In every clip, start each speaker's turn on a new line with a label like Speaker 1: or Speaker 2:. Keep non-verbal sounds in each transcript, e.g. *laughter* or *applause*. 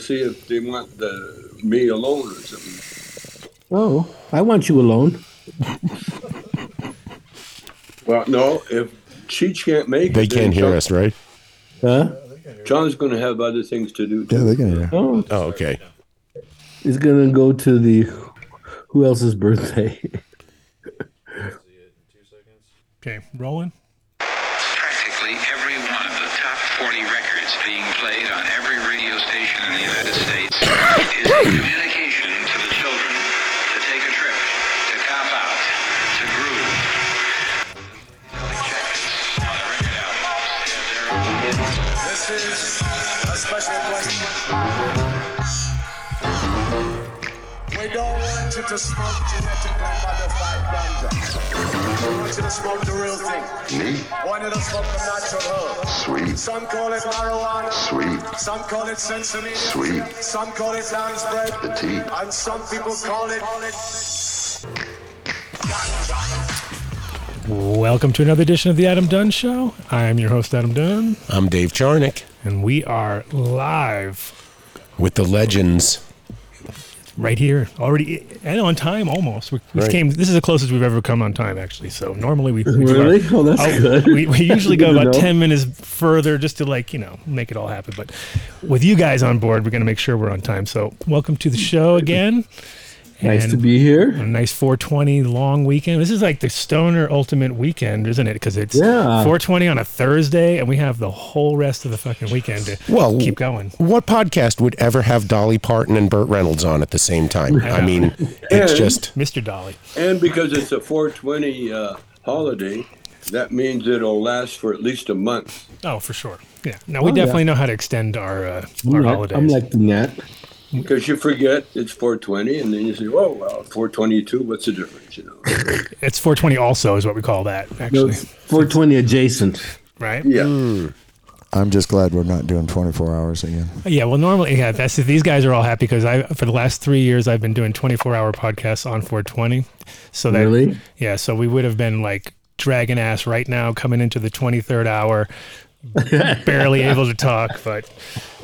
Speaker 1: see if they want the, me alone or something.
Speaker 2: Oh, I want you alone.
Speaker 1: Well, no, if she can't make
Speaker 3: They
Speaker 1: it, then
Speaker 3: can't hear
Speaker 1: John-
Speaker 3: us, right?
Speaker 2: Huh?
Speaker 1: John's going to have other things to do.
Speaker 4: Yeah, they can hear.
Speaker 2: Oh,
Speaker 3: Oh, okay.
Speaker 2: he's gonna go to the who else's birthday?
Speaker 5: Okay, rolling.
Speaker 6: practically every one of the top 40 records being played on every radio station in the United States is a communication to the children to take a trip, to cop out, to groove.
Speaker 7: We don't want you to smoke genetically modified ganja. We want you to smoke the real thing.
Speaker 8: Neat,
Speaker 7: Want you to smoke the natural herb.
Speaker 8: sweet,
Speaker 7: Some call it marijuana.
Speaker 8: sweet,
Speaker 7: Some call it sesame.
Speaker 8: Sweet.
Speaker 7: Some call it lamb's bread.
Speaker 8: the tea.
Speaker 7: And some people call it.
Speaker 5: Welcome to another edition of the Adam Dunn Show. I am your host, Adam Dunn,
Speaker 3: I'm Dave Charnick
Speaker 5: and we are live
Speaker 3: with the legends.
Speaker 5: right here, already and on time almost. We, we
Speaker 3: Right.
Speaker 5: came. This is the closest we've ever come on time, actually. So normally we, we
Speaker 2: really? Oh, that's
Speaker 5: Oh,
Speaker 2: good.
Speaker 5: we,
Speaker 2: *laughs*
Speaker 5: we usually
Speaker 2: Good
Speaker 5: go
Speaker 2: to
Speaker 5: about
Speaker 2: know.
Speaker 5: 10 minutes further just to like you know make it all happen but with you guys on board we're going to make sure we're on time so welcome to the show again
Speaker 2: Nice
Speaker 5: And
Speaker 2: to be
Speaker 5: a
Speaker 2: here.
Speaker 5: nice 420 long weekend this is like the stoner ultimate weekend isn't it because it's
Speaker 2: Yeah.
Speaker 5: 420 on a thursday and we have the whole rest of the fucking weekend to
Speaker 3: Well,
Speaker 5: keep going
Speaker 3: What podcast would ever have Dolly Parton and Burt Reynolds on at the same time? I
Speaker 2: *laughs*
Speaker 3: mean, it's
Speaker 1: And-
Speaker 3: just
Speaker 5: mr dolly
Speaker 1: And because it's a 420 uh, holiday, that means it'll last for at least a month.
Speaker 5: oh for sure yeah no we
Speaker 2: Oh, yeah.
Speaker 5: definitely know how to extend our uh, our
Speaker 2: I'm like,
Speaker 5: holidays
Speaker 2: I'm like that.
Speaker 1: Because you forget it's 420, and then you say, "Oh well, 422. What's the difference?" You know.
Speaker 5: it's 420 also is what we call that
Speaker 2: No,
Speaker 5: actually
Speaker 2: it's 420 adjacent.
Speaker 5: right
Speaker 1: Yeah.
Speaker 4: Mm. I'm just glad we're not doing 24 hours again.
Speaker 5: Yeah, well, normally, yeah, that's these guys are all happy because I, for the last three years, I've been doing 24 hour podcasts on 420. So that,
Speaker 2: Really?
Speaker 5: yeah, so we would have been like dragging ass right now coming into the 23rd
Speaker 3: *laughs*
Speaker 5: hour, barely able to talk. But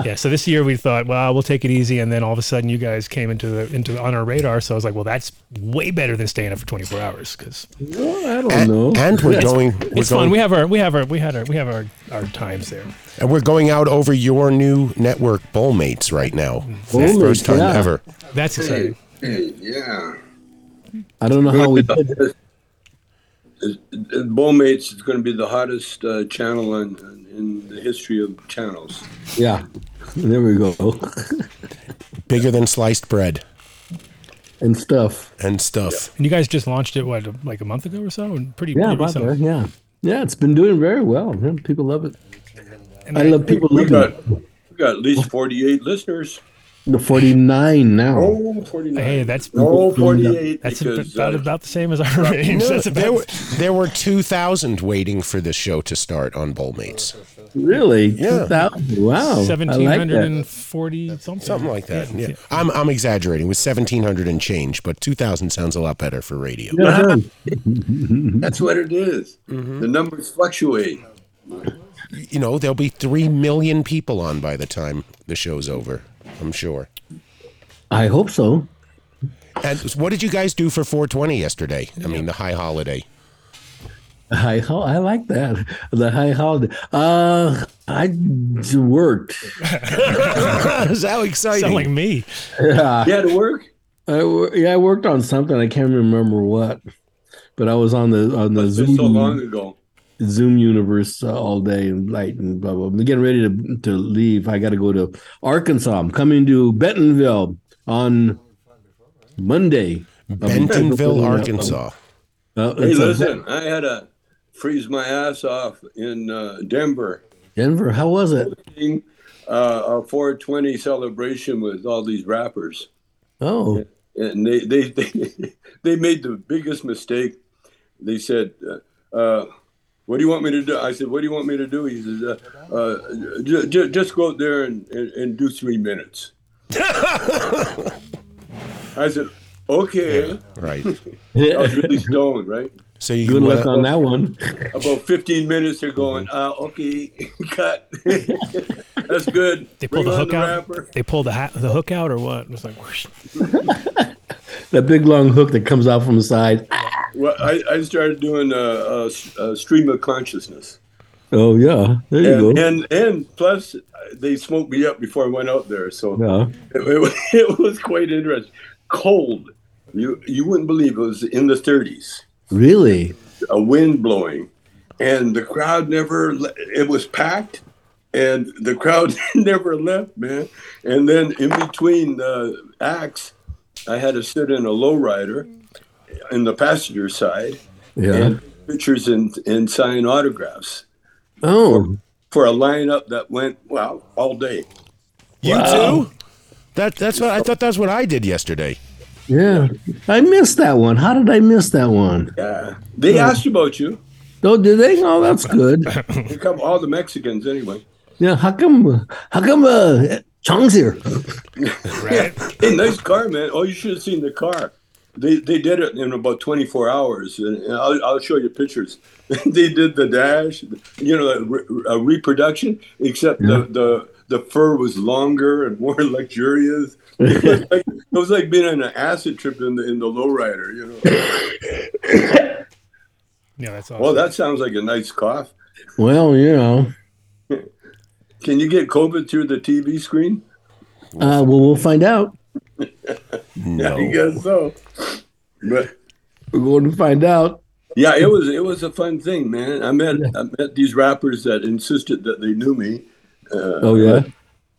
Speaker 5: yeah, so this year we thought, well, we'll take it easy. And then all of a sudden you guys came into the, into on our radar. So I was like, well, that's way better than staying up for 24 hours because
Speaker 2: Well, I don't
Speaker 3: and,
Speaker 2: know.
Speaker 3: and we're going we're
Speaker 5: it's fun.
Speaker 3: going
Speaker 5: We have our, we have our, we had our, we have our, our times there.
Speaker 3: and we're going out over your new network Bullmates right now. For the
Speaker 2: Bullmates,
Speaker 3: First time
Speaker 2: yeah.
Speaker 3: ever.
Speaker 5: That's exciting.
Speaker 1: Yeah.
Speaker 2: I don't know how we did. it.
Speaker 1: *laughs* Bowmates is going to be the hottest uh, channel in, in the history of channels.
Speaker 2: Yeah. There we go. *laughs*
Speaker 3: Bigger than sliced bread
Speaker 2: and stuff.
Speaker 3: and stuff.
Speaker 5: And you guys just launched it what like a month ago or so, and pretty pretty
Speaker 2: Yeah, about
Speaker 5: recent.
Speaker 2: there. Yeah. Yeah, it's been doing very well. Yeah, People love it.
Speaker 5: And
Speaker 2: I love people
Speaker 1: We
Speaker 2: loving
Speaker 1: got
Speaker 2: it.
Speaker 1: we got at least 48 listeners.
Speaker 2: The 49 now.
Speaker 1: Oh,
Speaker 2: *laughs*
Speaker 1: 49.
Speaker 5: Hey, that's
Speaker 1: no 48
Speaker 5: that's
Speaker 1: because
Speaker 5: about,
Speaker 1: uh,
Speaker 5: about the same as *laughs*
Speaker 3: *laughs*
Speaker 5: our range.
Speaker 3: No,
Speaker 5: that's
Speaker 3: there
Speaker 5: about,
Speaker 3: were there were two thousand waiting for this show to start on Bullmates,
Speaker 2: Really?
Speaker 3: Yeah.
Speaker 2: 2000. Wow.
Speaker 5: seventeen hundred
Speaker 2: I like
Speaker 5: and forty something.
Speaker 3: something like that.
Speaker 5: Yeah,
Speaker 3: Yeah, I'm I'm exaggerating. It was seventeen hundred and change, but two thousand sounds a lot better for radio. Uh-huh.
Speaker 2: that.
Speaker 1: that's what it is. The numbers fluctuate.
Speaker 3: you know, there'll be three million people on by the time the show's over. I'm sure.
Speaker 2: I hope so.
Speaker 3: And what did you guys do for 420 yesterday? I mean, the high holiday.
Speaker 2: High ho- I like that. *laughs* The high holiday. Uh, I d- worked.
Speaker 3: *laughs* Is
Speaker 2: *laughs*
Speaker 3: that
Speaker 5: You
Speaker 3: exciting?
Speaker 5: Sound like me.
Speaker 1: You had to work.
Speaker 2: I wor- yeah, I worked on something. I can't remember what, but I was on the on the
Speaker 1: It's been
Speaker 2: Zoom
Speaker 1: so long ago.
Speaker 2: Zoom universe uh, all day and night and blah blah. blah. Getting ready to to leave. I got to go to Arkansas. I'm coming to Bentonville on Monday.
Speaker 3: Bentonville, Arkansas.
Speaker 2: Uh,
Speaker 1: Hey,
Speaker 2: it's a-
Speaker 1: listen, I had to freeze my ass off in uh, Denver.
Speaker 2: Denver. How was it?
Speaker 1: Uh, a 420 celebration with all these rappers.
Speaker 2: Oh,
Speaker 1: and they they *laughs* they, they made the biggest mistake. They said, uh, uh, "What do you want me to do?" I said, "What do you want me to do?" He says, uh, uh, j- j- "Just go out there and, and, and do three
Speaker 2: *laughs*
Speaker 1: minutes." I said, "Okay."
Speaker 3: Right.
Speaker 1: I was really stoned, right?
Speaker 3: So you
Speaker 2: Good
Speaker 3: can
Speaker 2: luck on that one.
Speaker 1: About 15 minutes, they're going,
Speaker 5: Mm-hmm.
Speaker 1: uh, okay, *laughs* cut. That's good.
Speaker 5: They pull
Speaker 1: Bring
Speaker 5: the
Speaker 1: on
Speaker 5: hook out.
Speaker 1: rapper.
Speaker 5: They pull the ha- the hook out or what? It was like whoosh.
Speaker 2: that big long hook that comes out from the side.
Speaker 1: Well, I, I started doing a, uh uh stream of consciousness.
Speaker 2: Oh yeah, there you
Speaker 1: And,
Speaker 2: go.
Speaker 1: and and plus, they smoked me up before I went out there, so
Speaker 2: Yeah.
Speaker 1: it, *laughs* it, wa- it was quite interesting. Cold, you you wouldn't believe it was in the 30s.
Speaker 2: Really?
Speaker 1: a wind blowing, and the crowd never. le- It was packed, and the crowd *laughs* never left, man. And then in between the acts, I had to sit in a lowrider in the passenger side
Speaker 2: Yeah.
Speaker 1: and pictures and, and sign autographs
Speaker 2: Oh,
Speaker 1: for a lineup that went wow all day.
Speaker 3: You too? That that's what I thought. That's what I did yesterday.
Speaker 2: yeah. I missed that one. How did I miss that one?
Speaker 1: Yeah, they asked about you.
Speaker 2: Hmm. Oh, did they? Oh, that's good.
Speaker 1: Here come all the Mexicans anyway.
Speaker 2: Yeah. How come? How come? Uh, Chong's here.
Speaker 1: *laughs* Hey, nice car, man. Oh, you should have seen the car. They they did it in about 24 hours, and, and I'll, I'll show you pictures. *laughs* they did the dash, you know, a, re- a reproduction, except the, the the fur was longer and more *laughs*
Speaker 5: *laughs*
Speaker 1: luxurious. It was like, it was like being on an acid trip in the in the lowrider, you know.
Speaker 5: *coughs* Yeah, that's awesome.
Speaker 1: Well, that sounds like a nice cough. *laughs*
Speaker 2: Well, you know.
Speaker 1: Can you get COVID through the TV screen?
Speaker 2: Uh, well, we'll find out.
Speaker 1: Yeah, *laughs* I guess so. But
Speaker 2: We're going to find out.
Speaker 1: Yeah, it was it was a fun thing, man. I met I met these rappers that insisted that they knew me,
Speaker 2: oh yeah.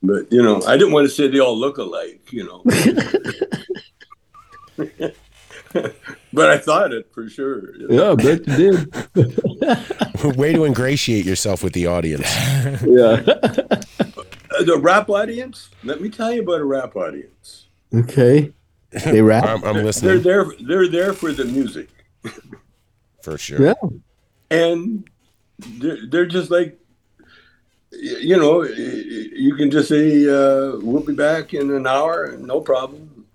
Speaker 1: but you know, I didn't want to say they all look alike, you
Speaker 2: *laughs*
Speaker 1: know. but I thought it for sure. you know.
Speaker 2: Yeah, I bet you
Speaker 3: *laughs*
Speaker 2: did. *laughs*
Speaker 3: Way to ingratiate yourself with the audience.
Speaker 2: yeah.
Speaker 1: *laughs* Uh, The rap audience, let me tell you about a rap audience.
Speaker 2: *laughs* Okay. They rap.
Speaker 3: I'm, I'm
Speaker 1: They're
Speaker 3: listening
Speaker 1: there they're there for the music. *laughs*
Speaker 3: for sure.
Speaker 2: Yeah.
Speaker 1: And they're, they're just like y- you know, y- y- you can just say uh, we'll be back in an hour, no problem.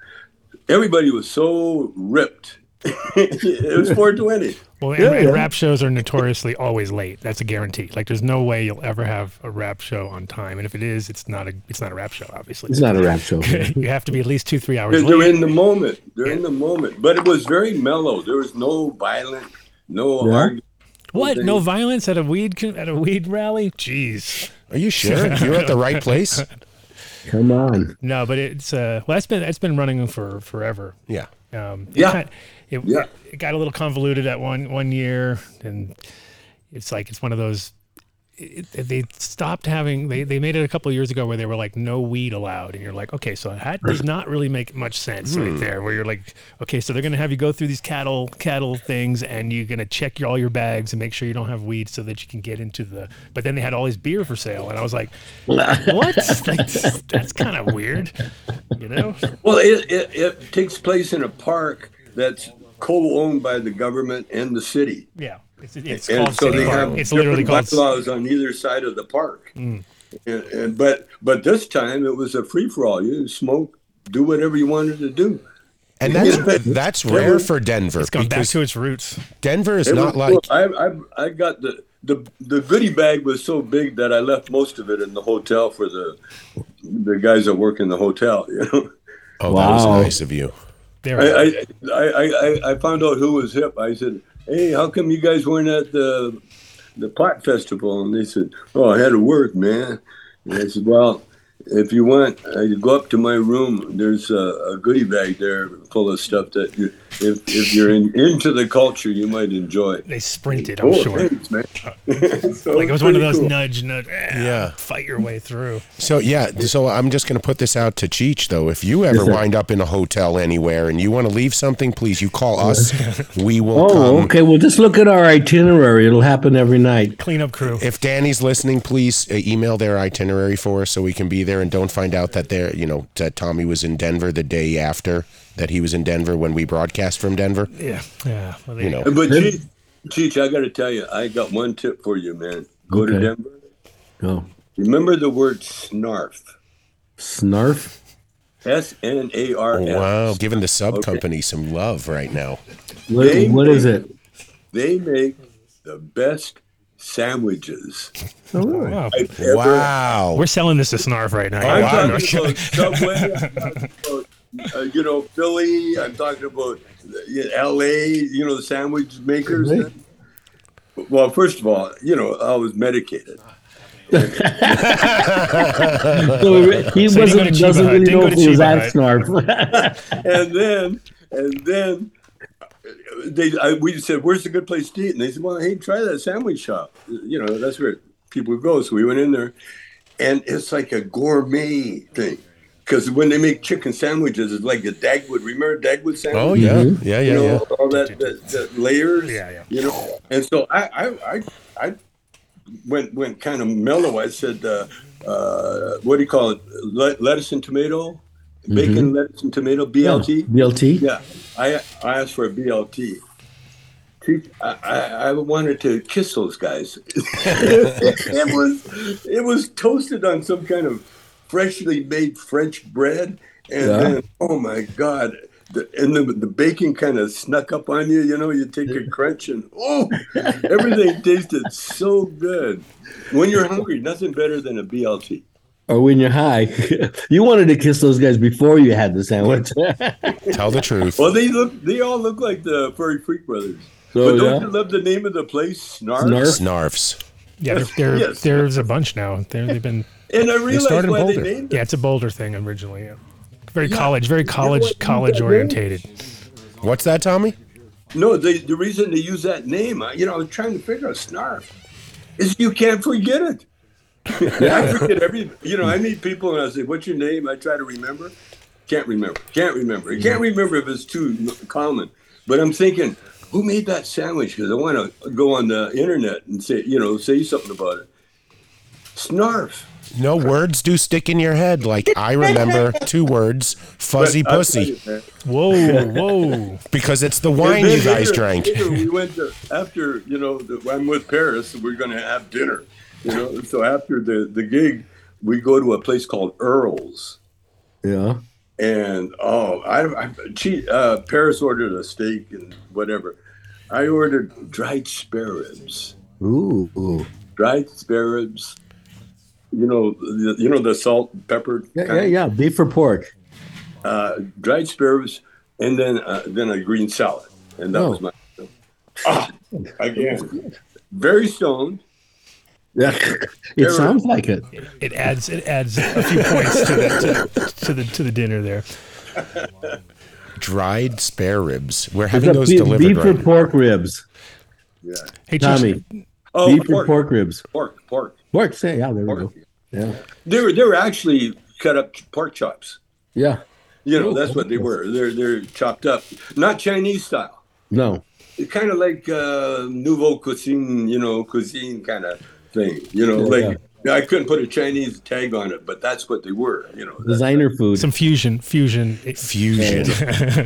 Speaker 1: Everybody was so ripped. *laughs* it was
Speaker 5: *laughs*
Speaker 1: 420.
Speaker 5: Well, and,
Speaker 2: Yeah,
Speaker 5: and
Speaker 2: yeah.
Speaker 5: rap shows are notoriously always late. That's a guarantee. Like, there's no way you'll ever have a rap show on time, and if it is, it's not a it's not a rap show. Obviously,
Speaker 2: It's not a
Speaker 5: *laughs*
Speaker 2: rap show.
Speaker 5: you have to be at least two three hours
Speaker 1: They're, they're
Speaker 5: late.
Speaker 1: in the moment. They're in the moment. But it was very mellow. There was no violent, no
Speaker 2: Yeah.
Speaker 1: argument.
Speaker 5: what? No violence at a weed con- at a weed rally? Jeez.
Speaker 3: Are you sure you're at the right place?
Speaker 2: *laughs* Come on.
Speaker 5: *laughs* No, but it's uh well, that's been that's been running for forever.
Speaker 3: Yeah.
Speaker 5: Um, it
Speaker 1: Yeah.
Speaker 5: kind- it,
Speaker 1: Yeah.
Speaker 5: it got a little convoluted at one one year, and it's like it's one of those. It, it- they stopped having they, they made it a couple of years ago where they were like no weed allowed and you're like okay so that does not really make much sense
Speaker 1: Hmm.
Speaker 5: right there where you're like okay so they're gonna have you go through these cattle cattle things and you're gonna check your, all your bags and make sure you don't have weed so that you can get into the but then they had all these beer for sale and I was like
Speaker 1: *laughs*
Speaker 5: what that's, that's kind of weird you know
Speaker 1: *laughs* Well, it, it, it takes place in a park that's co owned by the government and the city.
Speaker 5: Yeah, it's, it's
Speaker 1: and
Speaker 5: called
Speaker 1: so
Speaker 5: City
Speaker 1: they
Speaker 5: Park.
Speaker 1: have
Speaker 5: It's literally
Speaker 1: different
Speaker 5: called. Mm.
Speaker 1: bylaws on either side of the park. And, and but but this time it was a free for all. You smoke, do whatever you wanted to do.
Speaker 3: And that's that's rare for Denver
Speaker 5: It's gone back
Speaker 3: because
Speaker 5: to its roots.
Speaker 3: Denver is
Speaker 1: It
Speaker 3: not
Speaker 1: was
Speaker 3: like
Speaker 1: cool. I, I I got the. The, the goodie bag was so big that I left most of it in the hotel for the the guys that work in the hotel. *laughs* You know,
Speaker 3: Oh, that was
Speaker 2: Wow.
Speaker 3: nice of you.
Speaker 5: There, we go.
Speaker 1: I I, I, I I found out who was hip. I said, "Hey, how come you guys weren't at the the pot festival?" And they said, "Oh, I had to work, man." And I said, "Well, if you want, I could go up to my room. There's a, a goodie bag there full of stuff that you, if if you're in, into the culture, you might enjoy."
Speaker 5: they sprinted. I'm
Speaker 1: oh,
Speaker 5: sure. Uh,
Speaker 1: thanks, man. *laughs* So
Speaker 5: Like it was one of
Speaker 1: pretty
Speaker 5: those
Speaker 1: cool.
Speaker 5: nudge, nudge. Yeah, fight your way through.
Speaker 3: So yeah, so I'm just going to put this out to Cheech though. If you ever wind up in a hotel anywhere and you want to leave something, please you call us. We will
Speaker 2: Oh,
Speaker 3: come.
Speaker 2: okay. Well, just look at our itinerary. It'll happen every night.
Speaker 5: Cleanup crew.
Speaker 3: If Danny's listening, please uh, email their itinerary for us so we can be there and don't find out that they're, you know, that Tommy was in Denver the day after that he was in Denver when we broadcast from Denver.
Speaker 5: yeah, yeah. Well, there
Speaker 3: You
Speaker 5: you
Speaker 3: know,
Speaker 5: go.
Speaker 1: But Cheech, Cheech, I got to tell you, I got one tip for you, man. Go to
Speaker 2: Okay.
Speaker 1: Denver.
Speaker 2: Oh,
Speaker 1: Remember the word snarf.
Speaker 2: snarf.
Speaker 1: S N A R
Speaker 3: Oh,
Speaker 1: F.
Speaker 3: wow, giving the sub company some love right now.
Speaker 2: What,
Speaker 1: They- *laughs*
Speaker 2: what is it?
Speaker 1: They make the best sandwiches
Speaker 5: Wow.
Speaker 1: I've ever
Speaker 3: Wow.
Speaker 5: We're selling this to Snarf right now.
Speaker 1: I'm
Speaker 5: Wow.
Speaker 1: talking
Speaker 5: *laughs*
Speaker 1: about Subway. I'm talking about, uh, you know, Philly. I'm talking about uh, yeah, L.A. You know, the sandwich makers. Well, first of all, you know, I was medicated.
Speaker 2: So he
Speaker 5: So he didn't go to
Speaker 2: wasn't,
Speaker 5: Chiba
Speaker 2: doesn't
Speaker 5: Hut,
Speaker 2: really
Speaker 5: didn't
Speaker 2: know
Speaker 5: go to
Speaker 2: if he was
Speaker 5: Chiba
Speaker 2: at
Speaker 5: Hut.
Speaker 2: Snarf.
Speaker 5: *laughs*
Speaker 1: and then and then uh, they I, we said where's the good place to eat and they said well hey try that sandwich shop you know that's where people go so we went in there and it's like a gourmet thing because when they make chicken sandwiches it's like a dagwood remember dagwood sandwich
Speaker 3: Oh yeah, yeah, yeah,
Speaker 1: you know
Speaker 3: yeah.
Speaker 1: all that, that, that layers
Speaker 5: Mm-hmm. Yeah, yeah.
Speaker 1: you know and so i i i, I went went kind of mellow i said uh, uh, what do you call it Le- lettuce and tomato bacon lettuce and tomato blt
Speaker 2: BLT.
Speaker 1: yeah, I I asked for a BLT. Chief, I, I, I wanted to kiss those guys. *laughs* it was it was toasted on some kind of freshly made French bread, and
Speaker 2: Yeah.
Speaker 1: then oh my god, the, and the the bacon kind of snuck up on you. You know, you take a crunch and oh, everything tasted so good. When you're hungry, nothing better than a BLT.
Speaker 2: Or when you're high, *laughs* you wanted to kiss those guys before you had the sandwich.
Speaker 3: Tell the truth.
Speaker 1: Well, they look they all look like the furry freak brothers.
Speaker 2: so
Speaker 1: but don't
Speaker 2: Oh, yeah.
Speaker 1: you love the name of the place, Snarf?
Speaker 2: Snarf.
Speaker 3: Snarfs.
Speaker 5: Yeah, there, there,
Speaker 1: Yes.
Speaker 5: there's a bunch now. There, they've been.
Speaker 1: *laughs* And I
Speaker 5: They
Speaker 1: realized
Speaker 5: started in
Speaker 1: why they
Speaker 5: Boulder.
Speaker 1: named it.
Speaker 5: yeah, it's a Boulder thing originally. Yeah. Very college, very college,
Speaker 1: what?
Speaker 5: college
Speaker 1: Yeah,
Speaker 5: orientated.
Speaker 3: What's that, Tommy?
Speaker 1: No, they, the reason they use that name, I, you know, I was trying to figure out snarf, is you can't forget
Speaker 2: *laughs*
Speaker 1: it. I forget every, you know, I meet people and I say, "What's your name?" I try to remember, can't remember, can't remember, I can't remember if it's too n- common. But I'm thinking, who made that sandwich? Because I want to go on the internet and say, you know, say something about it. Snarf.
Speaker 3: No words do stick in your head. Like I remember two words, fuzzy
Speaker 1: But I'll tell
Speaker 3: pussy,
Speaker 1: you, man,
Speaker 2: *laughs*
Speaker 5: Whoa, whoa.
Speaker 3: because it's the wine
Speaker 1: Then
Speaker 3: you guys
Speaker 1: later-
Speaker 3: drank.
Speaker 1: later we went to after you know the, I'm with Paris. We're going to have dinner, you know. So after the the gig, we go to a place called Earl's,
Speaker 2: Yeah.
Speaker 1: and oh, I, I she, uh, Paris ordered a steak and whatever. I ordered dried spare ribs,
Speaker 2: Ooh. ooh.
Speaker 1: dried spare ribs. You know, the, you know the salt and pepper.
Speaker 2: Yeah,
Speaker 1: kind
Speaker 2: yeah,
Speaker 1: of-
Speaker 2: yeah. Beef or pork?
Speaker 1: uh, dried sparrows, and then uh, then a green salad, and that
Speaker 2: Oh.
Speaker 1: was my. Ah, again, very stoned.
Speaker 2: Yeah. *laughs* It
Speaker 1: There-
Speaker 2: sounds like it.
Speaker 5: It adds it adds a few points to the to, to the to the dinner there.
Speaker 3: Dried spare ribs. We're
Speaker 2: It's
Speaker 3: having
Speaker 2: a
Speaker 3: those
Speaker 2: beef,
Speaker 3: delivered
Speaker 2: beef
Speaker 3: right
Speaker 2: or pork ribs,
Speaker 1: Yeah.
Speaker 5: Hey, Chief,
Speaker 2: Tommy.
Speaker 1: Oh,
Speaker 2: Beef or
Speaker 1: pork,
Speaker 2: pork ribs?
Speaker 1: pork, pork,
Speaker 2: Pork. Say, yeah, there
Speaker 1: pork.
Speaker 2: we go. Yeah.
Speaker 1: They were they were actually cut up pork chops.
Speaker 2: Yeah.
Speaker 1: You
Speaker 2: Oh,
Speaker 1: know, that's what they were. They're they're chopped up, not Chinese style.
Speaker 2: No.
Speaker 1: It's kind of like uh, nouveau cuisine, you know, cuisine kind of thing. You know,
Speaker 2: Yeah,
Speaker 1: like I couldn't put a Chinese tag on it, but that's what they were. You know,
Speaker 2: *laughs*
Speaker 1: that-
Speaker 2: Designer food.
Speaker 5: some fusion fusion.
Speaker 3: Fusion.
Speaker 5: *laughs*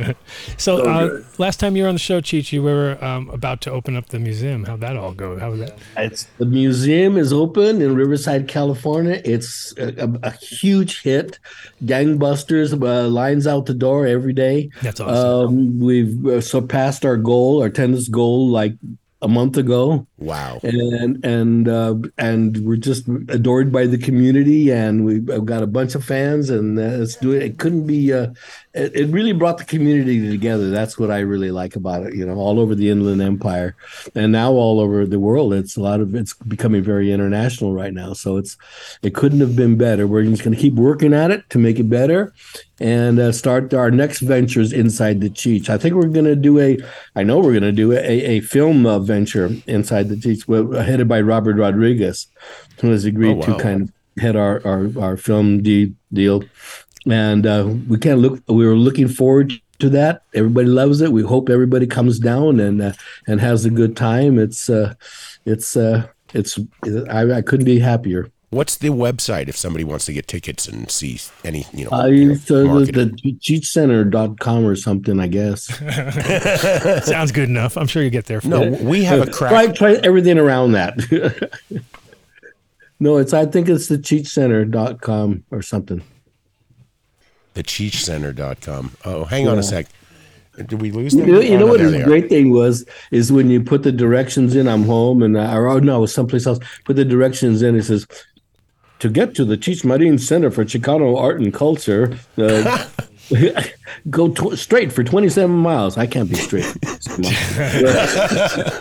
Speaker 5: So uh,
Speaker 1: good.
Speaker 5: last time you were on the show, Cheech, you were um, about to open up the museum. How'd that all go? How was that?
Speaker 2: It's the museum is open in Riverside, California. It's a, a, a huge hit. Gangbusters uh, lines out the door every day.
Speaker 5: That's awesome.
Speaker 2: Um, we've uh, surpassed our goal, our attendance goal, like a month ago,
Speaker 3: Wow.
Speaker 2: and and uh, and we're just adored by the community, and we've got a bunch of fans, and uh, it's doing. It couldn't be. Uh, it, it really brought the community together. That's what I really like about it. You know, all over the Inland Empire, and now all over the world. It's a lot of. It's becoming very international right now. So it's. It couldn't have been better. We're just going to keep working at it to make it better, and uh, start our next ventures inside the Cheech. I think we're going to do a. I know we're going to do a, a film uh, venture inside the Cheech, well, headed by Robert Rodriguez, who has agreed
Speaker 3: Oh, wow.
Speaker 2: to kind of head our our, our film de- deal and uh, we can't look. We were looking forward to that. Everybody loves it. We hope everybody comes down and uh, and has a good time. It's uh, it's uh, it's. I, I couldn't be happier.
Speaker 3: What's the website if somebody wants to get tickets and see any you know?
Speaker 2: I
Speaker 3: you know,
Speaker 2: so the,
Speaker 3: marketing?
Speaker 2: the cheatcenter.com or something. I guess
Speaker 5: Sounds good enough. I'm sure you get there. For
Speaker 3: *laughs* no,
Speaker 5: it.
Speaker 3: we have a crack.
Speaker 2: try try everything around that. *laughs* no, it's. I think it's the cheatcenter.com or something.
Speaker 3: The CheechCenter.com. Oh, hang on a sec. Did we lose
Speaker 2: You
Speaker 3: them?
Speaker 2: know, you
Speaker 3: Oh,
Speaker 2: know
Speaker 3: no,
Speaker 2: what
Speaker 3: there
Speaker 2: his
Speaker 3: they are.
Speaker 2: great thing was is when you put the directions in. I'm home, and I, or oh, no, it was someplace else. Put the directions in. It says to get to the Teach Marine Center for Chicano Art and Culture.
Speaker 3: *laughs*
Speaker 2: Uh, *laughs* go tw- straight for 27 miles. I can't be
Speaker 3: *laughs*
Speaker 2: straight. for 27 miles.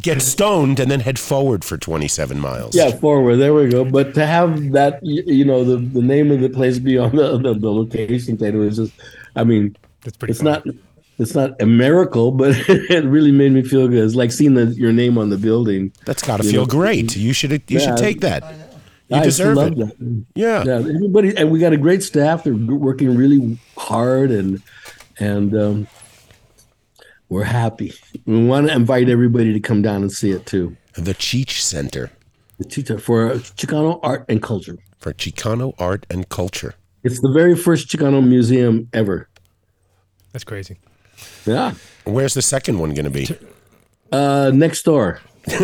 Speaker 3: Get stoned and then head forward for 27 miles.
Speaker 2: yeah, forward. There we go. But to have that, y- you know, the, the name of the place be on the, the, the location title is just, I mean,
Speaker 5: That's pretty.
Speaker 2: it's not it's not a miracle, *laughs* but it really made me feel good. It's like seeing the, your name on the building.
Speaker 3: That's got to
Speaker 2: You
Speaker 3: feel
Speaker 2: know,
Speaker 3: great. You should you should
Speaker 2: yeah.
Speaker 3: take that. You
Speaker 2: I
Speaker 3: deserve
Speaker 2: love
Speaker 3: it.
Speaker 2: That.
Speaker 3: Yeah.
Speaker 2: Yeah, everybody, and we got a great staff. They're g- working really hard, and and um, we're happy. We want to invite everybody to come down and see it too.
Speaker 3: The Cheech Center
Speaker 2: The Chita for Chicano art and culture.
Speaker 3: for Chicano Art and Culture.
Speaker 2: It's the very first Chicano museum ever.
Speaker 5: *laughs* That's crazy.
Speaker 2: Yeah,
Speaker 3: Where's the second one going to be?
Speaker 2: uh, next
Speaker 5: *laughs*
Speaker 2: door.
Speaker 5: Keep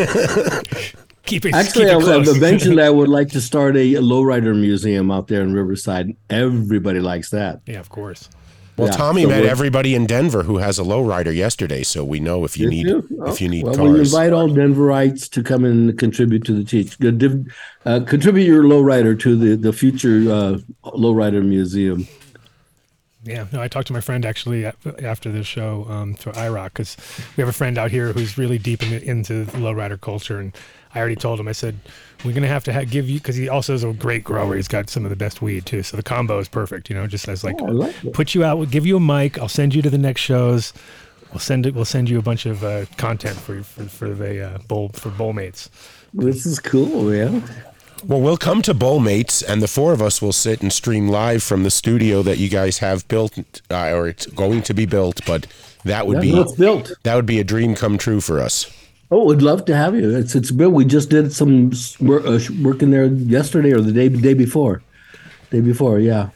Speaker 5: it. keep
Speaker 2: Actually,
Speaker 5: it
Speaker 2: I, I-
Speaker 5: close.
Speaker 2: eventually I would like to start a lowrider museum out there in Riverside. Everybody likes that.
Speaker 5: *laughs* yeah, of course.
Speaker 3: Well,
Speaker 2: Yeah,
Speaker 3: Tommy
Speaker 2: so
Speaker 3: met
Speaker 2: we're-
Speaker 3: everybody in Denver who has a lowrider yesterday, so we know if you need if you need
Speaker 2: Oh, well, we
Speaker 3: cars.
Speaker 2: invite all Denverites to come and contribute to the teach. uh, div- Uh, contribute your lowrider to the the future uh, lowrider museum.
Speaker 5: Yeah, no, I talked to my friend actually a- after this show um, to IROC because we have a friend out here who's really deep in the, into lowrider culture, and I already told him I said we're gonna have to ha- give you because he also is a great grower. He's got some of the best weed too, so the combo is perfect. You know, just as like,
Speaker 2: Oh, I like that.
Speaker 5: put you out, we'll give you a mic, I'll send you to the next shows. We'll send it. We'll send you a bunch of uh, content for for, for the uh, bowl for bowl mates.
Speaker 2: This is cool, man.
Speaker 3: Well, we'll come to Bowlmates, and the four of us will sit and stream live from the studio that you guys have built, uh, or it's going to be built. But that would
Speaker 2: Yeah,
Speaker 3: be
Speaker 2: no, it's built.
Speaker 3: that would be a dream come true for us.
Speaker 2: Oh, we'd love to have you. It's it's built. We just did some s- wor- uh, sh- work in there yesterday or the day day before, day before. Yeah.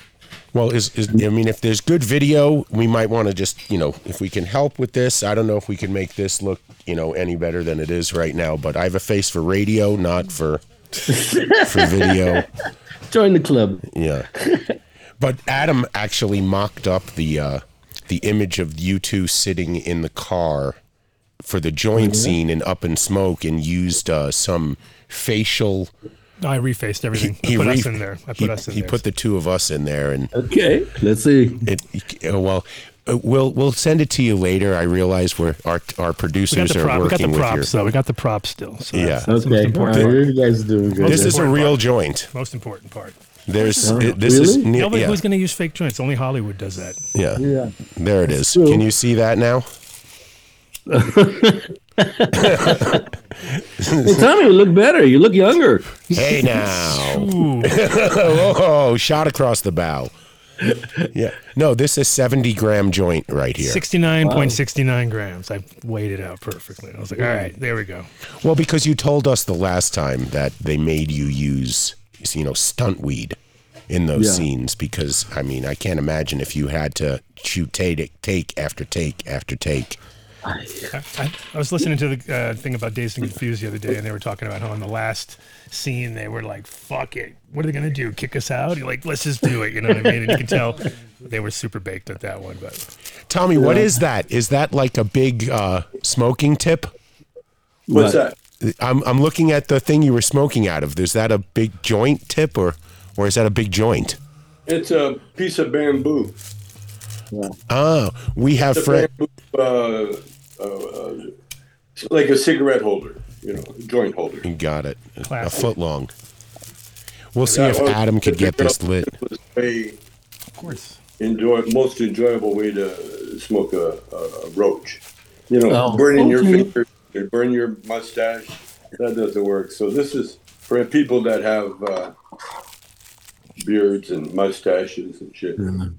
Speaker 3: Well, is, is I mean, if there's good video, we might want to just you know, if we can help with this, I don't know if we can make this look you know any better than it is right now. But I have a face for radio, not for for video.
Speaker 2: *laughs* Join the club.
Speaker 3: Yeah. But Adam actually mocked up the uh, the image of you two sitting in the car for the joint
Speaker 2: Mm-hmm.
Speaker 3: scene in Up in Smoke and used uh, some facial.
Speaker 5: No, I refaced everything. I put
Speaker 3: re-
Speaker 5: us in there. I put
Speaker 3: he,
Speaker 5: us in
Speaker 3: he
Speaker 5: there.
Speaker 3: put the two of us in there, and
Speaker 2: Okay. Let's see.
Speaker 3: it. uh, Well, uh, we'll we'll send it to you later. I realize we're our our
Speaker 5: we got
Speaker 3: producers
Speaker 5: the,
Speaker 3: are
Speaker 5: prop, we got
Speaker 3: working
Speaker 5: the
Speaker 3: with
Speaker 5: props
Speaker 3: your.
Speaker 5: though. We got the props still. So
Speaker 3: Yeah.
Speaker 5: that's- that's the most
Speaker 2: Okay. All
Speaker 5: important
Speaker 2: right.
Speaker 5: part.
Speaker 2: You guys doing good.
Speaker 3: This
Speaker 2: there.
Speaker 3: is a real joint.
Speaker 5: Most important part.
Speaker 3: There's it- this is
Speaker 2: Oh, Really?
Speaker 3: ne-
Speaker 5: Nobody
Speaker 3: yeah,
Speaker 5: who's going to use fake joints. Only Hollywood does that.
Speaker 3: yeah
Speaker 2: yeah.
Speaker 3: there it is.
Speaker 2: true.
Speaker 3: Can you see that now?
Speaker 2: Hey, Tommy, you look better. You look younger. *laughs*
Speaker 3: Hey now.
Speaker 5: Ooh,
Speaker 3: *laughs* Oh, shot across the bow. Yeah. No, this is 70 gram joint right here.
Speaker 5: sixty-nine point sixty-nine grams. I weighed it out perfectly. I was like, all right, there we go.
Speaker 3: Well, because you told us the last time that they made you use, you know, stunt weed in those
Speaker 2: Yeah.
Speaker 3: scenes because, I mean, I can't imagine if you had to shoot take, take after take after take.
Speaker 5: I, I, I was listening to the uh, thing about Dazed and Confused the other day, and they were talking about how in the last scene they were like, "Fuck it, what are they going to do? Kick us out?" You're like, "Let's just do it." You know what I mean? And you can tell they were super baked at that one. But
Speaker 3: Tommy, what is that? Is that like a big uh, smoking tip?
Speaker 1: What's
Speaker 2: But-
Speaker 1: that?
Speaker 3: I'm, I'm looking at the thing you were smoking out of. Is that a big joint tip or, or is that a big joint?
Speaker 1: It's a piece of bamboo.
Speaker 3: Oh, we have
Speaker 1: It's a
Speaker 3: friends.
Speaker 1: bamboo, uh, uh, uh, it's like a cigarette holder, you know, joint holder.
Speaker 3: Got it.
Speaker 5: Classic.
Speaker 3: A foot long. We'll see if
Speaker 1: That was
Speaker 3: Adam could
Speaker 1: the
Speaker 3: get this lit.
Speaker 1: simplest Way,
Speaker 5: of course,
Speaker 1: enjoy most enjoyable way to smoke a, a, a roach. You know,
Speaker 2: Oh,
Speaker 1: burning your
Speaker 2: okay.
Speaker 1: fingers, you burn your mustache. That doesn't work. So this is for people that have uh, beards and mustaches and shit.
Speaker 5: Mm-hmm.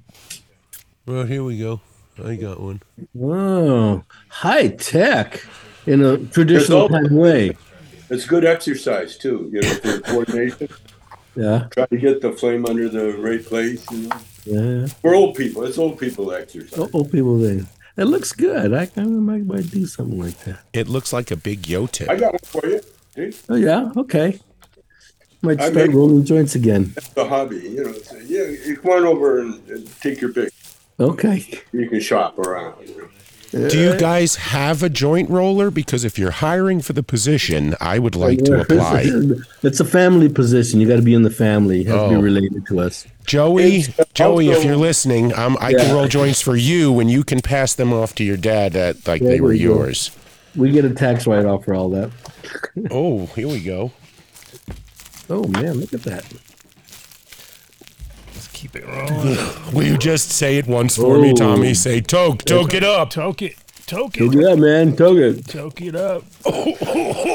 Speaker 3: Well, here we go. I got one.
Speaker 2: Wow. Oh, High tech in a
Speaker 1: all-
Speaker 2: traditional kind of way.
Speaker 1: It's good exercise too. You know, for coordination.
Speaker 2: Yeah.
Speaker 1: Try to get the flame under the right place. You know,
Speaker 2: Yeah.
Speaker 1: for old people, it's old people exercise.
Speaker 2: Oh, old people there. It looks good. I kind of might, might do something like that.
Speaker 3: It looks like a big yo tip.
Speaker 1: I got one for you. See?
Speaker 2: Oh, yeah. Okay. Might
Speaker 1: I
Speaker 2: start
Speaker 1: made-
Speaker 2: rolling joints again.
Speaker 1: the hobby. You know, so, yeah, you come on over and, and take your pick.
Speaker 2: Okay.
Speaker 1: You can shop around.
Speaker 3: Do you guys have a joint roller? Because if you're hiring for the position, I would like to apply.
Speaker 2: It's a family position. You got to be in the family. You have to
Speaker 3: Oh.
Speaker 2: be related to us.
Speaker 3: Joey,
Speaker 1: It's
Speaker 3: Joey, if
Speaker 1: also-
Speaker 3: you're listening, um, I can
Speaker 2: Yeah.
Speaker 3: roll joints for you, and you can pass them off to your dad at like they
Speaker 2: There
Speaker 3: were
Speaker 2: we go.
Speaker 3: yours.
Speaker 2: We get a tax write off for all that.
Speaker 3: Oh, here we go.
Speaker 2: Oh man, look at that.
Speaker 5: Let's keep it rolling.
Speaker 3: Will you just say it once for me,
Speaker 2: Oh.
Speaker 3: Tommy? Say toke, toke it up.
Speaker 5: Toke it. Toke
Speaker 2: Look
Speaker 5: it.
Speaker 2: at that, man. Toga.
Speaker 5: Toke it up.
Speaker 3: Oh.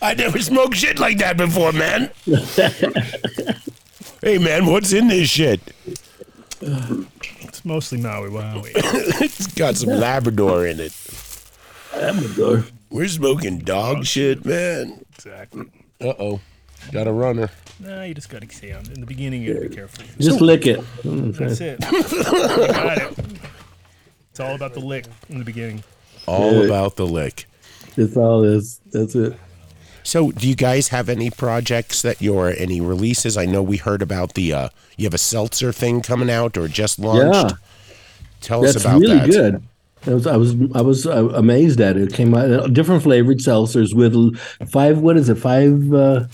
Speaker 3: I never smoked shit like that before, man. hey, man, what's in this shit? *laughs*
Speaker 5: It's mostly Maui Wowie.
Speaker 2: *coughs*
Speaker 3: It's got some Labrador in it.
Speaker 2: Labrador.
Speaker 3: We're smoking dog shit, man.
Speaker 5: exactly.
Speaker 3: Uh oh. Got a runner.
Speaker 5: Nah, you just gotta see on in the beginning. You gotta be careful.
Speaker 2: Just lick it.
Speaker 5: That's
Speaker 2: *laughs*
Speaker 5: it. You got it. It's all about the lick in the beginning.
Speaker 3: All about the lick.
Speaker 2: That's all it is. That's it.
Speaker 3: So, do you guys have any projects that you're any releases? I know we heard about the uh you have a seltzer thing coming out or just launched.
Speaker 2: Yeah.
Speaker 3: Tell us
Speaker 2: That's
Speaker 3: about
Speaker 2: really
Speaker 3: that.
Speaker 2: good. I was, I was I was uh, amazed at it. It came out uh, different flavored seltzers with l- five what is it five uh,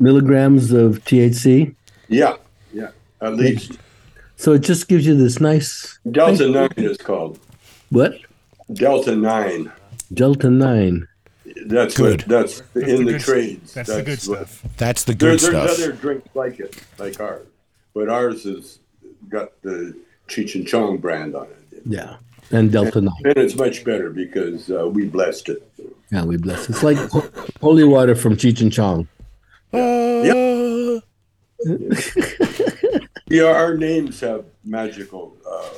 Speaker 2: milligrams of THC.
Speaker 1: Yeah, yeah, at least.
Speaker 2: So it just gives you this nice
Speaker 1: Delta 9 is called.
Speaker 2: what
Speaker 1: Delta 9.
Speaker 2: Delta Nine.
Speaker 1: That's
Speaker 3: Good.
Speaker 1: What, that's, in the,
Speaker 5: good stuff.
Speaker 1: trades.
Speaker 5: That's, the good
Speaker 1: what-
Speaker 5: stuff.
Speaker 3: That's the
Speaker 1: There,
Speaker 3: good
Speaker 1: there's
Speaker 3: stuff.
Speaker 1: other drinks like it, like ours, but ours has got the Cheech and Chong brand on it,
Speaker 2: Yeah, and Delta Nine.
Speaker 1: and it's much better because uh, we blessed it.
Speaker 2: Yeah, we bless. It's like ho- holy water from Cheech and Chong.
Speaker 3: Uh,
Speaker 1: Yeah, our names have magical. Uh,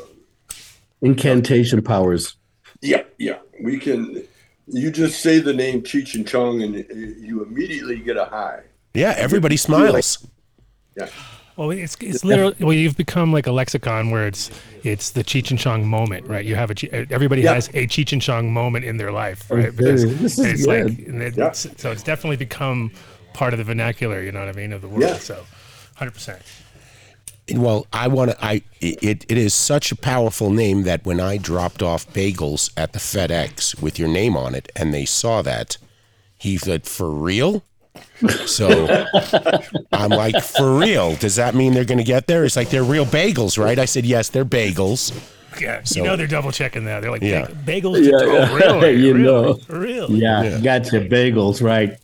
Speaker 2: Incantation powers.
Speaker 1: yeah, yeah, we can. You just say the name Cheech and Chong, and uh, you immediately get a high.
Speaker 3: yeah, everybody smiles.
Speaker 1: Yeah,
Speaker 5: Well, it's it's literally well, you've become like a lexicon where it's it's the Cheech and Chong moment, right? You have a Che- everybody
Speaker 1: Yeah.
Speaker 5: has a Cheech and Chong moment in their life, right?
Speaker 2: Okay,
Speaker 5: Because
Speaker 2: this is
Speaker 5: it's
Speaker 2: good.
Speaker 5: like and it-
Speaker 1: Yeah.
Speaker 5: it's- so it's definitely become part of the vernacular. You know what I mean of the world.
Speaker 1: Yeah.
Speaker 5: So, hundred percent.
Speaker 3: Well, I want to. I it, it is such a powerful name that when I dropped off bagels at the FedEx with your name on it, and they saw that, he said, "For real." So I'm like, "For real?" Does that mean they're going to get there? It's like they're real bagels, right? I said, "Yes, they're bagels."
Speaker 5: Yeah,
Speaker 3: So-
Speaker 5: you know they're double checking that. They're like
Speaker 3: Yeah.
Speaker 5: "Bag- bagels. Yeah,
Speaker 2: yeah.
Speaker 5: oh, really?
Speaker 2: *laughs* You
Speaker 5: really?
Speaker 2: know.
Speaker 5: Really?
Speaker 2: Yeah, gotcha. Bagels, right?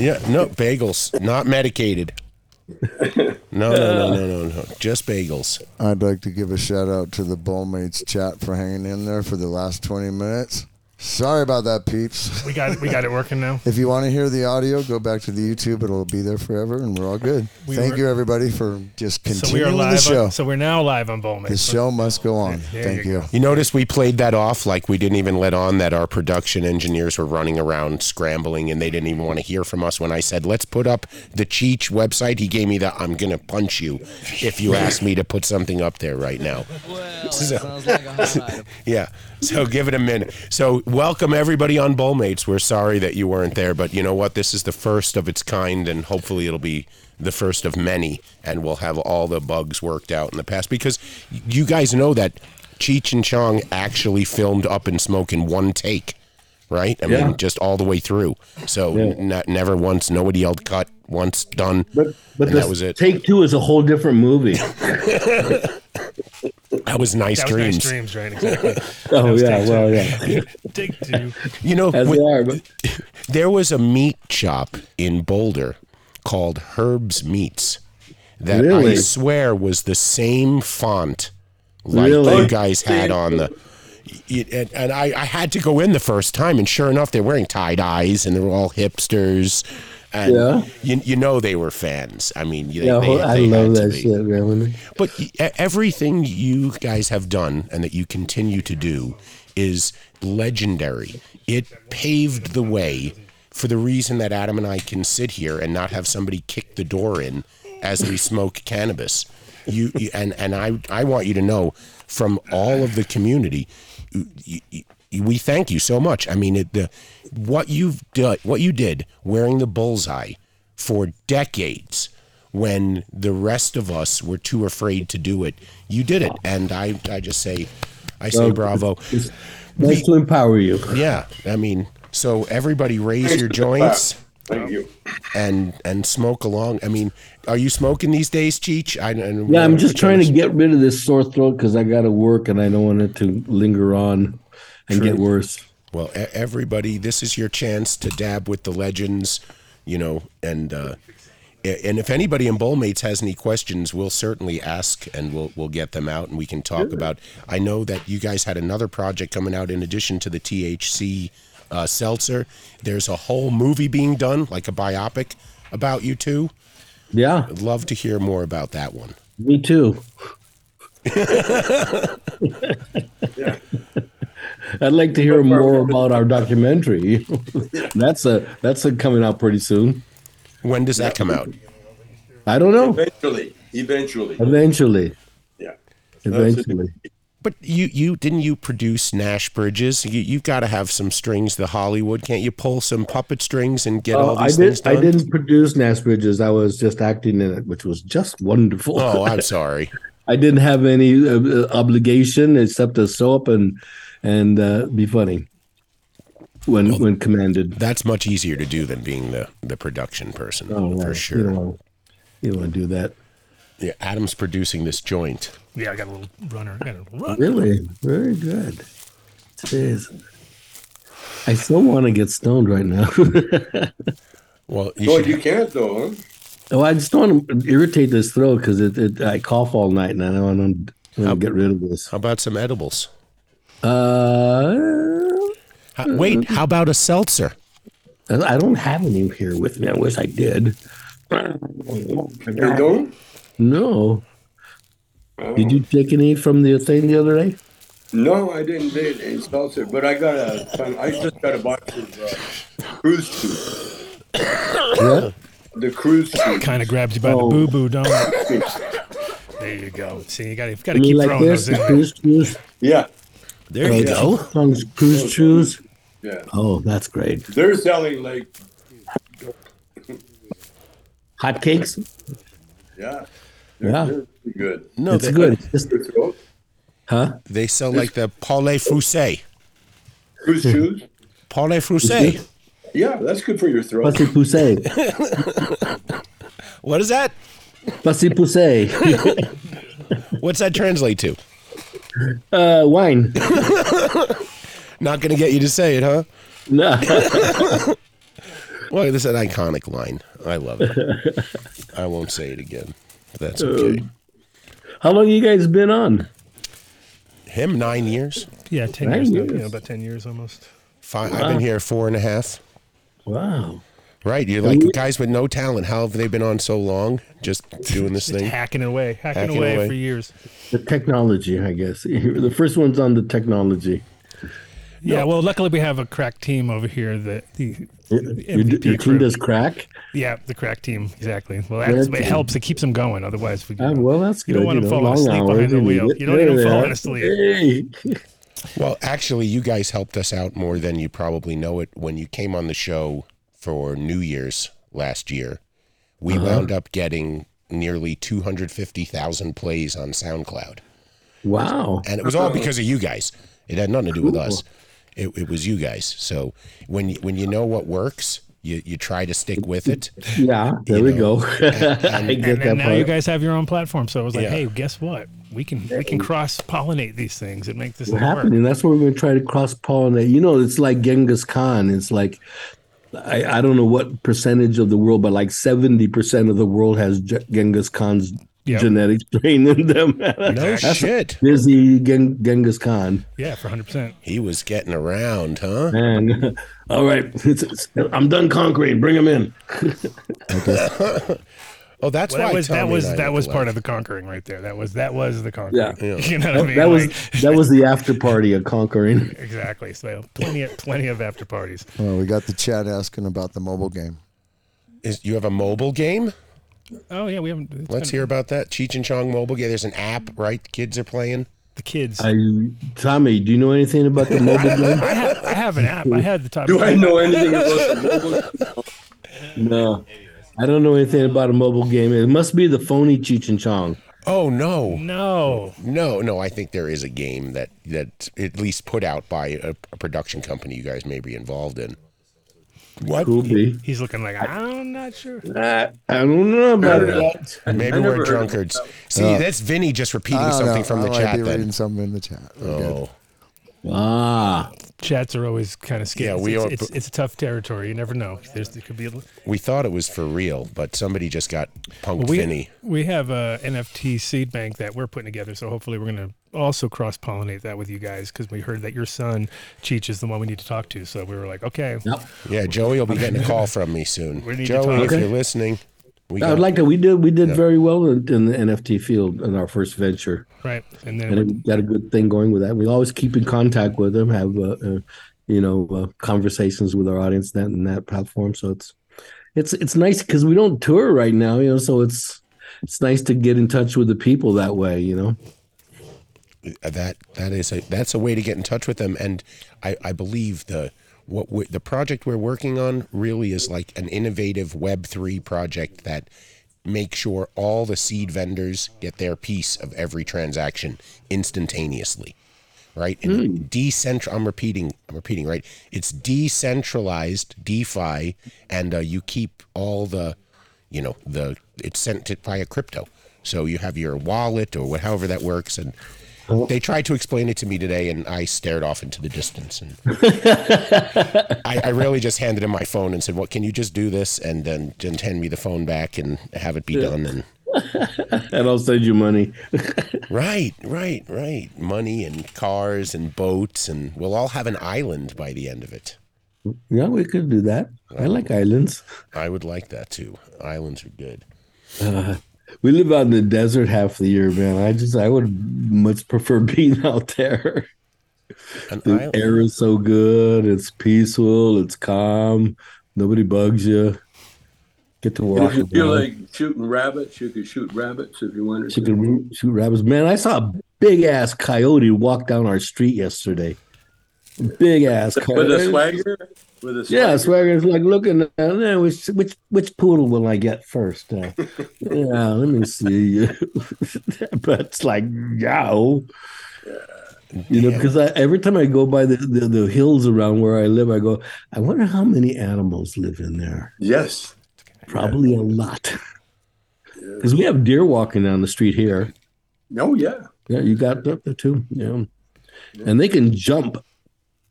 Speaker 3: Yeah, no bagels, not medicated. No, no, no, no, no, no, just bagels.
Speaker 4: I'd like to give a shout out to the Bullmates chat for hanging in there for the last 20 minutes. Sorry about that, peeps.
Speaker 5: We got *laughs* we got it working
Speaker 4: *laughs*
Speaker 5: now.
Speaker 4: If you want to hear the audio, go back to the YouTube. It'll be there forever, and we're all good.
Speaker 5: We
Speaker 4: Thank
Speaker 5: were-
Speaker 4: you, everybody, for just
Speaker 5: So we are
Speaker 4: continuing the
Speaker 5: live.
Speaker 4: show.
Speaker 5: On, so we're now live on Bowman.
Speaker 4: the show must go on.
Speaker 5: There
Speaker 4: Thank
Speaker 5: you
Speaker 4: you.
Speaker 3: You notice we played that off like we didn't even let on that our production engineers were running around scrambling and they didn't even want to hear from us when I said, let's put up the Cheech website. He gave me the I'm going to punch you if you ask me to put something up there right now.
Speaker 8: Sounds like a hot item.
Speaker 3: Yeah. So give it a minute. So welcome everybody on Bullmates. We're sorry that you weren't there, but you know what? This is the first of its kind, and hopefully it'll be the first of many, and we'll have all the bugs worked out in the past because you guys know that Cheech and Chong actually filmed Up and Smoke in one take, right? I
Speaker 2: Yeah.
Speaker 3: mean, just all the way through. So not, never once, nobody else cut, once done.
Speaker 2: But but
Speaker 3: And that
Speaker 2: this
Speaker 3: was it.
Speaker 2: Take two is a whole different movie.
Speaker 3: That was nice
Speaker 5: That was nice
Speaker 3: dreams.
Speaker 5: dreams, right? Exactly. *laughs* That
Speaker 2: oh
Speaker 5: was
Speaker 2: yeah,
Speaker 5: Take Two.
Speaker 2: well yeah,
Speaker 5: Take two.
Speaker 3: You know,
Speaker 2: as
Speaker 3: when-
Speaker 2: they are. But
Speaker 3: There was a meat shop in Boulder called Herb's Meats that I
Speaker 2: Really?
Speaker 3: swear was the same font like
Speaker 2: Really?
Speaker 3: you guys had on the. It, and and I, I had to go in the first time, and sure enough, they're wearing tie dyes and they're all hipsters. And
Speaker 2: Yeah.
Speaker 3: you, you know they were fans. I mean, they,
Speaker 2: yeah,
Speaker 3: they,
Speaker 2: I
Speaker 3: they
Speaker 2: love
Speaker 3: had to
Speaker 2: that
Speaker 3: be.
Speaker 2: shit, man.
Speaker 3: But y- e- everything you guys have done and that you continue to do is legendary. It paved the way for the reason that Adam and I can sit here and not have somebody kick the door in as we smoke cannabis. You, you and and I I want you to know from all of the community you- you- you- we thank you so much. I mean, it, the what you've done, what you did, wearing the bullseye for decades when the rest of us were too afraid to do it. You did it, and I I just say, I say
Speaker 2: Well,
Speaker 3: bravo.
Speaker 2: It's nice to empower you.
Speaker 3: Yeah, I mean, so everybody raise your joints
Speaker 1: Thank you.
Speaker 3: and and smoke along. I mean, are you smoking these days, Cheech? I, I,
Speaker 2: Yeah, I'm just trying to get rid of this sore throat because I got to work and I don't want it to linger on and get worse.
Speaker 3: Well, e- everybody, this is your chance to dab with the legends, you know, and uh, a- and if anybody in Bullmates has any questions, we'll certainly ask and we'll we'll get them out and we can talk about. I know that you guys had another project coming out in addition to the THC uh, seltzer. There's a whole movie being done, like a biopic about you two.
Speaker 2: Yeah,
Speaker 3: I'd love to hear more about that one.
Speaker 2: me too. I'd like
Speaker 3: *laughs*
Speaker 2: to hear more about our documentary. *laughs* that's a that's a coming out pretty soon.
Speaker 3: When does that come out?
Speaker 2: I don't
Speaker 3: Oh.
Speaker 2: know.
Speaker 1: Eventually, eventually.
Speaker 2: Eventually,
Speaker 1: Yeah.
Speaker 2: eventually.
Speaker 3: But you, you didn't you produce Nash Bridges? You, you've got to have some strings to Hollywood, can't you? Pull some puppet strings and get all
Speaker 2: Oh, I
Speaker 3: these
Speaker 2: did.
Speaker 3: things done.
Speaker 2: I didn't produce Nash Bridges. I was just acting in it, which was just wonderful.
Speaker 3: Oh,
Speaker 2: *laughs*
Speaker 3: I'm sorry.
Speaker 2: I didn't have any uh, uh, obligation except to show up and and uh, be funny when when commanded.
Speaker 3: That's much easier to do than being the the production person
Speaker 2: Oh,
Speaker 3: for
Speaker 2: well,
Speaker 3: sure.
Speaker 2: You don't, wanna- you don't want to do that.
Speaker 3: Yeah, Adam's producing this joint.
Speaker 5: Yeah, I got a little runner. I got a little run.
Speaker 2: Really, very good. Jeez. I still want to get stoned right now. *laughs*
Speaker 3: Well, you
Speaker 1: No,
Speaker 3: should.
Speaker 1: you can't though, huh?
Speaker 2: oh, I just don't want to irritate this throat because it, it I cough all night and I want to get rid of this.
Speaker 3: how about some edibles?
Speaker 2: Uh,
Speaker 3: How, wait, how about a seltzer?
Speaker 2: I don't have any here with me. I wish I did.
Speaker 1: You don't?
Speaker 2: No. Did you take any from the thing the other day?
Speaker 1: No, I didn't they they insult it, but I got a. I just got a box of uh, cruise tube.
Speaker 2: What?
Speaker 1: The cruise tube.
Speaker 5: Kind of grabs you by
Speaker 2: Oh.
Speaker 5: the boo boo, don't it?
Speaker 2: *laughs*
Speaker 5: There you go. See, you got to got to
Speaker 2: You mean
Speaker 5: keep
Speaker 2: like
Speaker 5: throwing
Speaker 2: this?
Speaker 5: those in.
Speaker 2: The
Speaker 5: there.
Speaker 2: cruise shoes?
Speaker 1: Yeah,
Speaker 3: There you go.
Speaker 2: Songs, cruise shoes?
Speaker 1: yeah.
Speaker 2: Oh, that's great.
Speaker 1: They're selling like
Speaker 2: Hot cakes?
Speaker 1: yeah, they're
Speaker 2: Yeah.
Speaker 1: pretty good.
Speaker 3: No,
Speaker 2: It's
Speaker 3: they,
Speaker 2: good. It's just-
Speaker 1: Cruise tube.
Speaker 2: huh?
Speaker 3: They sell like the Paulé Fousse.
Speaker 1: Cruise
Speaker 2: Hmm.
Speaker 1: shoes.
Speaker 3: Paulé Fousse.
Speaker 1: Yeah, that's good for your throat.
Speaker 2: Pussy
Speaker 1: *laughs*
Speaker 2: pousse.
Speaker 3: What is that?
Speaker 2: Pussy pousse.
Speaker 3: *laughs* What's that translate to?
Speaker 2: Uh, wine.
Speaker 3: Not going to get you to say it, huh?
Speaker 2: No.
Speaker 3: Well, this is an iconic line. I love
Speaker 2: *laughs*
Speaker 3: it. I won't say it again. but That's okay.
Speaker 2: Um, How long you guys been on?
Speaker 3: Him nine years.
Speaker 5: Yeah, ten
Speaker 2: Nine
Speaker 5: years. now.
Speaker 2: years.
Speaker 5: Yeah, about ten years almost.
Speaker 3: Five, I've been here four and a half.
Speaker 2: Wow.
Speaker 3: Right, you're like guys with no talent. How have they been on so long? Just doing this
Speaker 5: Just
Speaker 3: thing.
Speaker 5: hacking away, hacking,
Speaker 3: Hacking
Speaker 5: away,
Speaker 3: away.
Speaker 5: for years.
Speaker 2: The technology, I guess. *laughs* The first one's on the technology.
Speaker 5: Yeah, well, luckily we have a crack team over here. That the, the
Speaker 2: Your, your
Speaker 5: MVP
Speaker 2: crew
Speaker 5: crew.
Speaker 2: does crack.
Speaker 5: Yeah, the crack team exactly. Well, that's,
Speaker 2: Crack
Speaker 5: it
Speaker 2: team.
Speaker 5: helps. It keeps them going. Otherwise, we
Speaker 2: Ah, well, that's good.
Speaker 5: You don't want
Speaker 2: know,
Speaker 5: them falling
Speaker 2: long
Speaker 5: asleep
Speaker 2: hours,
Speaker 5: behind the
Speaker 2: and
Speaker 5: wheel.
Speaker 2: get
Speaker 5: You don't want them
Speaker 2: there.
Speaker 5: falling asleep.
Speaker 2: Hey.
Speaker 3: Well, actually, you guys helped us out more than you probably know it when you came on the show for New Year's last year. We
Speaker 2: Uh-huh.
Speaker 3: wound up getting nearly 250,000 plays on SoundCloud.
Speaker 2: Wow.
Speaker 3: And it was all because of you guys. It had nothing to do with us. It, it was you guys. So when you, when you know what works, you, you try to stick with it.
Speaker 2: Yeah, there we go. *laughs* I get
Speaker 5: and
Speaker 2: that
Speaker 5: then now you
Speaker 2: part.
Speaker 5: guys have your own platform. So I was like,
Speaker 3: Yeah.
Speaker 5: hey, guess what? We can we can cross pollinate these things and make this
Speaker 2: It's
Speaker 5: thing work.
Speaker 2: happening. That's what we're going to try to cross pollinate. You know, it's like Genghis Khan. It's like I, I don't know what percentage of the world, but like seventy percent of the world has G- Genghis Khan's
Speaker 5: Yep.
Speaker 2: genetic strain in them. *laughs*
Speaker 3: No shit.
Speaker 2: Busy Gen- Genghis Khan. *laughs*
Speaker 5: Yeah, for hundred percent.
Speaker 3: He was getting around, huh?
Speaker 2: Man, *laughs* all right, it's, it's, I'm done conquering. Bring him in.
Speaker 3: Oh, that's
Speaker 5: Well, that
Speaker 3: why
Speaker 5: was
Speaker 3: Tommy
Speaker 5: that
Speaker 3: and
Speaker 5: was
Speaker 3: I
Speaker 5: that
Speaker 3: look
Speaker 5: was
Speaker 3: alike.
Speaker 5: part of the conquering right there. That was that was the conquering.
Speaker 2: Yeah.
Speaker 5: *laughs* you know what I
Speaker 2: That,
Speaker 5: mean.
Speaker 2: that was
Speaker 5: Like,
Speaker 2: that was the after party of conquering.
Speaker 5: exactly. So plenty of plenty of after parties.
Speaker 4: Well, we got the chat asking about the mobile game.
Speaker 3: Is you have a mobile game?
Speaker 5: Oh yeah, we haven't. it's
Speaker 3: Let's
Speaker 5: been-
Speaker 3: hear about that. Cheech and Chong mobile game. There's an app, right? Kids are playing.
Speaker 5: the kids. I,
Speaker 2: I, Tommy, do you know anything
Speaker 5: *laughs*
Speaker 2: about the mobile game?
Speaker 5: ha- I have an app. I had the top.
Speaker 3: *laughs*
Speaker 1: Do I know anything about the mobile?
Speaker 2: No. I don't know anything about a mobile game. It must be the phony Cheech and Chong.
Speaker 3: Oh no,
Speaker 5: No.
Speaker 3: no, no! I think there is a game that that at least put out by a, a production company you guys may be involved in. What?
Speaker 2: Could be.
Speaker 5: He's looking like, I'm not sure.
Speaker 2: I, I don't know about that. Uh,
Speaker 3: Maybe
Speaker 1: I never heard
Speaker 3: we're
Speaker 1: of it.
Speaker 3: drunkards. See, that's Vinny just
Speaker 4: I
Speaker 3: repeating
Speaker 4: don't
Speaker 3: something
Speaker 4: know.
Speaker 3: from the
Speaker 4: I might
Speaker 3: chat.
Speaker 4: Be
Speaker 3: Then.
Speaker 4: reading something in the chat. We're good.
Speaker 3: Oh,
Speaker 2: Ah,
Speaker 5: Chats are always kind of scary.
Speaker 3: Yeah, we
Speaker 5: it's,
Speaker 3: are-
Speaker 5: It's, it's tough territory. You never know. There's there could be. a-
Speaker 3: we thought it was for real, but somebody just got punked,
Speaker 5: we
Speaker 3: Oh, Vinny.
Speaker 5: we have a NFT seed bank that we're putting together. So hopefully we're going to also cross pollinate that with you guys because we heard that your son Cheech is the one we need to talk to. So we were like, okay,
Speaker 3: Yeah, Joey will be getting a call from me soon.
Speaker 5: We need to
Speaker 3: Joey,
Speaker 5: talk.
Speaker 3: if you're listening, we
Speaker 2: I
Speaker 3: got
Speaker 2: would like to. We did. We did very well in, in the NFT field in our first venture,
Speaker 5: right, and then
Speaker 2: and we got a good thing going with that. We always keep in contact with them, have uh, uh, you know uh, conversations with our audience that and that platform. So it's it's it's nice because we don't tour right now, you know. So it's it's nice to get in touch with the people that way, you know.
Speaker 3: uh, that that is a that's a way to get in touch with them and i i believe the what we, the project we're working on really is like an innovative web3 project that makes sure all the seed vendors get their piece of every transaction instantaneously right and decentral i'm repeating i'm repeating right it's decentralized defi and uh, you keep all the you know the it's sent to via crypto so you have your wallet or what however that works and they tried to explain it to me today and i stared off into the distance
Speaker 2: *laughs*
Speaker 3: and I, I really just handed him my phone and said what can you just do this and then then hand me the phone back and have it be done and
Speaker 2: *laughs* And I'll send you money. *laughs*
Speaker 3: right right right money and cars and boats and we'll all have an island by the end of it
Speaker 2: Yeah, we could do that. I like islands.
Speaker 3: i would like that too islands are
Speaker 2: *laughs*
Speaker 3: good
Speaker 2: We live out in the desert half the year, man. I just I would much prefer *laughs* being out there.
Speaker 3: an
Speaker 2: The
Speaker 3: island
Speaker 2: air is so good. It's peaceful. It's calm. Nobody bugs you. Get to walk.
Speaker 1: If you feel
Speaker 2: around.
Speaker 1: like shooting rabbits, you could shoot rabbits if you wanted
Speaker 2: She
Speaker 1: to.
Speaker 2: can shoot rabbits. Man, I saw a big ass coyote walk down our street yesterday. Big ass coyote.
Speaker 1: With a swagger? With a swagger.
Speaker 2: Yeah, Swagger's like looking. Uh, eh, which which which poodle will I get first? Uh, yeah, let me see. *laughs* but it's like, yow. You know, because I, every time I go by the, the, the hills around where I live, I go, I wonder how many animals live in there.
Speaker 1: Yes.
Speaker 2: Probably a lot. *laughs* Because we have deer walking down the street here.
Speaker 1: Oh, yeah.
Speaker 2: Yeah, you got it up there too. Yeah. And they can jump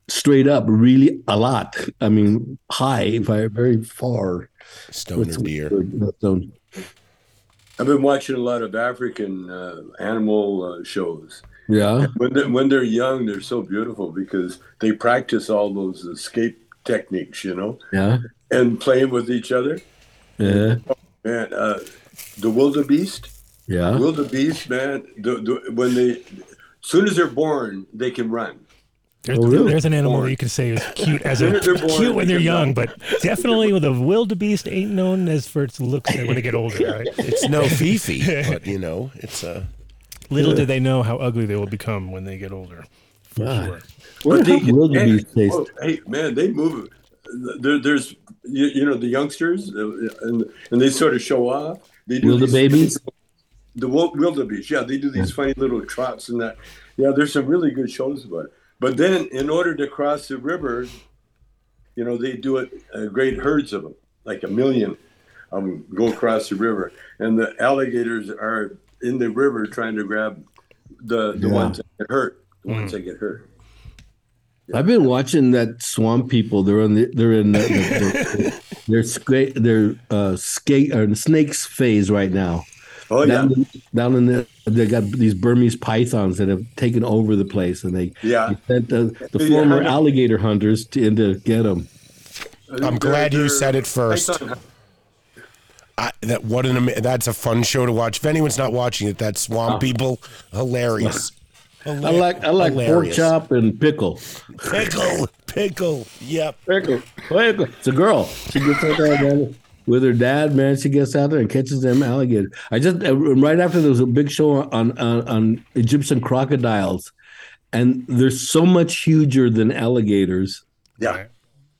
Speaker 2: straight up really a lot. I mean, high, by very far.
Speaker 3: stoner deer
Speaker 2: So,
Speaker 1: I've been watching a lot of African uh, animal uh, shows.
Speaker 2: yeah.
Speaker 1: When they're, when they're young, they're so beautiful because they practice all those escape techniques, you know,
Speaker 2: Yeah.
Speaker 1: and playing with each other.
Speaker 2: Yeah.
Speaker 1: Man, uh, the wildebeest,
Speaker 2: Yeah.
Speaker 1: wildebeest, man, the, the, when they, soon as they're born, they can run.
Speaker 5: There's,
Speaker 2: Oh, really?
Speaker 5: there's an animal that you can say is cute as a
Speaker 1: They're born,
Speaker 5: cute when they're
Speaker 1: they're
Speaker 5: young,
Speaker 1: young.
Speaker 5: but definitely with a wildebeest ain't known as for its looks when they get older. Right?
Speaker 3: it's no fifi but you know it's a
Speaker 5: Little do they know how ugly they will become when they get older. For sure.
Speaker 2: What
Speaker 1: they
Speaker 2: the
Speaker 1: can-
Speaker 2: wildebeest
Speaker 1: hey,
Speaker 2: taste?
Speaker 1: whoa, hey, man, they move. There, there's you, you know the youngsters uh, and and they sort of show off. They do these-
Speaker 2: Wildebabies?
Speaker 1: the wil- wildebeest. Yeah, they do these funny little trots and that. Yeah, there's some really good shows about it. But then, in order to cross the river, you know, they do it uh, great herds of them, like a million of them go across the river, and the alligators are in the river trying to grab the the
Speaker 2: Yeah.
Speaker 1: ones that get hurt. The ones that get hurt.
Speaker 2: I've been watching that swamp people. They're on the they're in the, the, *laughs* the, their skate their uh skate or snakes phase right now.
Speaker 1: Oh yeah.
Speaker 2: down, in- down in the they got these Burmese pythons that have taken over the place, and they
Speaker 1: Yeah.
Speaker 2: they sent the, the
Speaker 1: Yeah.
Speaker 2: former alligator hunters to in to get them.
Speaker 3: i'm glad you said it first I, that what an ama- that's a fun show to watch. If anyone's not watching it, that Swamp People hilarious.
Speaker 2: I like I like
Speaker 3: Hilarious.
Speaker 2: pork chop and pickle.
Speaker 3: Pickle, pickle. Yep.
Speaker 2: Pickle, pickle. It's a girl. She gets out there man, with her dad. Man, she gets out there and catches them alligator. I just uh, right after there was a big show on on, on Egyptian crocodiles, and they're so much huger than alligators.
Speaker 1: Yeah.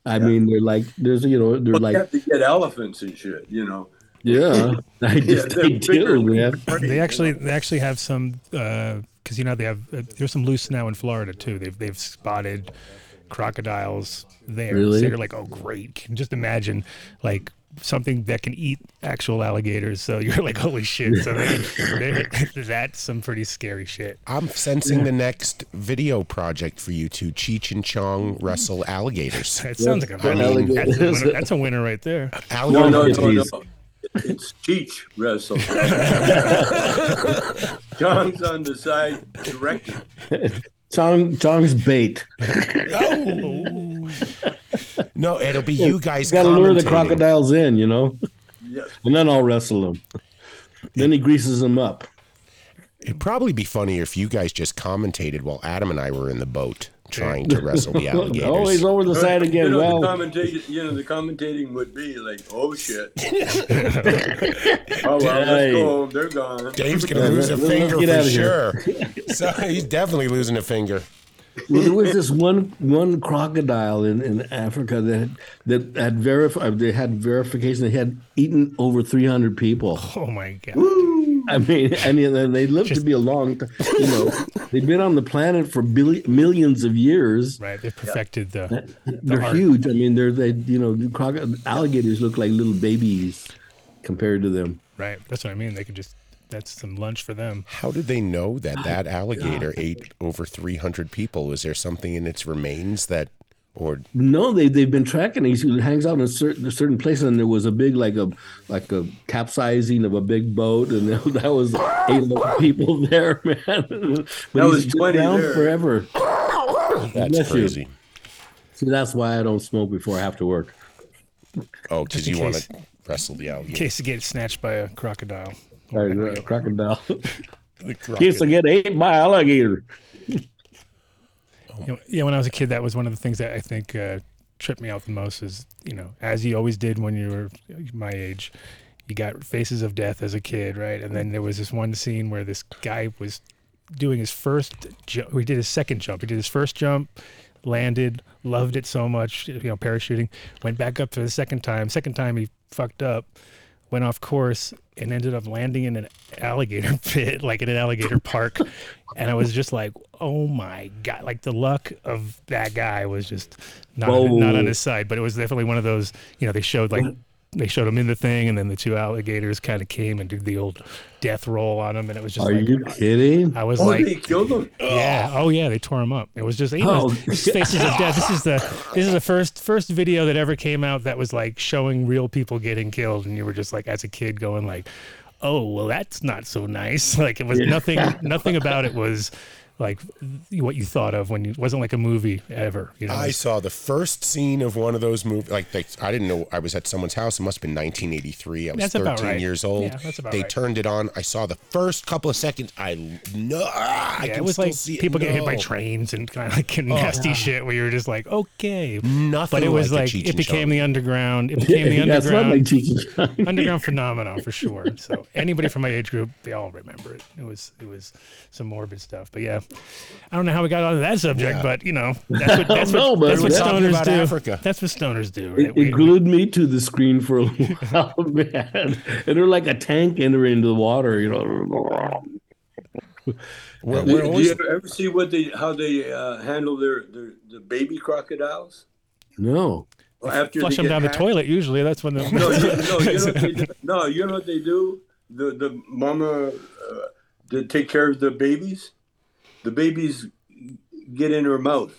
Speaker 2: I mean, they're like there's you know they're
Speaker 1: Well, you
Speaker 2: like
Speaker 1: have to get elephants and shit, you know. *laughs*
Speaker 2: Yeah, I
Speaker 1: Yeah,
Speaker 2: just
Speaker 1: they're
Speaker 2: I do,
Speaker 1: bigger.
Speaker 2: man.
Speaker 5: They actually they actually have some because you know they have uh, there's some loose now in Florida too. They've they've spotted crocodiles there.
Speaker 2: Really?
Speaker 5: So you're like, oh great! Can just imagine like something that can eat actual alligators. So *laughs* you're like, holy shit! So
Speaker 2: *laughs*
Speaker 5: they, they- *laughs* that's some pretty scary shit.
Speaker 3: I'm sensing the next video project for you two: Cheech and Chong wrestle alligators.
Speaker 5: That sounds like a
Speaker 3: I
Speaker 5: winner.
Speaker 3: mean-
Speaker 5: That's a winner, that's a winner right there.
Speaker 1: No,
Speaker 3: Alligator.
Speaker 1: no, no, no.
Speaker 2: Apologies.
Speaker 1: It's Cheech
Speaker 2: *laughs*
Speaker 1: wrestle. *laughs* John's on the side directing.
Speaker 2: *laughs* Chong Chong's bait.
Speaker 3: *laughs* No, it'll be you guys.
Speaker 2: Got to lure the
Speaker 3: commentating.
Speaker 2: crocodiles in, you know,
Speaker 1: Yes.
Speaker 2: and then I'll wrestle them. Then he greases them up.
Speaker 3: It'd probably be funnier if you guys just commentated while Adam and I were in the boat trying to wrestle
Speaker 2: *laughs*
Speaker 3: the alligators.
Speaker 2: Oh, he's over the side
Speaker 1: You
Speaker 2: again.
Speaker 1: know, the
Speaker 2: Well,
Speaker 1: commentating, you know, the commentating would be like, "Oh
Speaker 3: *laughs*
Speaker 1: shit! oh well, let's
Speaker 2: Hey.
Speaker 1: go home. They're gone."
Speaker 3: Dave's gonna lose a
Speaker 2: let's
Speaker 3: finger
Speaker 2: Uh, get
Speaker 3: for
Speaker 2: outta
Speaker 3: sure.
Speaker 2: *laughs*
Speaker 3: so he's definitely losing a finger.
Speaker 5: *laughs*
Speaker 2: well, there was this one one crocodile in, in Africa that that had verified they had verification they had eaten over three hundred people.
Speaker 5: Oh my god!
Speaker 2: I mean, I mean, and they lived to be a long time. You know, they've been on the planet for billi- millions of years.
Speaker 5: Right, they've perfected the.
Speaker 2: They're
Speaker 5: art.
Speaker 2: huge. I mean, they're they you know, the croco- alligators look like little babies compared to them.
Speaker 5: Right, that's what I mean. They could just that's some lunch for them.
Speaker 3: How did they know that that alligator ate over 300 people? Was there something in its remains that, or
Speaker 2: No, they they've been tracking. it. He hangs out in a certain a certain place, and there was a big like a like a capsizing of a big boat, and *laughs* that, that was eight hundred people there, *laughs* man. But
Speaker 1: was
Speaker 2: he's been
Speaker 1: 20
Speaker 2: around
Speaker 1: there.
Speaker 2: forever.
Speaker 3: that's
Speaker 2: Bless you.
Speaker 3: crazy?
Speaker 2: See, that's why I don't smoke before I have to work.
Speaker 3: Oh, because
Speaker 5: Just in
Speaker 3: you want
Speaker 5: case.
Speaker 3: to wrestle the
Speaker 5: In
Speaker 3: alligator.
Speaker 5: case they get snatched by a crocodile.
Speaker 2: Sorry,
Speaker 3: *laughs*
Speaker 2: uh, crocodile.
Speaker 3: The
Speaker 2: Kids
Speaker 3: crocodile.
Speaker 2: will get ate by alligator.
Speaker 5: You know, yeah, when I was a kid, that was one of the things that I think uh, tripped me out the most. Is you know, as you always did when you were my age, you got Faces of Death as a kid, right? And then there was this one scene where this guy was doing his first jump. He did his second jump. He did his first jump, landed, loved it so much. You know, parachuting. Went back up for the second time. Second time he fucked up. Went off course and ended up landing in an alligator *laughs* pit, like in an alligator park. And I was just like, "Oh my god!" Like the luck of that guy was just not on, not on
Speaker 2: Whoa.
Speaker 5: his side, but it was definitely one of those. You know, they showed like they showed him in the thing, and then the two alligators kind of came and did the old death roll on him, and it was just
Speaker 2: Are
Speaker 5: like,
Speaker 2: you kidding?
Speaker 5: I was
Speaker 1: Oh,
Speaker 5: like,
Speaker 1: they killed him.
Speaker 5: yeah, oh yeah, they tore him up. It was just, you know,
Speaker 2: Oh.
Speaker 5: this is faces of death. This is the this is the first first video that ever came out that was like showing real people getting killed, and you were just like, as a kid, going like, oh well, that's not so nice. *laughs* Like it was nothing nothing about it was like what you thought of when you it wasn't like a movie ever. You know,
Speaker 3: I saw the first scene of one of those movies. Like they, I didn't know I was at someone's house. It must have been 1983. I was
Speaker 5: That's
Speaker 3: 13
Speaker 5: about right.
Speaker 3: years old.
Speaker 5: Yeah, that's about
Speaker 3: they
Speaker 5: right.
Speaker 3: turned it on. I saw the first couple of seconds. I no, ah, I
Speaker 5: Yeah, it
Speaker 3: can
Speaker 5: was
Speaker 3: still
Speaker 5: like
Speaker 3: see it.
Speaker 5: people get hit by
Speaker 3: No. Oh,
Speaker 5: trains and kind of like nasty shit where you're just like, okay,
Speaker 3: Nothing
Speaker 5: But it was
Speaker 3: like
Speaker 5: like
Speaker 3: a Cheech
Speaker 5: it
Speaker 3: and
Speaker 5: became
Speaker 3: Chong.
Speaker 5: the
Speaker 2: *laughs*
Speaker 5: underground.
Speaker 1: *laughs*
Speaker 5: It became the
Speaker 2: Yeah, it's not like
Speaker 5: underground
Speaker 2: Cheeky.
Speaker 5: underground phenomenon for sure. So anybody from my age group, they all remember it. It was it was some morbid stuff. But yeah, I don't know how we got onto that subject, but you know,
Speaker 3: *laughs*
Speaker 5: that's what that's
Speaker 2: know,
Speaker 5: what,
Speaker 2: but
Speaker 5: that's what
Speaker 2: we're
Speaker 3: talking
Speaker 5: stoners
Speaker 3: about
Speaker 5: do.
Speaker 3: Africa.
Speaker 5: That's what stoners do. Right?
Speaker 2: It, it glued me to the screen for a *laughs* while, man. And they're like a tank entering into the water, you know.
Speaker 3: We're,
Speaker 1: Do,
Speaker 3: we're
Speaker 1: do
Speaker 3: always
Speaker 1: you ever, ever see what they how they uh, handle their, their the baby crocodiles
Speaker 2: No.
Speaker 1: Well, after
Speaker 5: flush
Speaker 1: they
Speaker 5: them
Speaker 1: get
Speaker 5: down the
Speaker 1: hatched?
Speaker 5: toilet. Usually, that's when the *laughs*
Speaker 1: No, you, no, you know what they do? no, you know what they do? The the mama uh, they take care of the babies. The babies get in her mouth.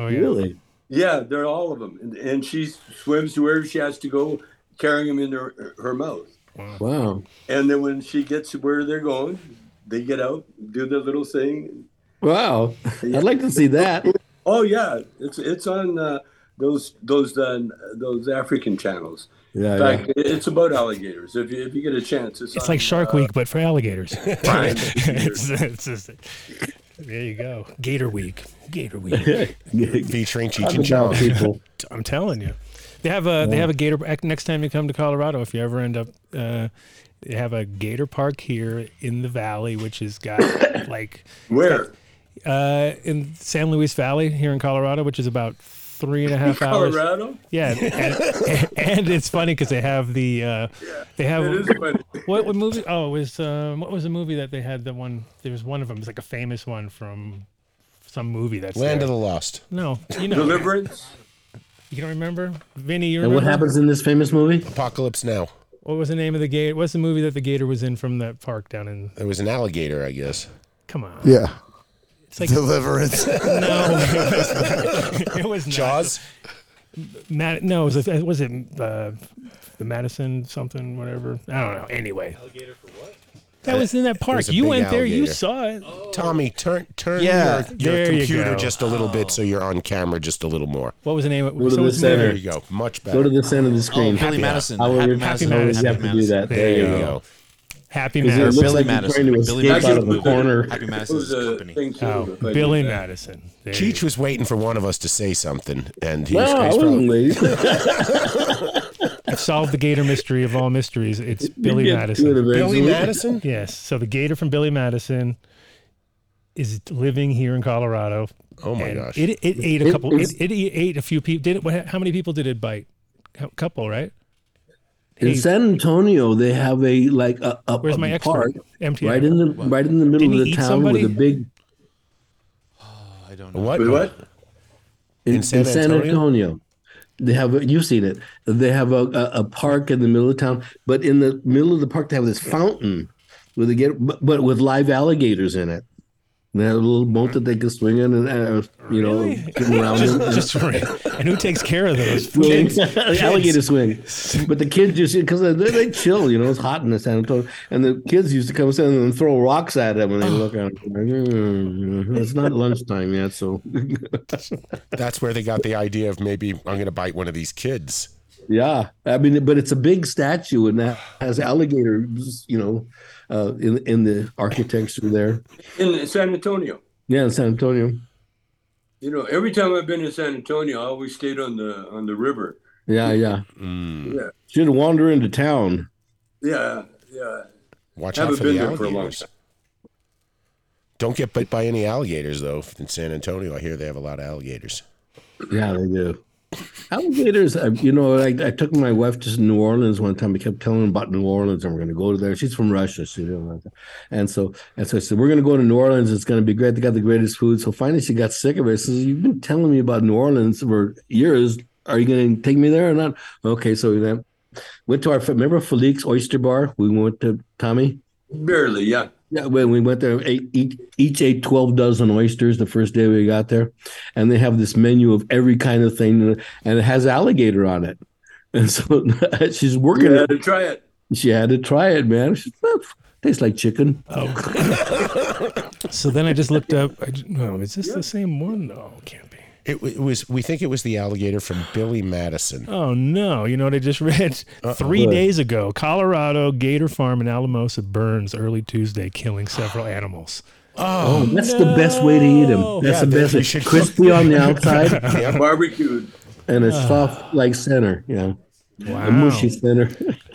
Speaker 5: oh yeah.
Speaker 2: Really?
Speaker 1: Yeah, they're all of them, and, and she swims to wherever she has to go, carrying them in her, her mouth.
Speaker 2: Wow.
Speaker 1: And then when she gets to where they're going, they get out, do their little thing.
Speaker 2: Wow. I'd like to see that.
Speaker 1: Oh yeah, it's it's on uh, those those uh, those African channels.
Speaker 2: Yeah.
Speaker 1: In
Speaker 2: yeah.
Speaker 1: fact, it's about alligators. If you if you get a chance, it's,
Speaker 5: It's
Speaker 1: on,
Speaker 5: like Shark
Speaker 1: uh,
Speaker 5: Week, but for alligators.
Speaker 1: Prime.
Speaker 5: it's, it's just, there you go. Gator Week. Gator Week.
Speaker 3: featuring Cheech and Chong.
Speaker 2: Crocodile
Speaker 5: *laughs*
Speaker 2: people.
Speaker 5: I'm telling you, they have a they have a gator. ac- Next time you come to Colorado, if you ever end up, uh, they have a gator park here in the valley, which has got like
Speaker 1: Where?
Speaker 5: uh, in San Luis Valley here in Colorado, which is about three and a half hours.
Speaker 1: Colorado?
Speaker 5: Yeah, and, and it's funny because they have the uh, they have
Speaker 1: It is funny.
Speaker 5: *laughs* what, what movie? Oh, it was um, what was the movie that they had? The one there was one of them. It's like a famous one from some movie that's
Speaker 3: Land
Speaker 5: there.
Speaker 3: of the Lost.
Speaker 5: no, you know
Speaker 1: Deliverance?
Speaker 5: you don't remember Vinny? You
Speaker 2: And
Speaker 5: remember
Speaker 2: what happens in this famous movie?
Speaker 3: Apocalypse Now.
Speaker 5: What was the name of the gate? What's the movie that the gator was in from that park down in?
Speaker 3: There was an alligator, I guess.
Speaker 5: Come on,
Speaker 4: Yeah.
Speaker 5: it's like *laughs*
Speaker 3: *laughs*
Speaker 4: Deliverance.
Speaker 5: it was not-
Speaker 3: Jaws.
Speaker 5: Mad, no, it was, a, was it uh, the Madison something, whatever? I don't know. Anyway. Alligator for what? That was *laughs* in that
Speaker 3: was
Speaker 5: park.
Speaker 3: a
Speaker 5: You
Speaker 3: big
Speaker 5: went there. You
Speaker 3: alligator.
Speaker 5: saw it.
Speaker 3: Tommy, turn turn
Speaker 5: Yeah,
Speaker 3: your, your
Speaker 5: there you
Speaker 3: computer
Speaker 5: go.
Speaker 3: just a little bit so you're on camera just a little more.
Speaker 5: What was the name? of
Speaker 2: to
Speaker 5: so
Speaker 2: the
Speaker 5: it's
Speaker 2: center.
Speaker 5: Mary-
Speaker 3: There you go. Much better.
Speaker 2: Go to the center of the screen.
Speaker 9: Oh, Billy Madison.
Speaker 2: I will
Speaker 9: Happy
Speaker 2: repeat-
Speaker 9: Madison.
Speaker 2: I always
Speaker 5: Happy
Speaker 2: have to do
Speaker 9: Madison.
Speaker 2: that.
Speaker 5: There you
Speaker 3: there you
Speaker 5: go.
Speaker 3: go.
Speaker 5: Happy
Speaker 2: Because it
Speaker 5: Madison.
Speaker 2: looks
Speaker 9: Billy
Speaker 2: like you're
Speaker 9: Madison.
Speaker 2: trying to
Speaker 9: Billy
Speaker 2: escape out of
Speaker 1: Madison.
Speaker 2: a corner.
Speaker 9: Happy
Speaker 1: It was
Speaker 9: Madison's
Speaker 1: a
Speaker 9: company.
Speaker 1: thing too,
Speaker 5: Oh,
Speaker 1: if I
Speaker 5: Billy
Speaker 1: did that.
Speaker 5: Madison. There you
Speaker 3: Cheech was waiting for one of us to say something, and he
Speaker 2: No,
Speaker 3: was,
Speaker 2: I
Speaker 3: he's
Speaker 2: wasn't
Speaker 3: probably,
Speaker 2: late.
Speaker 5: go. Solve the *laughs* gator
Speaker 2: *laughs*
Speaker 5: mystery of all mysteries. It's Billy
Speaker 2: Get to it
Speaker 5: Madison.
Speaker 2: eventually.
Speaker 3: Billy
Speaker 2: *laughs*
Speaker 3: Madison.
Speaker 5: Yes. So the gator from Billy Madison is living here in Colorado.
Speaker 3: Oh my
Speaker 5: and
Speaker 3: gosh!
Speaker 5: It, it ate a
Speaker 2: It
Speaker 5: couple.
Speaker 2: is-
Speaker 5: It, it ate a few people. Did it? what- How many people did it bite? A couple, right?
Speaker 2: In
Speaker 5: Hey,
Speaker 2: San Antonio, they have a like a, a,
Speaker 5: Where's
Speaker 2: a
Speaker 5: my
Speaker 2: park
Speaker 5: expert? Empty.
Speaker 2: right in the right in the middle
Speaker 5: Didn't
Speaker 2: of
Speaker 5: he
Speaker 2: the
Speaker 5: eat
Speaker 2: town
Speaker 5: somebody?
Speaker 2: with
Speaker 3: *sighs*
Speaker 2: a big
Speaker 9: I don't know.
Speaker 3: what?
Speaker 1: Wait, what?
Speaker 2: in, in
Speaker 3: San
Speaker 2: San,
Speaker 3: Antonio?
Speaker 2: Antonio? They have a, you've seen it. They have a, a, a park in the middle of town, but in the middle of the park they have this fountain with a get, but, but with live alligators in it. And they have a little boat that they can swing in and uh, you know get around. in.
Speaker 5: *laughs* Just for and who takes care of
Speaker 2: *laughs*
Speaker 5: those? *laughs*
Speaker 2: Swing. alligator swing. But the kids just because they, they chill, you know, it's hot in the San Antonio, and the kids used to come in and throw rocks at them,
Speaker 5: Oh.
Speaker 2: and they look at them like, "Mm, it's
Speaker 5: *laughs*
Speaker 2: not lunchtime yet, so
Speaker 3: *laughs* That's where they got the idea of maybe I'm going to bite one of these kids.
Speaker 2: yeah. I mean, but it's a big statue, and that has alligators, you know, uh, in in the architecture there.
Speaker 1: In San Antonio.
Speaker 2: Yeah, in San Antonio.
Speaker 1: You know, every time I've been in San Antonio, I always stayed on the on the river.
Speaker 2: Yeah, yeah.
Speaker 1: Yeah,
Speaker 2: Should wander into town.
Speaker 1: yeah, yeah.
Speaker 3: Watch out
Speaker 1: Haven't
Speaker 3: for
Speaker 1: been
Speaker 3: the
Speaker 1: there for a long
Speaker 3: alligators.
Speaker 1: time.
Speaker 3: Don't get bit by any alligators though. In San Antonio, I hear they have a lot of alligators.
Speaker 2: Yeah, they do. Alligators, uh, you know, I, I took my wife to New Orleans one time. I kept telling her about New Orleans and we're going to go to there. She's from Russia. She didn't like that. And so, and so I said, we're going to go to New Orleans. It's going to be great. They got the greatest food. So finally she got sick of it. She says, you've been telling me about New Orleans for years. Are you going to take me there or not? Okay. So we went- went to our, remember Felix Oyster Bar? We went to Tommy.
Speaker 1: Barely, yeah.
Speaker 2: Yeah, when we went there, ate, each, each ate 12 dozen oysters the first day we got there. And they have this menu of every kind of thing, and it has alligator on it. And so *laughs* she's working
Speaker 1: You had to
Speaker 2: it.
Speaker 1: try it.
Speaker 2: She had to try it, man. She said, "Well, tastes like chicken.
Speaker 5: So then I just looked up. I, j- no, is this the same one? No, it can't be.
Speaker 3: It, w- it was. We think it was the alligator from Billy Madison.
Speaker 5: Oh no! You know what I just *laughs* read three days ago? Colorado Gator Farm in Alamosa burns early Tuesday, killing several animals.
Speaker 2: Oh, That's the best way to eat them.
Speaker 3: Oh,
Speaker 2: That's
Speaker 3: Yeah,
Speaker 2: the
Speaker 3: they-
Speaker 2: best.
Speaker 3: we
Speaker 2: way.
Speaker 3: should cook- *laughs*
Speaker 2: Crispy on the outside
Speaker 1: Yeah, barbecued.
Speaker 2: and
Speaker 5: Ah.
Speaker 2: it's soft like center. Yeah. A mushy
Speaker 5: *laughs*
Speaker 2: center.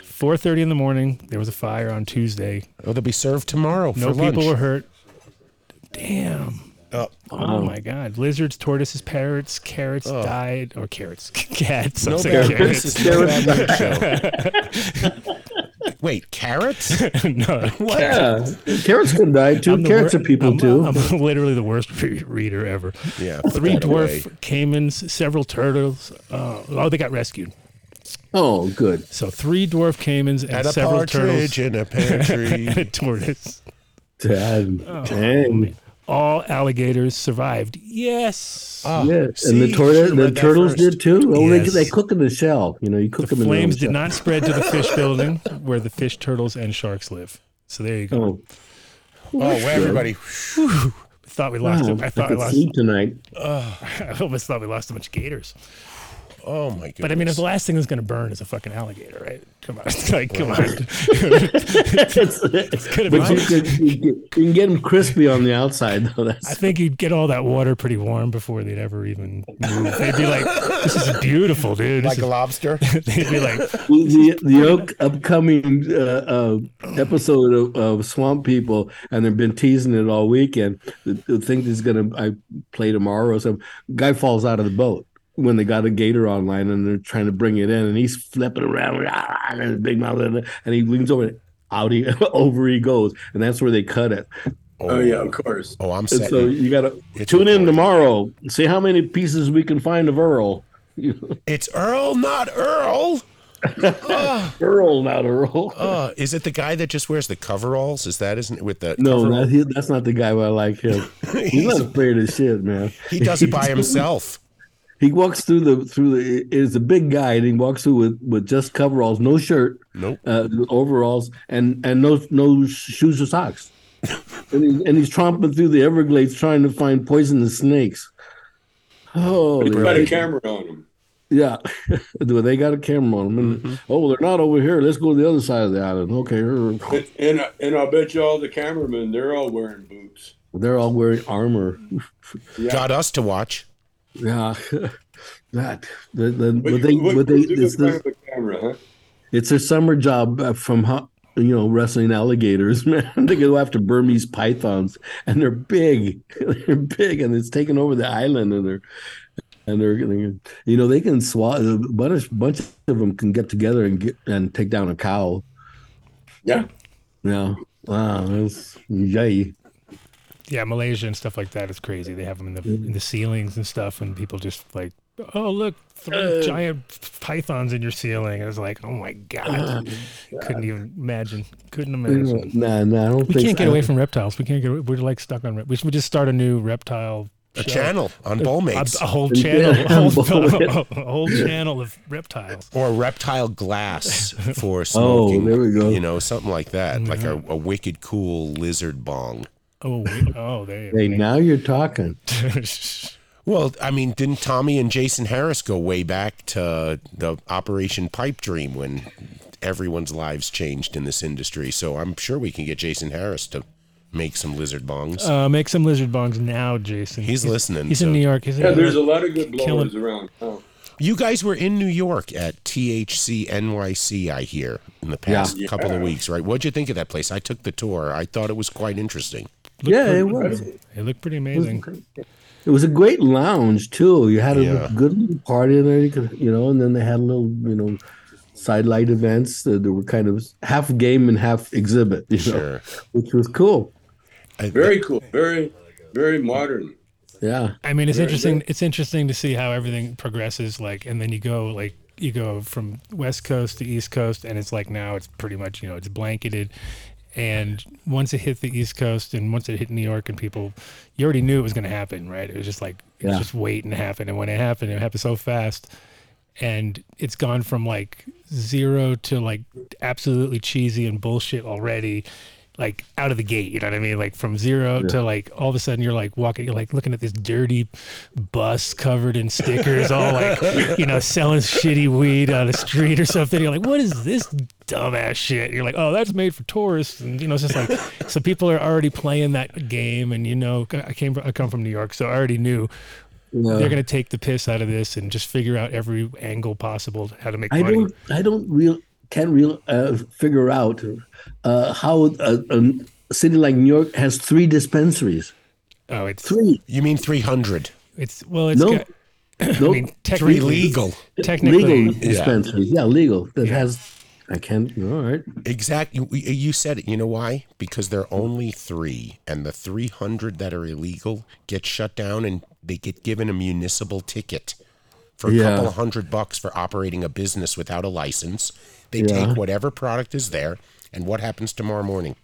Speaker 5: 4:30 in the morning. There was a fire on Tuesday.
Speaker 3: Oh, they'll be served tomorrow
Speaker 5: No
Speaker 3: for lunch.
Speaker 5: people were hurt. Damn. Oh, my God! Lizards, tortoises, parrots, carrots died, or carrots, *laughs* cats. I
Speaker 3: Oh. No
Speaker 5: was like,
Speaker 3: bad
Speaker 5: carrots.
Speaker 3: news. No bad *laughs* news, Joe. Wait, carrots?
Speaker 5: *laughs* no,
Speaker 2: yeah. Carrots can die too.
Speaker 5: I'm the
Speaker 2: Carrots
Speaker 5: wor-
Speaker 2: are people
Speaker 5: I'm-
Speaker 2: too.
Speaker 5: I'm *laughs* literally the worst re- reader ever.
Speaker 3: Yeah.
Speaker 5: Three dwarf caimans, several turtles. Uh, oh, they got rescued.
Speaker 2: oh, good.
Speaker 5: So three dwarf caimans and
Speaker 3: At a
Speaker 5: several
Speaker 3: partridge
Speaker 5: turtles
Speaker 3: in a
Speaker 5: *laughs* and
Speaker 3: pantry.
Speaker 5: a tortoise. Oh,
Speaker 2: Dad, dang.
Speaker 5: All alligators survived. Yes.
Speaker 2: Yeah,
Speaker 3: Ah. See,
Speaker 2: and
Speaker 3: you
Speaker 2: the, tortoise,
Speaker 3: should've
Speaker 2: the
Speaker 3: read that
Speaker 2: turtles
Speaker 3: first.
Speaker 2: did too. Oh,
Speaker 5: Yes.
Speaker 2: they, they cook in the shell. You know, you cook
Speaker 5: the
Speaker 2: them in
Speaker 5: flames
Speaker 2: the
Speaker 5: did not
Speaker 2: *laughs*
Speaker 5: spread to the fish building where the fish, turtles, and sharks live. So there you go.
Speaker 2: Oh,
Speaker 3: Oh, well, everybody.
Speaker 5: I thought we lost.
Speaker 2: wow.
Speaker 5: a-
Speaker 2: I,
Speaker 5: I thought we
Speaker 2: could
Speaker 5: lost.
Speaker 2: sleep tonight.
Speaker 5: *laughs* I almost thought we lost a bunch of gators.
Speaker 3: Oh, my goodness.
Speaker 5: But I mean, if the last thing that's going to burn is a fucking alligator, right? Come on, *laughs* like, come
Speaker 2: *laughs*
Speaker 5: on.
Speaker 2: but
Speaker 5: Could have
Speaker 2: you,
Speaker 5: been.
Speaker 2: could, you, can, you can get them crispy on the outside, though.
Speaker 5: I
Speaker 2: That's
Speaker 5: think you'd get all that water pretty warm before they'd ever even move. They'd be like, "This is beautiful, dude." This
Speaker 3: like a lobster?
Speaker 5: is- *laughs* they'd be like,
Speaker 2: the, the oak- upcoming uh, uh, episode of, of Swamp People, and they've been teasing it all weekend. The, the thing that's going to I play tomorrow or something, guy falls out of the boat. when they got a gator online and they're trying to bring it in, and he's flipping around *laughs* rah, rah, and his big mouth, and and he leans over, and out he *laughs* over he goes, and that's where they cut it.
Speaker 1: Oh yeah, of course.
Speaker 3: Oh, I'm
Speaker 2: And
Speaker 3: set.
Speaker 2: so you gotta
Speaker 3: It's
Speaker 2: tune in
Speaker 3: recorded.
Speaker 2: tomorrow, see how many pieces we can find of Earl. *laughs*
Speaker 3: It's Earl, not Earl. *laughs*
Speaker 2: Earl, not Earl.
Speaker 3: Uh, Ah! is it the guy that just wears the coveralls? Is that isn't it with the
Speaker 2: No,
Speaker 3: coverall-
Speaker 2: that, he, that's not the guy where I like
Speaker 3: *laughs*
Speaker 2: him. He's
Speaker 3: He's-
Speaker 2: not afraid of shit, man.
Speaker 3: He does it
Speaker 2: *laughs*
Speaker 3: by himself.
Speaker 2: He walks through the through the is a big guy and he walks through with, with just coveralls, no shirt,
Speaker 3: Nope.
Speaker 2: uh, overalls, and and no no shoes or socks. and, he's, and he's tromping through the Everglades trying to find poisonous snakes. Oh,
Speaker 1: He's got a camera on him.
Speaker 2: yeah, *laughs* Well, they got a camera on them. And,
Speaker 3: Mm-hmm.
Speaker 2: Oh, they're not over here. Let's go to the other side of the island. Okay, *laughs*
Speaker 1: And, and I- and I bet you all the cameramen they're all wearing boots.
Speaker 2: they're all wearing armor.
Speaker 3: Got us to watch.
Speaker 2: Yeah, *laughs* that the, the, but
Speaker 1: you-
Speaker 2: they, but they,
Speaker 1: you do in
Speaker 2: it's,
Speaker 1: front
Speaker 2: their,
Speaker 1: of the camera, huh?
Speaker 2: it's their summer job uh, from ho- you know wrestling alligators, *laughs* man. they go after Burmese pythons, and they're big, *laughs* they're big, and it's taking over the island, and they're and they're gonna- you know they can swat a bunch bunch of them can get together and get and take down a cow.
Speaker 1: Yeah.
Speaker 2: Yeah, wow, that's yay.
Speaker 5: Yeah, Malaysia and stuff like that is crazy. They have them in the
Speaker 2: Mm-hmm.
Speaker 5: in the ceilings and stuff, and people just like, oh look, three giant pythons in your ceiling. I was like, oh my god, *laughs* couldn't even imagine. Couldn't imagine.
Speaker 2: Nah, nah, Mm-hmm. I don't
Speaker 5: We
Speaker 2: think
Speaker 5: can't
Speaker 2: so.
Speaker 5: get away from reptiles. We can't get. away. We're like stuck on. Rep- we should just start a new reptile.
Speaker 3: A
Speaker 5: show.
Speaker 3: channel on
Speaker 5: A,
Speaker 3: Bullmates
Speaker 5: a whole channel.
Speaker 2: *laughs* Yeah,
Speaker 5: A whole,
Speaker 2: Bullmates.
Speaker 5: a whole channel of reptiles.
Speaker 3: or reptile
Speaker 2: *laughs*
Speaker 3: glass for
Speaker 2: Oh,
Speaker 3: smoking.
Speaker 2: there we go.
Speaker 3: You know, something like that, like a, a wicked cool lizard bong.
Speaker 5: Oh, wait, oh, there.
Speaker 2: *laughs* Hey, now you're talking.
Speaker 3: *laughs* Well, I mean, didn't Tommy and Jason Harris go way back to the Operation Pipe Dream when everyone's lives changed in this industry? So I'm sure we can get Jason Harris to make some lizard bongs.
Speaker 5: Uh, make some lizard bongs now, Jason.
Speaker 3: He's listening,
Speaker 5: He's
Speaker 3: so-
Speaker 5: in New York. He's in
Speaker 1: Yeah,
Speaker 5: New
Speaker 1: there's a
Speaker 5: York.
Speaker 1: lot of good
Speaker 5: Kill him.
Speaker 1: blowers around. Oh,
Speaker 3: you guys were in New York at THC NYC, I hear, in the past
Speaker 1: Yeah.
Speaker 3: couple of weeks, right? What'd you think of that place? I took the tour. I thought it was quite interesting.
Speaker 2: Yeah, it was.
Speaker 5: They look pretty amazing.
Speaker 2: It was a great lounge too. You had a
Speaker 3: Yeah.
Speaker 2: good little party in there, you, could, you know, and then they had little, you know, sidelight events that they were kind of half game and half exhibit, you know,
Speaker 3: Sure.
Speaker 2: which was cool.
Speaker 3: I-
Speaker 1: very cool. Very, very modern.
Speaker 2: Yeah,
Speaker 5: I mean, it's interesting. It's interesting to see how everything progresses. Like, and then you go like you go from West Coast to East Coast, and it's like now it's pretty much you know it's blanketed. And once it hit the East Coast, and once it hit New York, and people, you already knew it was going to happen, right? It was just like it was
Speaker 2: Yeah.
Speaker 5: just waiting to happen. And when it happened, it happened so fast. and it's gone from like zero to like absolutely cheesy and bullshit already like out of the gate you know what i mean like from zero to like all of a sudden you're like walking you're like looking at this dirty bus covered in stickers all like you know selling shitty weed on the street or something you're like what is this dumbass shit you're like oh that's made for tourists and you know it's just like *laughs* so people are already playing that game and you know i came i come from new york so i already knew
Speaker 2: Yeah.
Speaker 5: they're going to take the piss out of this and just figure out every angle possible to how to make
Speaker 2: I
Speaker 5: money.
Speaker 2: don't, I don't real can't real uh, figure out uh, how a, a city like New York has three dispensaries.
Speaker 5: Oh, it's
Speaker 2: Three,
Speaker 3: You mean 300?
Speaker 5: it's well, it's
Speaker 2: No,
Speaker 5: got- *clears throat*
Speaker 2: no,
Speaker 5: I mean, technically
Speaker 3: Three legal.
Speaker 5: Technically,
Speaker 2: legal dispensaries. Yeah, legal that has. I can't. All right.
Speaker 3: Exactly. You, you said it. You know why? Because there are only three, and the 300 that are illegal get shut down and they get given a municipal ticket for a
Speaker 2: Yeah.
Speaker 3: couple of hundred bucks for operating a business without a license. They
Speaker 2: Yeah.
Speaker 3: take whatever product is there, and what happens tomorrow morning?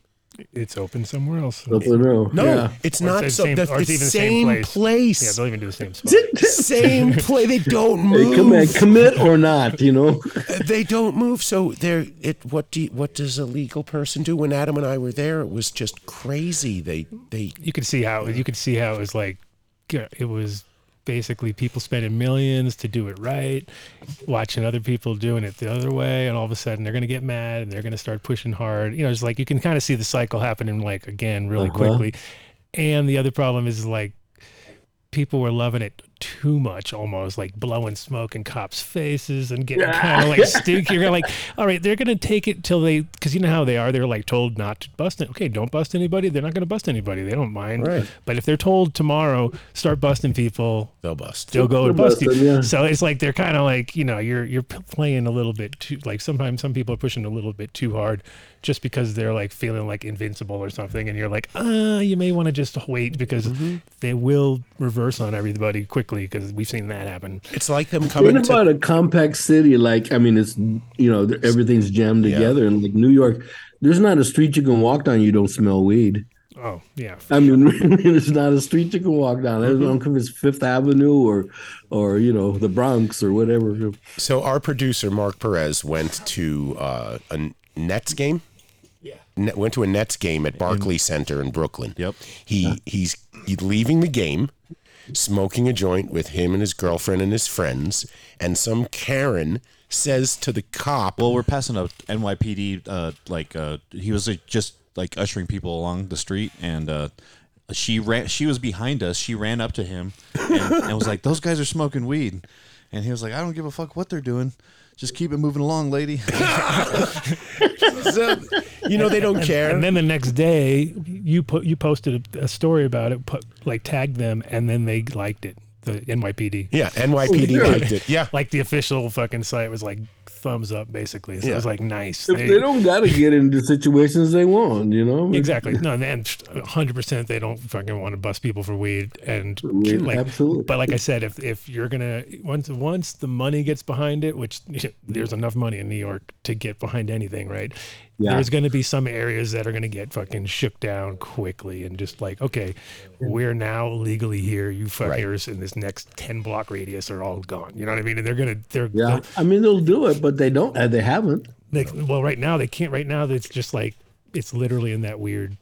Speaker 5: it's open somewhere else.
Speaker 2: Let's know.
Speaker 3: No,
Speaker 2: Yeah.
Speaker 3: it's
Speaker 5: Or
Speaker 3: not
Speaker 5: it's
Speaker 3: so.
Speaker 5: same-
Speaker 3: the,
Speaker 5: or it's
Speaker 3: it's
Speaker 5: even the
Speaker 3: same
Speaker 5: same
Speaker 3: place.
Speaker 5: place. Yeah, they'll even do the same spot.
Speaker 3: Same play. They don't
Speaker 2: Hey, commit,
Speaker 3: move.
Speaker 2: commit or not, you know.
Speaker 3: *laughs* they don't move. So they're it. What do you, what does a legal person do? When Adam and I were there, it was just crazy. They they
Speaker 5: You could see how you could see how it was like yeah, it was basically people spending millions to do it right, watching other people doing it the other way, and all of a sudden they're going to get mad and they're going to start pushing hard. You know, it's like you can kind of see the cycle happening like again really
Speaker 2: Uh-huh.
Speaker 5: quickly. And the other problem is like people were loving it too much almost like blowing smoke in cops' faces and getting kind of like stinky. You're like, *laughs* all right, they're gonna take it till they because you know how they are. They're like told not to bust it. Okay, don't bust anybody. They're not gonna bust anybody. They don't mind.
Speaker 3: Right.
Speaker 5: But if they're told tomorrow, start busting people,
Speaker 3: They'll bust.
Speaker 5: they'll go and
Speaker 2: They'll
Speaker 5: bust you.
Speaker 2: bust them, yeah.
Speaker 5: So it's like they're kind of like you know you're you're p- playing a little bit too like sometimes some people are pushing a little bit too hard just because they're like feeling like invincible or something and you're like ah you may want to just wait because
Speaker 3: Mm-hmm.
Speaker 5: they will reverse on everybody quickly because we've seen that happen.
Speaker 3: It's like them
Speaker 2: What
Speaker 3: coming to
Speaker 2: about a compact city like I mean it's you know everything's jammed together and like New York there's not a street you can walk down you don't smell weed.
Speaker 5: Oh yeah,
Speaker 2: I mean *laughs* really, there's not a street you can walk down. I don't
Speaker 3: Mm-hmm.
Speaker 2: care if it's Fifth Avenue or or you know the Bronx or whatever.
Speaker 3: So our producer Mark Perez went to uh, a Nets game. Yeah, Net, went to a Nets game at Barclay Center in Brooklyn.
Speaker 9: Yep.
Speaker 3: He he's he's leaving the game, smoking a joint with him and his girlfriend and his friends, and some Karen says to the cop,
Speaker 9: Well, we're passing a NYPD. Uh, like uh, he was like, just like ushering people along the street, and uh, she ran. She was behind us. She ran up to him and, and was like, "Those guys are smoking weed," and he was like, "I don't give a fuck what they're doing. Just keep it moving along,
Speaker 3: *laughs*
Speaker 9: lady."
Speaker 3: *laughs* "So, "You know they don't care."
Speaker 5: *laughs* and then the next day you put you posted a, a story about it, put like tagged them and then they liked it. The NYPD. *laughs*
Speaker 3: yeah, NYPD
Speaker 2: Oh,
Speaker 3: liked it. Yeah,
Speaker 5: like the official fucking site was like thumbs up basically. So it was
Speaker 3: Yeah.
Speaker 5: like nice.
Speaker 2: If they don't got to get into situations they want, you know.
Speaker 5: exactly no, and then 100 percent they don't fucking want to bust people for weed and
Speaker 2: weed,
Speaker 5: like,
Speaker 2: absolutely.
Speaker 5: But like I said, if if you're gonna once once the money gets behind it, which there's enough money in New York to get behind anything, right?
Speaker 2: Yeah.
Speaker 5: There's going to be some areas that are going to get fucking shook down quickly and just like, okay, we're now legally here. You fuckers in this next 10 block radius are all gone. You know what I mean? And they're going to, they're,
Speaker 2: Yeah, I mean they'll do it, but they don't. uh, They haven't.
Speaker 5: they, well, right now they can't, right now it's just like, it's literally in that weird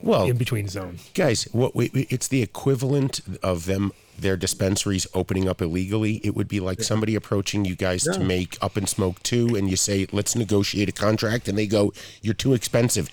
Speaker 3: well,
Speaker 5: in between zone.
Speaker 3: guys, what we, we- it's the equivalent of them their dispensaries opening up illegally. It would be like somebody approaching you guys to make Up and Smoke 2 and you say, "Let's negotiate a contract." And they go, "You're too expensive."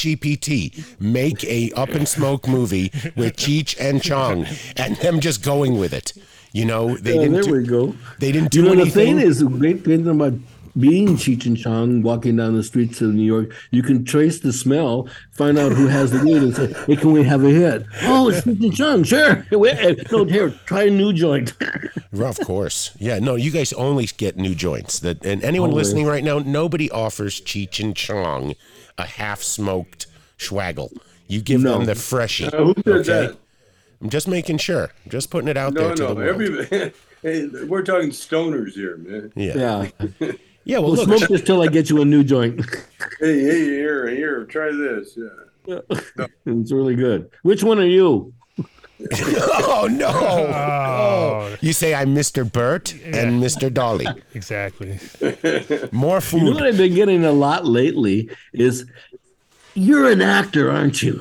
Speaker 3: ChatGPT, make a Up and Smoke
Speaker 2: *laughs*
Speaker 3: movie with Cheech and Chong and them just going with it. You know, they
Speaker 2: Yeah,
Speaker 3: didn't
Speaker 2: there
Speaker 3: do,
Speaker 2: we go.
Speaker 3: They didn't do
Speaker 2: You know, the
Speaker 3: anything.
Speaker 2: thing is, the great thing about being Cheech and Chong walking down the streets of New York, you can trace the smell, find out who has the weed, and say, hey, can we have a hit? Oh, it's Cheech and Chong, sure. *laughs* Wait, no, here, try a new joint.
Speaker 3: Well, of course. Yeah, no, you guys only get new joints. That and anyone listening right now, nobody offers Cheech and Chong a half smoked swaggle. You give
Speaker 2: No.
Speaker 3: them the freshie.
Speaker 1: Now, who did that?
Speaker 3: I'm just making sure. I'm just putting it out there
Speaker 1: No,
Speaker 3: to the
Speaker 1: no.
Speaker 3: world.
Speaker 1: Every, *laughs* hey, we're talking stoners here, man.
Speaker 3: yeah. yeah.
Speaker 2: yeah.
Speaker 3: well,
Speaker 2: Well,
Speaker 3: look.
Speaker 2: smoke this till I get you a new
Speaker 3: *laughs*
Speaker 2: joint.
Speaker 1: Hey, hey, here, here, try this. Yeah. *laughs*
Speaker 2: it's really good. Which one are you?
Speaker 3: oh no.
Speaker 5: Oh.
Speaker 3: You say I'm Mr. Burt and Mr. Dolly.
Speaker 5: Exactly.
Speaker 3: More
Speaker 2: You know what
Speaker 3: food.
Speaker 2: I've been getting a lot lately is you're an actor,
Speaker 5: *laughs*
Speaker 2: aren't you?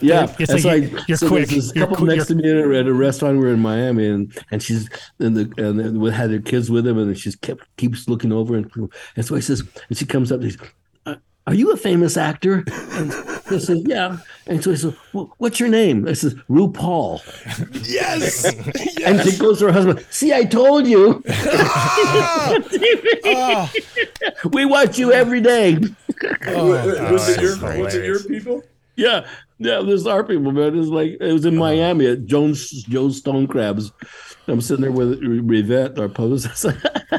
Speaker 2: yeah,
Speaker 5: It's
Speaker 2: that's
Speaker 5: like you- you're
Speaker 2: so
Speaker 5: quick,
Speaker 2: There's this
Speaker 5: you're
Speaker 2: couple
Speaker 5: quick,
Speaker 2: next to me at a- at a restaurant. We're in Miami, and and she's and the and they- we had their kids with them, and she kept keeps looking over, and and so I says, and she comes up, and she's, "Uh, "Are you a famous actor?" And I says, "Yeah." And so I says, "Wh- "What's your name?" I says, "RuPaul."
Speaker 1: *laughs*
Speaker 3: Yes.
Speaker 2: And she goes to her husband, see, I told you.
Speaker 5: Oh!
Speaker 1: Ah.
Speaker 2: we watch you every day.
Speaker 1: Was, was it
Speaker 5: Oh, that's
Speaker 1: your, was it your
Speaker 5: hilarious.
Speaker 1: people?
Speaker 2: Yeah. Yeah, this is our people, man. It's like it was in
Speaker 5: Uh-huh.
Speaker 2: Miami at Jones Joe's Stone Crabs. I'm sitting there with Rivette, our publicist. *laughs*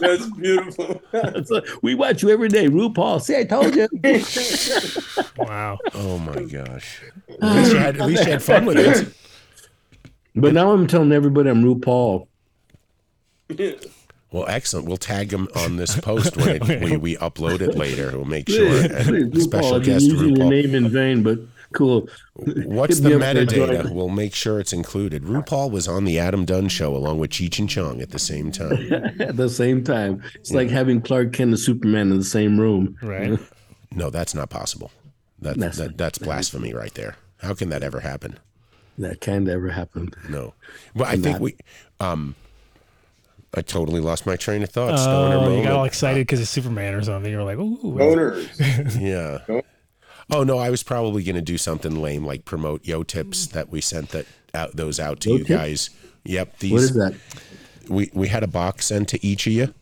Speaker 1: That's beautiful.
Speaker 2: It's like, we watch you every day. RuPaul, see, I
Speaker 1: *laughs*
Speaker 2: told you.
Speaker 5: *laughs* Wow.
Speaker 3: Oh my gosh. At
Speaker 1: Um,
Speaker 3: least you had, at least you had fun with it. *laughs*
Speaker 2: but now I'm telling everybody I'm RuPaul.
Speaker 3: Well, excellent. We'll tag him on this post when it, we, we upload it later. We'll make sure. *laughs*
Speaker 2: Please,
Speaker 3: And
Speaker 2: please, RuPaul.
Speaker 3: special
Speaker 2: I've been
Speaker 3: guest
Speaker 2: using your
Speaker 3: RuPaul.
Speaker 2: name in vain, but cool.
Speaker 3: What's
Speaker 2: Hit
Speaker 3: the
Speaker 2: me up when you're
Speaker 3: metadata?
Speaker 2: done.
Speaker 3: We'll make sure it's included. RuPaul was on the Adam Dunn show along with Cheech and Chong at the same time.
Speaker 2: *laughs* At the same time, it's like having Clark Kent and Superman in the same room.
Speaker 5: Right.
Speaker 3: *laughs* No, that's not possible. That,
Speaker 2: That's-
Speaker 3: that that's blasphemy right there. How can that ever happen?
Speaker 2: That can't ever happen.
Speaker 3: No. Well, I think we um I totally lost my train of thought. Stoner
Speaker 5: Oh, you
Speaker 3: moment.
Speaker 5: got all excited because it's Superman or something. You were like, ooh.
Speaker 1: Boners.
Speaker 3: yeah. Oh no, I was probably going to do something lame like promote Yo Tips that we sent that out those out to
Speaker 2: Yo
Speaker 3: you
Speaker 2: Tips?
Speaker 3: guys. Yep, these
Speaker 2: What is that?
Speaker 3: we we had a box sent to each of you.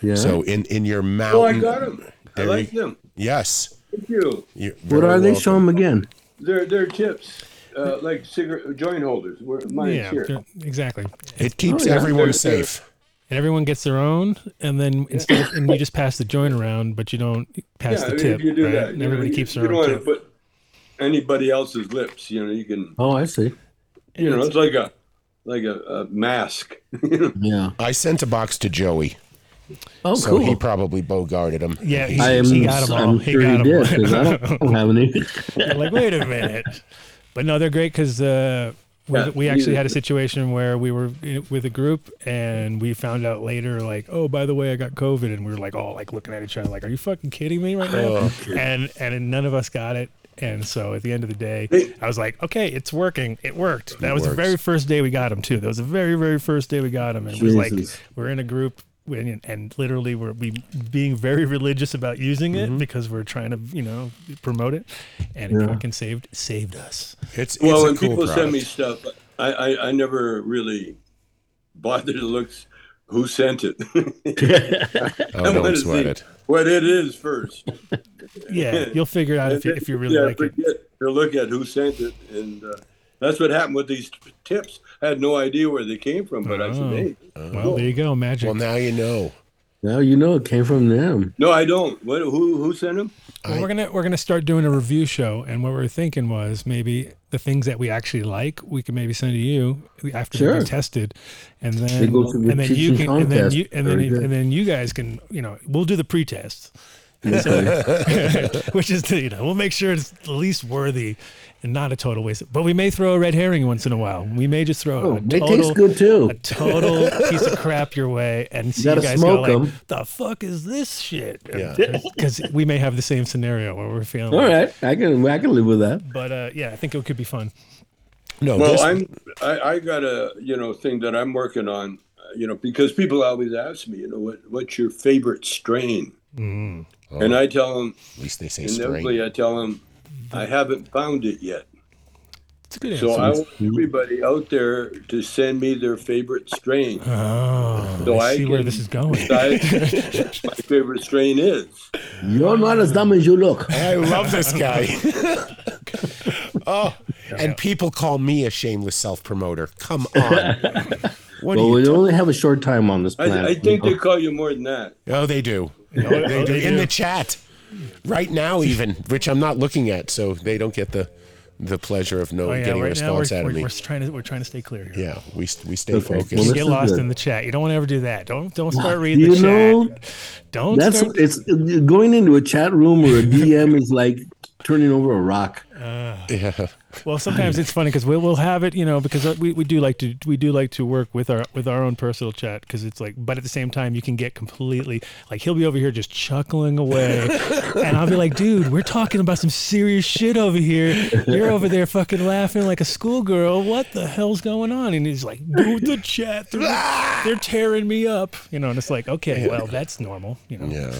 Speaker 2: Yeah.
Speaker 3: So in in your mountain.
Speaker 1: Oh, I got them. I
Speaker 3: There
Speaker 1: like
Speaker 3: we-
Speaker 1: them.
Speaker 3: Yes.
Speaker 1: Thank you.
Speaker 3: You're
Speaker 2: what
Speaker 3: very
Speaker 2: are they?
Speaker 3: welcome.
Speaker 2: Show them again.
Speaker 1: They're they're tips, uh, like cigarette joint holders. Where mine's
Speaker 5: yeah,
Speaker 1: here.
Speaker 5: they're- exactly.
Speaker 3: It keeps
Speaker 2: Oh, yeah.
Speaker 3: everyone
Speaker 1: They're- they're-
Speaker 3: safe.
Speaker 5: And everyone gets their own, and then instead, of- and you just pass the joint around, but you don't pass
Speaker 1: Yeah,
Speaker 5: the
Speaker 1: if
Speaker 5: tip.
Speaker 1: you do
Speaker 5: right?
Speaker 1: that,
Speaker 5: And
Speaker 1: you know,
Speaker 5: everybody
Speaker 1: you-
Speaker 5: keeps
Speaker 1: You
Speaker 5: their
Speaker 1: don't
Speaker 5: own
Speaker 1: want to
Speaker 5: tip.
Speaker 1: put anybody else's lips. You know, you can.
Speaker 2: Oh,
Speaker 1: *laughs*
Speaker 2: I see.
Speaker 1: You know, it's like a like a, a mask. you know?
Speaker 2: Yeah.
Speaker 3: I sent a box to Joey,
Speaker 2: Oh,
Speaker 3: so
Speaker 2: cool.
Speaker 3: he probably bogarted him.
Speaker 5: Yeah, he,
Speaker 2: I am.
Speaker 5: he got them all.
Speaker 2: I'm
Speaker 5: he
Speaker 2: sure
Speaker 5: got
Speaker 2: he did
Speaker 5: them
Speaker 2: 'cause I don't, I don't have
Speaker 3: *laughs*
Speaker 2: any.
Speaker 5: You're like, wait a minute. But no, they're great because uh, we,
Speaker 1: Yeah,
Speaker 5: we actually
Speaker 1: you-
Speaker 5: had a situation where we were in- with a group and we found out later, like, oh, by the way, I got COVID, and we were like, all like looking at each other, like, are you fucking kidding me right now?
Speaker 1: Oh.
Speaker 5: and and none of us got it. And so at the end of the day, I was like, okay, it's working. It worked. That was the very first day we got him too. That was the very very first day we got him, and it was like
Speaker 2: Jesus.
Speaker 5: we're in a group. And, and literally, we're we being very religious about using
Speaker 1: Mm-hmm.
Speaker 5: it because we're trying to, you know, promote it, and it fucking saved saved us.
Speaker 3: It's, it's
Speaker 1: well,
Speaker 3: a
Speaker 1: when
Speaker 3: cool
Speaker 1: people send me
Speaker 3: product.
Speaker 1: stuff, I, I I never really bothered to look s- who sent
Speaker 3: *laughs*
Speaker 1: it.
Speaker 3: oh,
Speaker 1: *laughs* I wanna
Speaker 3: don't sweat
Speaker 1: see
Speaker 3: it.
Speaker 1: What it is first.
Speaker 5: *laughs* Yeah, you'll figure it out if you, if you really
Speaker 1: yeah,
Speaker 5: like it.
Speaker 1: forget to look at who sent it, and uh, that's what happened with these t- tips. I had no idea where they came from, but I
Speaker 5: Oh.
Speaker 1: said, "Hey,
Speaker 5: Well, there you go, magic.
Speaker 3: Well, now you know.
Speaker 2: Now you know it came from them.
Speaker 1: no, I don't. What? Who? Who sent them?
Speaker 5: Well, we're gonna we're gonna start doing a review show, and what we were thinking was maybe the things that we actually like, we can maybe send to you after
Speaker 2: Sure.
Speaker 5: they're tested, and
Speaker 2: They
Speaker 5: then
Speaker 2: go to the
Speaker 5: and then you
Speaker 2: teaching
Speaker 5: can and then
Speaker 2: contest.
Speaker 5: you and then
Speaker 2: Very good.
Speaker 5: and then you guys can you know we'll do the pre-test, *laughs* which is the, you know we'll make sure it's at least worthy and not a total waste. But we may throw a red herring once in a while. We may just throw
Speaker 2: Oh,
Speaker 5: a
Speaker 2: they
Speaker 5: total,
Speaker 2: taste good too.
Speaker 5: a total piece
Speaker 2: *laughs*
Speaker 5: of crap your way and see you,
Speaker 2: gotta
Speaker 5: guys go
Speaker 2: smoke
Speaker 5: like,
Speaker 2: 'em.
Speaker 5: the fuck is this shit? *laughs*
Speaker 3: Yeah.
Speaker 5: Because we may have the same scenario where we're feeling.
Speaker 2: All
Speaker 5: like-
Speaker 2: right, I can I can live with that.
Speaker 5: But uh, yeah, I think it could be fun.
Speaker 3: No,
Speaker 1: Well,
Speaker 3: this-
Speaker 1: I'm. I, I got a you know thing that I'm working on. uh, You know, because people always ask me, you know, what what's your favorite strain?
Speaker 5: Oh.
Speaker 1: And I tell them,
Speaker 3: Mm. at least they say spring.
Speaker 1: inevitably, I tell them, I haven't found it yet.
Speaker 5: It's a good answer.
Speaker 1: So I want everybody out there to send me their favorite strain.
Speaker 5: oh,
Speaker 1: so
Speaker 5: I
Speaker 1: I
Speaker 5: see where
Speaker 1: can-
Speaker 5: this is
Speaker 2: *laughs*
Speaker 5: going.
Speaker 1: *laughs* Decide what my favorite strain is.
Speaker 2: You're not as dumb as you look.
Speaker 3: I love this guy. *laughs* oh, and people call me a shameless self promoter. Come
Speaker 2: *laughs*
Speaker 3: on. What
Speaker 2: Well,
Speaker 3: do you?
Speaker 2: we only have a short time on this planet.
Speaker 1: I, I think they Oh, call you more than that.
Speaker 3: Oh, they do. they do. In the chat right now, even which I'm not looking at, so they don't get the the pleasure of no
Speaker 5: Oh yeah,
Speaker 3: getting a
Speaker 5: right now we're,
Speaker 3: response out
Speaker 5: we're,
Speaker 3: of me.
Speaker 5: we're trying to we're trying to stay clear here.
Speaker 3: yeah, we we stay
Speaker 2: Okay.
Speaker 3: focused.
Speaker 2: Well,
Speaker 5: Don't
Speaker 2: this
Speaker 5: get
Speaker 2: is
Speaker 5: lost
Speaker 2: good.
Speaker 5: in the chat. You don't want to ever do that. Don't don't start reading
Speaker 2: you
Speaker 5: the
Speaker 2: know,
Speaker 5: chat. *laughs* Don't
Speaker 2: That's
Speaker 5: start.
Speaker 2: it's going into a chat room or a DM is like turning over a rock.
Speaker 5: Uh,
Speaker 3: yeah.
Speaker 5: Well, sometimes it's funny because we'll, we'll have it, you know, because uh, we, we do like to we do like to work with our with our own personal chat because it's like, but at the same time, you can get completely like he'll be over here just chuckling away, and I'll be like, dude, we're talking about some serious shit over here. You're over there fucking laughing like a schoolgirl. What the hell's going on? And he's like, dude, the chat, they're, they're tearing me up, you know. And it's like, okay, well, that's normal, you know.
Speaker 3: Yeah.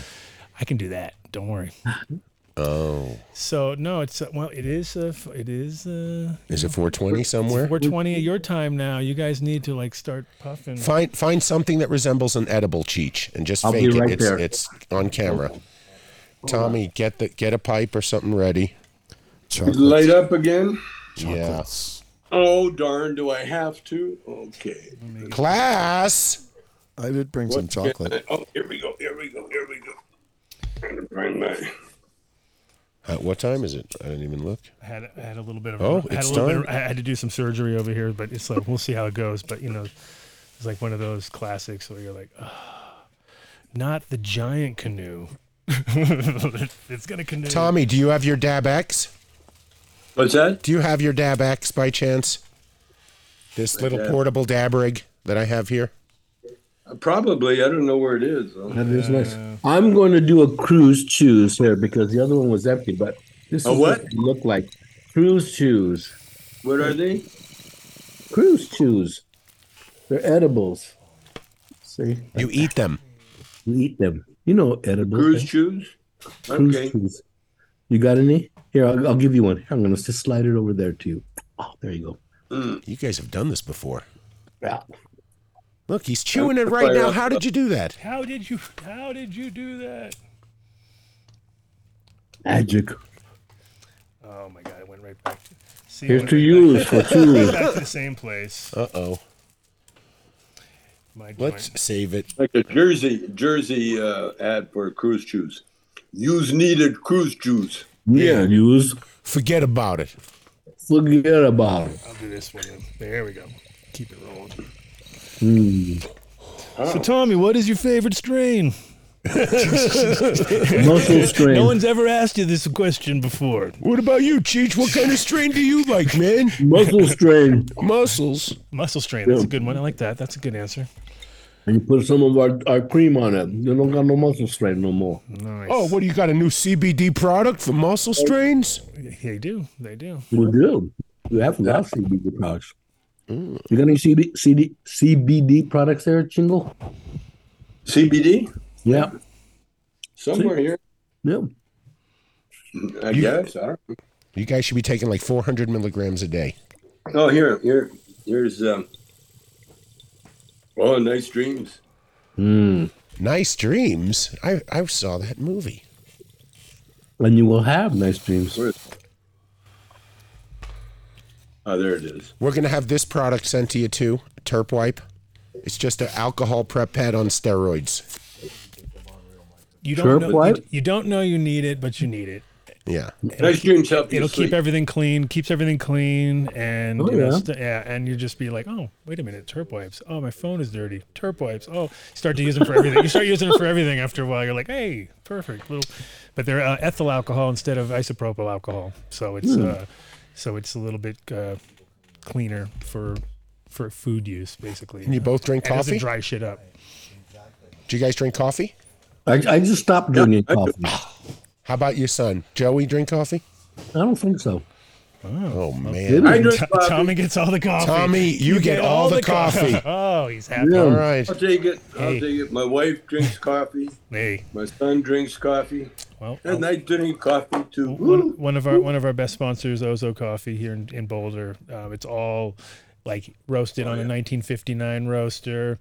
Speaker 5: I can do that. Don't worry. Oh.
Speaker 3: Oh.
Speaker 5: So no, it's uh, well, it is uh, f- it is. Uh,
Speaker 3: Is it 420 somewhere?
Speaker 5: we're 20 at your time now. You guys need to like start puffing.
Speaker 3: Find find something that resembles an edible cheech and just
Speaker 2: I'll
Speaker 3: fake
Speaker 2: be right
Speaker 3: it.
Speaker 2: there.
Speaker 3: It's, it's on camera. Tommy, get the get a pipe or something ready.
Speaker 4: Chocolates.
Speaker 1: Light up again?
Speaker 3: Yeah.
Speaker 1: Oh darn! Do I have to? Okay.
Speaker 3: Class.
Speaker 4: I did bring some chocolate.
Speaker 1: Oh, here we go. Here we go. Here we go. Trying to find my.
Speaker 3: Uh, what time is it? I didn't even look.
Speaker 5: I had, I had a little bit of
Speaker 3: Oh,
Speaker 5: I had
Speaker 3: it's
Speaker 5: a little bit of-
Speaker 3: time.
Speaker 5: I had to do some surgery over here, but it's like we'll see how it goes. But you know, it's like one of those classics where you're like, "Ah, not the giant canoe. *laughs* it's gonna canoe.
Speaker 3: Tommy, do you have your Dab X?
Speaker 1: What's that?
Speaker 3: Do you have your Dab X by chance? This little
Speaker 1: dab.
Speaker 3: portable dab rig that I have here.
Speaker 1: Probably. I don't know where it is. though.
Speaker 2: That is nice.
Speaker 5: Uh,
Speaker 2: I'm going to do a cruise choose here because the other one was empty. But this
Speaker 1: A
Speaker 2: is
Speaker 1: what?
Speaker 2: it look like cruise choose.
Speaker 1: What are they?
Speaker 2: Cruise chews. They're edibles. See,
Speaker 3: You eat them.
Speaker 2: you eat them. You know edibles.
Speaker 1: Cruise
Speaker 2: right?
Speaker 1: shoes.
Speaker 2: Cruise
Speaker 1: Okay.
Speaker 2: chews. You got any? Here, I'll, I'll give you one. Here, I'm going to just slide it over there to you. Oh, there you go.
Speaker 1: Mm.
Speaker 3: You guys have done this before.
Speaker 2: Yeah.
Speaker 3: Look, he's chewing it right now. How did you do that?
Speaker 5: How did you? How did you do that?
Speaker 2: Magic.
Speaker 5: Oh my god! It went right back to. See, it
Speaker 2: Here's
Speaker 5: went
Speaker 2: to
Speaker 5: right
Speaker 2: you for two.
Speaker 5: back- *laughs* back to the same place.
Speaker 3: Uh oh.
Speaker 5: My
Speaker 3: Let's
Speaker 5: joint.
Speaker 3: save it.
Speaker 1: Like a Jersey Jersey uh, ad for cruise shoes. Use needed cruise shoes.
Speaker 2: Yeah, use.
Speaker 3: Forget about it.
Speaker 2: Forget
Speaker 3: Oh.
Speaker 2: about it.
Speaker 5: I'll do this one. Then. There we go. Keep it rolling.
Speaker 2: Hmm.
Speaker 1: Oh.
Speaker 5: So Tommy, what is your favorite strain?
Speaker 2: Muscle strain.
Speaker 5: No one's ever asked you this question before.
Speaker 3: What about you, Cheech? What kind of strain do you like, man?
Speaker 2: Muscle strain.
Speaker 3: Muscles.
Speaker 5: Muscle strain. That's a good one. I like that. That's a good answer.
Speaker 2: And you put some of our, our cream on it. You don't got no muscle strain no more.
Speaker 5: Nice.
Speaker 3: Oh, what do you got? A new CBD product for muscle strains?
Speaker 5: They do. They do.
Speaker 2: We do. We have got CBD products.
Speaker 3: Mm.
Speaker 2: You got any CD, CD, CBD products there, Chingo?
Speaker 1: CBD
Speaker 2: Yeah.
Speaker 1: somewhere here.
Speaker 2: Yeah.
Speaker 1: I guess. I don't
Speaker 3: You guys should be taking like 400 milligrams a day.
Speaker 1: Oh, here, here, here's. Um, oh, nice dreams.
Speaker 2: Hmm.
Speaker 3: Nice dreams. I, I saw that movie.
Speaker 2: And you will have nice dreams.
Speaker 1: Where is? Oh, there it is.
Speaker 3: We're gonna have this product sent to you too. Terp wipe. It's just an alcohol prep pad on steroids.
Speaker 5: You don't
Speaker 2: Sure,
Speaker 5: know.
Speaker 2: what?
Speaker 5: You, you don't know you need it, but you need it.
Speaker 3: Yeah.
Speaker 1: Nice dreams help you
Speaker 5: It'll
Speaker 1: sleep.
Speaker 5: keep everything clean. Keeps everything clean, and
Speaker 2: Oh,
Speaker 5: you know,
Speaker 2: yeah.
Speaker 5: st- yeah, and you just be like, oh, wait a minute, turp wipes. Oh, my phone is dirty. Turp wipes. Oh, start to use them for everything. you start using them for everything after a while. You're like, hey, perfect little, but they're uh, ethyl alcohol instead of isopropyl alcohol, so it's
Speaker 3: Hmm.
Speaker 5: uh, so it's a little bit uh, cleaner for for food use basically. Uh,
Speaker 3: And you both drink
Speaker 5: And it doesn't
Speaker 3: coffee?
Speaker 5: dry shit up.
Speaker 3: Do you guys drink coffee?
Speaker 2: I, I just stopped drinking coffee.
Speaker 3: How about your son? Joey drink coffee?
Speaker 2: I don't think so.
Speaker 3: Oh man.
Speaker 2: Didn't
Speaker 1: I
Speaker 2: you?
Speaker 1: drink
Speaker 5: T-
Speaker 1: coffee.
Speaker 5: Tommy gets all the coffee.
Speaker 3: Tommy, you, get, all the, coffee. *laughs*
Speaker 1: *laughs*
Speaker 5: oh, he's happy.
Speaker 3: All right.
Speaker 1: I'll take it. I'll
Speaker 5: Hey.
Speaker 1: take it. My wife drinks coffee.
Speaker 5: Hey,
Speaker 1: My son drinks coffee,
Speaker 5: well,
Speaker 1: and I drink coffee too.
Speaker 5: one, one of our one of our best sponsors, Ozo Coffee here in, in Boulder. Um, it's all like roasted on a 1959 roaster,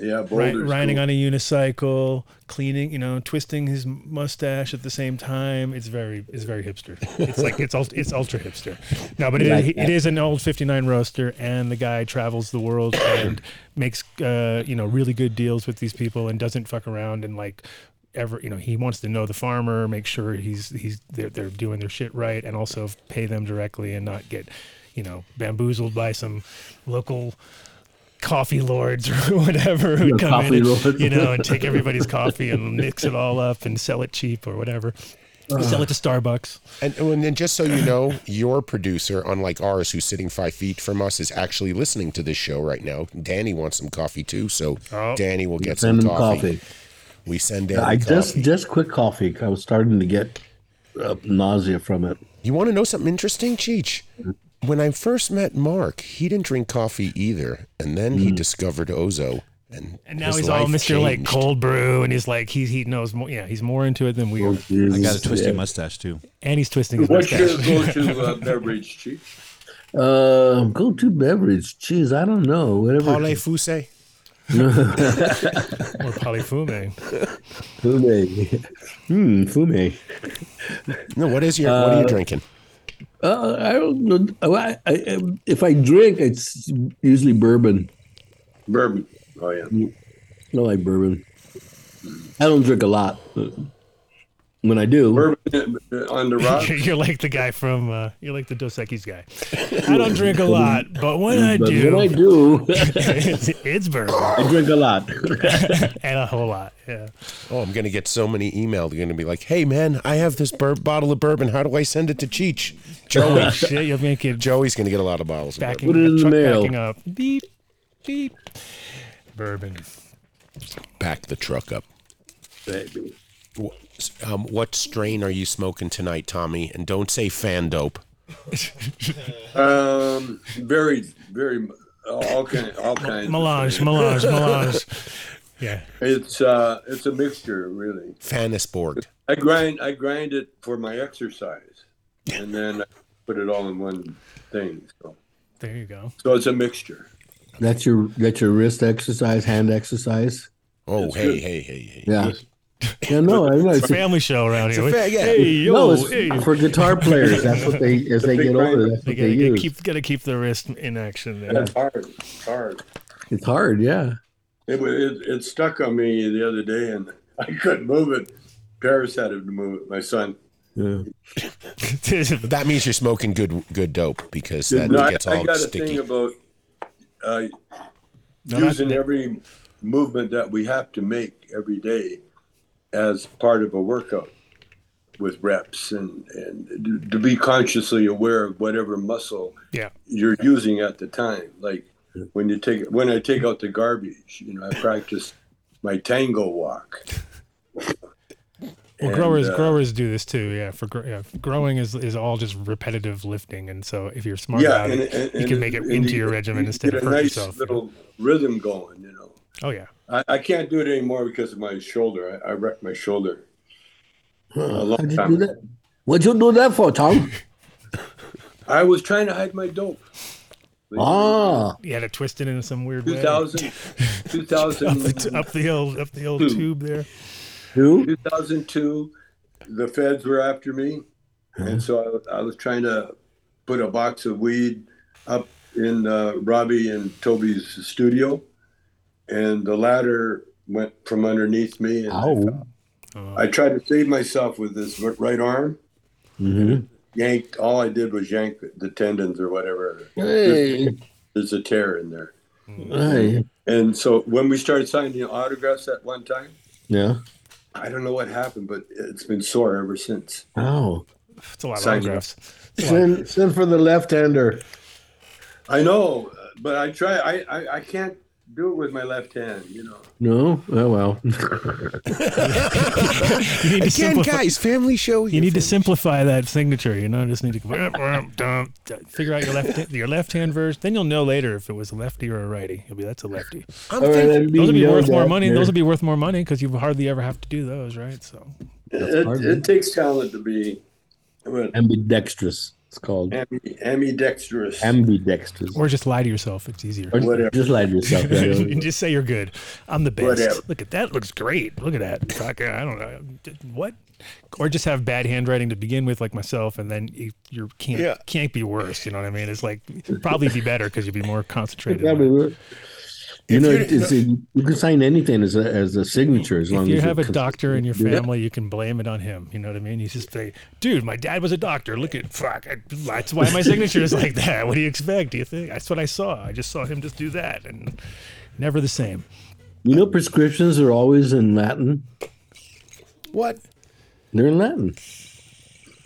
Speaker 1: Oh, yeah,
Speaker 5: ri-
Speaker 1: Boulder's
Speaker 5: riding
Speaker 1: cool.
Speaker 5: on a unicycle, cleaning, you know, twisting his mustache at the same time. It's very it's very hipster. It's like it's ult- it's ultra hipster. No, but it, is- it is an old 59 roaster, and the guy travels the world and makes uh, you know really good deals with these people and doesn't fuck around and like ever you know he wants to know the farmer make sure he's he's they're, they're doing their shit right and also pay them directly and not get you know bamboozled by some local coffee lords *laughs* or whatever who
Speaker 2: Yeah,
Speaker 5: come in
Speaker 2: coffee
Speaker 5: and,
Speaker 2: lord.
Speaker 5: you know and take everybody's coffee and mix it all up and sell it cheap or whatever sell it to starbucks
Speaker 3: And, oh, and then just so you know, your producer, unlike ours, who's sitting five feet from us, is actually listening to this show right now. Danny wants some coffee too, so
Speaker 5: Oh.
Speaker 3: Danny will get some
Speaker 2: Send them
Speaker 3: coffee.
Speaker 2: coffee.
Speaker 3: We send Danny
Speaker 2: I
Speaker 3: coffee.
Speaker 2: just just quit coffee. I was starting to get uh, nausea from it.
Speaker 3: You want to know something interesting, Cheech? When I first met Mark, he didn't drink coffee either, and then
Speaker 2: Mm.
Speaker 3: he discovered Ozo, and
Speaker 5: and now
Speaker 3: his
Speaker 5: he's all
Speaker 3: life
Speaker 5: mr like
Speaker 3: changed.
Speaker 5: cold brew and he's like he, he knows more yeah he's more into it than we are
Speaker 9: I got a twisty
Speaker 2: Oh, Yeah.
Speaker 9: mustache too.
Speaker 5: and he's twisting his
Speaker 1: What's your
Speaker 5: mustache *laughs*
Speaker 1: go-to uh, beverage, Chief?
Speaker 2: Uh, go-to beverage. Geez, I don't know. Whatever. *laughs*
Speaker 3: Parlez-vous? *laughs*
Speaker 5: *laughs* or polyfume
Speaker 2: *laughs* Fume. Hmm. Fume.
Speaker 3: No, what is your? what are you drinking?
Speaker 2: Uh, I don't know. Oh, I, I, I- if I drink, it's usually bourbon. Mm.
Speaker 1: Bourbon. Oh yeah.
Speaker 2: I like bourbon. I don't drink a lot. but When I do,
Speaker 1: Bourbon uh, on the
Speaker 5: *laughs*
Speaker 1: rock.
Speaker 5: you're like the guy from uh, you're like the Dos Equis guy i don't drink a lot but when i
Speaker 2: but
Speaker 5: do
Speaker 2: when I do,
Speaker 5: *laughs* it's, it's bourbon
Speaker 2: I drink a lot.
Speaker 5: *laughs* and a whole lot yeah
Speaker 3: Oh, I'm gonna get so many emails. They're gonna be like, "Hey, man, I have this bur- bottle of bourbon. How do I send it to Cheech?" Joey.
Speaker 5: shit you'll make it
Speaker 3: Joey's gonna get a lot of bottles. Of bourbon.
Speaker 5: backing
Speaker 2: Put it in the
Speaker 5: truck
Speaker 2: mail.
Speaker 5: backing up. Beep beep. Bourbon.
Speaker 3: Back the truck up.
Speaker 1: Baby.
Speaker 3: Wh- Um, what strain are you smoking tonight, Tommy? And don't say fan dope.
Speaker 1: Um, very, very, all kind, all
Speaker 3: *laughs*
Speaker 1: kinds. *laughs*
Speaker 5: Melange, melange, melange. Yeah.
Speaker 1: It's uh, it's a mixture, really.
Speaker 3: Fannisborg.
Speaker 1: I grind I grind it for my exercise, and then I put it all in one thing. So,
Speaker 5: There you go.
Speaker 1: so it's a mixture.
Speaker 2: That's your that's your wrist exercise, hand exercise.
Speaker 3: Oh, hey, hey, hey, hey.
Speaker 2: Yeah. Yeah, no, I know. It's,
Speaker 5: Family show around here.
Speaker 3: fa- yeah.
Speaker 5: Hey, yo,
Speaker 2: no, it's
Speaker 5: hey.
Speaker 2: for guitar players. That's what they as they
Speaker 1: big
Speaker 2: get older.
Speaker 1: grinder.
Speaker 2: That's
Speaker 5: They
Speaker 2: what they
Speaker 5: gotta, gotta
Speaker 2: use.
Speaker 5: keep gotta keep the wrist in action there.
Speaker 1: It's hard. It's hard.
Speaker 2: It's hard, yeah.
Speaker 1: It, wa- it it stuck on me the other day, and *laughs* I couldn't move it. Paris had to move it. My son.
Speaker 2: yeah.
Speaker 5: *laughs*
Speaker 3: But that means you're smoking good good dope because that
Speaker 1: No, I,
Speaker 3: gets
Speaker 1: I
Speaker 3: all
Speaker 1: got a
Speaker 3: sticky.
Speaker 1: thing about uh,
Speaker 5: No, that's-
Speaker 1: using every movement that we have to make every day as part of a workout with reps and, and to- to be consciously aware of whatever muscle
Speaker 5: Yeah.
Speaker 1: you're using at the time. Like when you take when I take out the garbage, you know, I practice my tango walk.
Speaker 5: Well,
Speaker 1: And,
Speaker 5: growers
Speaker 1: uh,
Speaker 5: growers do this too. Yeah, for gr- yeah, growing is is all just repetitive lifting, and so if you're smart
Speaker 1: Yeah,
Speaker 5: about
Speaker 1: and,
Speaker 5: it,
Speaker 1: and-
Speaker 5: you
Speaker 1: and-
Speaker 5: can make it
Speaker 1: and
Speaker 5: into
Speaker 1: you-
Speaker 5: your regimen
Speaker 1: you
Speaker 5: instead
Speaker 1: get
Speaker 5: of
Speaker 1: a
Speaker 5: hurt
Speaker 1: nice
Speaker 5: yourself.
Speaker 1: little rhythm going. You know,
Speaker 5: Oh yeah,
Speaker 1: I, I can't do it anymore because of my shoulder. I, I wrecked my shoulder. A long
Speaker 2: How'd you
Speaker 1: time
Speaker 2: do
Speaker 1: ago.
Speaker 2: that? What'd you do that for, Tom?
Speaker 1: I was trying to hide
Speaker 5: *laughs*
Speaker 1: my dope.
Speaker 2: Ah,
Speaker 5: you had to twist it in some weird way.
Speaker 1: 2000,
Speaker 5: Up the,
Speaker 1: 2000,
Speaker 5: up the old up the old
Speaker 1: Two.
Speaker 5: tube there.
Speaker 2: who?
Speaker 1: 2002, the feds were after me. And so I, was- I was trying to put a box of weed up in uh, Robbie and Toby's studio. And the ladder went from underneath me. And I
Speaker 2: Ow.
Speaker 1: fell. I tried to save myself with this r- right arm.
Speaker 2: Mhm.
Speaker 1: Yanked, all I did was yank the tendons or whatever.
Speaker 2: Hey,
Speaker 1: There's a tear in there.
Speaker 2: hey.
Speaker 1: And so when we started signing autographs at one time,
Speaker 2: Yeah.
Speaker 1: I don't know what happened, but it's been sore ever since.
Speaker 2: Oh.
Speaker 5: It's a lot of
Speaker 1: Sign it.
Speaker 5: autographs.
Speaker 2: Send, send for the left hander.
Speaker 1: I know, but I try. I, I, I can't do it with my left hand. You
Speaker 5: *laughs*
Speaker 1: know,
Speaker 2: No? Oh, well.
Speaker 5: *laughs* You need to
Speaker 3: Again,
Speaker 5: simplify.
Speaker 3: guys, family show.
Speaker 5: You need to simplify that signature. You know, just need to go, "Womp, womp, dump," figure out your left your left hand version. Then you'll know later if it was a lefty or a righty. You'll be that's a lefty.
Speaker 3: I'm
Speaker 2: All right,
Speaker 3: thinking-
Speaker 2: I'm
Speaker 5: Those
Speaker 2: being
Speaker 5: will be
Speaker 2: yelled
Speaker 5: worth more
Speaker 2: at
Speaker 5: money.
Speaker 2: here.
Speaker 5: Those will be worth more money because you hardly ever have to do those, right? So
Speaker 1: it,
Speaker 2: hard, man.
Speaker 1: it takes talent to be well,
Speaker 2: ambidextrous. It's called
Speaker 1: ambi- ambidextrous.
Speaker 2: ambidextrous.
Speaker 5: or just lie to yourself. It's easier.
Speaker 2: Or
Speaker 1: whatever.
Speaker 2: Just lie
Speaker 5: *laughs*
Speaker 2: to yourself. yeah.
Speaker 5: You can just say you're good. I'm the best.
Speaker 1: Whatever.
Speaker 5: Look at that. Looks great. Look at that. Fuck, I don't know what. Or just have bad handwriting to begin with, like myself, and then you you can't
Speaker 3: Yeah.
Speaker 5: can't be worse. You know what I mean? It's like probably be better because you'd be more concentrated.
Speaker 2: Probably would. You
Speaker 3: If
Speaker 2: know,
Speaker 3: you-
Speaker 2: it's, you can sign anything as a, as a signature as long
Speaker 5: if you
Speaker 2: as
Speaker 5: have a
Speaker 2: you're
Speaker 5: doctor in your family, you can blame it on him. You know what I mean? You just say, "Dude, my dad was a doctor. Look at fuck. I, that's why my signature is like that. What do you expect? Do you think that's what I saw? I just saw him just do that, and never the same."
Speaker 2: You know, prescriptions are always in Latin.
Speaker 3: What?
Speaker 2: They're in Latin.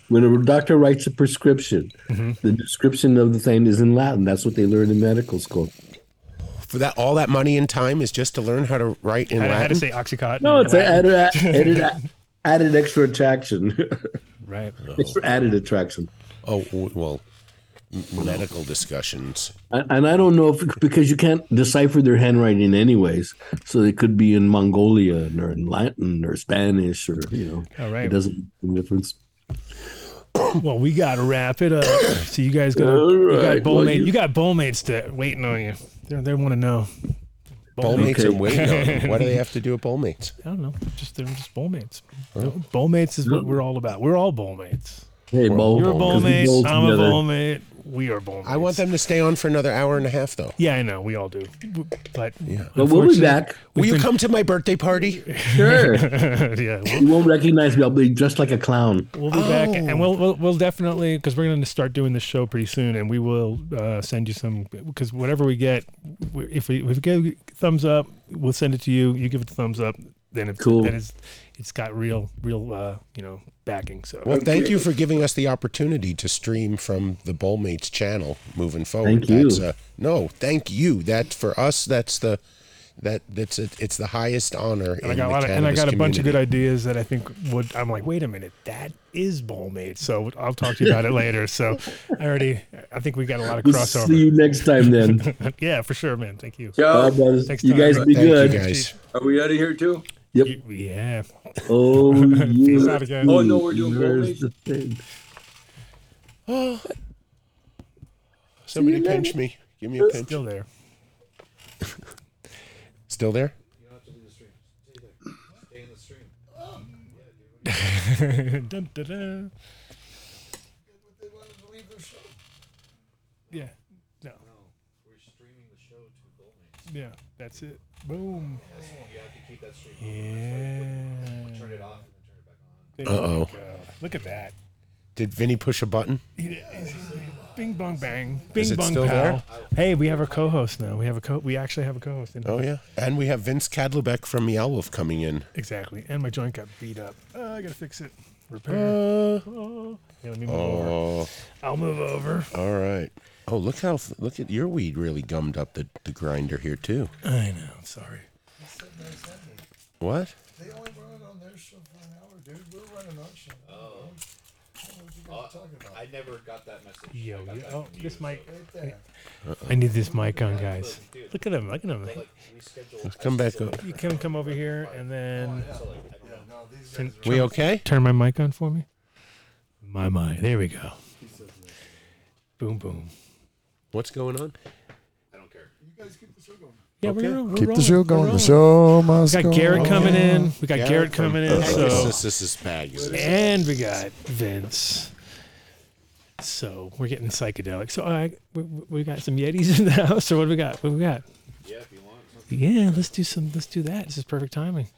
Speaker 2: When a doctor writes a prescription,
Speaker 5: Mm-hmm.
Speaker 2: the description of the thing is in Latin. That's what they learn in medical school.
Speaker 3: For that, all that money and time is just to learn how to write in
Speaker 5: I had to
Speaker 3: Latin.
Speaker 5: say oxycontin.
Speaker 2: No, it's
Speaker 5: Right.
Speaker 2: added,
Speaker 5: *laughs*
Speaker 2: added, added extra attraction.
Speaker 5: right.
Speaker 2: extra added attraction.
Speaker 3: oh w- well, m- medical discussions.
Speaker 2: And and I don't know if because you can't decipher their handwriting anyways, so they could be in Mongolian or in Latin or Spanish or you know,
Speaker 5: All Oh, right.
Speaker 2: it doesn't make any difference.
Speaker 5: Well, we gotta wrap
Speaker 2: *coughs*
Speaker 5: it up. So you guys got
Speaker 2: All
Speaker 5: you got
Speaker 2: right,
Speaker 5: bowl
Speaker 2: well,
Speaker 5: mate-
Speaker 2: you-
Speaker 5: you got bowl mates that waiting on you. They're, they want to know. Bowl mates.
Speaker 3: Bowlmates and waiting on. them. What do they have to do Oh. with bowlmates?
Speaker 5: I don't know. Just they're just bowl mates. No, bowl mates is what we're all about. We're all bowl mates.
Speaker 2: Hey, Bo,
Speaker 5: You're a bowl
Speaker 2: because we
Speaker 5: mate.
Speaker 2: bowl
Speaker 5: I'm a
Speaker 2: together.
Speaker 5: bowl mate. We are bowl mates.
Speaker 3: I want them to stay on for another hour and a half, though.
Speaker 5: Yeah, I know. We all do. But
Speaker 2: But we'll be
Speaker 5: unfortunately-
Speaker 2: back.
Speaker 3: Will you come to my
Speaker 5: *laughs*
Speaker 3: birthday party?
Speaker 2: Sure,
Speaker 5: yeah, we'll-
Speaker 2: you won't recognize me. I'll be dressed like a clown.
Speaker 5: we'll be back,
Speaker 2: Oh.
Speaker 5: and we'll we'll, we'll definitely because we're going to start doing this show pretty soon, and we will uh, send you some because whatever we get, we, if we if we get thumbs up, we'll send it to you. You give it a thumbs up, then if,
Speaker 2: Cool.
Speaker 5: then it's it's got real real uh, you know backing. So
Speaker 3: Well, thank you for giving us the opportunity to stream from the Bowlmates channel moving forward.
Speaker 2: Thank you.
Speaker 3: That's, uh, no, thank you. That for us, that's the That that's it it's the highest honor.
Speaker 5: And I got a lot of, and I got a bunch of good ideas that I think would. I'm like, wait a minute, that is bowl mate. So I'll talk to you
Speaker 3: *laughs*
Speaker 5: about it later. So I already, I think we got a lot of
Speaker 2: We'll see
Speaker 5: crossover.
Speaker 2: you next time then.
Speaker 5: *laughs* yeah, for sure, man. Thank *laughs* you.
Speaker 2: Bye,
Speaker 1: Yeah,
Speaker 2: brothers.
Speaker 5: Next
Speaker 2: you
Speaker 5: time.
Speaker 2: guys be
Speaker 3: Thank you,
Speaker 2: good.
Speaker 3: guys.
Speaker 1: are we out of here too?
Speaker 5: You- Yeah. *laughs*
Speaker 2: Oh,
Speaker 5: Peace
Speaker 2: yeah.
Speaker 5: out again.
Speaker 1: Oh, no, we're doing
Speaker 2: There's
Speaker 1: bowlmates?
Speaker 2: the thing.
Speaker 5: *gasps*
Speaker 3: Somebody pinch me. Give me a pinch.
Speaker 5: Still there.
Speaker 3: Still there?
Speaker 5: Dun, dun, dun. Yeah. No. Yeah, that's it. Boom. Yeah. There you
Speaker 3: Uh-oh.
Speaker 5: go. Look at that.
Speaker 3: Did Vinny push a button?
Speaker 5: Bing bong bang. Bing
Speaker 3: it
Speaker 5: bong
Speaker 3: still
Speaker 5: pow. Hey, we have our co-host now. We have a co. We actually have a co-host. In
Speaker 3: Oh yeah. And we have Vince Cadlebeck from Meowulf coming in.
Speaker 5: Exactly. And my joint got beat up. Uh, I gotta fix it. Repair. oh. Yeah, let me move over.
Speaker 3: Uh. Oh,
Speaker 5: I'll move over.
Speaker 3: all right. Oh, look how look at your weed really gummed up the, the grinder here too.
Speaker 5: I know. I'm sorry.
Speaker 3: What?
Speaker 4: They only run it on their show for an hour, dude. We're running our show. Oh. What you guys talking about?
Speaker 7: I never got that message.
Speaker 5: Yo, yo. Oh, this mic.
Speaker 4: Right there.
Speaker 5: I need this mic on, guys. Look at him. Look at him.
Speaker 3: Let's come back up.
Speaker 5: You can come over here and then
Speaker 2: Oh,
Speaker 4: No, these
Speaker 5: turn,
Speaker 3: We okay?
Speaker 5: turn my mic on for me. My mic. There we go. Boom, boom.
Speaker 3: What's going on?
Speaker 5: Yeah,
Speaker 3: Okay.
Speaker 5: we're, we're
Speaker 4: Keep
Speaker 5: rolling.
Speaker 4: the show
Speaker 5: We're
Speaker 4: going. The
Speaker 5: rolling.
Speaker 4: show must
Speaker 5: We got
Speaker 4: go
Speaker 5: Garrett
Speaker 4: on.
Speaker 5: coming in. We got Garrett
Speaker 3: from
Speaker 5: coming in. So
Speaker 3: Pegasus Pegasus.
Speaker 5: and we got Vince. So we're getting psychedelic. So I we, we got some Yetis in the house. So what do we got? What do we got? Yeah, if you want. Yeah, let's do some. Let's do that. This is perfect timing.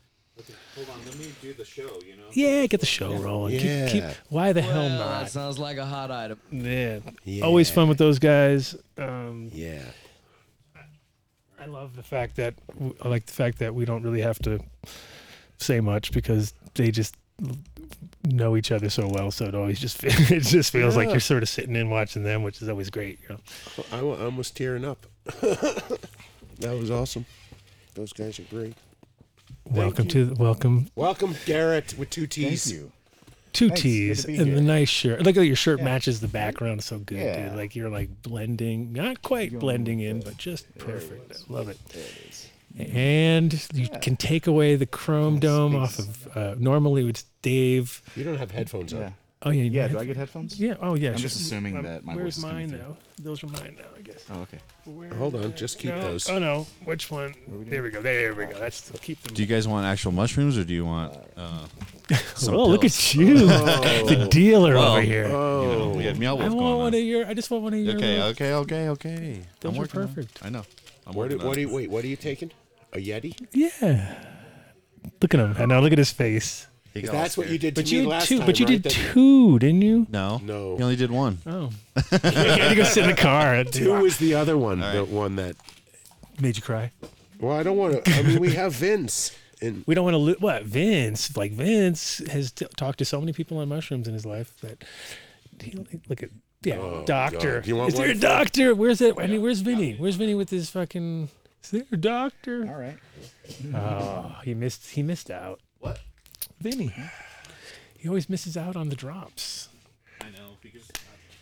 Speaker 5: Yeah, get the show rolling.
Speaker 3: Yeah.
Speaker 5: Keep, keep, why the hell
Speaker 8: Well, that
Speaker 5: not?
Speaker 8: sounds like a hot item.
Speaker 5: Yeah.
Speaker 3: Yeah.
Speaker 5: Always fun with those guys. Um,
Speaker 3: Yeah.
Speaker 5: I love the fact that I like the fact that we don't really have to say much because they just know each other so well. So it always just *laughs* it just feels like
Speaker 3: Yeah.
Speaker 5: you're sort of sitting in watching them, which is always great. You know?
Speaker 3: I, wa- I almost tearing up. *laughs* that was awesome. Those guys are great.
Speaker 5: Welcome to welcome
Speaker 3: Welcome, Garrett, with two T's.
Speaker 10: Thank you.
Speaker 5: two
Speaker 10: Thanks, good
Speaker 5: tees
Speaker 10: to be
Speaker 5: and
Speaker 10: here.
Speaker 5: the nice shirt. Look at your shirt matches the background so good,
Speaker 10: Yeah.
Speaker 5: dude. Like you're like blending, not quite blending in, but just perfect. I love it. And you can take away the chrome dome off of. Uh, normally it's Dave.
Speaker 3: You don't have headphones on.
Speaker 10: Yeah.
Speaker 5: Oh yeah, you
Speaker 10: Yeah.
Speaker 5: have-
Speaker 10: Do I get headphones?
Speaker 5: Yeah. Oh yeah.
Speaker 10: I'm
Speaker 5: sure.
Speaker 10: just assuming
Speaker 5: Um,
Speaker 10: that my voice
Speaker 5: Where's
Speaker 10: is coming
Speaker 5: mine
Speaker 10: through.
Speaker 5: now? Those are mine now, I guess.
Speaker 10: Oh, okay.
Speaker 3: Hold on, just keep
Speaker 5: No,
Speaker 3: those.
Speaker 5: Oh no, which one? There we go. There we go. That's the, keep them.
Speaker 9: Do you guys want actual mushrooms or do you want? Uh,
Speaker 5: *laughs*
Speaker 9: some
Speaker 5: Well, look
Speaker 9: pills?
Speaker 5: at you, *laughs* the dealer over here. Oh.
Speaker 9: You know, we have meow
Speaker 5: I
Speaker 9: wolf
Speaker 5: want one
Speaker 9: Oh, going
Speaker 5: of
Speaker 9: on.
Speaker 5: your. I just want one of your.
Speaker 9: Okay,
Speaker 5: little-
Speaker 9: okay, okay, okay.
Speaker 5: Those
Speaker 9: I'm
Speaker 5: are
Speaker 9: working on it.
Speaker 5: perfect.
Speaker 9: I know. I'm
Speaker 3: What, do,
Speaker 9: working on
Speaker 3: what do
Speaker 9: it.
Speaker 3: you wait? What are you taking? A Yeti?
Speaker 5: Yeah. Look at him. I know. Look at his face.
Speaker 9: He got all
Speaker 3: That's what you
Speaker 9: scared.
Speaker 3: did
Speaker 5: But
Speaker 3: to me
Speaker 5: you did
Speaker 3: last
Speaker 5: two.
Speaker 3: time.
Speaker 5: but you
Speaker 3: right?
Speaker 5: did
Speaker 3: That-
Speaker 5: two, didn't you? *laughs*
Speaker 9: No,
Speaker 3: No.
Speaker 9: He only did one.
Speaker 5: Oh. I had to go sit in the
Speaker 10: *laughs*
Speaker 5: car.
Speaker 3: Two was the other one.
Speaker 9: All
Speaker 3: The
Speaker 9: right.
Speaker 3: one that.
Speaker 5: Made you cry.
Speaker 3: Well, I don't want to. I mean, we have Vince, and
Speaker 5: *laughs* We don't want to lose what Vince. Like Vince has t- talked to so many people on mushrooms in his life that he, look at yeah, doctor.
Speaker 3: Oh, God. You want
Speaker 5: Is there a
Speaker 3: one?
Speaker 5: doctor? Where's it? I mean, where's Vinny? Where's Vinny with his fucking? Is there a doctor?
Speaker 10: All right.
Speaker 5: Oh, he missed. He missed out. What? Vinny. He always misses out on the drops.
Speaker 9: I know because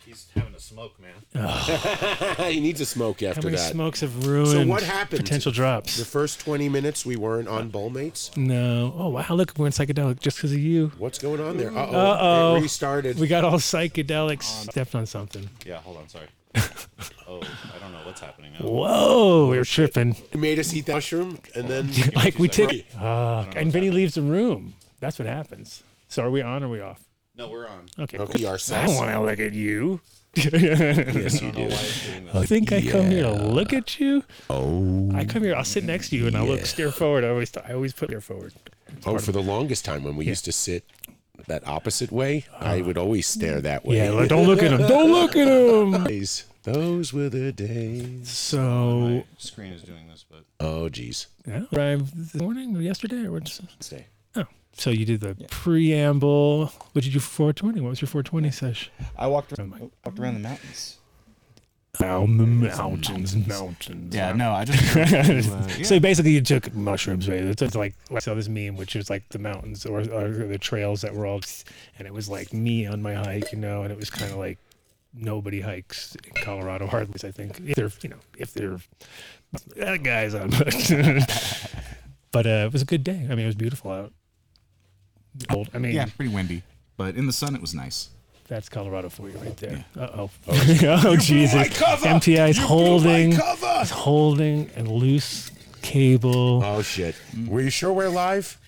Speaker 9: he's having a smoke, man.
Speaker 3: *laughs* he needs a smoke
Speaker 5: How
Speaker 3: after
Speaker 5: many
Speaker 3: that.
Speaker 5: smokes have ruined?
Speaker 3: what happened?
Speaker 5: Potential drops.
Speaker 3: The first 20 minutes we weren't on Bowlmates.
Speaker 5: No. Oh wow! Look, we're in psychedelic just because of you.
Speaker 3: What's going on there? Uh oh.
Speaker 5: Uh-oh.
Speaker 3: It restarted.
Speaker 5: We got all psychedelics. Stepped on something.
Speaker 9: Yeah, hold
Speaker 5: *laughs*
Speaker 9: on, sorry. oh, I don't know what's happening now.
Speaker 5: Whoa! We were tripping.
Speaker 3: It made us eat that mushroom, and then
Speaker 5: *laughs* like we take. Uh, and Vinny leaves the room. That's what happens. So are we on or are we off?
Speaker 9: No, we're on.
Speaker 5: Okay.
Speaker 3: okay, our
Speaker 5: I
Speaker 3: sauce.
Speaker 5: don't *laughs* want to look at you. yes, you do. I think I come here to look at you. Oh. I come here. I'll sit next to you and I'll look stare forward. I always, I always put stare forward.
Speaker 3: Oh, for the longest time when we used to sit that opposite way, I would always stare that way.
Speaker 5: Yeah. Don't look at him. *laughs* Don't look at *laughs* him.
Speaker 3: Days. *laughs* Those were the days.
Speaker 5: So
Speaker 9: Screen is doing this, but
Speaker 3: Oh, geez.
Speaker 5: yeah, arrived this morning or yesterday or what's?
Speaker 10: Stay.
Speaker 5: Oh, so you did the preamble. What did you do for 420? What was your 420 sesh?
Speaker 10: I walked around, walked around the mountains.
Speaker 5: Down the mountains, mountains.
Speaker 10: Yeah, no, I
Speaker 5: *laughs*
Speaker 10: just. uh, yeah.
Speaker 5: So basically, you took mushrooms. Right? It's it's like I saw this meme, which was like the mountains or, or the trails that were all, and it was like me on my hike, you know, and it was kind of like nobody hikes in Colorado hardly. I think if they're you know if they're that guy's on, *laughs* but uh, it was a good day. I mean, it was beautiful out. Cold. I mean,
Speaker 10: yeah, pretty windy, but in the sun it was nice.
Speaker 5: that's Colorado for you right there. Uh oh. *laughs* oh Jesus. MTI is holding. It's holding and loose cable.
Speaker 3: Oh shit. Were you sure we're live?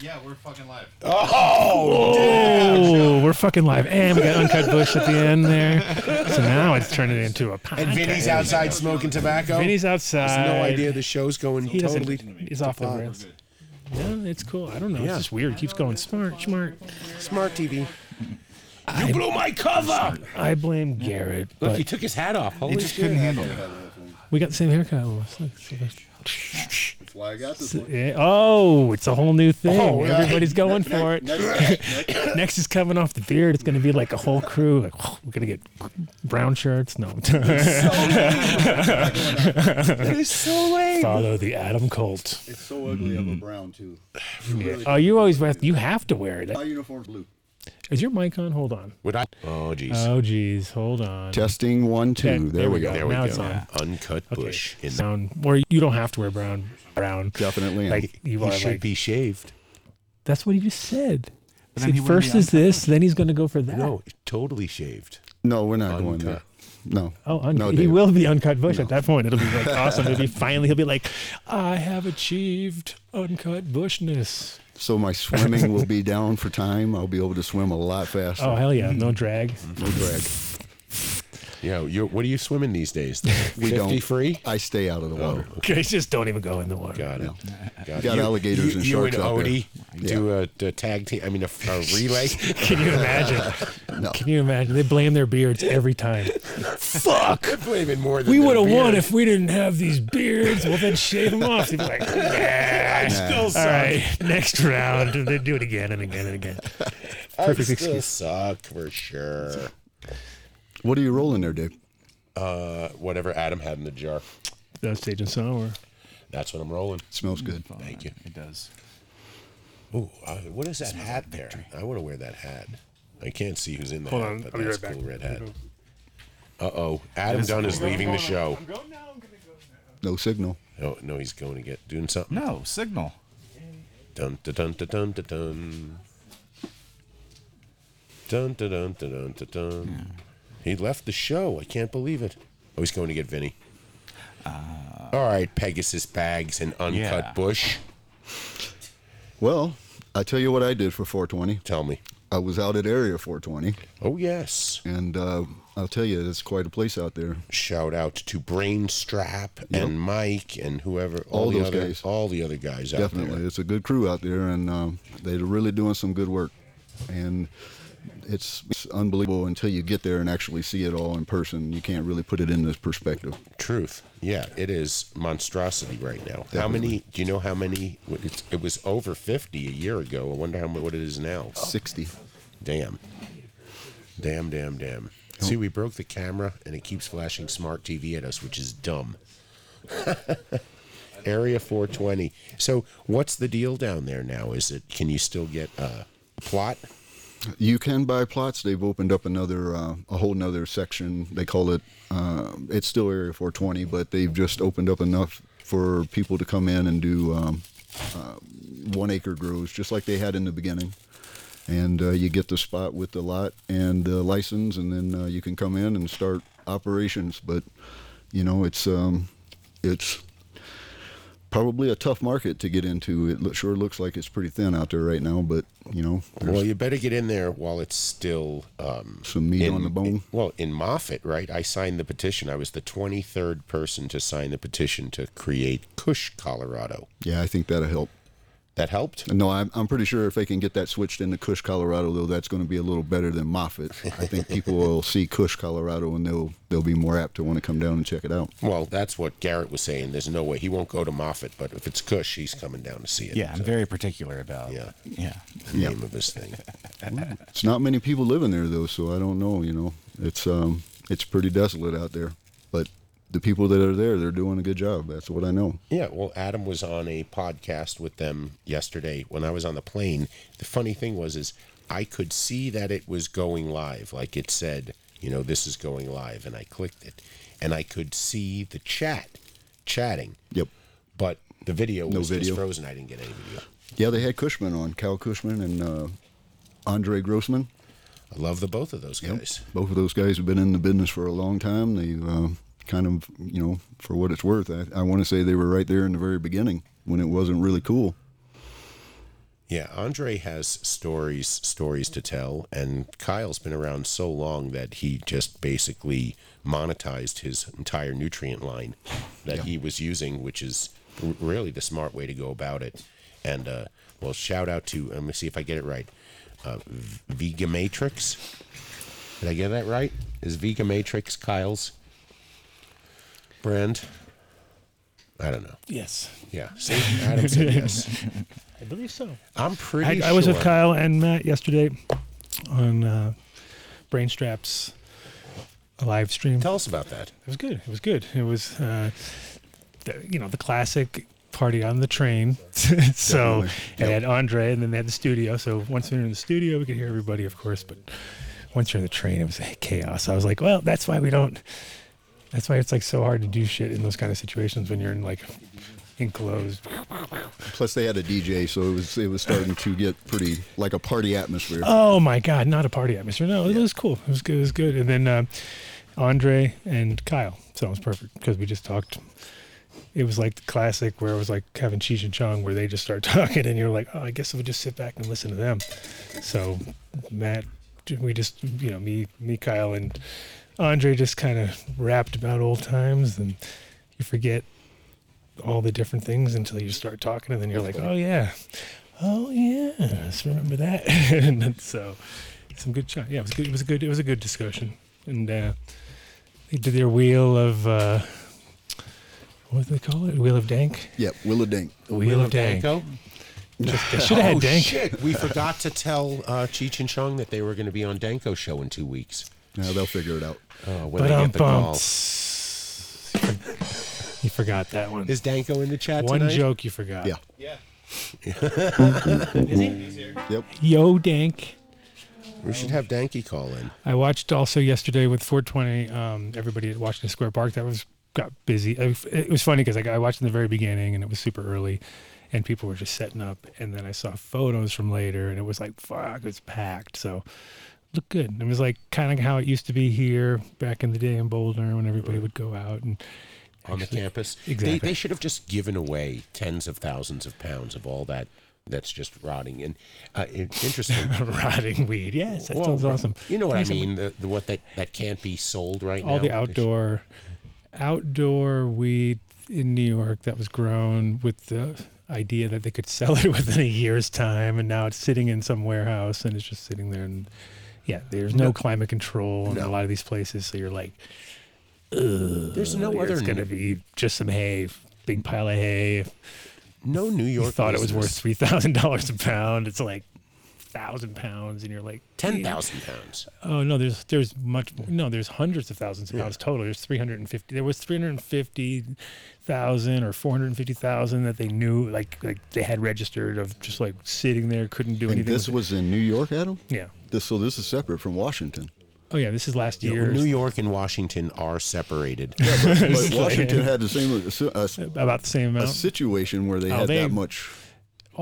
Speaker 9: Yeah, we're fucking live.
Speaker 3: Oh,
Speaker 5: Oh, we're fucking live, and we got uncut bush at the end there. So now it's turning into a podcast.
Speaker 3: and Vinny's outside smoking tobacco.
Speaker 5: Vinny's
Speaker 3: He
Speaker 5: outside.
Speaker 3: has no idea the show's going
Speaker 5: He doesn't.
Speaker 3: totally.
Speaker 5: he's off the rails. No, it's cool. I don't know. It's just weird. It keeps going smart, smart.
Speaker 3: Smart TV. You blew my cover.
Speaker 5: I blame Garrett.
Speaker 3: Look,
Speaker 5: But
Speaker 3: he took his hat off. Holy
Speaker 10: It just
Speaker 3: shit.
Speaker 10: couldn't handle it.
Speaker 5: we got the same haircut. Almost. Look, so that's-
Speaker 7: That's why I got this
Speaker 5: *laughs* so-
Speaker 7: one.
Speaker 5: yeah. Oh, it's a whole new thing.
Speaker 3: Oh, yeah.
Speaker 5: Everybody's going for it. *laughs*
Speaker 7: Next, next,
Speaker 5: Next is coming off the beard. It's going to be like a whole crew. Like, we're going to get brown shirts. *laughs* No.
Speaker 3: It's so lame.
Speaker 5: Follow the Adam cult.
Speaker 7: it's so ugly
Speaker 3: Mm.
Speaker 7: of a brown too. You really-
Speaker 5: Oh, you always wear, you have to wear
Speaker 7: My
Speaker 5: it.
Speaker 7: uniform's blue.
Speaker 5: Is your mic on? Hold on.
Speaker 3: Would I? Oh, jeez.
Speaker 5: Oh, geez. Hold on.
Speaker 7: Testing one, two.
Speaker 5: Yeah,
Speaker 7: there, we go.
Speaker 3: there we
Speaker 5: now
Speaker 3: go.
Speaker 5: it's on.
Speaker 3: Uncut bush in the
Speaker 5: Brown. Or you don't have to wear brown. Brown.
Speaker 7: Definitely.
Speaker 5: Like you
Speaker 3: He
Speaker 5: are
Speaker 3: should
Speaker 5: like.
Speaker 3: be shaved.
Speaker 5: That's what he just said. He
Speaker 10: But then
Speaker 5: said,
Speaker 10: he wouldn't
Speaker 5: first
Speaker 10: be
Speaker 5: is this, then he's going to go for that.
Speaker 3: No, totally shaved.
Speaker 7: no, we're not going there.
Speaker 3: Uncut.
Speaker 7: No.
Speaker 5: Oh, un-
Speaker 7: no,
Speaker 5: he
Speaker 7: Dave.
Speaker 5: will be uncut bush at that point. It'll be
Speaker 7: *laughs*
Speaker 5: like awesome. It'll be finally. He'll be like, I have achieved uncut
Speaker 3: *laughs*
Speaker 5: bushness.
Speaker 7: So my swimming will be down for time. I'll be able to swim a lot faster.
Speaker 5: Oh hell yeah, no drag.
Speaker 7: No drag.
Speaker 3: Yeah, you're, what are you swimming these days? we 50
Speaker 7: don't.
Speaker 3: free? Oh.
Speaker 7: I stay out of the water.
Speaker 5: Okay, just don't even go in the water.
Speaker 3: Got it. Got it.
Speaker 7: Got alligators
Speaker 3: you,
Speaker 7: and
Speaker 3: you
Speaker 7: sharks
Speaker 3: and
Speaker 7: out there.
Speaker 3: Odie do a, a tag team. I mean, a, a relay. *laughs*
Speaker 5: Can you
Speaker 7: *laughs*
Speaker 5: imagine? Can you imagine? They blame their beards every time. Fuck.
Speaker 3: I blame it more than
Speaker 5: We
Speaker 3: their
Speaker 5: would have won
Speaker 3: beard.
Speaker 5: if we didn't have these beards. Well, then shave them off. They'd be
Speaker 3: *laughs*
Speaker 5: like, yeah.
Speaker 3: Still
Speaker 5: All
Speaker 3: suck.
Speaker 5: right, *laughs* next round. They do it again and again and again.
Speaker 3: I
Speaker 5: perfect
Speaker 3: still
Speaker 5: excuse.
Speaker 3: Suck for sure.
Speaker 7: What are you rolling there, Dave?
Speaker 3: Uh, whatever Adam had in the jar,
Speaker 5: That's stage and sour.
Speaker 3: that's what I'm rolling.
Speaker 7: Smells good.
Speaker 5: Mm,
Speaker 3: Thank you.
Speaker 10: It does.
Speaker 3: Ooh, uh, what is that hat there? I want to wear that hat. I can't see who's in the
Speaker 5: Hold
Speaker 3: hat,
Speaker 5: on,
Speaker 3: but
Speaker 5: I'll be
Speaker 3: that's
Speaker 5: right back.
Speaker 3: cool red hat. Uh oh, Adam Dunn is leaving the show.
Speaker 7: No signal.
Speaker 3: Oh no, he's going to get doing something.
Speaker 10: No signal.
Speaker 3: Dun dun dun dun dun dun dun. Dun dun dun dun dun dun. dun. He left the show. I can't believe it. Oh, he's going to get Vinny.
Speaker 5: Uh,
Speaker 3: All right, Pegasus bags and uncut
Speaker 10: Yeah.
Speaker 3: bush.
Speaker 7: Well, I tell you what I did for 420.
Speaker 3: Tell me.
Speaker 7: I was out at Area 420,
Speaker 3: Oh yes.
Speaker 7: and uh, I'll tell you, it's quite a place out there.
Speaker 3: Shout out to Brainstrap and Mike and whoever.
Speaker 7: All
Speaker 3: the
Speaker 7: those
Speaker 3: other,
Speaker 7: guys.
Speaker 3: All the other guys out
Speaker 7: Definitely,
Speaker 3: there.
Speaker 7: it's a good crew out there, and um, they're really doing some good work. And it's, it's unbelievable until you get there and actually see it all in person. You can't really put it into perspective.
Speaker 3: Truth. Yeah, it is monstrosity right now. How many? Do you know how many? It's, it was over fifty a year ago. I wonder how mu- what it is now.
Speaker 7: 60.
Speaker 3: Damn. Damn, damn, damn.
Speaker 7: Oh.
Speaker 3: See, we broke the camera and it keeps flashing smart TV at us, which is dumb. *laughs* Area 420. So, what's the deal down there now? Is it can you still get a Uh, plot?
Speaker 7: You can buy plots. They've opened up another, uh, a whole nother section. They call it, uh, it's still Area 420, but they've just opened up enough for people to come in and do um, uh, one acre grows, just like they had in the beginning. And uh, you get the spot with the lot and the license, and then uh, you can come in and start operations. But, you know, it's, um, it's, Probably a tough market to get into. It lo- sure looks like it's pretty thin out there right now, but you know,
Speaker 3: Well, you better get in there while it's still um,
Speaker 7: Some meat
Speaker 3: in-
Speaker 7: on the bone.
Speaker 3: well, in Moffat, right? I signed the petition. I was the 23rd person to sign the petition to create Cush, Colorado.
Speaker 7: Yeah, I think that'll help.
Speaker 3: That helped.
Speaker 7: No, I'm, I'm pretty sure if they can get that switched into Cush, Colorado, though, that's going to be a little better than Moffat. I think people will see Cush, Colorado, and they'll they'll be more apt to want to come down and check it out.
Speaker 3: Well, that's what Garrett was saying. There's no way he won't go to Moffat, but if it's Cush, he's coming down to see it.
Speaker 10: Yeah, I'm
Speaker 3: So,
Speaker 10: very particular about.
Speaker 3: Yeah.
Speaker 10: Yeah.
Speaker 3: the name of his
Speaker 10: *laughs*
Speaker 3: thing.
Speaker 7: It's not many people living there though, so I don't know. You know, it's um it's pretty desolate out there, but the people that are there, they're doing a good job. That's what I know.
Speaker 3: Yeah, well, Adam was on a podcast with them yesterday when I was on the plane. The funny thing was, is I could see that it was going live, like it said, you know, this is going live, and I clicked it, and I could see the chat, chatting.
Speaker 7: Yep.
Speaker 3: But the video
Speaker 7: No
Speaker 3: was
Speaker 7: video.
Speaker 3: just frozen. I didn't get any video.
Speaker 7: Yeah, they had Cushman on, Cal Cushman and uh, Andre Grossman.
Speaker 3: I love the both of those guys.
Speaker 7: Both of those guys have been in the business for a long time. They've uh, kind of, you know, for what it's worth, I, I want to say they were right there in the very beginning when it wasn't really cool.
Speaker 3: Yeah, Andre has stories stories to tell, and Kyle's been around so long that he just basically monetized his entire nutrient line that he was using, which is r- really the smart way to go about it. And uh, well, shout out to let me see if I get it right, uh, V- Vegamatrix. Did I get that right? Is Vegamatrix Kyle's brand? I don't know.
Speaker 5: Yes.
Speaker 3: Yeah, see, Adam
Speaker 5: *laughs*
Speaker 3: said *laughs* yes.
Speaker 5: I believe so.
Speaker 3: I'm pretty.
Speaker 5: I, I was with
Speaker 3: sure-
Speaker 5: Kyle and Matt yesterday on uh, Brainstraps live stream.
Speaker 3: Tell us about that.
Speaker 5: It was good. It was good. It was, uh, the, you know, the classic party on the train. *laughs* so
Speaker 7: Definitely.
Speaker 5: it had Andre, and then they had the studio. So once we were in the studio, we could hear everybody, of course. But once you're in the train, it was chaos. I was like, well, that's why we don't. That's why it's like so hard to do shit in those kind of situations when you're in like enclosed.
Speaker 7: Plus, they had a DJ, so it was it was starting to get pretty like a party atmosphere.
Speaker 5: Oh my God, not a party atmosphere. No, it was cool. It was good. It was good. And then uh, Andre and Kyle. So it was perfect because we just talked. It was like the classic where it was like having Cheech and Chong where they just start *laughs* talking and you're like, oh, I guess we'll just sit back and listen to them. So Matt, we just, you know, me, me, Kyle, and Andre just kind of rapped about old times and you forget all the different things until you start talking and then you're like, oh, yeah. Oh yes, remember that. *laughs* and then so, some good chat. Yeah, it was good. It was a good. It was a good discussion. And uh, they did their wheel of uh, what do they call it? Wheel of Dank.
Speaker 7: Yep, Willa Dink.
Speaker 5: Wheel, of, Dank.
Speaker 3: Danko?
Speaker 5: Just- they should have had
Speaker 3: oh,
Speaker 5: Dank.
Speaker 3: shit. We forgot to tell uh, Cheech and Chong that they were going to be on Danko show in two weeks.
Speaker 7: Now they'll figure it out.
Speaker 3: Uh, when
Speaker 5: But
Speaker 3: they
Speaker 5: um,
Speaker 3: get the call.
Speaker 5: you forgot that one.
Speaker 3: Is Danko in the chat
Speaker 5: one
Speaker 3: tonight?
Speaker 5: joke you forgot.
Speaker 7: Yeah.
Speaker 3: *laughs*
Speaker 7: Yep.
Speaker 5: Yo Dank.
Speaker 3: We should have Danky call in.
Speaker 5: I watched also yesterday with 420. Um, everybody at Washington Square Park that was got busy. I- It was funny because like, I watched in the very beginning and it was super early, and people were just setting up. And then I saw photos from later, and it was like fuck, it's packed. So looked good. It was like kind of how it used to be here back in the day in Boulder when everybody would go out and
Speaker 3: on the
Speaker 5: Actually,
Speaker 3: campus.
Speaker 5: exactly.
Speaker 3: They, they should have just given away tens of thousands of pounds of all that that's just rotting. And uh, it's interesting.
Speaker 5: *laughs* rotting weed. Yes, that
Speaker 3: Well,
Speaker 5: sounds awesome.
Speaker 3: You know what I
Speaker 5: Nice.
Speaker 3: mean? The, the what that, that can't be sold right now.
Speaker 5: all the
Speaker 3: They should-
Speaker 5: outdoor outdoor weed in New York that was grown with the idea that they could sell it *laughs* within a year's time and now it's sitting in some warehouse and it's just sitting there and yeah there's no, climate control in a lot of these places so you're like
Speaker 3: There's no
Speaker 5: "Oh,
Speaker 3: other.
Speaker 5: it's going to be just some hay big pile of hay if
Speaker 3: no New
Speaker 5: you
Speaker 3: York.
Speaker 5: thought it was worth
Speaker 3: business.
Speaker 5: $3000 a pound it's like 1000 pounds and you're like
Speaker 3: ten
Speaker 5: "Yeah."
Speaker 3: thousand pounds.
Speaker 5: Oh no, there's there's much more. no, there's hundreds of thousands of pounds total. There's 350. There was 350,000 or 450,000 that they knew like like they had registered of just like sitting there couldn't do
Speaker 7: And
Speaker 5: anything.
Speaker 7: this
Speaker 5: with
Speaker 7: was in New York, Adam.
Speaker 5: it. yeah.
Speaker 7: This so this is separate from Washington.
Speaker 5: Oh yeah, this is last
Speaker 3: You know,
Speaker 5: year.
Speaker 3: New York and Washington are separated. *laughs*
Speaker 7: But
Speaker 5: It's like-
Speaker 7: Washington had the same uh, a,
Speaker 5: about the same
Speaker 7: a
Speaker 5: amount.
Speaker 7: situation where they
Speaker 5: Oh,
Speaker 7: had
Speaker 5: they-
Speaker 7: that much.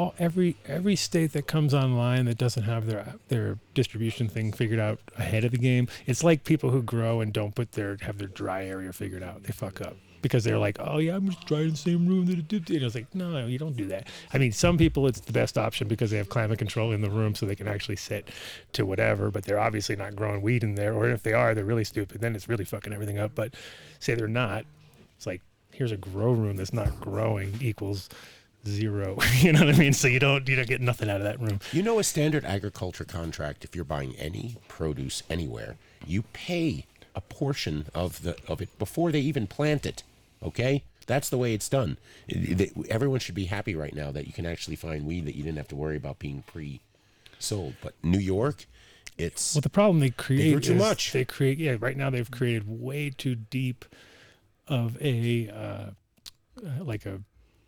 Speaker 5: all every every state that comes online that doesn't have their their distribution thing figured out ahead of the game. It's like people who grow and don't put their have their dry area figured out. They fuck up because they're like, oh yeah, I'm just drying in the same room that it did. And it's like, no, you don't do that. I mean, some people it's the best option because they have climate control in the room so they can actually sit to whatever. But they're obviously not growing weed in there, or if they are, they're really stupid. Then it's really fucking everything up. But say they're not, it's like here's a grow room that's not growing equals zero. *laughs* you know what I mean? So you don't you don't get nothing out of that room.
Speaker 3: You know, a standard agriculture contract, if you're buying any produce anywhere, you pay a portion of the of it before they even plant it. Okay, that's the way it's done. It- it- Everyone should be happy right now that you can actually find weed that you didn't have to worry about being pre-sold. But New York, it's
Speaker 5: Well, the problem they *laughs* create
Speaker 3: too
Speaker 5: is
Speaker 3: much.
Speaker 5: They create yeah. Right now they've created way too deep of a uh, uh, like a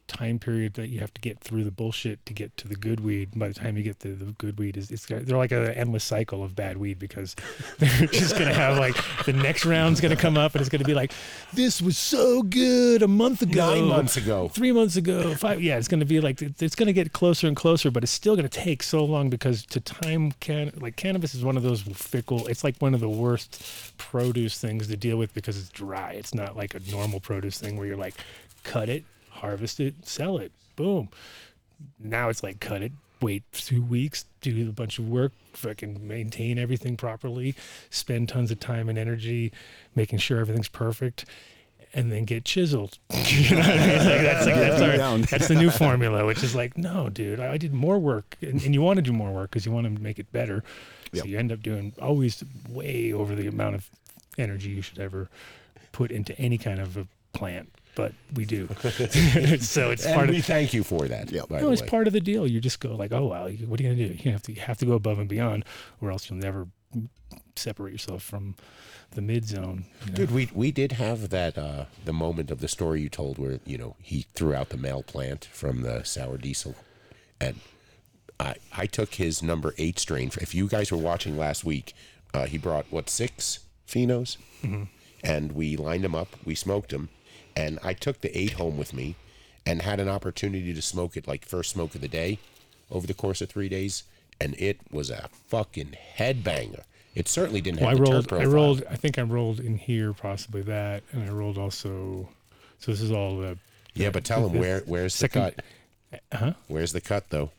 Speaker 5: time period that you have to get through the bullshit to get to the good weed. By the time you get to the good weed, is it's got- they're like an endless cycle of bad weed because *laughs* they're just gonna have like the next round's gonna come up and it's gonna be like this was so good a month ago,
Speaker 3: Nine months ago.
Speaker 5: three months ago, five. Yeah, it's gonna be like it- it's gonna get closer and closer, but it's still gonna take so long because to time can like cannabis is one of those fickle. It's like one of the worst produce things to deal with because it's dry. It's not like a normal produce thing where you're like cut it, harvest it, sell it, boom. Now it's like cut it, wait two weeks, do a bunch of work, fucking maintain everything properly, spend tons of time and energy making sure everything's perfect, and then get chiseled. *laughs* you know what I mean? Like, that's, like,
Speaker 7: Yeah,
Speaker 5: that's,
Speaker 7: beat
Speaker 5: our-
Speaker 7: down.
Speaker 5: that's the new formula, which is like, no, dude, I, I did more work, and, and you want to do more work because you want to make it better. So you end up doing always way over the amount of energy you should ever put into any kind of a plant. But we do, *laughs* so it's
Speaker 3: and
Speaker 5: part
Speaker 3: we
Speaker 5: of
Speaker 3: thank you for that.
Speaker 7: Yep.
Speaker 3: by
Speaker 5: no,
Speaker 3: the
Speaker 5: it's
Speaker 3: way.
Speaker 5: part of the deal. You just go like, oh wow, you- what are you gonna do? You have to you have to go above and beyond, or else you'll never separate yourself from the mid zone. you know?
Speaker 3: Dude, we we did have that uh, the moment of the story you told where you know he threw out the male plant from the sour diesel, and I I took his number eight strain. If you guys were watching last week, uh, he brought what six phenos, and we lined them up. We smoked them, and I took the eight home with me, and had an opportunity to smoke it like first smoke of the day, over the course of three days, and it was a fucking headbanger. It certainly didn't
Speaker 5: Well, I
Speaker 3: have the
Speaker 5: rolled.
Speaker 3: turn
Speaker 5: I
Speaker 3: profile.
Speaker 5: rolled. I think I rolled in here possibly that, and I rolled also. So this is all the.
Speaker 3: Yeah, but tell
Speaker 5: *laughs*
Speaker 3: him where where's the
Speaker 5: Second-
Speaker 3: cut? Where's the cut though?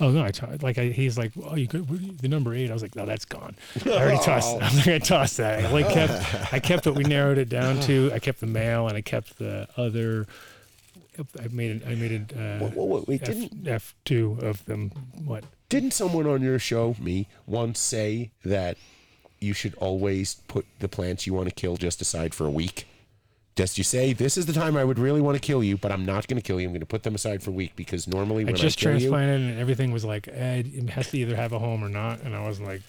Speaker 5: Oh no! I tried. Like I, he's like, oh, you could what do you- the number eight. I was like, no, that's gone. I
Speaker 3: *laughs*
Speaker 5: already tossed. That. I was like, I tossed that. I like kept. I kept what we narrowed it down to. I kept the male, and I kept the other. I made it. I made it. Uh,
Speaker 3: Whoa, whoa, whoa, wait, didn't-
Speaker 5: F two of them. What?
Speaker 3: Didn't someone on your show, me, once say that you should always put the plants you want to kill just aside for a week? Just you say this is the time I would really want to kill you, but I'm not going to kill you. I'm going to put them aside for a week because normally
Speaker 5: I
Speaker 3: when I,
Speaker 5: just
Speaker 3: kill you,
Speaker 5: transplanted, and everything was like, eh, it has to either have a home or not. And I wasn't like,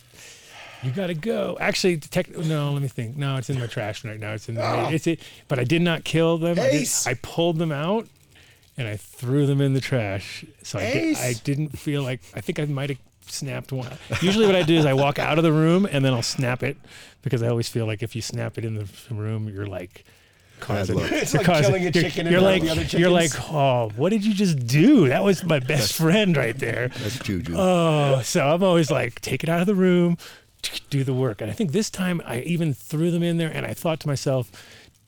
Speaker 5: you gotta go. Actually, tech, no, let me think. No, it's in my trash right now. It's in the. It's it. But I did not kill them. I, did-
Speaker 3: Ah. Ace.
Speaker 5: I pulled them out, and I threw them in the trash. So I, did,
Speaker 3: Ace.
Speaker 5: I didn't feel like. I think I might have snapped one. Usually, what I do is I walk out of the room and then I'll snap it because I always feel like if you snap it in the room, you're like. Causing,
Speaker 7: luck.
Speaker 3: It's
Speaker 5: you're
Speaker 3: like killing a
Speaker 5: you're-
Speaker 3: chicken in
Speaker 5: You're
Speaker 3: front
Speaker 5: like
Speaker 3: of the other
Speaker 5: you're like
Speaker 3: chickens.
Speaker 5: oh, what did you just do? That was my best friend right there.
Speaker 7: That's juju.
Speaker 5: Oh, so I'm always like, take it out of the room, do the work. And I think this time I even threw them in there and I thought to myself,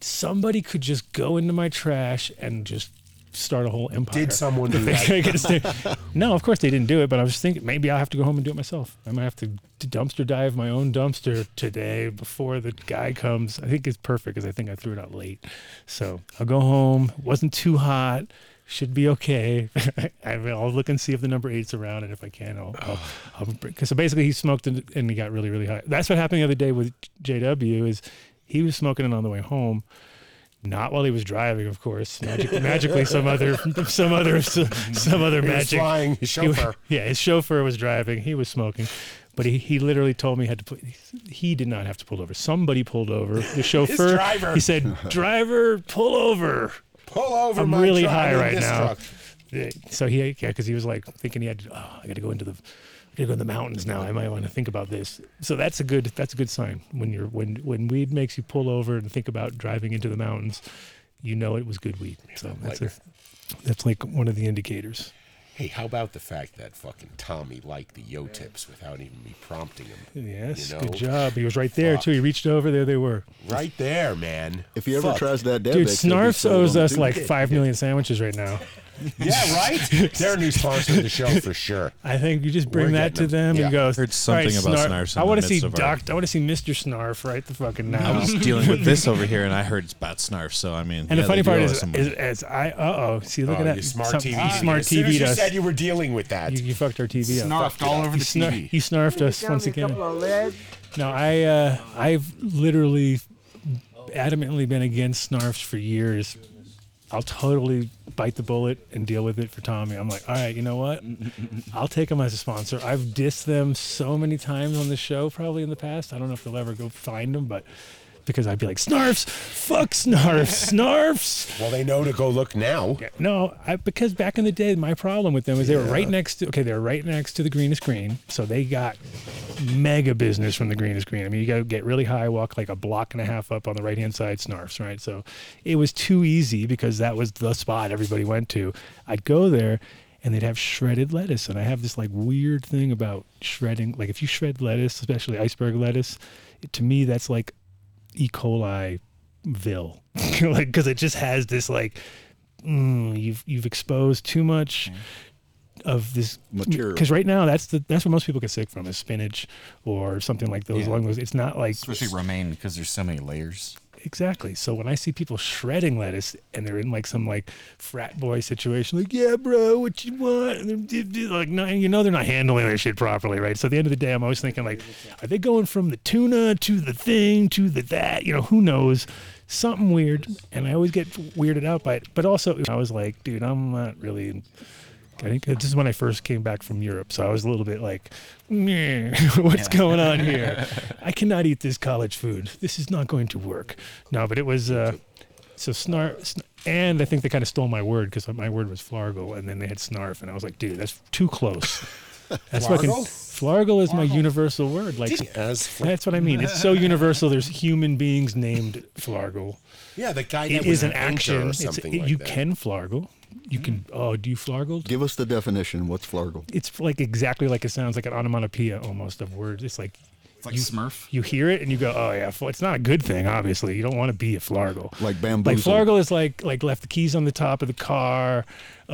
Speaker 5: somebody could just go into my trash and just start a whole empire. *laughs*
Speaker 3: did someone do
Speaker 5: They
Speaker 3: that?
Speaker 5: could stay- no, of course they didn't do it, but I was thinking maybe I'll have to go home and do it myself. I might have to d- dumpster dive my own dumpster today before the guy comes. I think it's perfect because I think I threw it out late. So I'll go home. wasn't too hot. Should be okay. *laughs* I mean, I'll look and see if the number eight's around, and if I can, I'll.
Speaker 3: *sighs*
Speaker 5: I'll, I'll bring- Cause so basically, he smoked and, and he got really, really high. That's what happened the other day with JW. Is he was smoking it on the way home, not while he was driving, of course. Magic, magically, some other, *laughs* some other, some, other
Speaker 3: He was
Speaker 5: magic.
Speaker 3: flying his
Speaker 5: He wa-
Speaker 3: chauffeur.
Speaker 5: yeah, his chauffeur was driving. He was smoking, but he, he literally told me he had to. Put, he did not have to pull over. Somebody pulled
Speaker 3: *laughs*
Speaker 5: over the chauffeur.
Speaker 3: driver.
Speaker 5: He
Speaker 3: *laughs*
Speaker 5: said, "Driver, pull over."
Speaker 3: Pull over.
Speaker 5: I'm
Speaker 3: my
Speaker 5: really
Speaker 3: truck,
Speaker 5: high
Speaker 3: I'm in
Speaker 5: right
Speaker 3: this
Speaker 5: now.
Speaker 3: truck.
Speaker 5: Yeah, So he, yeah, because he was like thinking he had, to, oh, I got to go into the, I got to go in the mountains now. I might want to think about this. So that's a good, that's a good sign when you're when when weed makes you pull over and think about driving into the mountains, you know it was good weed. So that's a, that's like one of the indicators.
Speaker 3: Hey, how about the fact that fucking Tommy liked the yo tips without even me prompting him?
Speaker 5: Yes,
Speaker 3: You know?
Speaker 5: good job. He was right there too. He reached over there. They were.
Speaker 3: Right there, man.
Speaker 7: If he ever
Speaker 3: Fuck.
Speaker 7: tries that
Speaker 5: Dude,
Speaker 7: Devex, he'll be
Speaker 5: Snarfs
Speaker 7: sold
Speaker 5: owes
Speaker 7: on
Speaker 5: us
Speaker 7: too.
Speaker 5: like five million sandwiches right now.
Speaker 3: yeah,
Speaker 5: *laughs*
Speaker 3: right. They're a new sponsor of the show for sure.
Speaker 5: I think you just bring
Speaker 3: We're
Speaker 5: that to
Speaker 3: getting
Speaker 5: them,
Speaker 3: them.
Speaker 5: and
Speaker 3: Yeah.
Speaker 5: go.
Speaker 9: Heard
Speaker 5: "All right,
Speaker 9: something about Snarfs in
Speaker 5: I
Speaker 9: the
Speaker 5: want to
Speaker 9: midst
Speaker 5: see
Speaker 9: of our-
Speaker 5: Doc. I want to see Mister Snarf right the fucking now.
Speaker 9: I was dealing with this over here, and I heard about Snarf. So I mean,
Speaker 5: And
Speaker 9: yeah,
Speaker 5: the funny
Speaker 9: they do
Speaker 5: part
Speaker 9: owe
Speaker 5: is,
Speaker 9: us some money.
Speaker 5: is, is I uh oh. See, look
Speaker 3: Oh,
Speaker 5: at
Speaker 3: you
Speaker 5: that
Speaker 3: smart
Speaker 5: Some-
Speaker 3: TV.
Speaker 5: you smart
Speaker 3: as soon as
Speaker 5: TV
Speaker 3: you
Speaker 5: to us.
Speaker 3: said you were dealing with that.
Speaker 5: You, you fucked our TV up.
Speaker 10: Snarfed all over
Speaker 5: You,
Speaker 10: the
Speaker 5: snar-
Speaker 10: TV.
Speaker 5: you snarfed us once again. No, I uh, I've literally adamantly been against snarfs for years. I'll totally bite the bullet and deal with it for Tommy. I'm like, all right, you know what?
Speaker 10: *laughs*
Speaker 5: I'll take them as a sponsor. I've dissed them so many times on the show, probably in the past. I don't know if they'll ever go find them, but because I'd be like, Snarfs, fuck
Speaker 3: *laughs*
Speaker 5: Snarfs, Snarfs.
Speaker 3: Well, they know to go look now.
Speaker 5: Yeah, no, I, because back in the day, my problem with them is they were right next to okay, they were right next to the greenest green, so they got mega business from the greenest green. I mean, you got to get really high, walk like a block and a half up on the right hand side, snarfs, right? So it was too easy because that was the spot everybody went to. I'd go there. And they'd have shredded lettuce, and I have this like weird thing about shredding. Like if you shred lettuce, especially iceberg lettuce, to me that's like E. coli vil, *laughs* like because it just has this like mm, you've you've exposed too much of this
Speaker 7: Material.
Speaker 5: Because right now that's the that's what most people get sick from is spinach or something like those.
Speaker 10: Yeah.
Speaker 5: Along those, it's not like
Speaker 10: Especially romaine because there's so many layers.
Speaker 5: Exactly. So when I see people shredding lettuce and they're in like some like frat boy situation, like, yeah, bro, what you want? And they're d- d- like, no, you know, they're not handling their shit properly, right? So at the end of the day, I'm always thinking, like, are they going from the tuna to the thing to the that? You know, who knows? Something weird. And I always get weirded out by it. But also, I was like, dude, I'm not really. I think this is when I first came back from Europe. So I was a little bit like, "Meh, *laughs* what's going on here? I cannot eat this college food. This is not going to work. No, but it was uh, so snarf, sn- and I think they kind of stole my word because my word was flargle, and then they had snarf, and I was like, dude, that's too
Speaker 3: *laughs*
Speaker 5: close. That's fucking flargle is my universal word. Like
Speaker 3: As fl-
Speaker 5: that's what I mean.
Speaker 3: *laughs*
Speaker 5: It's so universal. There's human beings named flargle.
Speaker 3: yeah, the guy
Speaker 5: It
Speaker 3: that
Speaker 5: is
Speaker 3: was
Speaker 5: an
Speaker 3: an actor
Speaker 5: action.
Speaker 3: or
Speaker 5: It's-
Speaker 3: something
Speaker 5: it-
Speaker 3: like
Speaker 5: you
Speaker 3: that.
Speaker 5: can flargle. You can. Oh, do you flargle?
Speaker 7: Mm-hmm. Give us the definition. What's flargle?
Speaker 5: it's like exactly like it sounds like an onomatopoeia almost of words. It's like
Speaker 10: It's like
Speaker 5: You-
Speaker 10: Smurf.
Speaker 5: you hear it and you go, "Oh yeah, fl- it's not a good thing." Obviously, you don't want to be a flargle.
Speaker 7: Like
Speaker 5: Like
Speaker 7: bamboozle.
Speaker 5: flargle is like like left the keys on the top of the car,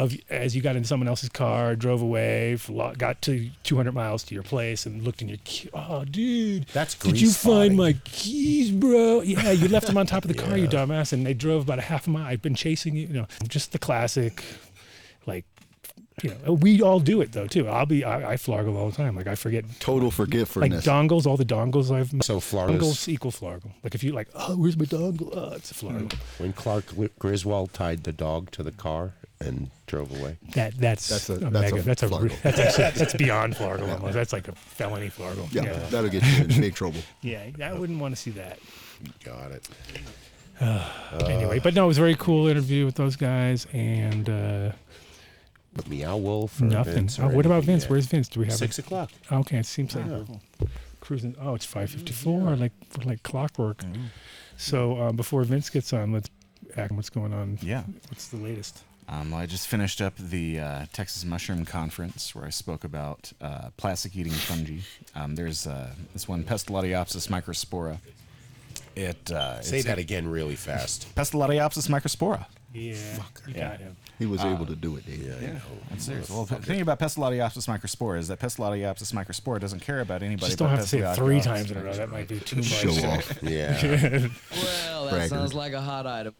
Speaker 5: of as you got in someone else's car, drove away, fla- got to 200 miles to your place, and looked in your key. Oh, dude,
Speaker 3: That's
Speaker 5: did you
Speaker 3: grease
Speaker 5: find
Speaker 3: spotting.
Speaker 5: my keys, bro? Yeah, you left them on top of the car,
Speaker 3: *laughs*
Speaker 5: you dumbass, and they drove about a half a mile. I've been chasing you. You know, just the classic, like. You know, we all do it though too. I'll be I, I flargle all the time. Like I forget
Speaker 7: Total
Speaker 5: like
Speaker 7: forgetfulness.
Speaker 5: dongles, all the dongles I've
Speaker 3: So Florida.
Speaker 5: dongles equal flargle. Like if you like, oh, where's my dongle? Oh, it's a flargle.
Speaker 3: When Clark Li- Griswold tied the dog to the car and drove away.
Speaker 5: That that's
Speaker 7: That's
Speaker 5: a,
Speaker 7: a- that's a
Speaker 5: mega. that's a re-
Speaker 7: flargle.
Speaker 5: that's actually, that's beyond flargle. almost. That's like a felony flargle.
Speaker 7: yeah,
Speaker 5: yeah,
Speaker 7: that'll get you in big trouble.
Speaker 5: Yeah, I wouldn't want to see that.
Speaker 3: Got it.
Speaker 5: *sighs* anyway, but no, it was a very cool interview with those guys and uh,
Speaker 3: But Meow Wolf. Or
Speaker 5: nothing.
Speaker 3: Vince
Speaker 5: Oh,
Speaker 3: or
Speaker 5: what about
Speaker 3: anything
Speaker 5: Vince?
Speaker 3: yet.
Speaker 5: Where's Vince? Do we have
Speaker 3: Six
Speaker 5: him?
Speaker 3: o'clock.
Speaker 5: Okay, it seems like we're cruising. Oh, it's five fifty-four, like like clockwork. So um, before Vince gets on, let's act. What's going on?
Speaker 10: Yeah.
Speaker 5: What's the *laughs* latest?
Speaker 10: Um, I just finished up the uh, Texas Mushroom Conference where I spoke about uh, plastic eating fungi. Um, there's uh, this one, Pestilodiopsis microspora. It uh,
Speaker 3: Say
Speaker 10: it's
Speaker 3: that again really fast.
Speaker 10: Pestilodiopsis microspora.
Speaker 5: Yeah, *laughs* you got him.
Speaker 7: He
Speaker 3: Uh,
Speaker 7: was able to do it. Dave.
Speaker 10: Uh, Yeah, that's serious. Well, the thing about Pestilodiopsis microspora is that Pestilodiopsis microspora doesn't care about anybody.
Speaker 5: Just don't
Speaker 10: but
Speaker 5: have to say it three
Speaker 10: Pestilodiopsis
Speaker 5: times in a row. That might be too much.
Speaker 7: Show off.
Speaker 3: Yeah.
Speaker 5: *laughs*
Speaker 8: Well, that
Speaker 7: Braggart.
Speaker 8: sounds like a hot item.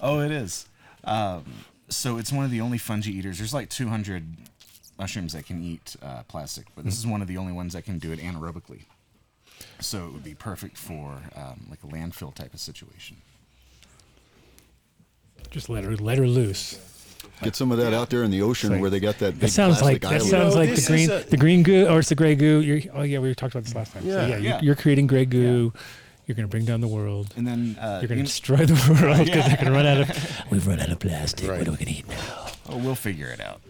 Speaker 10: Oh, it is. Um, so it's one of the only fungi eaters. There's like 200 mushrooms that can eat uh, plastic, but this is one of the only ones that can do it anaerobically. So it would be perfect for um, like a landfill type of situation.
Speaker 5: Just let her let her loose.
Speaker 7: Get some of that out there in the ocean
Speaker 5: Like-
Speaker 7: where they got that big
Speaker 5: That sounds
Speaker 7: plastic
Speaker 5: like that
Speaker 7: island.
Speaker 5: sounds
Speaker 3: know,
Speaker 5: like the
Speaker 3: this
Speaker 5: green
Speaker 3: is a-
Speaker 5: the green goo or it's the gray goo. You're, oh yeah, we talked about this last time. so,
Speaker 3: Yeah.
Speaker 5: yeah,
Speaker 10: Yeah.
Speaker 5: You're, you're creating gray goo. You're gonna bring down the world.
Speaker 10: And then uh,
Speaker 5: You're gonna
Speaker 10: you-
Speaker 5: destroy the world because they're gonna run out
Speaker 10: *laughs*
Speaker 5: of. We've run out of plastic. What are we gonna eat now?
Speaker 10: oh, we'll figure it out.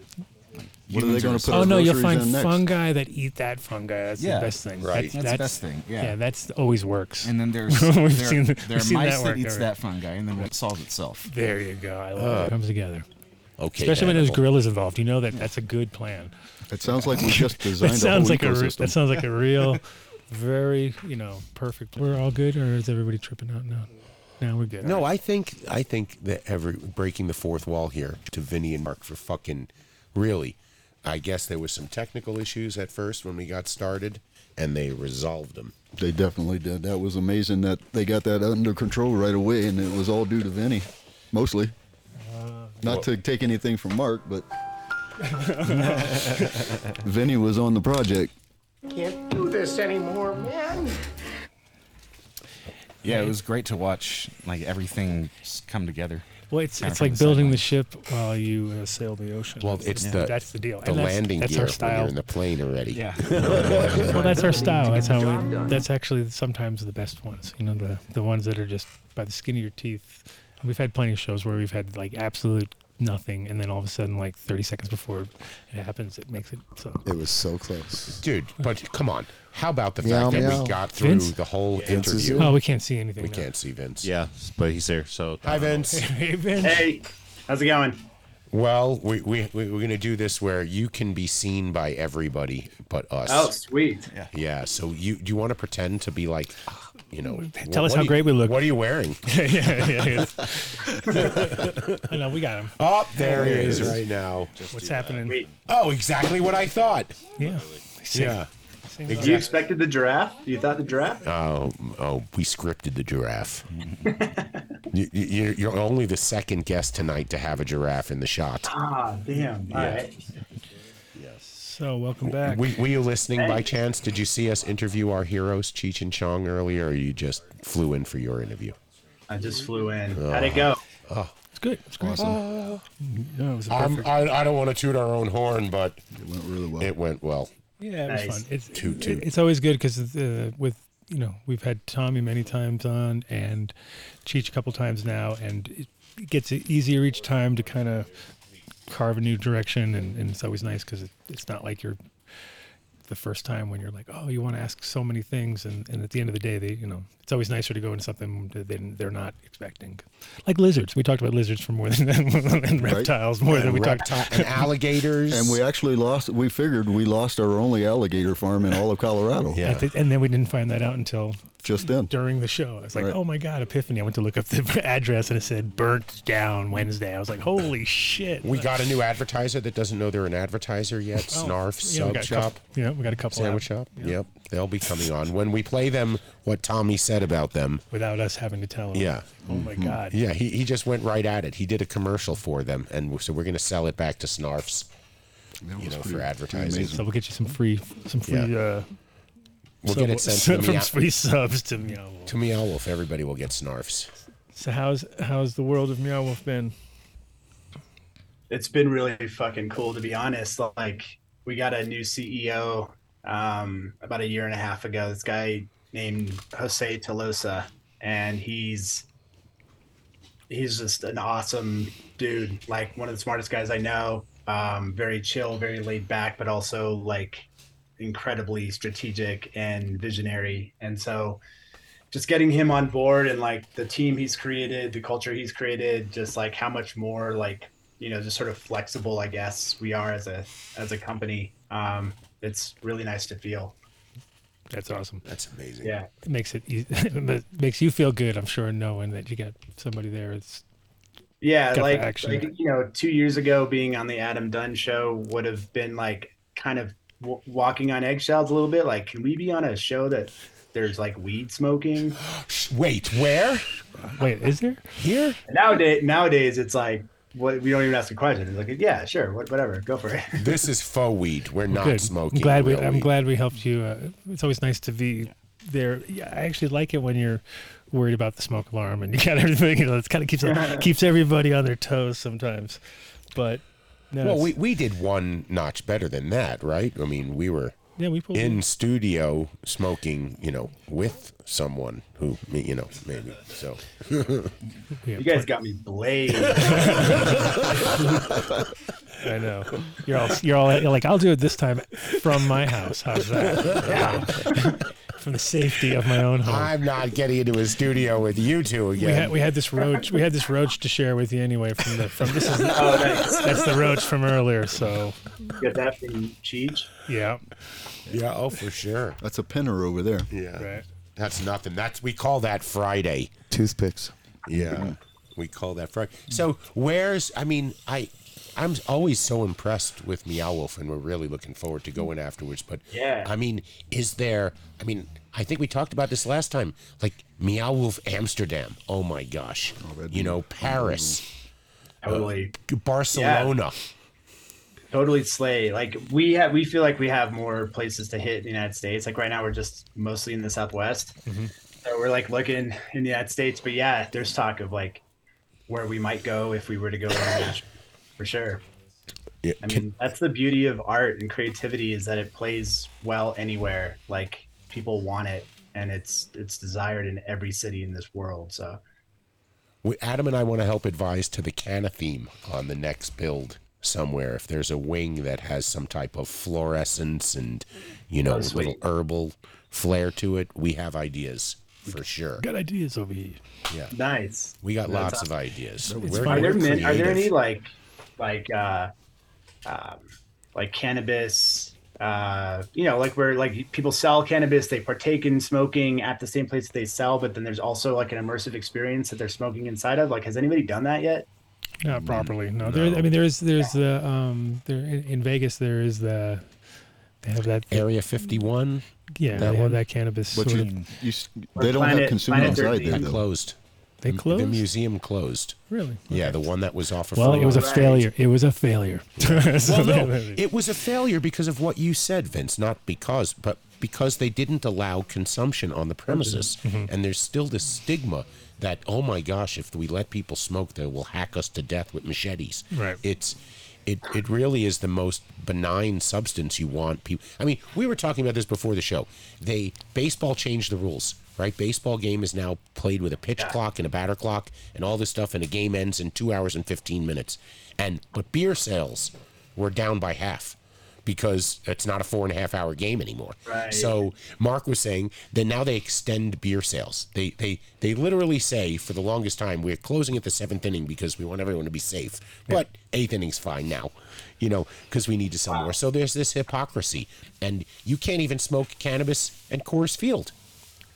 Speaker 10: Like,
Speaker 7: What are they
Speaker 10: humans
Speaker 7: gonna
Speaker 10: just-
Speaker 7: put
Speaker 5: Oh
Speaker 7: Our
Speaker 5: no, you'll
Speaker 7: groceries
Speaker 5: find
Speaker 7: in next.
Speaker 5: fungi that eat that fungi. That's
Speaker 10: Yeah.
Speaker 5: the best thing.
Speaker 3: Right.
Speaker 10: That's the best thing, yeah.
Speaker 5: that's always works.
Speaker 10: And then
Speaker 5: *laughs*
Speaker 10: there's
Speaker 5: We've
Speaker 10: there,
Speaker 5: seen-
Speaker 10: there
Speaker 5: we've
Speaker 10: are
Speaker 5: seen
Speaker 10: mice
Speaker 5: that
Speaker 10: that,
Speaker 5: work
Speaker 10: eats
Speaker 5: already.
Speaker 10: that fungi, and then it solves itself.
Speaker 5: there you go. I love it. it. Comes together.
Speaker 3: Uh, Okay.
Speaker 5: Especially when there's
Speaker 3: animal.
Speaker 5: gorillas involved. You know that that's a good plan.
Speaker 7: It sounds like we
Speaker 5: *laughs*
Speaker 7: just designed
Speaker 5: that sounds
Speaker 7: a
Speaker 5: like
Speaker 7: whole
Speaker 5: a re-
Speaker 7: ecosystem.
Speaker 5: that sounds like a
Speaker 7: *laughs*
Speaker 5: real, very you know perfect. We're all good, or is everybody tripping out now? Now we're good.
Speaker 3: No, I think I think that every breaking the fourth wall here to Vinny and Mark for fucking really. I guess there was some technical issues at first when we got started, and they
Speaker 5: *laughs*
Speaker 3: resolved them.
Speaker 7: they definitely did. That was amazing that they got that under control right away, and it was all due to Vinny, mostly. Not to take anything from Mark, but
Speaker 5: *laughs*
Speaker 3: *laughs*
Speaker 7: Vinny was on the project.
Speaker 11: Can't do this anymore, man.
Speaker 10: Yeah, it was great to watch like everything s- come together.
Speaker 5: Well, it's,
Speaker 3: Kinda
Speaker 5: it's
Speaker 3: from
Speaker 5: like
Speaker 3: the
Speaker 5: building the ship while you uh, sail the ocean.
Speaker 3: Well,
Speaker 5: That's
Speaker 3: it's the
Speaker 5: that's the deal.
Speaker 3: The
Speaker 5: And that's-
Speaker 3: landing
Speaker 5: that's
Speaker 3: gear
Speaker 5: our
Speaker 3: when you're
Speaker 5: style.
Speaker 3: in the plane already.
Speaker 5: Yeah. *laughs* well, that's our style. That's how. We, that's actually sometimes the best ones. You know, the the ones that are just by the skin of your teeth. We've had plenty of shows where we've had like absolute nothing, and then all of a sudden, like 30 seconds before it happens, it makes it so.
Speaker 4: It was so close.
Speaker 3: Dude, but come on. How about the fact
Speaker 4: Meow,
Speaker 3: that
Speaker 4: meow.
Speaker 3: we got through
Speaker 5: Vince?
Speaker 3: the whole
Speaker 5: Vince is
Speaker 3: interview?
Speaker 5: here. Oh, we can't see anything
Speaker 3: We
Speaker 5: now.
Speaker 3: can't see Vince.
Speaker 9: Yeah, but he's there. So uh, *laughs*
Speaker 3: Hi, Vince.
Speaker 5: Hey, Vince.
Speaker 12: Hey, how's it going?
Speaker 3: Well, we, we, we, we're going to do this where you can be seen by everybody but us.
Speaker 12: Oh, sweet. Yeah.
Speaker 3: Yeah. So you do you want to pretend to be like, you know,
Speaker 5: Tell us how great we look.
Speaker 3: What are you wearing?
Speaker 5: *laughs* yeah, *laughs* yeah, yeah.
Speaker 3: *laughs*
Speaker 5: *laughs* I know we got him.
Speaker 3: Oh, there he is right now.
Speaker 5: What's happening?
Speaker 3: Oh, exactly what I thought.
Speaker 5: Yeah.
Speaker 3: Yeah.
Speaker 12: Do you expected the giraffe? You thought the giraffe?
Speaker 3: Oh, oh, we scripted the
Speaker 12: *laughs*
Speaker 3: giraffe. you, you, you're only the second guest tonight to have a giraffe in the shot.
Speaker 12: Ah, damn. All right.
Speaker 5: So welcome back.
Speaker 3: Were, were you listening by chance? Did you see us interview our heroes, Cheech and Chong, earlier, or you just flew in for your interview? Oh.
Speaker 12: I just flew in. How'd it go?
Speaker 5: it's good. It's great.
Speaker 12: Oh.
Speaker 5: No, it was a
Speaker 3: I'm-
Speaker 5: perfect.
Speaker 3: Um, I, I don't want to toot our own horn, but
Speaker 7: It went really well.
Speaker 3: it went well.
Speaker 5: Yeah, it was
Speaker 12: Nice.
Speaker 5: fun. It's
Speaker 3: Toot,
Speaker 5: it-
Speaker 3: toot.
Speaker 5: it's always good because uh, with you know we've had Tommy many times on and Cheech a couple times now, and it, it gets e-, easier each time to kind of carve a new direction, and, and it's always nice because it, it's not like you're the first time when you're like, oh, you want to ask so many things, and, and at the end of the day, they you know it's always nicer to go into something that they, they're not expecting, like lizards. We talked about lizards for more than *laughs* and reptiles more than we talked.
Speaker 3: Repti- and
Speaker 5: *laughs*
Speaker 3: alligators.
Speaker 7: And we actually lost. We figured we lost our only alligator farm in all of Colorado.
Speaker 3: Yeah.
Speaker 5: At the- and then we didn't find that out until
Speaker 7: Just then.
Speaker 5: during the show. I was like,
Speaker 7: Right.
Speaker 5: oh my God, epiphany. I went to look up the *laughs* address and it said burnt
Speaker 3: Oh,
Speaker 5: down Wednesday. I was like,
Speaker 3: *laughs*
Speaker 5: holy shit.
Speaker 3: We got a new advertiser that doesn't know they're an advertiser yet. Snarf
Speaker 5: we
Speaker 3: Sub
Speaker 5: got a
Speaker 3: Shop.
Speaker 5: couple- Oh, Yeah, we got a couple
Speaker 3: Sandwich
Speaker 5: out
Speaker 3: Shop. Yep. They'll be coming on when we play them what Tommy said about them.
Speaker 5: without us having to tell them.
Speaker 3: Yeah. Mm-hmm.
Speaker 5: Oh my God.
Speaker 3: Yeah, he, he just went right at it. He did a commercial for them, and so we're going to sell it back to Snarfs, you know, for advertising.
Speaker 5: So we'll get you some free, some free,
Speaker 3: Yeah.
Speaker 5: uh,
Speaker 3: We'll get it
Speaker 5: sub- *laughs*
Speaker 3: sent to
Speaker 5: from
Speaker 3: Meow,
Speaker 5: free subs to Meow Wolf.
Speaker 3: to Meow Wolf. Everybody will get Snarfs.
Speaker 5: So how's how's the world of Meow Wolf been?
Speaker 12: It's been really fucking cool, to be honest. Like, we got a new CEO um, about a year and a half ago. This guy named Jose Tolosa, and he's he's just an awesome dude. Like one of the smartest guys I know. Um, very chill, very laid back, but also like incredibly strategic and visionary. And so, just getting him on board and like the team he's created, the culture he's created, just like how much more like you know just sort of flexible, I guess we are as a as a company. Um, it's really nice to feel.
Speaker 5: That's awesome.
Speaker 3: That's amazing.
Speaker 12: Yeah.
Speaker 5: It makes it, eas- *laughs* it makes you feel good. I'm sure knowing that you got somebody there. It's
Speaker 12: Yeah,
Speaker 5: Got the
Speaker 12: like,
Speaker 5: action.
Speaker 12: like you know, two years ago, being on the Adam Dunn show would have been like kind of w- walking on eggshells a little bit. Like, can we be on a show that there's like weed smoking?
Speaker 3: *gasps* Wait, where?
Speaker 5: wait, is there?
Speaker 3: Here?
Speaker 12: Nowadays, nowadays it's like what we don't even ask a question. It's like, yeah, sure, what, whatever, go for it.
Speaker 3: This is faux weed. We're not
Speaker 5: Good.
Speaker 3: smoking.
Speaker 5: I'm glad we.
Speaker 3: real
Speaker 5: I'm
Speaker 3: weed.
Speaker 5: glad we helped you. Uh, it's always nice to be there. Yeah, I actually like it when you're worried about the smoke alarm and you got *laughs* everything. You know, it kind of keeps keeps everybody on their toes sometimes. But no,
Speaker 3: Well, we,
Speaker 5: it's-
Speaker 3: we did one notch better than that, right? I mean, we were
Speaker 5: yeah we pulled
Speaker 3: in studio smoking, you know, with someone who, you know, maybe. So *laughs*
Speaker 5: we had
Speaker 12: You guys got me
Speaker 5: *laughs*
Speaker 12: blazed.
Speaker 5: plenty- I know you're all you're all you're like I'll do it this time from my house. How's that? from the safety of my own home.
Speaker 3: I'm not getting into a studio with you two
Speaker 5: we had
Speaker 3: again.
Speaker 5: we had this roach we had this roach to share with you anyway from the from this is
Speaker 12: *laughs* Oh,
Speaker 5: that's the roach from earlier so
Speaker 12: Get that from Cheech.
Speaker 5: yeah
Speaker 3: yeah, oh, for sure.
Speaker 7: That's a pinner over there.
Speaker 3: Yeah.
Speaker 5: right
Speaker 3: That's nothing. That's we call that Friday.
Speaker 4: Toothpicks.
Speaker 7: Mm-hmm.
Speaker 3: Yeah. We call that Friday. So where's I mean, I I'm always so impressed with Meow Wolf and we're really looking forward to going afterwards. But
Speaker 12: Yeah.
Speaker 3: I mean, is there I mean, I think we talked about this last time. Like Meow Wolf Amsterdam. Oh my gosh. you know, Paris, Uh,
Speaker 12: Totally,
Speaker 3: Barcelona.
Speaker 12: totally slay. Like we have, we feel like we have more places to hit in the United States. Like right now, we're just mostly in the Southwest. So we're like looking in the United States, but yeah, there's talk of like where we might go if we were to go international, for sure.
Speaker 3: Yeah,
Speaker 12: I mean, that's the beauty of art and creativity is that it plays well anywhere. Like people want it, and it's it's desired in every city in this world. So
Speaker 3: We, Adam and I want to help advise to the canna theme on the next build somewhere. If there's a wing that has some type of fluorescence and, you know,
Speaker 5: Oh, sweet.
Speaker 3: little herbal flair to it, we have ideas for sure.
Speaker 5: Got ideas over here.
Speaker 3: Yeah.
Speaker 12: Nice.
Speaker 3: We got
Speaker 12: That's
Speaker 3: lots of
Speaker 12: awesome.
Speaker 3: ideas.
Speaker 5: It's
Speaker 3: We're-
Speaker 5: fun.
Speaker 12: Are there
Speaker 3: we're
Speaker 12: min- are there
Speaker 3: creative.
Speaker 12: any like like uh, um, like cannabis? Uh, you know, like where like people sell cannabis, they partake in smoking at the same place that they sell, but then there's also like an immersive experience that they're smoking inside of. Like, has anybody done that yet?
Speaker 5: Not properly. No, there. I mean, there's there's the um there in, in Vegas there is the they have that
Speaker 3: Area 51.
Speaker 5: Yeah,
Speaker 3: That
Speaker 5: they
Speaker 3: one?
Speaker 5: have that cannabis.
Speaker 3: But
Speaker 5: sort
Speaker 3: you-
Speaker 5: of-
Speaker 3: you s- they don't have Planet- consumers Planet outside there, 13. though. Closed.
Speaker 5: They
Speaker 3: The- the
Speaker 5: closed.
Speaker 3: museum closed.
Speaker 5: Really?
Speaker 3: Yeah, the one that was offered.
Speaker 5: well, it was a failure. *laughs* It was a failure. So *laughs*
Speaker 3: well, no,
Speaker 5: they-
Speaker 3: it was a failure because of what you said, Vince. Not because, but because they didn't allow consumption on the premises,
Speaker 5: Mhm.
Speaker 3: and there's still this stigma that oh my gosh, if we let people smoke, they will hack us to death with machetes.
Speaker 5: Right.
Speaker 3: It's it it really is the most benign substance you want people. I mean, we were talking about this before the show. They baseball changed the rules. Right, baseball game is now played with a pitch clock and a batter clock and all this stuff, and a game ends in two hours and fifteen minutes. And but beer sales we're down by half because it's not a four and a half hour game anymore.
Speaker 13: Right.
Speaker 3: So Mark was saying that now they extend beer sales. They they they literally say for the longest time we're closing at the seventh inning because we want everyone to be safe. But eighth inning's fine now, you know, because we need to sell more. So there's this hypocrisy, and you can't even smoke cannabis at Coors Field.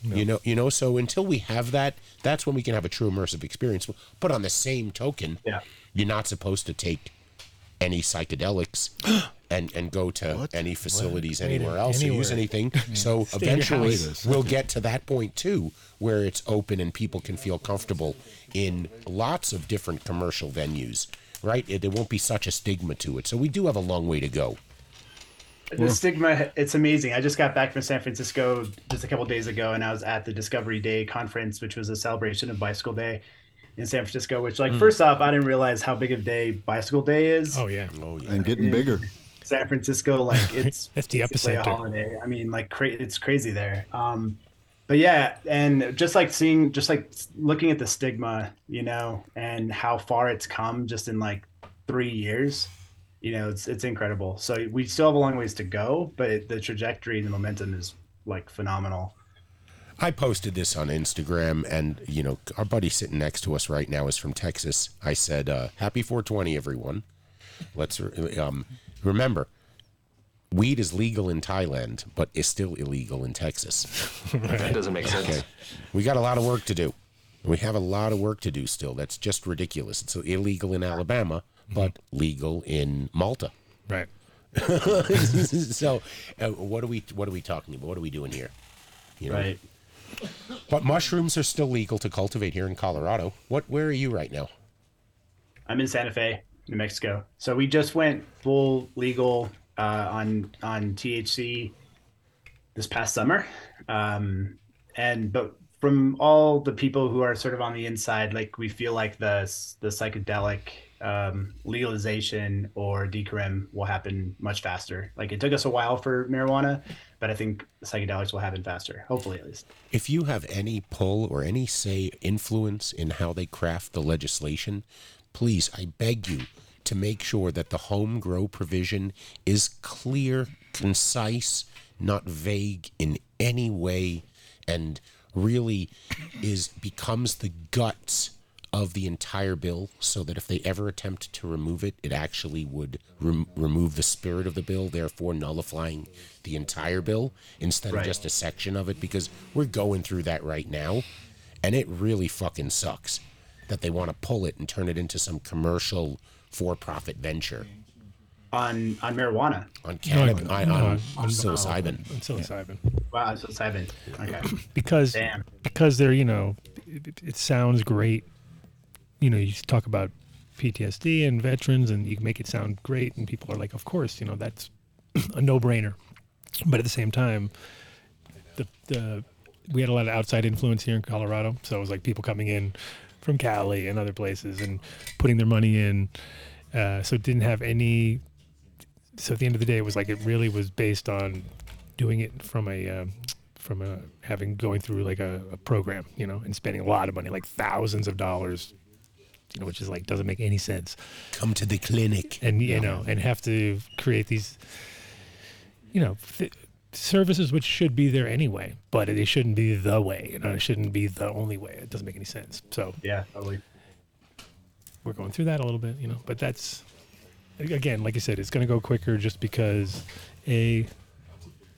Speaker 3: You know, you know. So until we have that, that's when we can have a true immersive experience. But on the same token, you're not supposed to take
Speaker 5: *gasps*
Speaker 3: any psychedelics and and go to any facilities
Speaker 5: Wait a-
Speaker 3: anywhere else or use
Speaker 5: anywhere.
Speaker 3: anything.
Speaker 5: *laughs* Yeah.
Speaker 3: So
Speaker 5: Stay in your
Speaker 3: eventually,
Speaker 5: house.
Speaker 3: *laughs* we'll get to that point too, where it's open and people can feel comfortable in lots of different commercial venues. Right? It, there won't be such a stigma to it. So we do have a long way to go.
Speaker 12: The stigma, it's amazing. I just got back from San Francisco just a couple days ago, and I was at the Discovery Day conference, which was a celebration of Bicycle Day in San Francisco. Which, like,
Speaker 7: Mm.
Speaker 12: first off, I didn't realize how big of a day Bicycle Day is.
Speaker 5: Oh yeah.
Speaker 3: Oh yeah.
Speaker 7: And getting bigger.
Speaker 12: San Francisco,
Speaker 5: *laughs*
Speaker 12: like it's
Speaker 5: That's the
Speaker 12: basically a
Speaker 5: epicenter.
Speaker 12: holiday. I mean, like cra- it's crazy there. Um, but yeah, and just like seeing, just like s- looking at the stigma, you know, and how far it's come just in like three years, you know, it's it's incredible. So we still have a long ways to go, but it, the trajectory and the momentum is like phenomenal.
Speaker 3: I posted this on Instagram, and you know, our buddy sitting next to us right now is from Texas. I said, uh, "Happy 420, everyone! Let's re- um, remember, weed is legal in Thailand, but is still illegal in Texas.
Speaker 13: *laughs* That doesn't make sense.
Speaker 3: we got a lot of work to do. We have a lot of work to do still. That's just ridiculous. It's illegal in Alabama, but legal in Malta.
Speaker 5: Right.
Speaker 3: *laughs* so, uh, what are we? What are we talking about? What are we doing here? You know,
Speaker 12: Right.
Speaker 3: But mushrooms are still legal to cultivate here in Colorado. What? Where are you right now?
Speaker 12: I'm in Santa Fe, New Mexico. So we just went full legal uh, on on THC this past summer, um, and but from all the people who are sort of on the inside, like we feel like the the psychedelic um, legalization or decrim will happen much faster. Like it took us a while for marijuana, but I think psychedelics will happen faster. Hopefully, at least.
Speaker 3: If you have any pull or any say influence in how they craft the legislation, please, I beg you to make sure that the home grow provision is clear, concise, not vague in any way, and really is becomes the guts of the entire bill so that if they ever attempt to remove it, it actually would rem- remove the spirit of the bill, therefore nullifying the entire bill instead
Speaker 13: Right.
Speaker 3: of just a section of it because we're going through that right now and it really fucking sucks that they want to pull it and turn it into some commercial for profit venture
Speaker 12: on on marijuana
Speaker 3: on cannabis
Speaker 5: No,
Speaker 3: on,
Speaker 5: no,
Speaker 3: on
Speaker 5: on-
Speaker 3: psilocybin
Speaker 5: on psilocybin
Speaker 12: Wow, psilocybin. Okay.
Speaker 5: *clears throat* because
Speaker 12: Damn.
Speaker 5: because they're you know it, it- it sounds great you know you talk about ptsd and veterans and you make it sound great and people are like of course you know that's a no-brainer but at the same time the, the we had a lot of outside influence here in colorado so it was like people coming in from Cali and other places and putting their money in. Uh, so it didn't have any. So at the end of the day, it was like it really was based on doing it from a um, from a having going through like a, a program, you know, and spending a lot of money, like thousands of dollars you know, which is like doesn't make any sense.
Speaker 3: Come to the clinic,
Speaker 5: and you
Speaker 3: Yeah.
Speaker 5: know, and have to create these, you know, th- services which should be there anyway, but they shouldn't be the way. You know, it shouldn't be the only way. It doesn't make any sense. So
Speaker 12: yeah, totally.
Speaker 5: We're going through that a little bit, you know, but that's again, like I said, it's going to go quicker just because a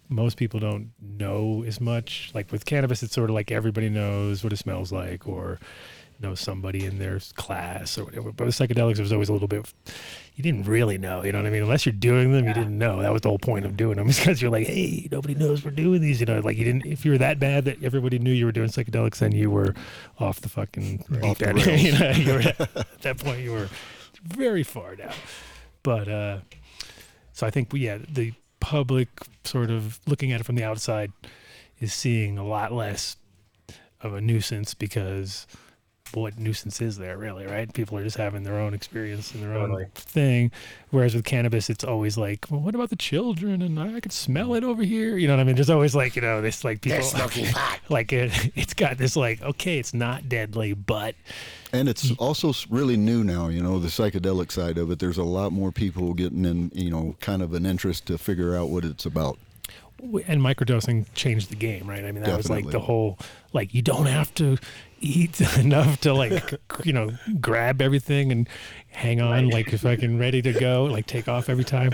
Speaker 5: most people don't know as much. Like with cannabis, it's sort of like everybody knows what it smells like or knows somebody in their class or whatever. But with psychedelics, it was always a little bit, you didn't really know, you know what I mean? Unless you're doing them, you didn't know. That was the whole point of doing them *laughs* because you're like, hey, nobody knows we're doing these, you know, like you didn't, if you were that bad that everybody knew you were doing psychedelics, then you were off the fucking
Speaker 10: Off
Speaker 5: deep
Speaker 10: the
Speaker 5: end. *laughs* you know,
Speaker 10: rails.
Speaker 5: you
Speaker 9: *laughs*
Speaker 5: were at,
Speaker 10: *laughs*
Speaker 5: at that point, you were very far down. But, uh, so I think, we- yeah, the public sort of looking at it from the outside is seeing a lot less of a nuisance because what nuisance is there really, right? People are just having their own experience and their
Speaker 12: Totally.
Speaker 5: own thing. Whereas with cannabis, it's always like, well, what about the children? And I, I could smell it over here. You know what I mean? There's always like, you know, this like
Speaker 10: They're
Speaker 5: people *laughs*
Speaker 10: smoking pot.
Speaker 5: Like it, it's got this like, okay, it's not deadly, but
Speaker 7: And it's also s- really new now, you know, the psychedelic side of it. There's a lot more people getting in, you know, kind of an interest to figure out what it's about.
Speaker 5: w- and microdosing changed the game, right? I mean, that was like the
Speaker 7: Definitely.
Speaker 5: whole like you don't have to eat *laughs* enough to like *laughs* you know grab everything and hang on like if I can ready to go like take off every time.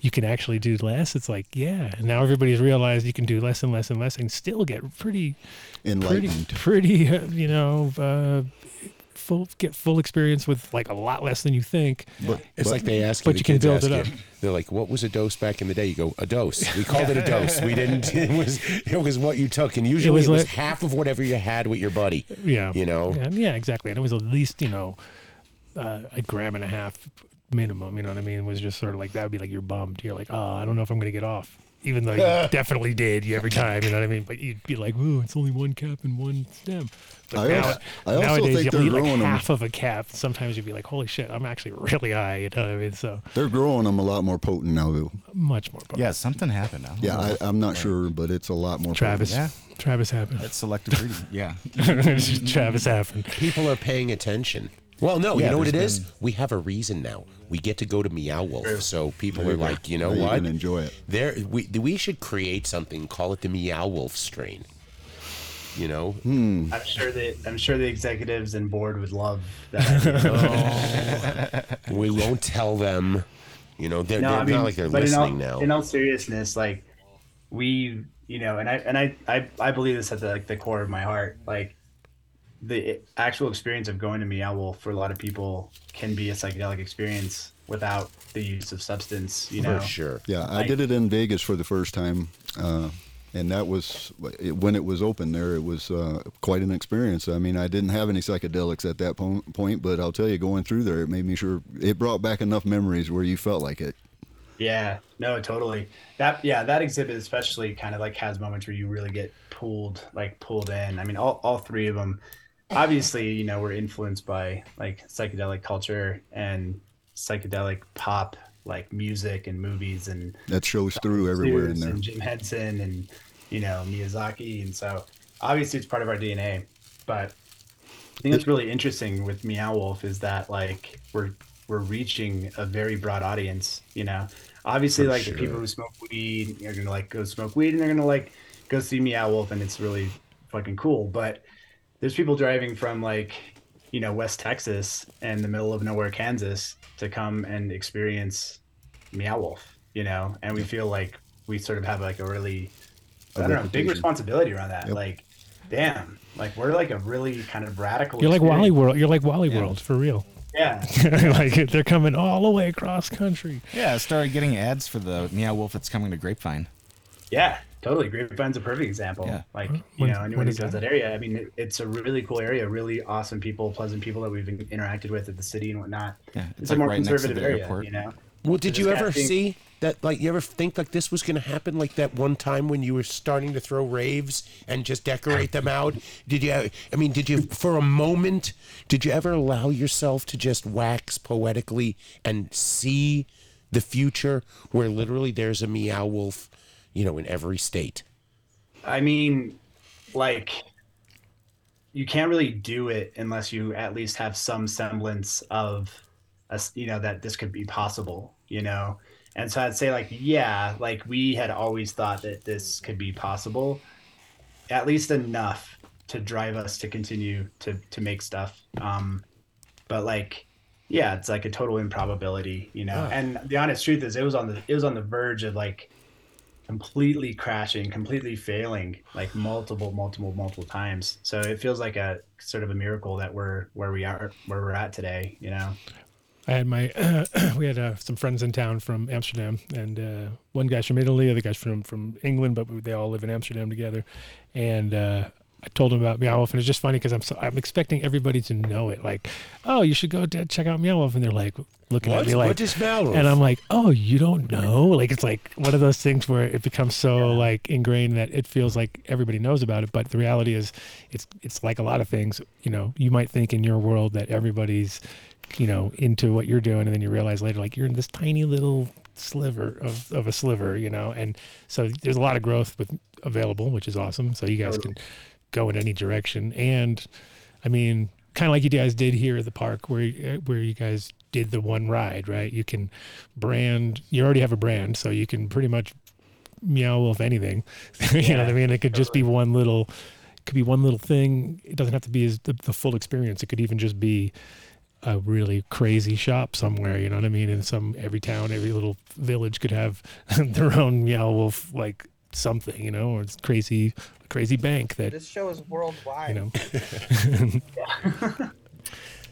Speaker 5: You can actually do less. It's like yeah, and now everybody's realized you can do less and less and less and still get pretty
Speaker 7: Enlightened.
Speaker 5: pretty, pretty uh, you know. Uh, Full, get full experience with like a lot less than you think.
Speaker 3: But, it's like they ask you.
Speaker 5: but
Speaker 3: the
Speaker 5: you can
Speaker 3: kids
Speaker 5: build it up.
Speaker 3: ask you, They're like, "What was a dose back in the day?" You go, "A dose. We called it *laughs* a dose. We didn't. It was it was what you took, and usually it
Speaker 5: was
Speaker 3: was,
Speaker 5: like-
Speaker 3: half of whatever you had with your buddy."
Speaker 5: Yeah.
Speaker 3: you know.
Speaker 5: Yeah, yeah, exactly. And it was at least, you know, uh, a gram and a half minimum, you know what I mean? It was just sort of like that would be like you're bummed. You're like, oh, I don't know if I'm going to get off. Even though
Speaker 3: *laughs*
Speaker 5: you definitely did you every time, you know what I mean? But you'd be like, ooh, it's only one cap and one stem. But
Speaker 7: I
Speaker 5: now,
Speaker 7: also- I also
Speaker 5: nowadays,
Speaker 7: think
Speaker 5: you'll
Speaker 7: they're
Speaker 5: eat like
Speaker 7: growing 'em.
Speaker 5: half of a cap. Sometimes you'd be like, holy shit, I'm actually really high, you know what I mean? So
Speaker 7: They're growing them a lot more potent now, though.
Speaker 5: much more.
Speaker 10: Yeah, something happened. I don't
Speaker 7: Yeah,
Speaker 10: know.
Speaker 7: I, I'm not sure, but it's a lot more
Speaker 5: Travis,
Speaker 7: potent.
Speaker 5: Travis happened.
Speaker 10: That's selective reading. Yeah.
Speaker 5: *laughs* Travis happened.
Speaker 3: People are paying attention. Well, no,
Speaker 10: Yeah,
Speaker 3: you know what it
Speaker 10: there's
Speaker 3: is. We have a reason now. We get to go to Meow Wolf, so people
Speaker 7: There
Speaker 3: are
Speaker 7: you go.
Speaker 3: like, you know
Speaker 7: Now you
Speaker 3: what?
Speaker 7: can enjoy it.
Speaker 3: There, we we should create something. Call it the Meow Wolf strain. You know. Hmm.
Speaker 12: I'm sure that I'm sure the executives and board would love
Speaker 5: *laughs*
Speaker 12: that.
Speaker 3: *laughs* we won't tell them. You know, they're, they're not like they're
Speaker 12: but in all-
Speaker 3: listening now.
Speaker 12: In all seriousness, like we, you know, and I and I I, I believe this at the, like the core of my heart. Like the actual experience of going to Meow Wolf for a lot of people can be a psychedelic experience without the use of substance. You know,
Speaker 7: Yeah, I
Speaker 12: Like,
Speaker 7: did it in Vegas for the first time, uh, and that was it, when it was open there. It was uh, quite an experience. I mean, I didn't have any psychedelics at that po- point, but I'll tell you, going through there, it made me sure it brought back enough memories where you felt like it.
Speaker 12: Yeah, no, totally. That yeah, that exhibit especially kind of like has moments where you really get pulled like pulled in. I mean, all all three of them obviously, you know, were influenced by like psychedelic culture and psychedelic pop like music and movies and
Speaker 7: That shows through everywhere in
Speaker 12: Sears
Speaker 7: there.
Speaker 12: and Jim Henson and you know Miyazaki, and so obviously it's part of our DNA. But I think that's really interesting with Meow Wolf is that like we're we're reaching a very broad audience. You know, obviously
Speaker 13: For
Speaker 12: like
Speaker 13: sure.
Speaker 12: the people who smoke weed are gonna like go smoke weed and they're gonna like go see Meow Wolf, and it's really fucking cool. But there's people driving from like you know West Texas and the middle of nowhere Kansas to come and experience Meow Wolf, you know, and we feel like we sort of have like a really, I don't know, big
Speaker 5: reputation.
Speaker 12: responsibility around that.
Speaker 5: Yep.
Speaker 12: Like, damn, like we're like a really kind of radical.
Speaker 5: You're like Wally
Speaker 12: experience.
Speaker 5: World. You're like Wally World for real.
Speaker 12: Yeah.
Speaker 5: *laughs* like they're coming all the way across country.
Speaker 10: Yeah, I started getting ads for the Meow Wolf that's coming to Grapevine.
Speaker 12: Yeah, totally. Grapevine's a perfect example.
Speaker 10: Yeah.
Speaker 12: Like,
Speaker 10: When-
Speaker 12: you know, anyone
Speaker 10: when
Speaker 12: who
Speaker 10: is
Speaker 12: goes
Speaker 10: that?
Speaker 12: that area, I mean, it, it's a really cool area, really awesome people, pleasant people that we've interacted with at the city and whatnot.
Speaker 10: Yeah,
Speaker 12: it's, a more conservative area, you know?
Speaker 3: Well,
Speaker 12: So
Speaker 3: did
Speaker 12: just
Speaker 3: you
Speaker 12: kinda
Speaker 3: ever
Speaker 12: think-
Speaker 3: see that like you ever think like this was going to happen like that one time when you were starting to throw raves and just decorate them out? Did you? e, I mean, did you for a moment? Did you ever allow yourself to just wax poetically and see the future where literally there's a meow wolf, you know, in every state?
Speaker 12: I mean, like, you can't really do it unless you at least have some semblance of, a s you know, that this could be possible, you know? And so I'd say, like, yeah, like, we had always thought that this could be possible, at least enough to drive us to continue to, to make stuff. Um, but, like, yeah, it's like a total improbability, you know?
Speaker 13: Yeah.
Speaker 12: And the honest truth is, it was on the, it was on the verge of, like, completely crashing, completely failing, like multiple, multiple, multiple times. So it feels like a sort of a miracle that we're where we are, where we're at today. You know,
Speaker 5: I had my *clears throat* we had uh, some friends in town from Amsterdam, and uh, one guy's from Italy, other guy's from from England, but we, they all live in Amsterdam together. And uh, I told him about Meow Wolf, and it's just funny because I'm so, I'm expecting everybody to know it, like, oh, you should go d- check out Meow Wolf, and they're like looking
Speaker 3: What?
Speaker 5: at me like,
Speaker 3: What is Meow Wolf?
Speaker 5: And I'm like, oh, you don't know? Like it's like one of those things where it becomes so like ingrained that it feels like everybody knows about it, but the reality is, it's it's like a lot of things. You know, you might think in your world that everybody's you know into what you're doing and then you realize later like you're in this tiny little sliver of, of a sliver you know and so there's a lot of growth with available which is awesome so you guys can go in any direction and i mean kind of like you guys did here at the park where uh, where you guys did the one ride right you can brand you already have a brand so you can pretty much meow wolf anything *laughs* you know what i mean it could just be one little it could be one little thing it doesn't have to be as the, the full experience it could even just be a really crazy shop somewhere. You know what I mean? In some every town, every little village could have *laughs* their own meow wolf like something, you know, or it's crazy, crazy bank that
Speaker 14: This show is worldwide.
Speaker 5: you know.
Speaker 12: *laughs*
Speaker 5: *laughs*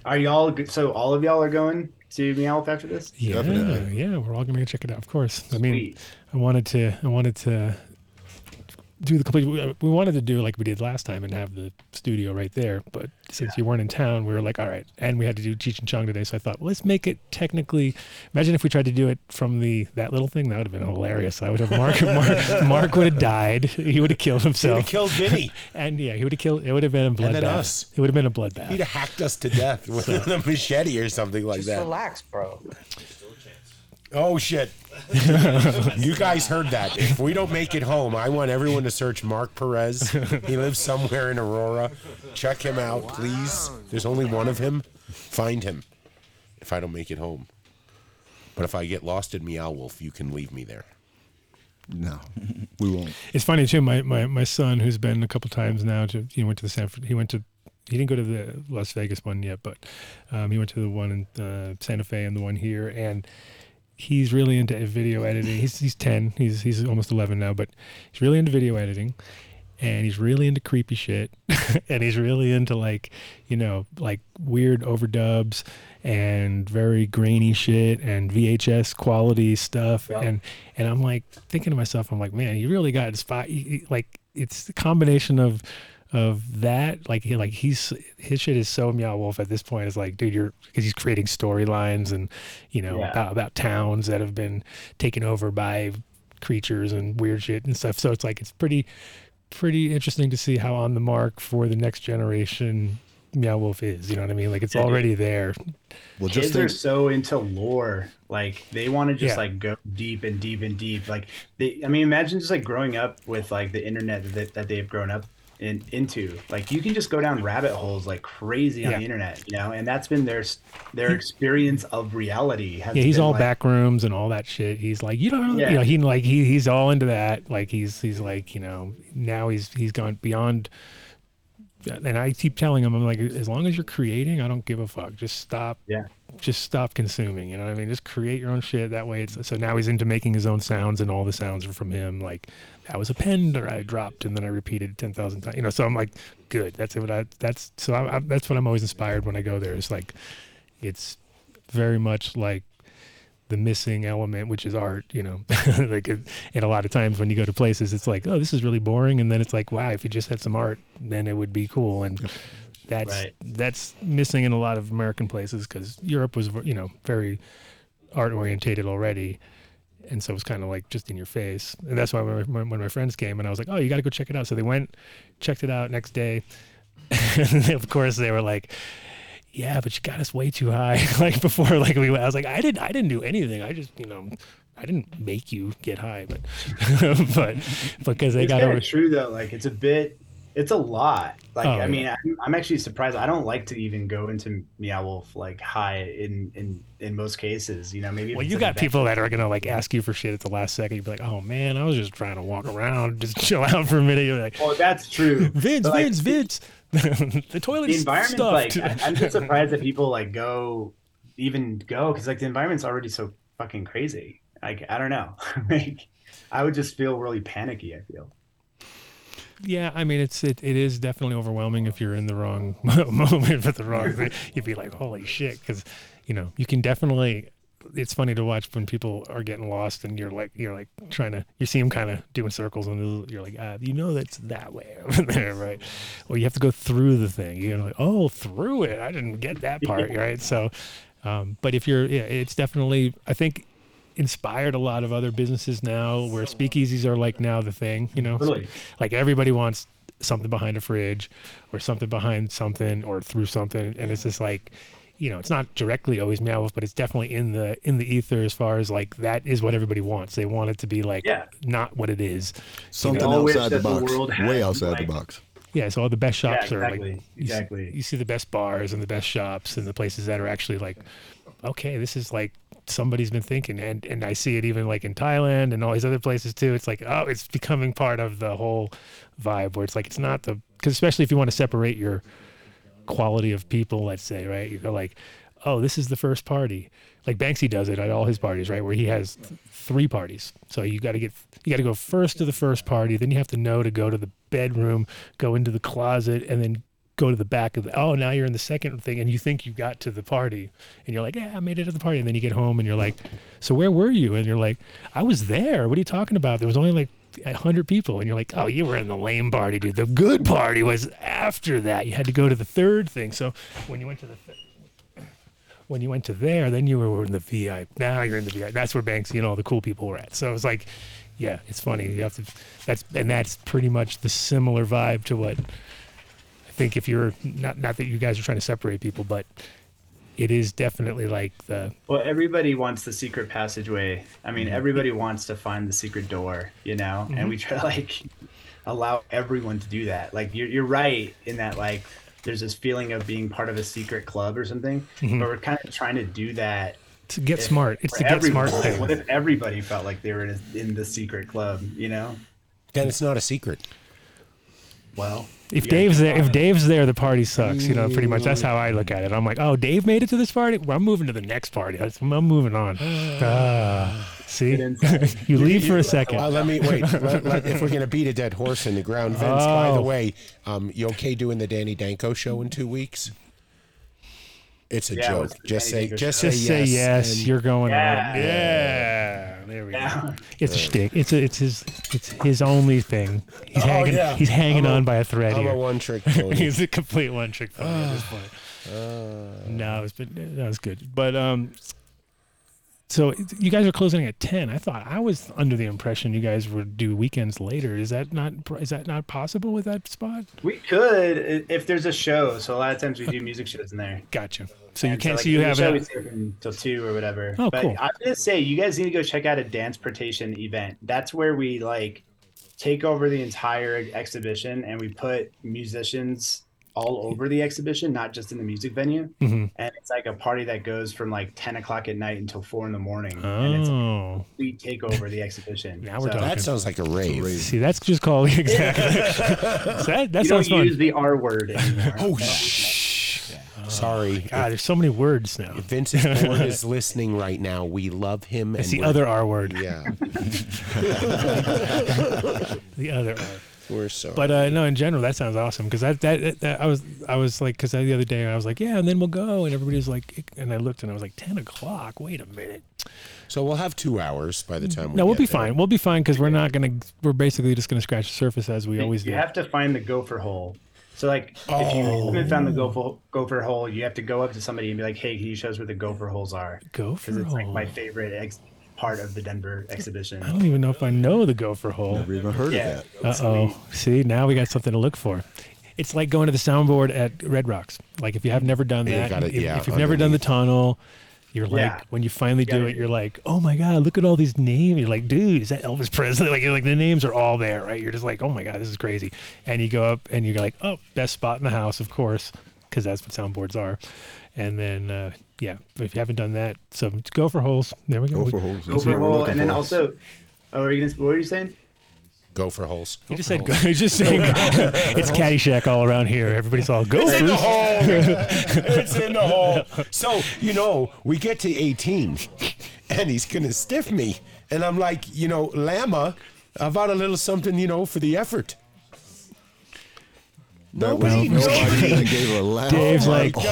Speaker 12: are y'all g- so all of y'all are going to Meowth after this?
Speaker 5: yeah, yeah, we're all gonna go check it out. Of course. I mean, I wanted to, I wanted to do the complete. We we wanted to do like we did last time and have the studio right there, but since you weren't in town, we were like, all right, and we had to do Cheech and Chong today. So I thought, well, let's make it technically. Imagine if we tried to do it from the that little thing. That would have been hilarious. I would have
Speaker 3: *laughs*
Speaker 5: Mark. Mark, Mark would have died. He would have killed himself.
Speaker 3: killed Vinny.
Speaker 5: *laughs* and yeah, he would have killed. It would have been a bloodbath.
Speaker 3: then us.
Speaker 5: It would have been a bloodbath.
Speaker 3: He'd have hacked us to death *laughs* with
Speaker 5: So-
Speaker 3: a machete or something like that.
Speaker 14: Relax, bro.
Speaker 3: Oh shit! *laughs* you guys heard that? If we don't make it home, I want everyone to search Mark Perez. He lives somewhere in Aurora. Check him out, please. There's only one of him. Find him. If I don't make it home, but if I get lost in Meow Wolf, you can leave me there.
Speaker 7: No, we won't.
Speaker 5: It's funny too. My, my, my son, who's been a couple times now, to he went to the Sanford. He went to he didn't go to the Las Vegas one yet, but um, he went to the one in uh, Santa Fe and the one here, and he's really into video editing. He's he's ten. He's he's almost eleven now, but he's really into video editing, and he's really into creepy shit, *laughs* and he's really into like you know like weird overdubs and very grainy shit and VHS quality stuff, and and I'm like thinking to myself, I'm like, man, you really got spot he- he- like it's the combination of of that like he like he's his shit is so meow wolf at this point it's like dude you're because he's creating storylines and you know
Speaker 13: Yeah.
Speaker 5: about, about towns that have been taken over by creatures and weird shit and stuff so it's like it's pretty pretty interesting to see how on the mark for the next generation meow wolf is you know what i mean like it's
Speaker 12: Yeah.
Speaker 5: already there
Speaker 12: Well, kids are so into lore. Like they want to just
Speaker 5: Yeah.
Speaker 12: like go deep and deep and deep. Like they, I mean, imagine just like growing up with like the internet that, they, that they've grown up in, into. Like you can just go down rabbit holes like crazy on
Speaker 5: Yeah.
Speaker 12: the internet, you know. And that's been their s- their experience of reality. Has
Speaker 5: yeah, he's
Speaker 12: been,
Speaker 5: all
Speaker 12: like,
Speaker 5: back rooms and all that shit. He's like, you don't, really,
Speaker 12: Yeah.
Speaker 5: you know, he like he he's all into that. Like he's he's like, you know, now he's he's gone beyond. And I keep telling him, I'm like, as long as you're creating, I don't give a fuck. Just stop.
Speaker 12: Yeah.
Speaker 5: Just stop consuming. You know what I mean? Just create your own shit. That way, it's so now he's into making his own sounds, and all the sounds are from him. Like that was a pen that I dropped, and then I repeated ten thousand times. You know, so I'm like, good. That's what I. That's so. I, I, that's what I'm always inspired when I go there. It's like, it's very much like the missing element, which is art, you know, *laughs* like it, and a lot of times when you go to places, it's like, oh, this is really boring. And then it's like, wow, if you just had some art, then it would be cool. And that's,
Speaker 13: Right.
Speaker 5: that's missing in a lot of American places because Europe was, you know, very art orientated already. and so it was kind of like just in your face. And that's why when my, when my friends came and I was like, "Oh, you got to go check it out." So they went, checked it out next day. *laughs* and of course, they were like, "Yeah, but you got us way too high." *laughs* like before, like we went, I was like, "I didn't, I didn't do anything. I just, you know, I didn't make you get high, but, *laughs* but because they
Speaker 12: it's
Speaker 5: got
Speaker 12: kinda
Speaker 5: over."
Speaker 12: true though. Like it's a bit, it's a lot. Like
Speaker 5: Oh,
Speaker 12: I
Speaker 5: yeah.
Speaker 12: mean, I'm, I'm actually surprised. I don't like to even go into Meow Wolf like high in in in most cases. You know, maybe if
Speaker 5: Well,
Speaker 12: it's
Speaker 5: you
Speaker 12: an
Speaker 5: got
Speaker 12: event- *laughs*
Speaker 5: people that are gonna like ask you for shit at the last second. You'd be like, "Oh man, I was just trying to walk around, just *laughs* chill out for a minute." You're like,
Speaker 12: "Oh, that's
Speaker 5: *laughs*
Speaker 12: true."
Speaker 5: Vince,
Speaker 12: But, like,
Speaker 5: Vince, Vince. *laughs* the toilet
Speaker 12: The
Speaker 5: is
Speaker 12: environment, like
Speaker 5: stuffed.
Speaker 12: I- I'm just surprised that people like go even go because like the environment's already so fucking crazy. Like I don't know. *laughs* like I would just feel really panicky. I feel.
Speaker 5: yeah, I mean, it's it, it is definitely overwhelming if you're in the wrong *laughs* moment for the wrong thing. You'd be like, "Holy shit!" Because you know you can definitely. It's funny to watch when people are getting lost and you're like you're like trying to you see them kind of doing circles and you're like ah, you know that's that way *laughs* over there right or you have to go through the thing you're like oh through it I didn't get that part
Speaker 13: Yeah.
Speaker 5: right so um, but if you're yeah it's definitely I think inspired a lot of other businesses now where speakeasies are like now the thing you know
Speaker 12: Totally.
Speaker 5: like everybody wants something behind a fridge or something behind something or through something and it's just like you know it's not directly always meow wolf but it's definitely in the in the ether as far as like that is what everybody wants they want it to be like
Speaker 12: Yeah.
Speaker 5: not what it is you
Speaker 7: Something
Speaker 5: know?
Speaker 7: outside the box. Way outside the box.
Speaker 5: Yeah, so all the best
Speaker 12: Yeah,
Speaker 5: shops are like
Speaker 12: exactly,
Speaker 5: you see-
Speaker 12: exactly.
Speaker 5: You see, the best bars and the best shops and the places that are actually like, okay, this is like somebody's been thinking, and and I see it even like in Thailand and all these other places too. It's like oh, it's becoming part of the whole vibe where it's like it's not the because especially if you want to separate your quality of people, let's say, right? You go like, oh, this is the first party. Like Banksy does it at all his parties, right? Where he has th- three parties. So you got to get, you got to go first to the first party. Then you have to know to go to the bedroom, go into the closet, and then go to the back of the, oh, now you're in the second thing. And you think you got to the party. And you're like, yeah, I made it to the party. And then you get home and you're like, so where were you? And you're like, I was there. What are you talking about? There was only like, a hundred people, and you're like, "Oh, you were in the lame party, dude. The good party was after that. You had to go to the third thing." So when you went to the th- when you went to there, then you were in the VIP. Now you're in the VIP. That's where Banksy and all the cool people were at. So it was like, yeah, it's funny. You have to. That's and that's pretty much the similar vibe to what I think. If you're not not that you guys are trying to separate people, but it is definitely like the
Speaker 12: Well, everybody wants the secret passageway. I
Speaker 5: Mm-hmm.
Speaker 12: mean, everybody wants to find the secret door, you know.
Speaker 5: Mhm.
Speaker 12: And we try to like *laughs* allow everyone to do that. Like you're you're right in that like there's this feeling of being part of a secret club or something.
Speaker 5: Mhm.
Speaker 12: But we're kind of trying to do that.
Speaker 5: to get
Speaker 12: if-
Speaker 5: smart. It's
Speaker 12: for
Speaker 5: the get smart
Speaker 12: everyone.
Speaker 5: thing.
Speaker 12: What if everybody felt like they were in, in the secret club? You know.
Speaker 3: Then it's not a secret.
Speaker 12: Well,
Speaker 5: If
Speaker 12: you gotta
Speaker 5: Dave's
Speaker 12: keep
Speaker 5: there, if
Speaker 12: honest.
Speaker 5: Dave's there, the party sucks. You know, pretty much. That's how I look at it. I'm like, oh, Dave made it to this party. Well, I'm moving to the next party. That's- I'm moving
Speaker 3: *sighs*
Speaker 5: on. Ah, see, *laughs* you leave for a second.
Speaker 3: Well, let
Speaker 5: *laughs*
Speaker 3: me wait. Let- let- if we're gonna beat a dead horse in the ground, Vince. By the
Speaker 5: Oh.
Speaker 3: way, um, you okay doing the Danny Danko show in two weeks? It's a
Speaker 5: Yeah,
Speaker 3: joke.
Speaker 5: what's the
Speaker 3: Just
Speaker 5: Danny
Speaker 3: say,
Speaker 5: Danko
Speaker 3: just
Speaker 5: show?
Speaker 3: say,
Speaker 5: Just say yes,
Speaker 3: and-
Speaker 5: you're going on. Yeah. Yeah. There we go. It's a shtick. It's a, it's his it's his only thing. He's
Speaker 3: Oh,
Speaker 5: hanging
Speaker 3: yeah.
Speaker 5: he's hanging
Speaker 3: I'm a-
Speaker 5: on by a thread
Speaker 3: I'm a
Speaker 5: here. *laughs*
Speaker 3: one-trick pony. Ah.
Speaker 5: he's a complete one trick pony at this point. no, it's been that was good. But um, so it- you guys are closing at ten. I thought I was under the impression you guys would do weekends later. Is that not pr- is that not possible with that spot?
Speaker 12: we could i- if there's a show. So a lot of times we do music shows in there.
Speaker 5: Gotcha. So you
Speaker 12: And
Speaker 5: can't.
Speaker 12: like,
Speaker 5: So you
Speaker 12: the
Speaker 5: have
Speaker 12: show
Speaker 5: it.
Speaker 12: is open till two or whatever.
Speaker 5: Oh,
Speaker 12: but
Speaker 5: cool.
Speaker 12: I'm gonna say you guys need to go check out a dance portation event. That's where we like take over the entire exhibition and we put musicians all over the exhibition, not just in the music venue.
Speaker 5: Mhm.
Speaker 12: And it's like a party that goes from like ten o'clock at night until four in the morning. And it's
Speaker 5: Oh,
Speaker 12: we take over the exhibition.
Speaker 5: now we're talking.
Speaker 3: That sounds like a rave.
Speaker 5: See, that's just called *laughs*
Speaker 3: *laughs*
Speaker 5: exactly. So that that
Speaker 12: you
Speaker 5: sounds
Speaker 12: don't
Speaker 5: fun.
Speaker 12: use the R word
Speaker 5: *laughs*
Speaker 12: anymore.
Speaker 3: oh Sorry,
Speaker 5: Oh, God, there's so many words now. *laughs*
Speaker 3: Vincent Ford is listening right now. We love him.
Speaker 5: That's
Speaker 3: and
Speaker 5: the
Speaker 3: we're-
Speaker 5: other R word. *laughs*
Speaker 3: Yeah. *laughs*
Speaker 5: the other R.
Speaker 3: We're so.
Speaker 5: But uh, no, in general, that sounds awesome because that, that, that I was I was like because the other day I was like yeah, and then we'll go, and everybody was like, and I looked and I was like ten o'clock. Wait a minute.
Speaker 3: so we'll have two hours by the time. We
Speaker 5: no, we'll
Speaker 3: get
Speaker 5: be
Speaker 3: there.
Speaker 5: fine. We'll be fine because we're not gonna. We're basically just gonna scratch the surface as we
Speaker 12: You-
Speaker 5: always
Speaker 12: you
Speaker 5: do. Oh.
Speaker 12: have to find the gopher hole. So like, if you haven't found the gopher gopher hole, you have to go up to somebody and be like, "Hey, can you show us where the gopher holes are?"
Speaker 5: Gopher
Speaker 12: it's like my
Speaker 5: hole. Oh,
Speaker 12: favorite ex- part of the Denver exhibition.
Speaker 5: I don't even know if I know the gopher hole. Never
Speaker 7: even
Speaker 12: heard of Yeah.
Speaker 5: Uh
Speaker 12: that.
Speaker 5: oh. See, now we got something to look for. It's like going to the soundboard at Red Rocks. Like if you have never done
Speaker 3: You
Speaker 5: that,
Speaker 3: gotta-
Speaker 5: if, if
Speaker 3: yeah,
Speaker 5: you've never done the tunnel, you're like
Speaker 3: Yeah.
Speaker 5: when you finally do it, you're like, oh my god, look at all these names. You're like, dude, is that Elvis Presley? *laughs* Like, you're like the names are all there, right? You're just like, oh my god, this is crazy. And you go up and you're like, oh, best spot in the house, of course, because that's what soundboards are. And then uh, yeah, if you haven't done that, so go for holes. There we go.
Speaker 7: Gopher holes.
Speaker 12: Go for a hole, and then also, oh, are you gonna, what were you saying?
Speaker 3: Go for holes.
Speaker 5: You just said, *laughs*
Speaker 3: *laughs*
Speaker 5: you just saying, *laughs* it's Caddyshack all around here. Everybody's all go
Speaker 3: It's in the
Speaker 5: Bruce."
Speaker 3: hole.
Speaker 5: *laughs*
Speaker 3: it's in the hole. So you know, we get to 18, and he's gonna stiff me, and I'm like, you know, Lama, I've got a little something, you know, for the effort. Nobody,
Speaker 7: well,
Speaker 3: nobody.
Speaker 7: nobody gave a laugh.
Speaker 5: Dave's
Speaker 7: Oh my
Speaker 5: like,
Speaker 7: God.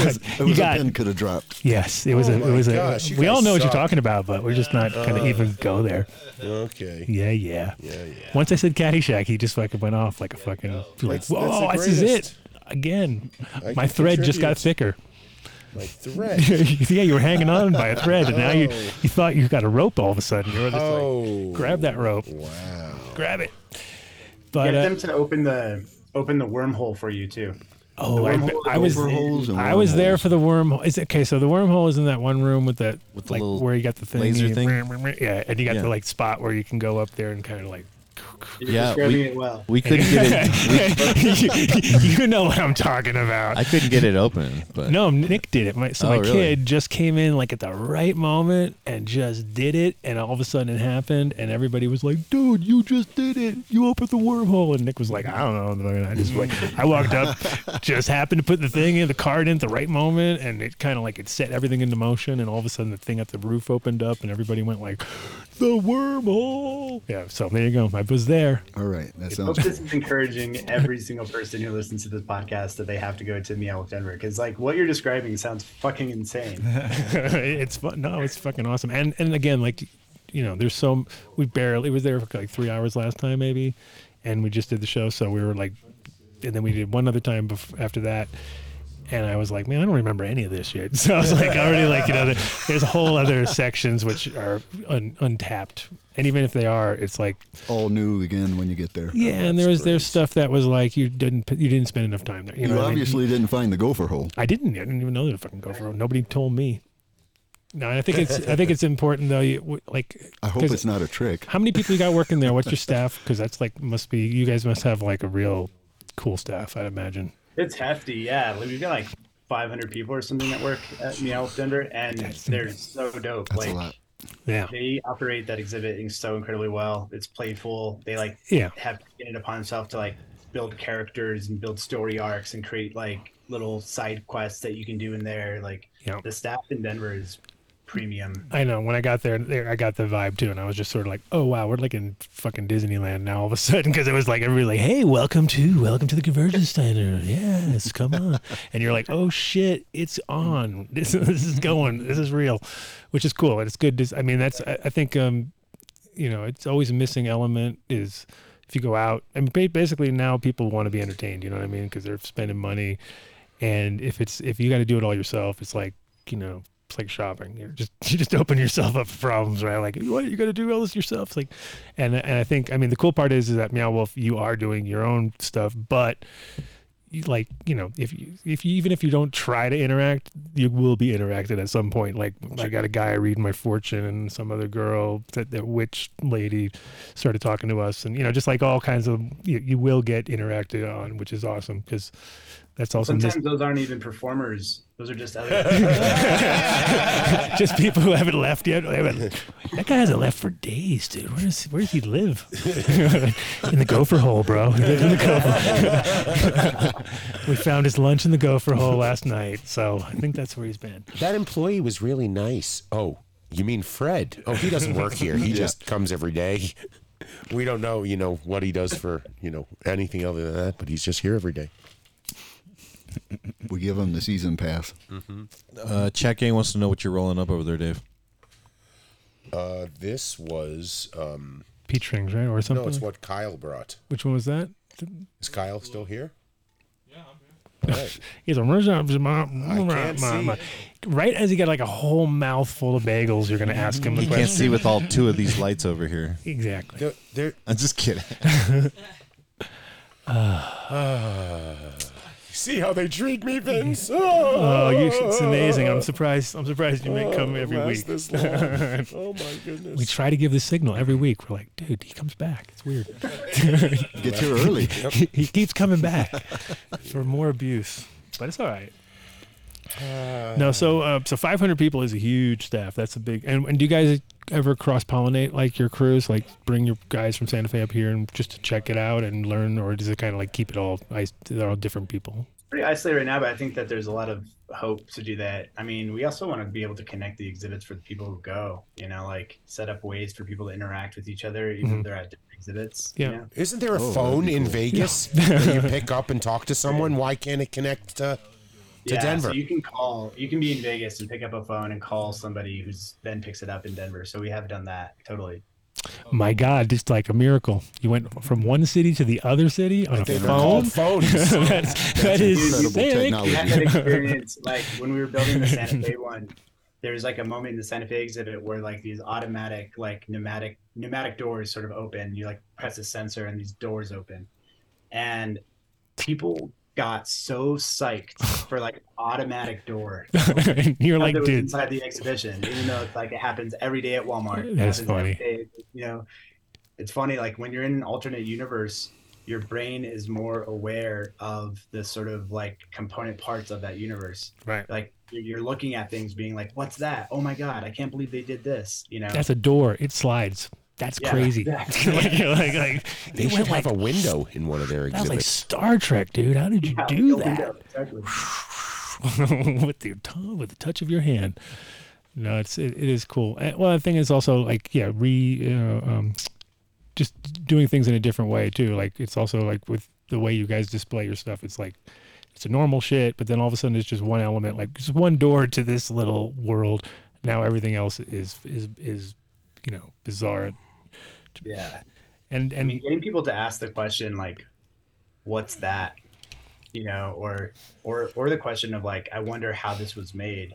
Speaker 7: *laughs* it was, it
Speaker 5: *laughs* You
Speaker 7: was
Speaker 5: got-
Speaker 7: a pin could have dropped.
Speaker 5: Yes, it was
Speaker 7: Oh
Speaker 5: a.
Speaker 7: my
Speaker 5: It was a.
Speaker 7: gosh, you
Speaker 5: we all
Speaker 7: guys
Speaker 5: know what
Speaker 7: suck.
Speaker 5: you're talking about, but we're just not gonna
Speaker 3: Uh,
Speaker 5: even go there.
Speaker 3: Okay.
Speaker 5: Yeah, yeah.
Speaker 3: Yeah, yeah.
Speaker 5: Once I said Caddyshack, he just fucking went off like a fucking like,
Speaker 3: That's- that's
Speaker 5: whoa,
Speaker 3: the
Speaker 5: this is it
Speaker 3: greatest.
Speaker 5: again.
Speaker 3: I
Speaker 5: My
Speaker 3: can
Speaker 5: thread just got
Speaker 3: contribute.
Speaker 5: thicker.
Speaker 3: My
Speaker 5: *laughs* yeah, you were hanging on by a thread, and now you
Speaker 3: Oh.
Speaker 5: you thought you got a rope all of a sudden. You were just
Speaker 3: Oh.
Speaker 5: like, grab that rope.
Speaker 3: Wow.
Speaker 5: Grab it.
Speaker 12: Get
Speaker 5: But uh,
Speaker 12: them to open the open the wormhole for you too.
Speaker 5: Oh,
Speaker 12: The
Speaker 5: I,
Speaker 12: wormhole,
Speaker 5: I was
Speaker 12: the overholes, and
Speaker 5: I was there for the wormhole. Is it, okay, so the wormhole is in that one room with that with
Speaker 9: the
Speaker 5: like
Speaker 9: little
Speaker 5: where you got the thing,
Speaker 9: laser
Speaker 5: you-
Speaker 9: thing?
Speaker 5: Yeah, and you got
Speaker 9: Yeah.
Speaker 5: the like spot where you can go up there and kind of like.
Speaker 12: You're describing it well.
Speaker 9: we couldn't
Speaker 5: *laughs*
Speaker 9: get
Speaker 5: it. you, you know what I'm talking about.
Speaker 9: I couldn't get it open, but
Speaker 5: No, Nick did it. My, so
Speaker 9: Oh,
Speaker 5: my
Speaker 9: really?
Speaker 5: kid just came in like at the right moment and just did it, and all of a sudden it happened, and everybody was like, "Dude, you just did it! You opened the wormhole!" And Nick was like, "I don't know." And I just like, I walked up, just happened to put the thing in the card in at the right moment, and it kind of like it set everything into motion, and all of a sudden the thing at the roof opened up, and everybody went like, "The wormhole!" Yeah. So there you go. I was there.
Speaker 7: All right, that
Speaker 12: I hope
Speaker 5: *laughs*
Speaker 12: this is encouraging every single person who listens to this podcast that they have to go to Meow with Denver because like what you're describing sounds fucking
Speaker 5: *laughs*
Speaker 12: insane.
Speaker 5: it's fun. No, it's fucking awesome. And and again, like you know, there's so we barely it was there for like three hours last time maybe, and we just did the show, so we were like, and then we did one other time bef- after that. And I was like, man, I don't remember any of this shit. *laughs* So I was like, already like, you know, there- there's whole other sections which are un- untapped, and even if they are, it's like,
Speaker 7: all new again when you get there.
Speaker 5: yeah, and there was there's stuff that was like you didn't you didn't spend enough time there. You,
Speaker 7: You,
Speaker 5: know what I mean?
Speaker 7: obviously didn't find the gopher hole.
Speaker 5: I didn't. I didn't even know there was a fucking gopher hole. Nobody told me. No, and I think it's. I think it's important though. You, w- like,
Speaker 7: I hope
Speaker 5: 'cause
Speaker 7: it's not a trick.
Speaker 5: How many people you got working there? What's
Speaker 7: *laughs*
Speaker 5: your staff? Because that's like must be. You guys must have like a real cool staff. I'd imagine.
Speaker 12: It's hefty, yeah. Like, we've got like 500 people or something that work at Meow with Denver, and they're so dope.
Speaker 5: That's a
Speaker 12: like,
Speaker 5: lot. Yeah.
Speaker 12: they operate that exhibit in so incredibly well. It's playful. They like
Speaker 5: Yeah.
Speaker 12: have taken it upon themselves to like build characters and build story arcs and create like little side quests that you can do in there. Like
Speaker 5: Yeah.
Speaker 12: the staff in Denver is premium.
Speaker 5: I know when I got there, there I got the vibe too, and I was just sort of like, "Oh wow, we're like in fucking Disneyland now all of a *laughs* sudden." Because it was like everybody like, "Hey, welcome to welcome to the Convergence Center, yes, come on," and you're like, "Oh shit, it's on. *laughs* This this is going. This is real," which is cool, and it's good. To, I mean, that's I, I think um, you know, it's always a missing element is if you go out. I mean, ba- basically now people want to be entertained. You know what I mean? Because they're spending money, and if it's if you got to do it all yourself, it's like you know, it's like shopping. You're just *laughs* you just open yourself up for problems, right? Like what you got to do all this yourself. It's like, and and I think I mean the cool part is is that Meow Wolf you are doing your own stuff, but you- like you know if you if you even if you don't try to interact you will be interacted at some point like i got a guy reading my fortune and some other girl that that witch lady started talking to us and you know just like all kinds of you, you will get interacted on which is awesome because that's also
Speaker 12: Sometimes
Speaker 5: mis-
Speaker 12: those aren't even performers. Those are just other.
Speaker 5: *laughs* just people who haven't left yet. They
Speaker 9: *laughs*
Speaker 5: haven't- that guy hasn't left for days, dude. Where does where does he live? *laughs* in the gopher hole, bro. He lives in the gopher. *laughs* we found his lunch in the gopher hole last night, so I think that's where he's been.
Speaker 3: That employee was really nice. Oh, you mean Fred? Oh, he doesn't work here.
Speaker 5: *laughs*
Speaker 3: He
Speaker 5: Yeah.
Speaker 3: just comes every day. We don't know, you know, what he does for, you know, anything other than that, but he's just here every day.
Speaker 7: We give him the season pass.
Speaker 9: Uh, Chat Gang wants to know what you're rolling up over there, Dave.
Speaker 3: Uh, this was um
Speaker 5: Peach rings, right, or something?
Speaker 3: No, it's what Kyle brought.
Speaker 5: Which one was that?
Speaker 3: Is Kyle still here?
Speaker 5: He's like,
Speaker 9: can't see.
Speaker 5: right as he got like a whole mouthful of bagels, you're going to ask him the
Speaker 9: You
Speaker 5: question.
Speaker 9: can't see with all two of these lights
Speaker 5: *laughs*
Speaker 9: over here.
Speaker 5: Exactly.
Speaker 9: I'm just
Speaker 5: *laughs*
Speaker 9: kidding.
Speaker 5: Ah.
Speaker 9: ah.
Speaker 3: See how they treat me,
Speaker 5: *laughs*
Speaker 3: Vince.
Speaker 5: Oh, you, it's amazing. I'm surprised. Um, I'm surprised you make come
Speaker 3: Oh,
Speaker 5: every
Speaker 3: last
Speaker 5: week. *laughs*
Speaker 3: this long. Oh, my goodness.
Speaker 5: We try to give the signal every week. We're like, dude, he comes back. It's
Speaker 3: *laughs*
Speaker 5: weird.
Speaker 3: Gets here
Speaker 5: *laughs*
Speaker 3: early.
Speaker 5: he, he keeps coming back for more abuse, but it's all right. No, so uh, so 500 people is a huge staff. That's a big. And, and do you guys ever cross pollinate like your crews? Like bring your guys from Santa Fe up here and just to check it out and learn, or does it kind of like keep it all? I, they're all different people.
Speaker 12: pretty isolated right now, but I think that there's a lot of hope to do that. I mean, we also want to be able to connect the exhibits for the people who go, you know, like set up ways for people to interact with each other,
Speaker 5: Mm-hmm.
Speaker 12: even
Speaker 3: Mhm.
Speaker 12: if they're at different exhibits. you
Speaker 3: Yeah.
Speaker 12: know?
Speaker 3: Isn't there a phone
Speaker 5: *laughs*
Speaker 3: in Vegas that you pick up and talk to someone? Why can't it connect to, to
Speaker 12: yeah,
Speaker 3: Denver?
Speaker 12: So you can call, you can be in Vegas and pick up a phone and call somebody who's then picks it up in Denver. So we have done that totally.
Speaker 5: My God, just like a miracle. You went from one city to the other city on a
Speaker 12: They were
Speaker 5: phone. *laughs*
Speaker 12: called phones.
Speaker 5: that's, that is sick.
Speaker 12: We had that
Speaker 5: *laughs*
Speaker 12: experience, like when we were building the Santa Fe one, there was like a moment in the Santa Fe exhibit where like these automatic, like pneumatic, pneumatic doors sort of open. You like press a sensor and these doors open, and people got so psyched for like automatic door.
Speaker 5: *laughs* You're like,
Speaker 12: that was
Speaker 5: dude.
Speaker 12: inside the exhibition, even though it's like it happens every day at Walmart. It
Speaker 5: That's
Speaker 12: happens every day, you know, it's funny like when you're in an alternate universe your brain is more aware of the sort of like component parts of that universe
Speaker 5: right
Speaker 12: like you're- you're looking at things being like what's that oh my god i can't believe they did this you know
Speaker 5: That's a door. It slides. That's
Speaker 12: Yeah,
Speaker 5: crazy.
Speaker 12: exactly.
Speaker 5: *laughs* like, you're like, like,
Speaker 3: they
Speaker 5: it
Speaker 3: should
Speaker 5: went
Speaker 3: have
Speaker 5: like-
Speaker 3: a window in one of their
Speaker 5: That was like
Speaker 3: exhibits.
Speaker 5: Star Trek, dude. How did you
Speaker 12: Yeah,
Speaker 5: do
Speaker 12: like,
Speaker 5: that?
Speaker 12: oh, exactly.
Speaker 5: *laughs* with your tongue, with the touch of your hand. No, it's it, it is cool. And, well, the thing is also like yeah, re uh, um, just doing things in a different way too. Like it's also like with the way you guys display your stuff. It's like it's a normal shit, but then all of a sudden it's just one element, like just one door to this little world. Now everything else is is is you know bizarre.
Speaker 12: yeah
Speaker 5: and
Speaker 12: and getting people to ask the question like what's that you know or or or the question of like i wonder how this was made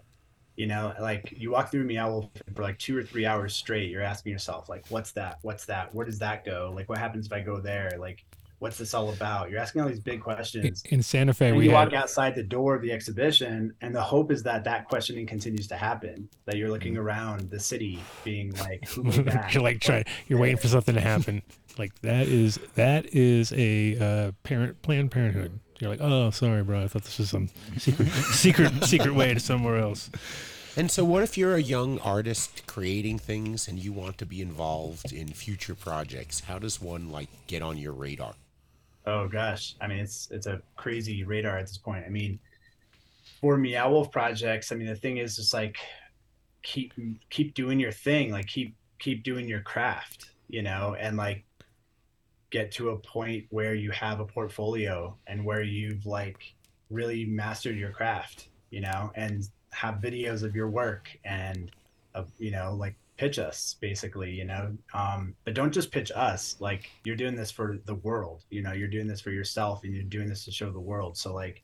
Speaker 12: you know like you walk through meow for like two or three hours straight you're asking yourself like what's that what's that where does that go like what happens if i go there like what's this all about you're asking all these big questions
Speaker 5: In Santa Fe,
Speaker 12: and
Speaker 5: we
Speaker 12: you
Speaker 5: had,
Speaker 12: walk outside the door of the exhibition, and the hope is that that questioning continues to happen. That you're
Speaker 5: Mm.
Speaker 12: looking around the city, being like, "Who
Speaker 5: *laughs*
Speaker 12: made that?"
Speaker 5: you're like trying you're waiting for something to happen like that is that is a uh, parent planned parenthood you're like oh sorry bro i thought this was some secret *laughs* secret secret way to somewhere else
Speaker 3: *laughs* And so, what if you're a young artist creating things and you want to be involved in future projects? How does one like get on your radar?
Speaker 12: Oh gosh, I mean it's it's a crazy radar at this point. I mean, for Meow Wolf projects, I mean the thing is just like keep keep doing your thing, like keep keep doing your craft, you know, and like get to a point where you have a portfolio and where you've like really mastered your craft, you know, and have videos of your work and uh, you know like pitch us basically you know um but don't just pitch us like you're doing this for the world you know you're doing this for yourself and you're doing this to show the world so like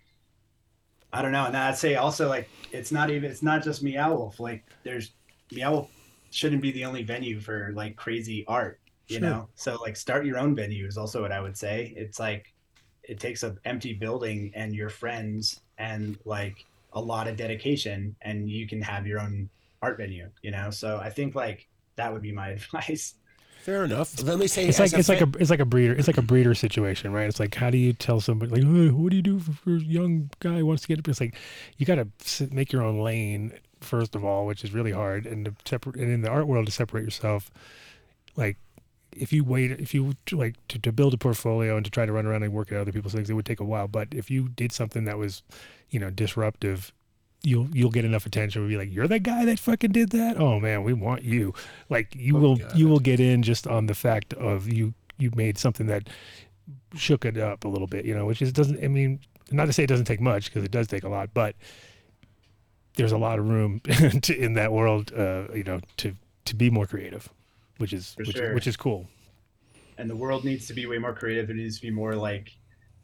Speaker 12: i don't know and i'd say also like it's not even it's not just meow wolf like there's meow wolf shouldn't be the only venue for like crazy art you
Speaker 13: Sure.
Speaker 12: know so like start your own venue is also what i would say it's like it takes an empty building and your friends and like a lot of dedication and you can have your own art venue you know so i think like that would be my *laughs* advice
Speaker 3: fair enough let me say
Speaker 5: it's like it's like a it's like a breeder it's like a breeder situation right it's like how do you tell somebody like "Hey, what do you do if your young guy wants to get up it's like you got to make your own lane first of all which is really hard and to separate and in the art world to separate yourself like if you wait if you like to, to build a portfolio and to try to run around and work at other people's things it would take a while but if you did something that was you know disruptive you'll you'll get enough attention to be like you're that guy that fucking did that oh man we want you like
Speaker 12: Oh,
Speaker 5: you will you will get in just on the fact of you you made something that shook it up a little bit you know which is doesn't i mean not to say it doesn't take much because it does take a lot but there's a lot of room *laughs* to, in that world uh you know to to be more creative which is
Speaker 12: For
Speaker 5: which,
Speaker 12: sure.
Speaker 5: which is cool
Speaker 12: and the world needs to be way more creative it needs to be more like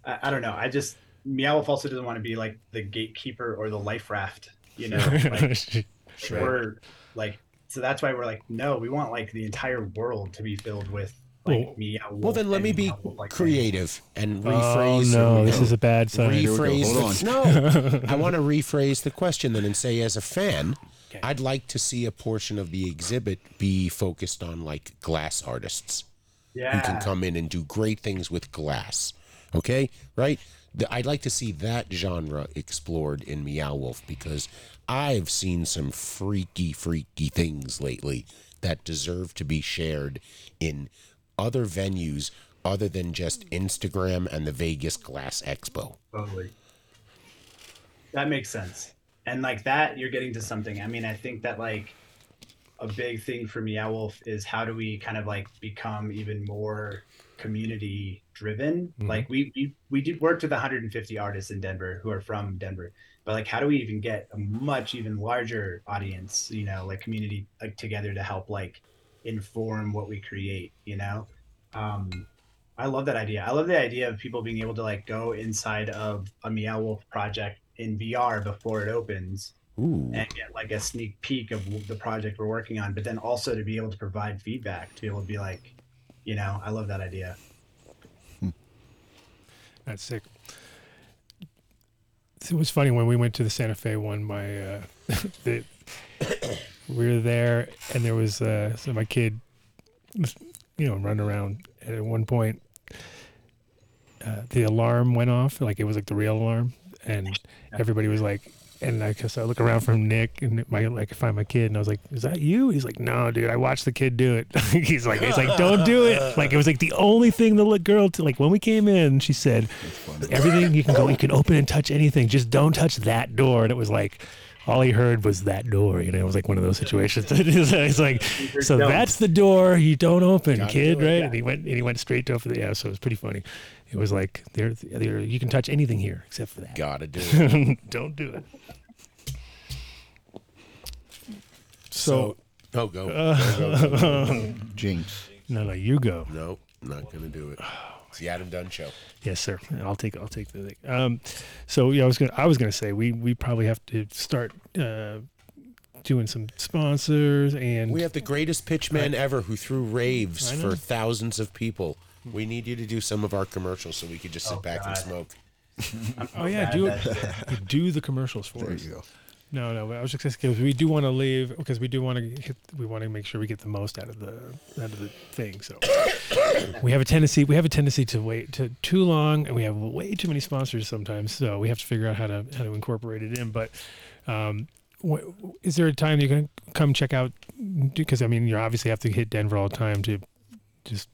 Speaker 12: I, I don't know i just Meowth also doesn't want to be like the gatekeeper or the life raft, you know.
Speaker 5: *laughs*
Speaker 12: Like,
Speaker 5: Sure.
Speaker 12: We're like, so that's why we're like, no, we want like the entire world to be filled with like
Speaker 3: Well,
Speaker 12: Meow.
Speaker 3: well, then let me be creative and
Speaker 5: Oh,
Speaker 3: rephrase.
Speaker 5: no, this is a bad sign. Here we go.
Speaker 3: Rephrase.
Speaker 5: Hold
Speaker 3: the-
Speaker 5: *laughs* on.
Speaker 3: no, I want to rephrase the question then and say, as a fan, I'd like to see a portion of the exhibit be focused on like glass artists who
Speaker 12: Yeah.
Speaker 3: can come in and do great things with glass. Okay, right? The- I'd like to see that genre explored in Meow Wolf because I've seen some freaky, freaky things lately that deserve to be shared in other venues other than just Instagram and the Vegas Glass Expo.
Speaker 12: Totally. That makes sense. And like that, you're getting to something. I mean, I think that like a big thing for Meow Wolf is how do we kind of like become even more community driven?
Speaker 13: Mhm.
Speaker 12: Like we, we we did worked with 150 artists in Denver who are from Denver, but like how do we even get a much even larger audience? You know, like community like together to help like inform what we create. You know. Um, I love that idea. I love the idea of people being able to like go inside of a Meow Wolf project in VR before it opens
Speaker 3: Ooh.
Speaker 12: and get like a sneak peek of the project we're working on, but then also to be able to provide feedback, to be able to be like, you know, I love that idea.
Speaker 5: That's sick. It was funny when we went to the Santa Fe one. My uh, *laughs* the, we were there, and there was uh, so my kid was you know running around, and at one point uh, the alarm went off, like it was like the real alarm, and everybody was like, and I guess I look around from Nick and my like I find my kid, and I was like, is that you? He's like, no, dude, I watched the kid do it. *laughs* he's like, he's like, don't do it. Like it was like the only thing the li- girl to like when we came in, she said, everything you can go, you can open and touch anything, just don't touch that door, and it was like. All he heard was that door, you know. It was like one of those situations. *laughs* it's like, so
Speaker 12: Don't.
Speaker 5: that's the door you don't open,
Speaker 12: Gotta
Speaker 5: kid,
Speaker 12: do it,
Speaker 5: right?
Speaker 12: yeah.
Speaker 5: And he went and he went straight to for the yeah. So it was pretty funny. It was like there, there you can touch anything here except for that. *laughs*
Speaker 3: Gotta do
Speaker 5: it. Don't do it. So,
Speaker 3: oh,
Speaker 5: *laughs*
Speaker 3: go.
Speaker 5: Uh,
Speaker 3: Go, go,
Speaker 5: *laughs*
Speaker 3: go.
Speaker 5: Jinx. No, no, you go.
Speaker 3: Nope, not gonna do it. It's the Adam Dunn show.
Speaker 5: Yes, sir. I'll take I'll take the thing. Um, so yeah, I was gonna I was gonna say we we probably have to start uh, doing some sponsors and
Speaker 3: We have the greatest pitchman ever who threw raves
Speaker 5: I know.
Speaker 3: for thousands of people. We need you to do some of our commercials so we could just sit back and smoke.
Speaker 5: Oh yeah, do it. do the commercials for us. No, no. I was just because we do want to leave because we do want to hit, we want to make sure we get the most out of the out of the thing. So *coughs* we have a tendency we have a tendency to wait to too long, and we have way too many sponsors sometimes. So we have to figure out how to how to incorporate it in. But um, wh- is there a time you can come check out? Because I mean, you obviously have to hit Denver all the time to just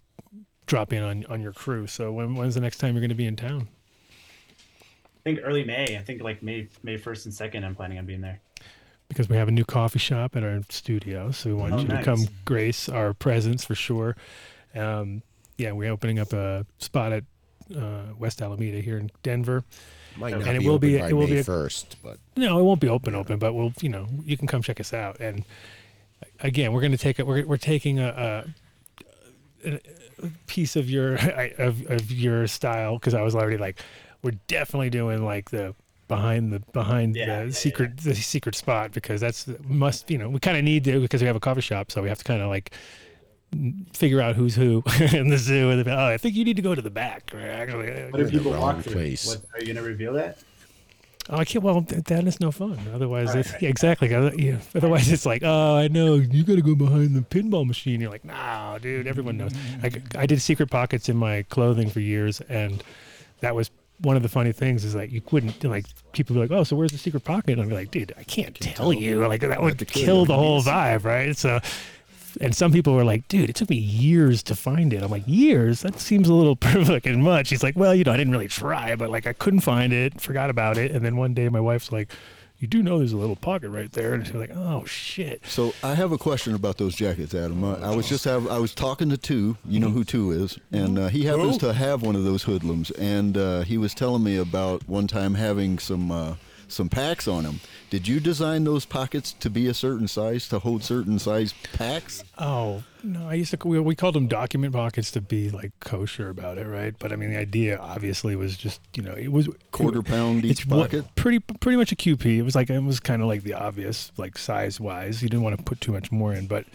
Speaker 5: drop in on on your crew. So when when's the next time you're going to be in town?
Speaker 12: I think early May, I think like May, May 1st and 2nd, I'm planning on being there.
Speaker 5: because we have a new coffee shop at our studio. So we want
Speaker 12: Oh,
Speaker 5: you
Speaker 12: nice.
Speaker 5: to come grace our presence for sure. Um, yeah, we're opening up a spot at uh, West Alameda here in Denver.
Speaker 3: Might
Speaker 5: And
Speaker 3: not
Speaker 5: it
Speaker 3: be
Speaker 5: will
Speaker 3: open
Speaker 5: be-
Speaker 3: by
Speaker 5: it will
Speaker 3: May
Speaker 5: be a-
Speaker 3: first, but
Speaker 5: No, it won't be open, open, but we'll, you know, you can come check us out. And again, we're going to take it. We're, we're taking a, a, a piece of your *laughs* I- of, of your style because I was already like, we're definitely doing like the behind the behind the secret the secret spot because that's must you know we kind of need to because we have a coffee shop so we have to kind of like n- figure out who's who *laughs* in the zoo and the, oh I think you need to go to the back right actually
Speaker 12: What do people walk through? What, are you going to reveal that?
Speaker 5: Oh, I can't. Well, th- that is no fun. Otherwise,
Speaker 12: Right,
Speaker 5: it's,
Speaker 12: right.
Speaker 5: yeah, exactly. Other- yeah. Otherwise, it's like, oh, I know you got to go behind the pinball machine. You're like, no, dude, everyone knows. I, g- I did secret pockets in my clothing for years, and that was one of the funny things is that you couldn't like people be like, oh, so where's the secret pocket? And I'd be like, dude, I can't tell you. Like that would kill the whole vibe, right? So. And some people were like, dude, it took me years to find it. I'm like, years? That seems a little *laughs* fucking much. He's like, well, you know, I didn't really try, but like I couldn't find it, forgot about it. And then one day my wife's like, you do know there's a little pocket right there. And she's like, oh, shit.
Speaker 7: So I have a question about those jackets, Adam. I, I was just have I was talking to two. You know who two is, and uh, he happens
Speaker 3: Who?
Speaker 7: to have one of those hoodlums, and uh, he was telling me about one time having some. Uh, some packs on them. Did you design those pockets to be a certain size to hold certain size packs?
Speaker 5: Oh no, I used to we, we called them document pockets to be like kosher about it, right? But I mean, the idea obviously was just you know it was
Speaker 7: Quarter pound
Speaker 5: it's
Speaker 7: each
Speaker 5: wa-
Speaker 7: pocket?
Speaker 5: pretty pretty much a QP. It was like it was kind of like the obvious like size wise. You didn't want to put too much more in, but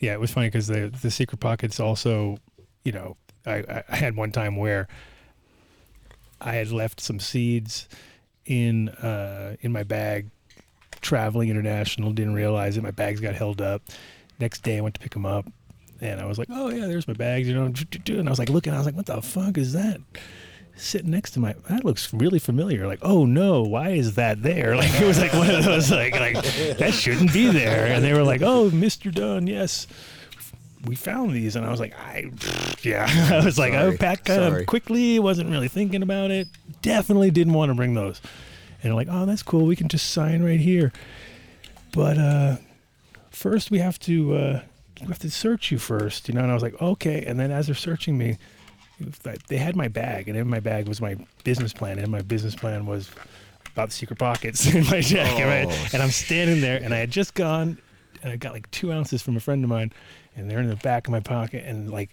Speaker 5: yeah, it was funny because the the secret pockets also, you know, I- I, I had one time where I had left some seeds in uh, in my bag traveling international. Didn't realize it. My bags got held up. Next day, I went to pick them up, and I was like, "Oh yeah, there's my bags." You know, and I was like looking. I was like, "What the fuck is that?" Sitting next to my that looks really familiar. Like, oh no, why is that there? *laughs* Like it was like one of those like like that shouldn't be there. And they were like, oh, Mister Dunn, yes, we found these. And I was like, I *laughs* yeah, I was like, I
Speaker 10: Sorry.
Speaker 5: packed kind
Speaker 10: Sorry.
Speaker 5: of quickly, wasn't really thinking about it. Definitely didn't want to bring those. And like, oh, that's cool. We can just sign right here. But uh, first, we have to uh, we have to search you first, you know. And I was like, okay. And then as they're searching me, they had my bag, and in my bag was my business plan, and my business plan was *laughs* about the secret pockets *laughs* in my jacket,
Speaker 10: Oh.
Speaker 5: right? And I'm standing there, and I had just gone, and I got like two ounces from a friend of mine, and they're in the back of my pocket, and like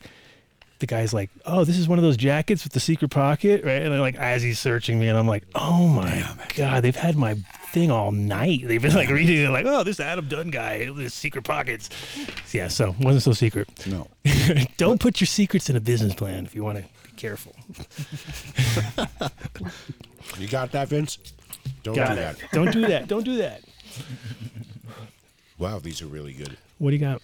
Speaker 5: the guy's like, "Oh, this is one of those jackets with the secret pocket, right?" And I'm like, as he's searching me, and I'm like, "Oh my god, they've had my thing all night. They've been like reading it, like, oh, this Adam Dunn guy, this secret pockets." *laughs* Yeah, so wasn't so secret.
Speaker 7: No,
Speaker 5: *laughs* don't put your secrets in a business plan if you want to be careful.
Speaker 3: *laughs* You got that, Vince? Don't
Speaker 5: Got
Speaker 3: do
Speaker 5: it.
Speaker 3: that.
Speaker 5: Don't do that. Don't do that.
Speaker 3: Wow, these are really good.
Speaker 5: What do you got?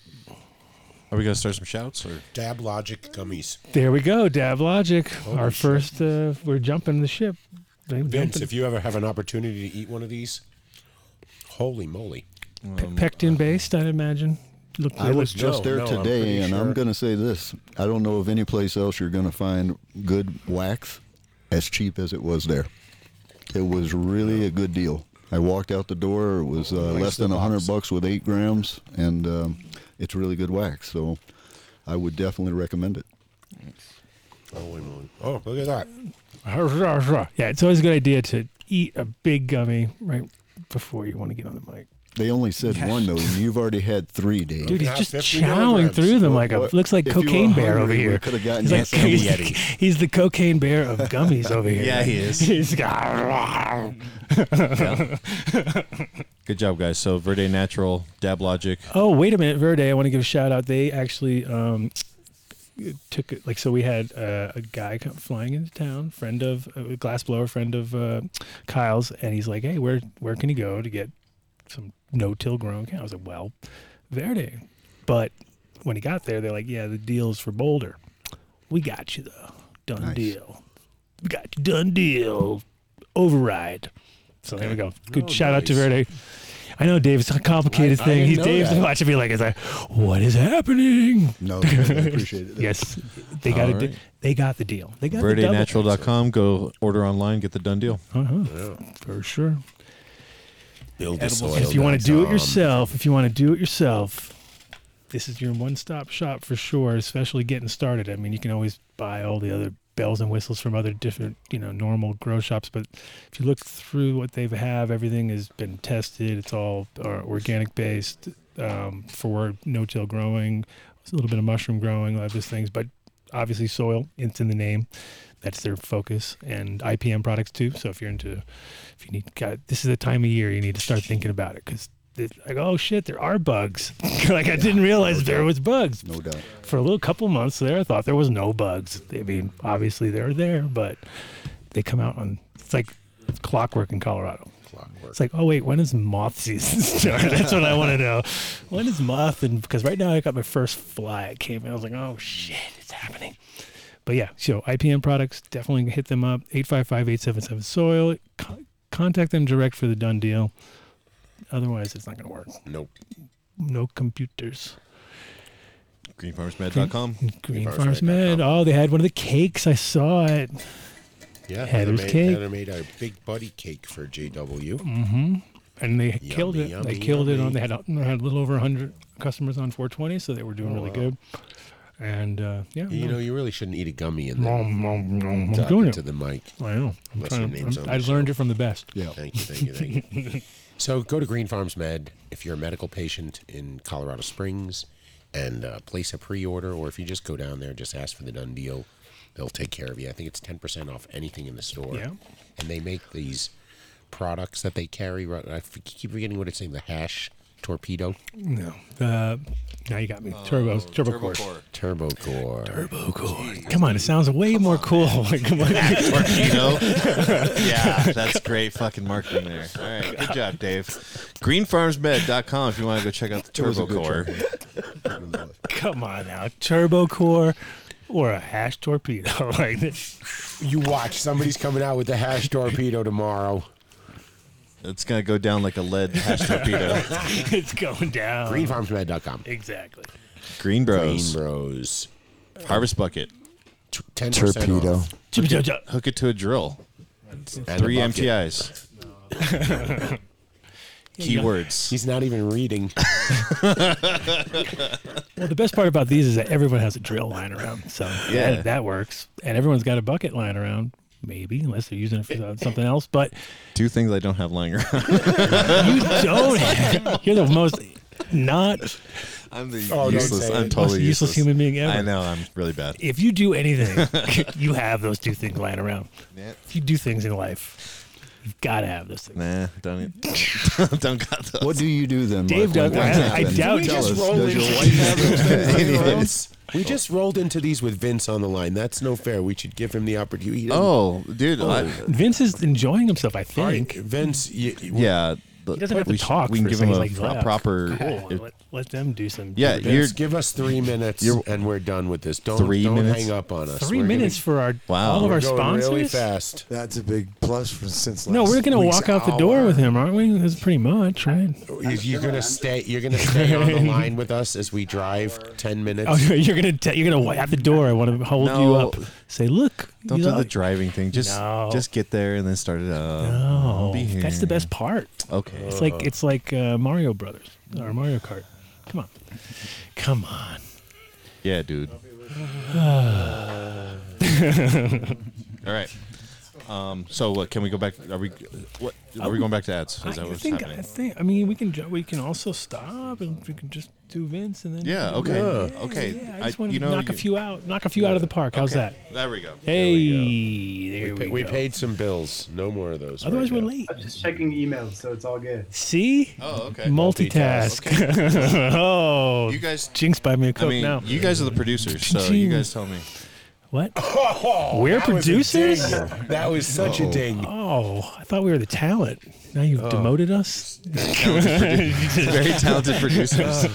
Speaker 9: Are we gonna start some shouts or
Speaker 3: Dab Logic gummies?
Speaker 5: There we go, Dab Logic.
Speaker 3: Holy
Speaker 5: Our
Speaker 3: shit.
Speaker 5: first, uh, we're jumping the ship. They're
Speaker 3: Vince,
Speaker 5: jumping-
Speaker 3: if you ever have an opportunity to eat one of these, holy moly!
Speaker 5: Pectin based, I'd imagine. Look,
Speaker 7: I
Speaker 5: they
Speaker 7: was
Speaker 5: look-
Speaker 7: just there today, and I'm going to say this: I don't know of any place else you're going to find good wax as cheap as it was there. It was really a good deal. I walked out the door; it was uh,
Speaker 3: Nice
Speaker 7: less than
Speaker 3: little
Speaker 7: a hundred
Speaker 3: box.
Speaker 7: bucks with eight grams, and um, it's really good wax. So, I would definitely recommend it.
Speaker 3: Holy moly! Oh, look at that!
Speaker 5: *laughs* Yeah, it's always a good idea to eat a big gummy right before you want to get on the mic.
Speaker 7: They only said one though, and you've already had three, Dave.
Speaker 5: Dude, he's just chowing through them like a looks like
Speaker 7: If you were
Speaker 5: cocaine bear
Speaker 7: hungry,
Speaker 5: over
Speaker 7: we
Speaker 5: here.
Speaker 7: could have gotten
Speaker 5: He's,
Speaker 7: you
Speaker 5: like,
Speaker 7: some
Speaker 5: he's,
Speaker 7: Yeti.
Speaker 5: *laughs* he's the cocaine bear of
Speaker 3: *laughs*
Speaker 5: gummies over here.
Speaker 9: Yeah, he
Speaker 5: *laughs*
Speaker 9: is.
Speaker 5: He's got. *laughs*
Speaker 9: Good job, guys. So Verde Natural, Dab Logic.
Speaker 5: Oh, wait a minute, Verde. I want to give a shout out. They actually um, took it like so. We had uh, a guy come flying into town, friend of uh, a glass blower, friend of uh, Kyle's, and he's like, "Hey, where where can you go to get some no-till grown cow?" I was like, "Well, Verde." But when he got there, they're like, "Yeah, the deal's for Boulder. We got you though. Done
Speaker 10: Nice.
Speaker 5: deal. We got you. Done deal. Override." So there we go.
Speaker 3: Oh,
Speaker 5: Good shout out to Verde. I know Dave's a complicated
Speaker 10: Oh, I- I
Speaker 5: thing.
Speaker 10: didn't
Speaker 5: He's
Speaker 10: know
Speaker 5: Dave's
Speaker 10: that.
Speaker 5: watching me like it's like, what is happening?
Speaker 7: No, I appreciate it.
Speaker 5: *laughs* yes, they got
Speaker 9: All
Speaker 5: it.
Speaker 9: right.
Speaker 5: They got the deal. They got the double-
Speaker 9: VerdeNatural.com. Go order online, get the done deal.
Speaker 5: Uh-huh. For sure.
Speaker 3: Build
Speaker 9: this um,
Speaker 5: And if you want to do
Speaker 3: um,
Speaker 5: it yourself, if you want to do it yourself, this is your one-stop shop for sure. Especially getting started. I mean, you can always buy all the other bells and whistles from other different, you know, normal grow shops. But if you look through what they have, everything has been tested. It's all uh, organic based um, for no-till growing, a little bit of mushroom growing, all those things. But obviously, soil. It's in the name. That's their focus, and IPM products too. So if you're into, if you need, God, this is the time of year you need to start thinking about it because. Like oh shit, there are bugs. *laughs* like I didn't realize there was bugs.
Speaker 7: No doubt.
Speaker 5: For a little couple months there, I thought there was no bugs. I mean, obviously they're there, but they come out on it's like clockwork in Colorado. Clockwork. It's like, oh wait, when is moth season *laughs* start? That's what I want to know. When is moth? And because right now I got my first fly. It came and I was like, oh shit, it's happening. But yeah, so IPM products definitely hit them up. 855-877 soil. Con- contact them direct for the done deal. Otherwise, it's not going to work.
Speaker 3: Nope.
Speaker 5: No computers.
Speaker 9: Greenfarmersmed.com.
Speaker 5: Green Farms Med. Oh, they had one of the cakes. I saw it.
Speaker 3: Yeah,
Speaker 5: Heather's
Speaker 3: Heather made,
Speaker 5: cake.
Speaker 3: Heather made a big buddy cake for JW.
Speaker 5: Mm-hmm. And they killed it.
Speaker 3: yummy,
Speaker 5: they killed it on.
Speaker 3: yummy.
Speaker 5: They had, a- they had a little over 100 customers on 420, so they were doing really good. And uh, yeah,
Speaker 3: Oh, You
Speaker 5: no.
Speaker 3: know, you really shouldn't eat a gummy and
Speaker 5: Nom,
Speaker 3: then
Speaker 5: nom, nom. I'm
Speaker 3: talk
Speaker 5: doing it.
Speaker 3: to the mic.
Speaker 5: I know. I'm
Speaker 3: Unless
Speaker 5: trying
Speaker 3: your
Speaker 5: to-
Speaker 3: name's
Speaker 5: I'm-
Speaker 3: on
Speaker 5: I
Speaker 3: the
Speaker 5: learned
Speaker 3: show.
Speaker 5: it from the best.
Speaker 3: Yeah. Thank you. Thank you.
Speaker 5: *laughs*
Speaker 3: Thank you. so go to Green Farms Med if you're a medical patient in Colorado Springs and uh, place a pre-order, or if you just go down there, just ask for the done deal. They'll take care of you. I think it's ten percent off anything in the store.
Speaker 5: Yeah.
Speaker 3: And they make these products that they carry. right- I f- keep forgetting what it's named. The hash torpedo.
Speaker 5: No. Uh, now you got me. Turbo. Oh, turbo, core.
Speaker 3: Oh, Turbo core.
Speaker 5: Turbo core. Come on, it sounds way more cool. Like, come on.
Speaker 9: Torpedo.
Speaker 5: *laughs*
Speaker 9: yeah,
Speaker 3: *laughs*
Speaker 9: that's great fucking marketing there. All right, good job, Dave. Greenfarmsmed.com if you want to go check out the
Speaker 5: That was a
Speaker 9: Turbo Core.
Speaker 5: Come on now, turbo core or a hash *laughs* torpedo like this.
Speaker 3: You watch. Somebody's coming out with the hash torpedo tomorrow.
Speaker 9: It's gonna go down like a lead hash torpedo.
Speaker 5: *laughs* it's going
Speaker 3: Um,
Speaker 5: down.
Speaker 3: Greenfarmsmed.com.
Speaker 5: Exactly.
Speaker 9: Green Bros.
Speaker 3: Green Bros.
Speaker 9: Harvest bucket.
Speaker 3: 10%
Speaker 4: Torpedo.
Speaker 9: off. Hook it to a drill.
Speaker 3: a
Speaker 9: Three
Speaker 3: bucket.
Speaker 9: MTIs.
Speaker 5: *laughs*
Speaker 9: Keywords.
Speaker 3: He's not
Speaker 9: *laughs*
Speaker 3: even reading. *laughs*
Speaker 5: Well, the best part about these is that everyone has a drill lying around, so
Speaker 3: Yeah.
Speaker 5: that, that works. And everyone's got a bucket lying around, maybe unless they're using it
Speaker 9: Eh.
Speaker 5: for something else. But
Speaker 9: Two things I don't have lying
Speaker 5: *laughs*
Speaker 9: around.
Speaker 5: you don't. You're the most not.
Speaker 9: I'm the
Speaker 5: Oh, don't
Speaker 9: useless.
Speaker 5: say
Speaker 9: I'm
Speaker 5: it.
Speaker 9: totally
Speaker 5: Most useless human being ever.
Speaker 9: I know. I'm really bad.
Speaker 5: If you do
Speaker 9: *laughs*
Speaker 5: anything, you have those two things lying around.
Speaker 9: Yep.
Speaker 5: If you do things in life, you've got to have those things.
Speaker 9: Nah, don't,
Speaker 5: *laughs*
Speaker 9: don't, *laughs* don't got those.
Speaker 7: What do you do then?
Speaker 5: Dave
Speaker 7: Mike,
Speaker 5: does.
Speaker 7: when things
Speaker 5: I, I
Speaker 7: happen?
Speaker 5: doubt
Speaker 3: just
Speaker 5: you.
Speaker 3: roll
Speaker 7: Does
Speaker 3: into
Speaker 7: your wife have
Speaker 5: *laughs*
Speaker 7: those things lying around?
Speaker 3: Vince, we just rolled into these with Vince on the line. That's no fair. We should give him the opportunity. He doesn't-
Speaker 9: Oh, dude. I-
Speaker 5: Vince is enjoying himself. I
Speaker 3: All right,
Speaker 5: think.
Speaker 3: Vince. You, you-
Speaker 9: yeah. He
Speaker 5: doesn't have to
Speaker 9: we should-
Speaker 5: talk
Speaker 9: We can
Speaker 5: for a
Speaker 9: give him
Speaker 5: second.
Speaker 9: a,
Speaker 5: He's like,
Speaker 9: pro-
Speaker 5: "Yeah,
Speaker 9: proper.
Speaker 5: Cool. Let, let them do some.
Speaker 9: Yeah, you're
Speaker 3: Vince, give us three minutes,
Speaker 9: You're-
Speaker 3: and we're done with this. Don't,
Speaker 9: Three
Speaker 3: don't
Speaker 9: minutes?
Speaker 3: hang up on us.
Speaker 5: 3
Speaker 3: We're gonna-
Speaker 5: minutes for our
Speaker 9: Wow.
Speaker 5: all of
Speaker 3: we're
Speaker 5: our
Speaker 3: going
Speaker 5: sponsors.
Speaker 3: really fast.
Speaker 4: That's a big plus for since last
Speaker 5: No, we're gonna
Speaker 4: week's
Speaker 5: walk out the door
Speaker 4: hour.
Speaker 5: with him, aren't we? That's pretty much right.
Speaker 3: If You're gonna stay. You're gonna stay on the line with us as we drive ten minutes.
Speaker 5: Oh, *laughs* you're gonna te- you're gonna wait at the door. I want to hold you
Speaker 9: No.
Speaker 5: up. Say, look.
Speaker 9: Don't
Speaker 5: you
Speaker 9: do
Speaker 5: know-
Speaker 9: the driving thing. Just
Speaker 5: No.
Speaker 9: just get there and then start it up.
Speaker 5: No,
Speaker 9: Be here.
Speaker 5: that's the best part.
Speaker 9: Okay.
Speaker 5: It's like it's like uh, Mario Brothers or Mario Kart. Come on, come on.
Speaker 9: yeah, dude. All right. Um, so what? Can we go back? Are we? What? Are we going back to ads? Is *sighs* that
Speaker 5: Oh. I
Speaker 9: what's
Speaker 5: think I
Speaker 9: happening?
Speaker 5: think I mean we can ju- we can also stop and we can just do Vince and then
Speaker 9: Yeah. Okay.
Speaker 5: Yeah,
Speaker 9: Okay.
Speaker 5: yeah, I
Speaker 9: I,
Speaker 5: just want to
Speaker 9: you know,
Speaker 5: knock a
Speaker 9: you-
Speaker 5: few out knock a few out of the park. How's
Speaker 9: okay.
Speaker 5: that?
Speaker 9: There we go.
Speaker 5: Hey, there
Speaker 3: we,
Speaker 5: we,
Speaker 3: pa- we
Speaker 5: go.
Speaker 3: paid some bills. No more of those.
Speaker 5: Otherwise,
Speaker 3: right
Speaker 5: we're
Speaker 3: now.
Speaker 5: late.
Speaker 12: I'm just checking emails, so it's all good.
Speaker 5: See,
Speaker 9: Oh, okay.
Speaker 5: multitask. *laughs* oh,
Speaker 9: You guys.
Speaker 5: jinx by me a
Speaker 9: I
Speaker 5: coke
Speaker 9: mean,
Speaker 5: now.
Speaker 9: you guys are the producers, so you guys tell me.
Speaker 5: what? We're producers.
Speaker 3: That was such a ding.
Speaker 5: Oh, I thought we were the talent. Now you've
Speaker 9: Oh.
Speaker 5: demoted us. *laughs*
Speaker 9: Very talented producers.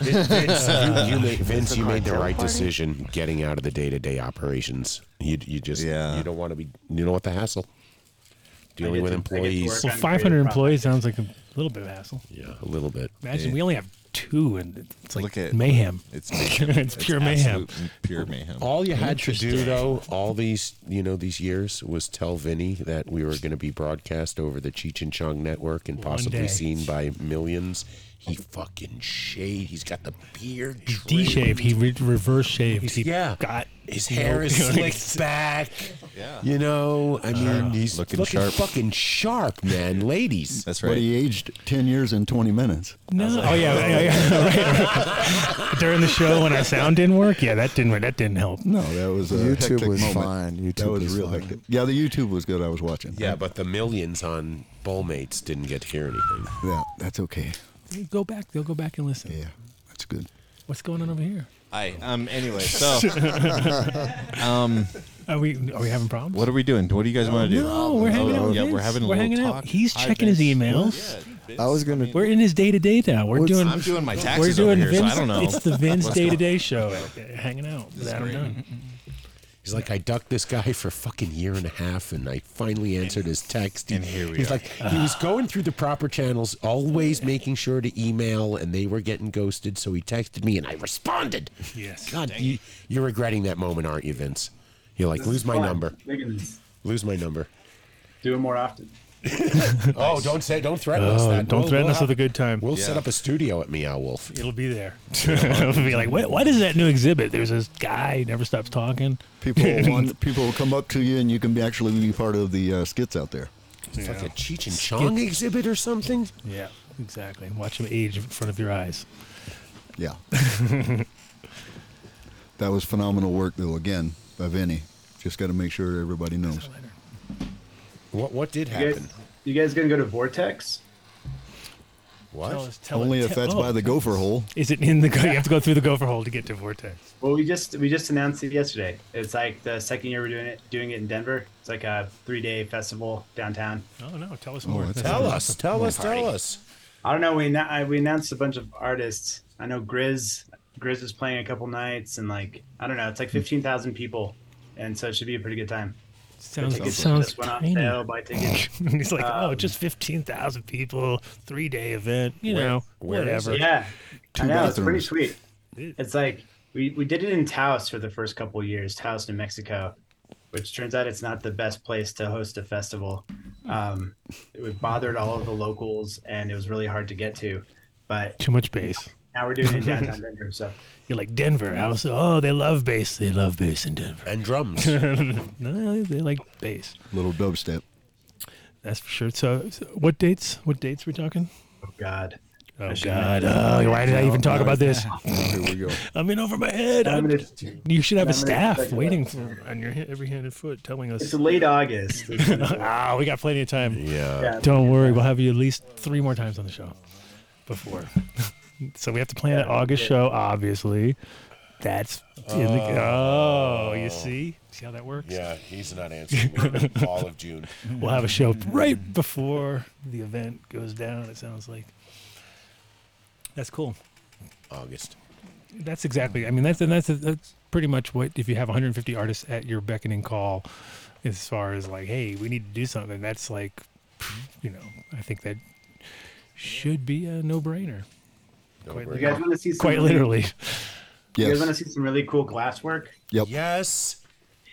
Speaker 3: Vince,
Speaker 5: Uh,
Speaker 3: you, you made, Vince, you made the right decision getting out of the day-to-day operations. You, you just
Speaker 9: Yeah.
Speaker 3: you don't want to be you don't want the hassle
Speaker 12: I
Speaker 3: dealing
Speaker 12: get
Speaker 3: with
Speaker 12: to- I get to
Speaker 3: employees.
Speaker 5: Well,
Speaker 12: Kind of
Speaker 5: 500
Speaker 12: creative
Speaker 5: employees sounds like a little bit of hassle.
Speaker 3: Yeah, a little bit.
Speaker 5: Imagine we only have two, and it's like
Speaker 9: Look at
Speaker 5: mayhem.
Speaker 9: It's
Speaker 5: *laughs* It's pure mayhem.
Speaker 9: absolute Pure mayhem.
Speaker 3: All you had to do
Speaker 5: Interesting.
Speaker 3: though, all these you know these years, was tell Vinny that we were going to be broadcast over the Cheech and Chong network and possibly
Speaker 5: day.
Speaker 3: seen by millions. He fucking shade. He's got the beard.
Speaker 5: D
Speaker 3: trimmed.
Speaker 5: shave. He re- reverse shaved. He
Speaker 3: Yeah.
Speaker 5: got *laughs*
Speaker 3: His hair is slicked back.
Speaker 9: Yeah.
Speaker 3: You know, I mean, he's
Speaker 9: Looking
Speaker 3: looking,
Speaker 9: sharp.
Speaker 3: fucking sharp, man. Ladies.
Speaker 9: That's
Speaker 7: But
Speaker 9: right.
Speaker 7: he aged 10 years in 20 minutes.
Speaker 5: No. oh yeah. yeah, yeah. *laughs* Right, right. During the show when our sound didn't work, yeah, that didn't that didn't help.
Speaker 7: No, that was uh, a
Speaker 4: YouTube
Speaker 7: hectic
Speaker 4: was
Speaker 7: moment.
Speaker 4: fine. YouTube
Speaker 7: that was,
Speaker 4: was
Speaker 7: real
Speaker 4: fine.
Speaker 7: hectic. Yeah, the YouTube was good. I was watching.
Speaker 3: Yeah, but the millions on Bullmates didn't get to hear anything.
Speaker 7: yeah, that's okay.
Speaker 5: Go back. They'll go back and listen.
Speaker 7: Yeah, that's good.
Speaker 5: What's going on over here?
Speaker 9: Hi. Um.
Speaker 5: *laughs*
Speaker 9: Anyway, so um,
Speaker 5: Are we are we having problems?
Speaker 9: what are we doing? What do you guys want to do?
Speaker 5: no, we're hanging out.
Speaker 9: Oh,
Speaker 5: With
Speaker 9: yeah,
Speaker 5: Vince.
Speaker 9: we're having a little
Speaker 5: hanging
Speaker 9: talk.
Speaker 5: out. He's
Speaker 9: Hi,
Speaker 5: checking his
Speaker 9: Vince.
Speaker 5: emails.
Speaker 4: I was gonna.
Speaker 5: We're in his day to day now. We're doing.
Speaker 9: I'm doing my
Speaker 5: we're
Speaker 9: taxes
Speaker 5: doing
Speaker 9: over here,
Speaker 5: Vince.
Speaker 9: so I don't know.
Speaker 5: It's the Vince
Speaker 9: What's
Speaker 5: day to day show. uh, Hanging out with Adam Dunn.
Speaker 3: He's like, I ducked this guy for a fucking year and a half, and I finally answered his text.
Speaker 9: and here we
Speaker 3: He's
Speaker 9: are.
Speaker 3: like, he was going through the proper channels, always making sure to email, and they were getting ghosted. So he texted me, and I responded.
Speaker 5: Yes.
Speaker 3: God, you, you're regretting that moment, aren't you, Vince? You're like,
Speaker 12: This is
Speaker 3: lose my
Speaker 12: fun.
Speaker 3: number,
Speaker 12: Making this-
Speaker 3: lose my number.
Speaker 12: Do it more often.
Speaker 3: *laughs* oh, don't say, don't threaten us.
Speaker 5: Oh,
Speaker 3: That.
Speaker 5: don't threaten us
Speaker 3: have-
Speaker 5: with a good time.
Speaker 3: We'll
Speaker 5: Yeah.
Speaker 3: set up a studio at Meow Wolf.
Speaker 5: It'll be *laughs* there. It'll be like, what, what is that new exhibit? There's this guy who never stops talking.
Speaker 7: People
Speaker 5: *laughs*
Speaker 7: want, people will come up to you, and you can be actually be part of the uh, skits out there.
Speaker 3: It's like a Cheech and
Speaker 5: Chong
Speaker 3: exhibit or something.
Speaker 5: Yeah, exactly. Watch him age in front of your eyes.
Speaker 7: Yeah. *laughs* that was phenomenal work, though. Again, by Vinny. Just got to make sure everybody knows.
Speaker 3: What what did
Speaker 12: You guys, you guys gonna go to Vortex?
Speaker 3: What?
Speaker 5: Tell us- tell-
Speaker 7: Only if
Speaker 5: tell-
Speaker 7: that's
Speaker 5: oh,
Speaker 7: by the
Speaker 5: tell
Speaker 7: gopher
Speaker 5: us.
Speaker 7: hole.
Speaker 5: Is it in the? Go- you have to go through the gopher hole to get to Vortex. *laughs*
Speaker 12: Well, we just we just announced it yesterday. It's like the second year we're doing it doing it in Denver. It's like a three day festival downtown.
Speaker 5: Oh no! Tell us
Speaker 12: Oh,
Speaker 5: more.
Speaker 12: that's
Speaker 5: That's
Speaker 12: awesome.
Speaker 5: awesome.
Speaker 12: Us, tell us, tell Party. us. I don't know. We annou- I- we announced a bunch of artists. I know Grizz Grizz is playing a couple nights, and like I don't know, it's like fifteen thousand people, and so it should be a pretty good time.
Speaker 5: Sounds-
Speaker 12: The tickets
Speaker 5: sounds
Speaker 12: just went on
Speaker 5: tiny.
Speaker 12: sale, buy tickets.
Speaker 5: He's *laughs* like,
Speaker 12: Um,
Speaker 5: oh, just fifteen thousand people, three day event. You
Speaker 12: Where-
Speaker 5: know,
Speaker 12: where is
Speaker 5: whatever.
Speaker 12: it? Yeah, I know it's pretty sweet. It's like we, we did it in Taos for the first couple of years, Taos, New Mexico, which turns out it's not the best place to host a festival. Um, it would bothered all of the locals, and it was really hard to get to. But
Speaker 5: Too much bass.
Speaker 12: now we're doing it in
Speaker 5: *laughs*
Speaker 12: downtown Denver, so
Speaker 5: You're like Denver. House. Oh, they love bass. They love bass in Denver.
Speaker 3: And
Speaker 5: *laughs*
Speaker 3: drums.
Speaker 5: no, they like bass.
Speaker 7: Little dubstep.
Speaker 5: That's for sure. So, so what dates? What dates we talking?
Speaker 12: Oh God.
Speaker 5: Oh
Speaker 12: I should-
Speaker 5: God! Oh, why did I
Speaker 12: No,
Speaker 5: even talk
Speaker 12: no.
Speaker 5: about this?
Speaker 12: *laughs* Here we go.
Speaker 5: *laughs* I'm in over my head.
Speaker 12: I'm gonna-
Speaker 5: I'm- you should have a
Speaker 12: I'm gonna
Speaker 5: staff
Speaker 12: check it
Speaker 5: waiting for on your hand- every hand and foot, telling us.
Speaker 12: It's late August.
Speaker 5: ah, we got plenty of *laughs* time.
Speaker 12: Yeah.
Speaker 5: Don't worry, we'll have you at least three more times on the show before. so we have to plan an August show, obviously. That's in the. Oh, you see. See how that works?
Speaker 3: Yeah, he's not answering me all of June.
Speaker 5: *laughs* We'll have a show right before *laughs* the event goes down. It sounds like. That's cool.
Speaker 3: August.
Speaker 5: That's exactly. I mean, that's and that's that's pretty much what if you have 150 artists at your beckoning call, as far as like, hey, we need to do something. That's like, you know, I think that should be a no-brainer. Quite,
Speaker 12: You guys want to see some
Speaker 5: quite
Speaker 12: really-
Speaker 5: literally.
Speaker 12: You guys want to see some really cool glass work?
Speaker 7: *laughs* Yep.
Speaker 3: Yes.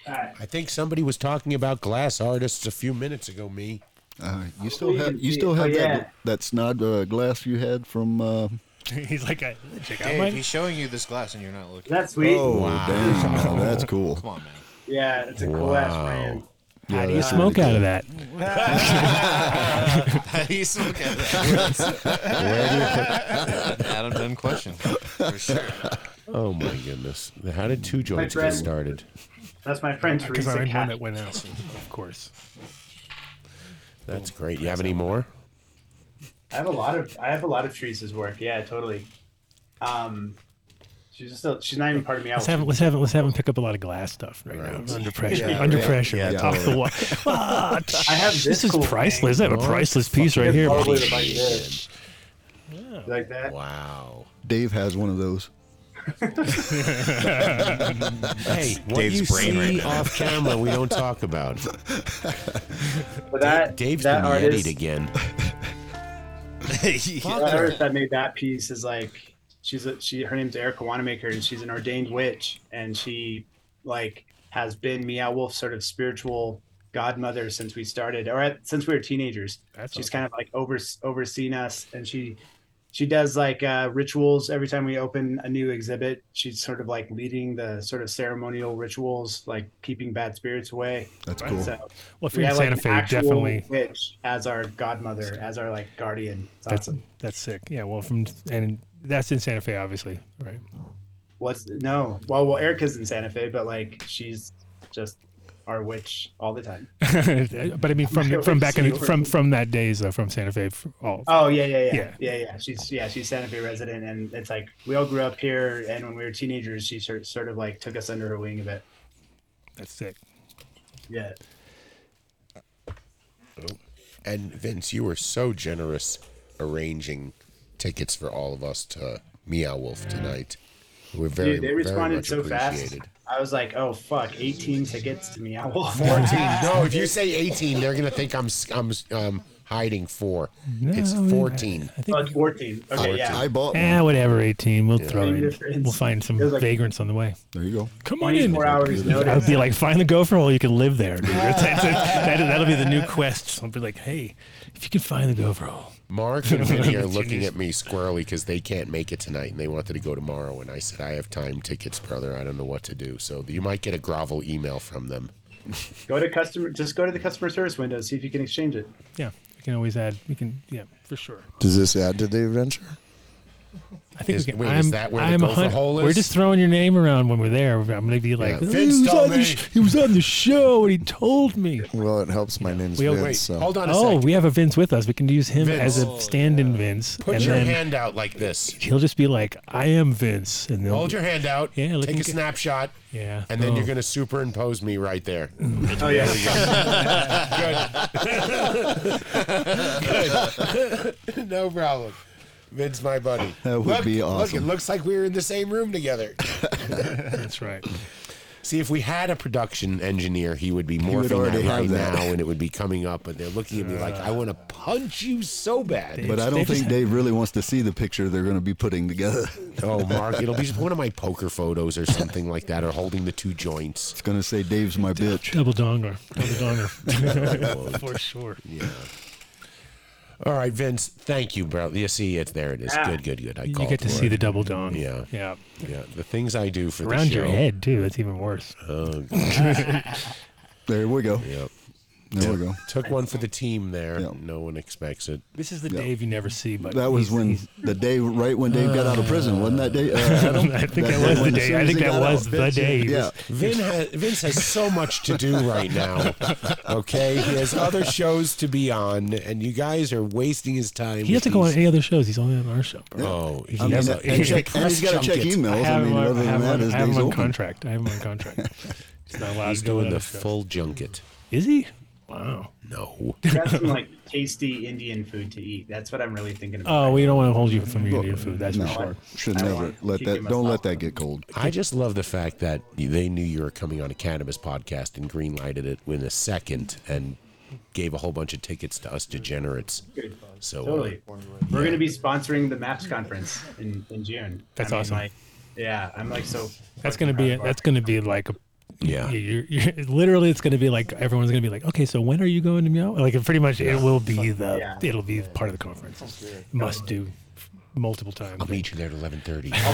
Speaker 3: I think somebody was talking about glass artists a few minutes ago. Me.
Speaker 7: Uh, you still have you
Speaker 3: see
Speaker 7: still
Speaker 3: it.
Speaker 7: have
Speaker 3: Oh,
Speaker 7: that
Speaker 3: yeah.
Speaker 7: that snod uh, glass you had from. Uh,
Speaker 5: He's like, I, check out
Speaker 9: Dave,
Speaker 5: my.
Speaker 9: he's showing you this glass and you're not looking.
Speaker 12: That's sweet.
Speaker 7: Oh,
Speaker 9: Wow.
Speaker 7: damn! now that's cool.
Speaker 9: Come on, man.
Speaker 12: Yeah, it's a cool ass brand.
Speaker 5: How do you smoke out of that?
Speaker 9: *laughs*
Speaker 3: *laughs*
Speaker 9: How do you smoke out of that? *laughs* Adam done question. For sure.
Speaker 3: *laughs* Oh my goodness! How did two joints get
Speaker 12: friend-
Speaker 3: started?
Speaker 12: That's my friend
Speaker 5: Because I
Speaker 12: Teresa.
Speaker 5: read one
Speaker 12: Cat.
Speaker 5: that went out, of course.
Speaker 3: That's great. You have any more?
Speaker 12: I have a lot of I have a lot of Teresa's work. Yeah, totally. Um, she's just a, she's not even part of me.
Speaker 5: Let's have let's have let's have him pick up a lot of glass stuff right, now.
Speaker 12: *laughs*
Speaker 5: Under pressure, under pressure,
Speaker 12: Yeah,
Speaker 5: off the wall. *laughs* Ah,
Speaker 12: I have
Speaker 5: this,
Speaker 12: this
Speaker 5: is
Speaker 12: cool
Speaker 5: priceless. I
Speaker 12: thing.
Speaker 5: have a
Speaker 12: Oh,
Speaker 5: priceless piece right
Speaker 12: It's
Speaker 5: here.
Speaker 12: probably the bike there. You Like that.
Speaker 5: *laughs*
Speaker 3: Wow.
Speaker 7: Dave has one of those.
Speaker 3: Hey, what
Speaker 7: Dave's
Speaker 3: you
Speaker 7: brain right
Speaker 3: see
Speaker 7: now.
Speaker 3: off camera, we don't
Speaker 5: *laughs*
Speaker 9: *laughs*
Speaker 3: talk about.
Speaker 12: But that
Speaker 3: Dave's
Speaker 12: that
Speaker 3: been
Speaker 12: artist,
Speaker 3: yetied again.
Speaker 5: *laughs*
Speaker 12: that artist that made that piece is like she's a, she her name's Erica Wanamaker and she's an ordained witch and she like has been Meow Wolf sort of spiritual godmother since we started or at, since we were teenagers.
Speaker 5: That's
Speaker 12: she's
Speaker 5: awesome.
Speaker 12: kind of like over overseen us and she she does like uh, rituals every time we open a new exhibit. She's sort of like leading the sort of ceremonial rituals, like keeping bad spirits away.
Speaker 7: That's
Speaker 5: cool. Well, if
Speaker 12: we
Speaker 5: you're in
Speaker 12: have, like,
Speaker 5: Santa
Speaker 12: an
Speaker 5: Fe,
Speaker 12: actual
Speaker 5: definitely-
Speaker 12: witch as our godmother, as our like guardian. It's
Speaker 5: That's
Speaker 12: awesome.
Speaker 5: that's sick. Yeah. Well, from and that's in Santa Fe, obviously, *laughs* right?
Speaker 12: What's no? Well, well, Erica's in Santa Fe, but like she's just our witch all the time.
Speaker 5: *laughs* but I
Speaker 12: *laughs*
Speaker 5: mean, from from back in the, from from that days though, from Santa Fe. f- All,
Speaker 12: Oh yeah, yeah, yeah, yeah, yeah, She's yeah, she's Santa Fe resident, and it's like we all grew up here, and when we were teenagers, she sort sort of like took us under her wing a bit.
Speaker 5: That's sick.
Speaker 12: Yeah.
Speaker 3: And Vince, you were so generous arranging tickets for all of us to Meow Wolf tonight. We're very,
Speaker 12: Dude, they
Speaker 3: very
Speaker 12: responded
Speaker 3: much
Speaker 12: so fast.
Speaker 3: appreciated.
Speaker 12: I was like, "Oh fuck, 18 tickets to me. I will *laughs*
Speaker 3: 14. No, if you say 18, they're going to think I'm s- I'm um, hiding four. it's 14.
Speaker 5: I think
Speaker 12: oh, it's 14. Okay, yeah.
Speaker 5: Eh, whatever, 18. We'll
Speaker 12: Yeah.
Speaker 5: throw
Speaker 12: Same
Speaker 5: it.
Speaker 12: difference.
Speaker 5: We'll find some
Speaker 12: It was like-
Speaker 5: vagrants on the way.
Speaker 7: There you go.
Speaker 5: Come on in.
Speaker 12: 24 hours
Speaker 5: I would
Speaker 12: notice.
Speaker 5: be like, find the gopher while you can live there,
Speaker 12: *laughs*
Speaker 5: dude. That's- that's-
Speaker 9: *laughs*
Speaker 5: that, that'll be the new quest. I'll be like, hey, if you can find the gopher hole. *laughs*
Speaker 3: Mark and Vinny are looking at me squarely because they can't make it tonight and they wanted to go tomorrow. And I said, I have time tickets, brother. I don't know what to do. So you might get a grovel email from them.
Speaker 12: Go to customer. Just go to the customer service window. See if you can exchange it.
Speaker 5: Yeah, we can always add. We can, yeah, for sure.
Speaker 4: Does this add to the adventure?
Speaker 5: I think
Speaker 4: Is-
Speaker 5: we can.
Speaker 4: wait,
Speaker 5: I'm,
Speaker 4: is that where the
Speaker 5: I'm a
Speaker 4: gopher
Speaker 5: hun-
Speaker 4: hole is?
Speaker 5: We're just throwing your name around when we're there. I'm going to be like,
Speaker 4: Yeah.
Speaker 5: "Oh,
Speaker 4: Vince
Speaker 5: he, was
Speaker 4: told
Speaker 5: on the
Speaker 4: me."
Speaker 5: sh- he was on the show and he told me.
Speaker 4: Well, it helps. My name's
Speaker 5: We all-
Speaker 4: Vince.
Speaker 5: wait,
Speaker 4: so.
Speaker 3: hold
Speaker 4: *laughs*
Speaker 3: on a
Speaker 5: oh,
Speaker 3: sec.
Speaker 5: we have a Vince with us. We can use him
Speaker 3: Vince.
Speaker 5: as a stand-in Vince.
Speaker 3: Put
Speaker 5: and
Speaker 3: your
Speaker 5: then
Speaker 3: hand out like this.
Speaker 5: He'll just be like, I am Vince. And they'll
Speaker 3: Hold your hand out.
Speaker 5: Yeah,
Speaker 3: Take a snapshot.
Speaker 5: Yeah.
Speaker 3: And then
Speaker 5: Oh.
Speaker 3: you're going to superimpose me right there.
Speaker 5: *laughs* Oh,
Speaker 3: There
Speaker 5: yeah.
Speaker 3: you go. Good. Good. *laughs* no problem. Vince, my buddy.
Speaker 7: That would
Speaker 3: Look,
Speaker 7: be
Speaker 3: Look,
Speaker 7: awesome.
Speaker 3: it looks like we were in the same room together.
Speaker 5: That's right.
Speaker 3: See, if we had a production engineer, he would be
Speaker 7: He
Speaker 3: morphing
Speaker 7: would already
Speaker 3: that right
Speaker 7: have that.
Speaker 3: now, and it would be coming up. But they're looking at me like, I want to punch you so bad.
Speaker 7: But I don't think Dave really wants to see the picture they're going to be putting together.
Speaker 3: *laughs* Oh, Mark, it'll be just one of my poker photos or something like that, or holding the two joints.
Speaker 7: It's going to say Dave's my bitch.
Speaker 5: Double donger. Double
Speaker 3: *laughs*
Speaker 5: donger. For sure.
Speaker 3: Yeah. All right, Vince. Thank you, bro. You see it? There it is.
Speaker 7: Ah.
Speaker 5: Yeah.
Speaker 3: Good, good, good. I
Speaker 5: You
Speaker 3: called
Speaker 5: get to
Speaker 3: for
Speaker 5: see
Speaker 3: it.
Speaker 5: the double dong.
Speaker 3: Yeah,
Speaker 5: Yeah.
Speaker 3: yeah. The things I do for
Speaker 5: Around
Speaker 3: the show.
Speaker 5: your head, too. That's even worse.
Speaker 3: Oh,
Speaker 7: *laughs* there we go.
Speaker 3: Yep.
Speaker 7: There we go.
Speaker 3: Took one for the team there. No one expects it.
Speaker 5: This is the
Speaker 7: Yeah.
Speaker 5: Dave you never see, but
Speaker 7: That was
Speaker 5: he's-
Speaker 7: when the day, right when Dave got out of prison, wasn't that day? Uh,
Speaker 5: *laughs*
Speaker 7: Adam?
Speaker 5: I think
Speaker 7: day
Speaker 5: that was the
Speaker 7: when-
Speaker 5: day.
Speaker 7: as soon
Speaker 5: I
Speaker 7: as
Speaker 5: think
Speaker 7: he
Speaker 5: that
Speaker 7: got
Speaker 5: was
Speaker 7: out.
Speaker 5: the day he
Speaker 7: Yeah.
Speaker 5: was-
Speaker 3: Vin has, Vince has so much to do
Speaker 7: *laughs*
Speaker 3: right now. Okay, he has other shows to be on, and you guys are wasting his time.
Speaker 5: He
Speaker 3: with
Speaker 5: doesn't go on
Speaker 3: these-
Speaker 5: any other shows. He's only on our show. Bro.
Speaker 3: Oh, he
Speaker 5: I mean,
Speaker 3: has
Speaker 5: and-
Speaker 3: a,
Speaker 5: and
Speaker 3: he's a
Speaker 5: check- and
Speaker 3: press
Speaker 5: he's gotta check
Speaker 3: junket.
Speaker 5: emails. I have
Speaker 7: I mean,
Speaker 5: him on-
Speaker 7: other
Speaker 5: I
Speaker 7: than
Speaker 5: have
Speaker 7: that,
Speaker 5: him-
Speaker 7: his
Speaker 5: I have him
Speaker 7: day's
Speaker 5: on
Speaker 7: open.
Speaker 5: contract. I have him on contract. *laughs* He's not allowed
Speaker 3: He's
Speaker 5: to go on
Speaker 3: doing the
Speaker 5: other shows.
Speaker 3: full junket.
Speaker 5: Is he? Wow.
Speaker 3: No.
Speaker 12: That's
Speaker 5: *laughs*
Speaker 12: some like tasty Indian food to eat. That's what I'm really thinking about.
Speaker 5: Oh, we don't want to hold you from your Indian food. That's
Speaker 7: No,
Speaker 5: for sure.
Speaker 7: should
Speaker 12: I
Speaker 7: never
Speaker 12: want-
Speaker 7: let
Speaker 12: keep
Speaker 7: that.
Speaker 12: him
Speaker 7: Don't let that get cold.
Speaker 3: I just love the fact that they knew you were coming on a cannabis podcast and greenlighted it in a second and gave a whole bunch of tickets to us degenerates.
Speaker 12: Good.
Speaker 3: So uh,
Speaker 12: totally. We're going to be sponsoring the MAPS conference in, in June.
Speaker 5: That's
Speaker 12: I mean,
Speaker 5: awesome.
Speaker 12: Like, yeah, I'm like so.
Speaker 5: That's gonna be. That's gonna be like a.
Speaker 3: Yeah.
Speaker 5: You're, you're, *laughs* literally, it's gonna be like everyone's gonna be like, okay, so when are you going to Meow? Like, it pretty much, it will be the.
Speaker 12: Yeah.
Speaker 5: It'll be part of the conference. Must do, multiple times.
Speaker 3: I'll meet you there at eleven thirty.
Speaker 12: be up-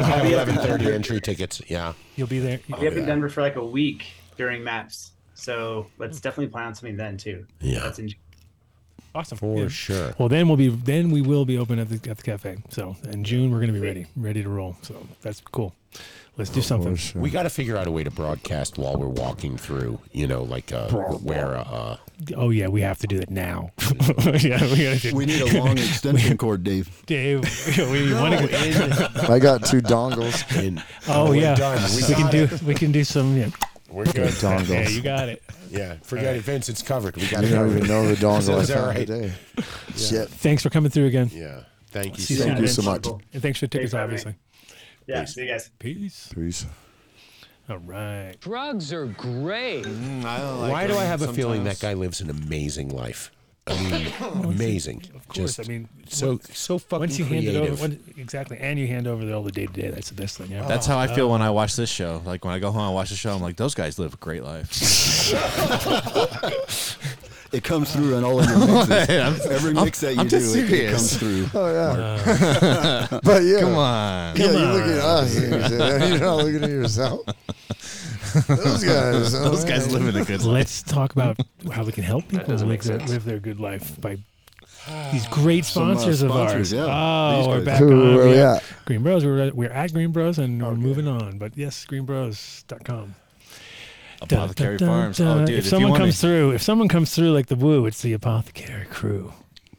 Speaker 12: I'll be up-
Speaker 3: Eleven thirty entry tickets. Yeah.
Speaker 5: You'll be there.
Speaker 12: I'll be up in Denver for like a week during MAPS. So let's definitely plan on something then too.
Speaker 3: Yeah.
Speaker 12: That's in June.
Speaker 5: Awesome.
Speaker 3: For sure.
Speaker 5: Well, then we'll be then we will be open at the at the cafe. So in June we're gonna be ready, ready to roll. So that's cool. Let's do something.
Speaker 3: We got to figure out a way to broadcast while we're walking through, you know, like uh, where uh,
Speaker 5: Oh yeah, we have to do that
Speaker 3: *laughs*
Speaker 5: now. yeah, we gotta do.
Speaker 7: We need a long extension cord, Dave.
Speaker 5: Dave, we need one.
Speaker 4: I got two
Speaker 3: *laughs*
Speaker 4: dongles.
Speaker 3: in,
Speaker 5: Oh
Speaker 3: we're
Speaker 5: yeah,
Speaker 3: done.
Speaker 5: we,
Speaker 3: We
Speaker 5: can
Speaker 3: got
Speaker 5: do
Speaker 3: it.
Speaker 5: we can do some. Yeah,
Speaker 3: we're good.
Speaker 4: Dongles.
Speaker 5: yeah you got it.
Speaker 3: Yeah, forget it, Vince. It's covered. We got
Speaker 4: You
Speaker 3: it.
Speaker 4: don't even
Speaker 3: covered. *laughs*
Speaker 4: know the dongle I
Speaker 3: Is that
Speaker 4: found
Speaker 3: right?
Speaker 4: today. Shit.
Speaker 5: Thanks for coming through again,
Speaker 3: Yeah. Thank you.
Speaker 5: See you
Speaker 3: so
Speaker 5: soon,
Speaker 4: Thank
Speaker 3: much.
Speaker 4: you so
Speaker 5: Vince.
Speaker 4: much.
Speaker 5: and thanks for the tickets,
Speaker 12: Thanks,
Speaker 5: obviously.
Speaker 12: Yeah. See you guys.
Speaker 5: Peace.
Speaker 4: Peace.
Speaker 5: All right.
Speaker 8: Drugs are great.
Speaker 4: Mm,
Speaker 3: Why do I have a feeling that guy lives an amazing life? I mean, amazing.
Speaker 5: Of course,
Speaker 3: Just
Speaker 5: I mean,
Speaker 3: so so fucking
Speaker 5: once you
Speaker 3: creative.
Speaker 5: hand it over, when, exactly, and you hand over the, all the day to day. That's the best thing. ever. Oh,
Speaker 9: That's how I feel when I watch this show. Like when I go home and watch the show, I'm like, those guys live a great
Speaker 7: *laughs*
Speaker 9: life.
Speaker 7: It comes through on all of your *laughs* mixes.
Speaker 9: I'm-
Speaker 7: *laughs* Every mix that you
Speaker 9: I'm
Speaker 7: do,
Speaker 9: just
Speaker 7: it, it
Speaker 9: serious.
Speaker 7: comes through.
Speaker 4: Oh yeah.
Speaker 5: Uh,
Speaker 7: *laughs*
Speaker 4: *laughs* but yeah.
Speaker 9: Come on.
Speaker 4: Yeah, you look at us. *laughs* and You say that. You're not looking at yourself. Those guys.
Speaker 9: Those guys living a good life.
Speaker 5: Let's talk about how we can help people
Speaker 10: doesn't
Speaker 5: live
Speaker 10: make
Speaker 5: their,
Speaker 10: sense.
Speaker 5: live their good life by these great
Speaker 7: uh,
Speaker 5: sponsors,
Speaker 7: sponsors,
Speaker 5: of
Speaker 7: yeah.
Speaker 5: ours.
Speaker 7: These
Speaker 5: Oh, we're
Speaker 7: guys.
Speaker 5: back
Speaker 4: Who-
Speaker 5: on
Speaker 4: where we
Speaker 5: yeah.
Speaker 4: at?
Speaker 5: Green Bros. We're, we're at Green Bros. and we're moving on. But yes, greenbros.com.
Speaker 9: Apothecary
Speaker 5: Dun, dun,
Speaker 9: Farms.
Speaker 5: dun.
Speaker 9: Oh, dude,
Speaker 5: if
Speaker 9: if you
Speaker 5: someone
Speaker 9: want
Speaker 5: comes
Speaker 9: to,
Speaker 5: through, if someone comes through like the woo, it's the apothecary
Speaker 4: *laughs*
Speaker 5: crew.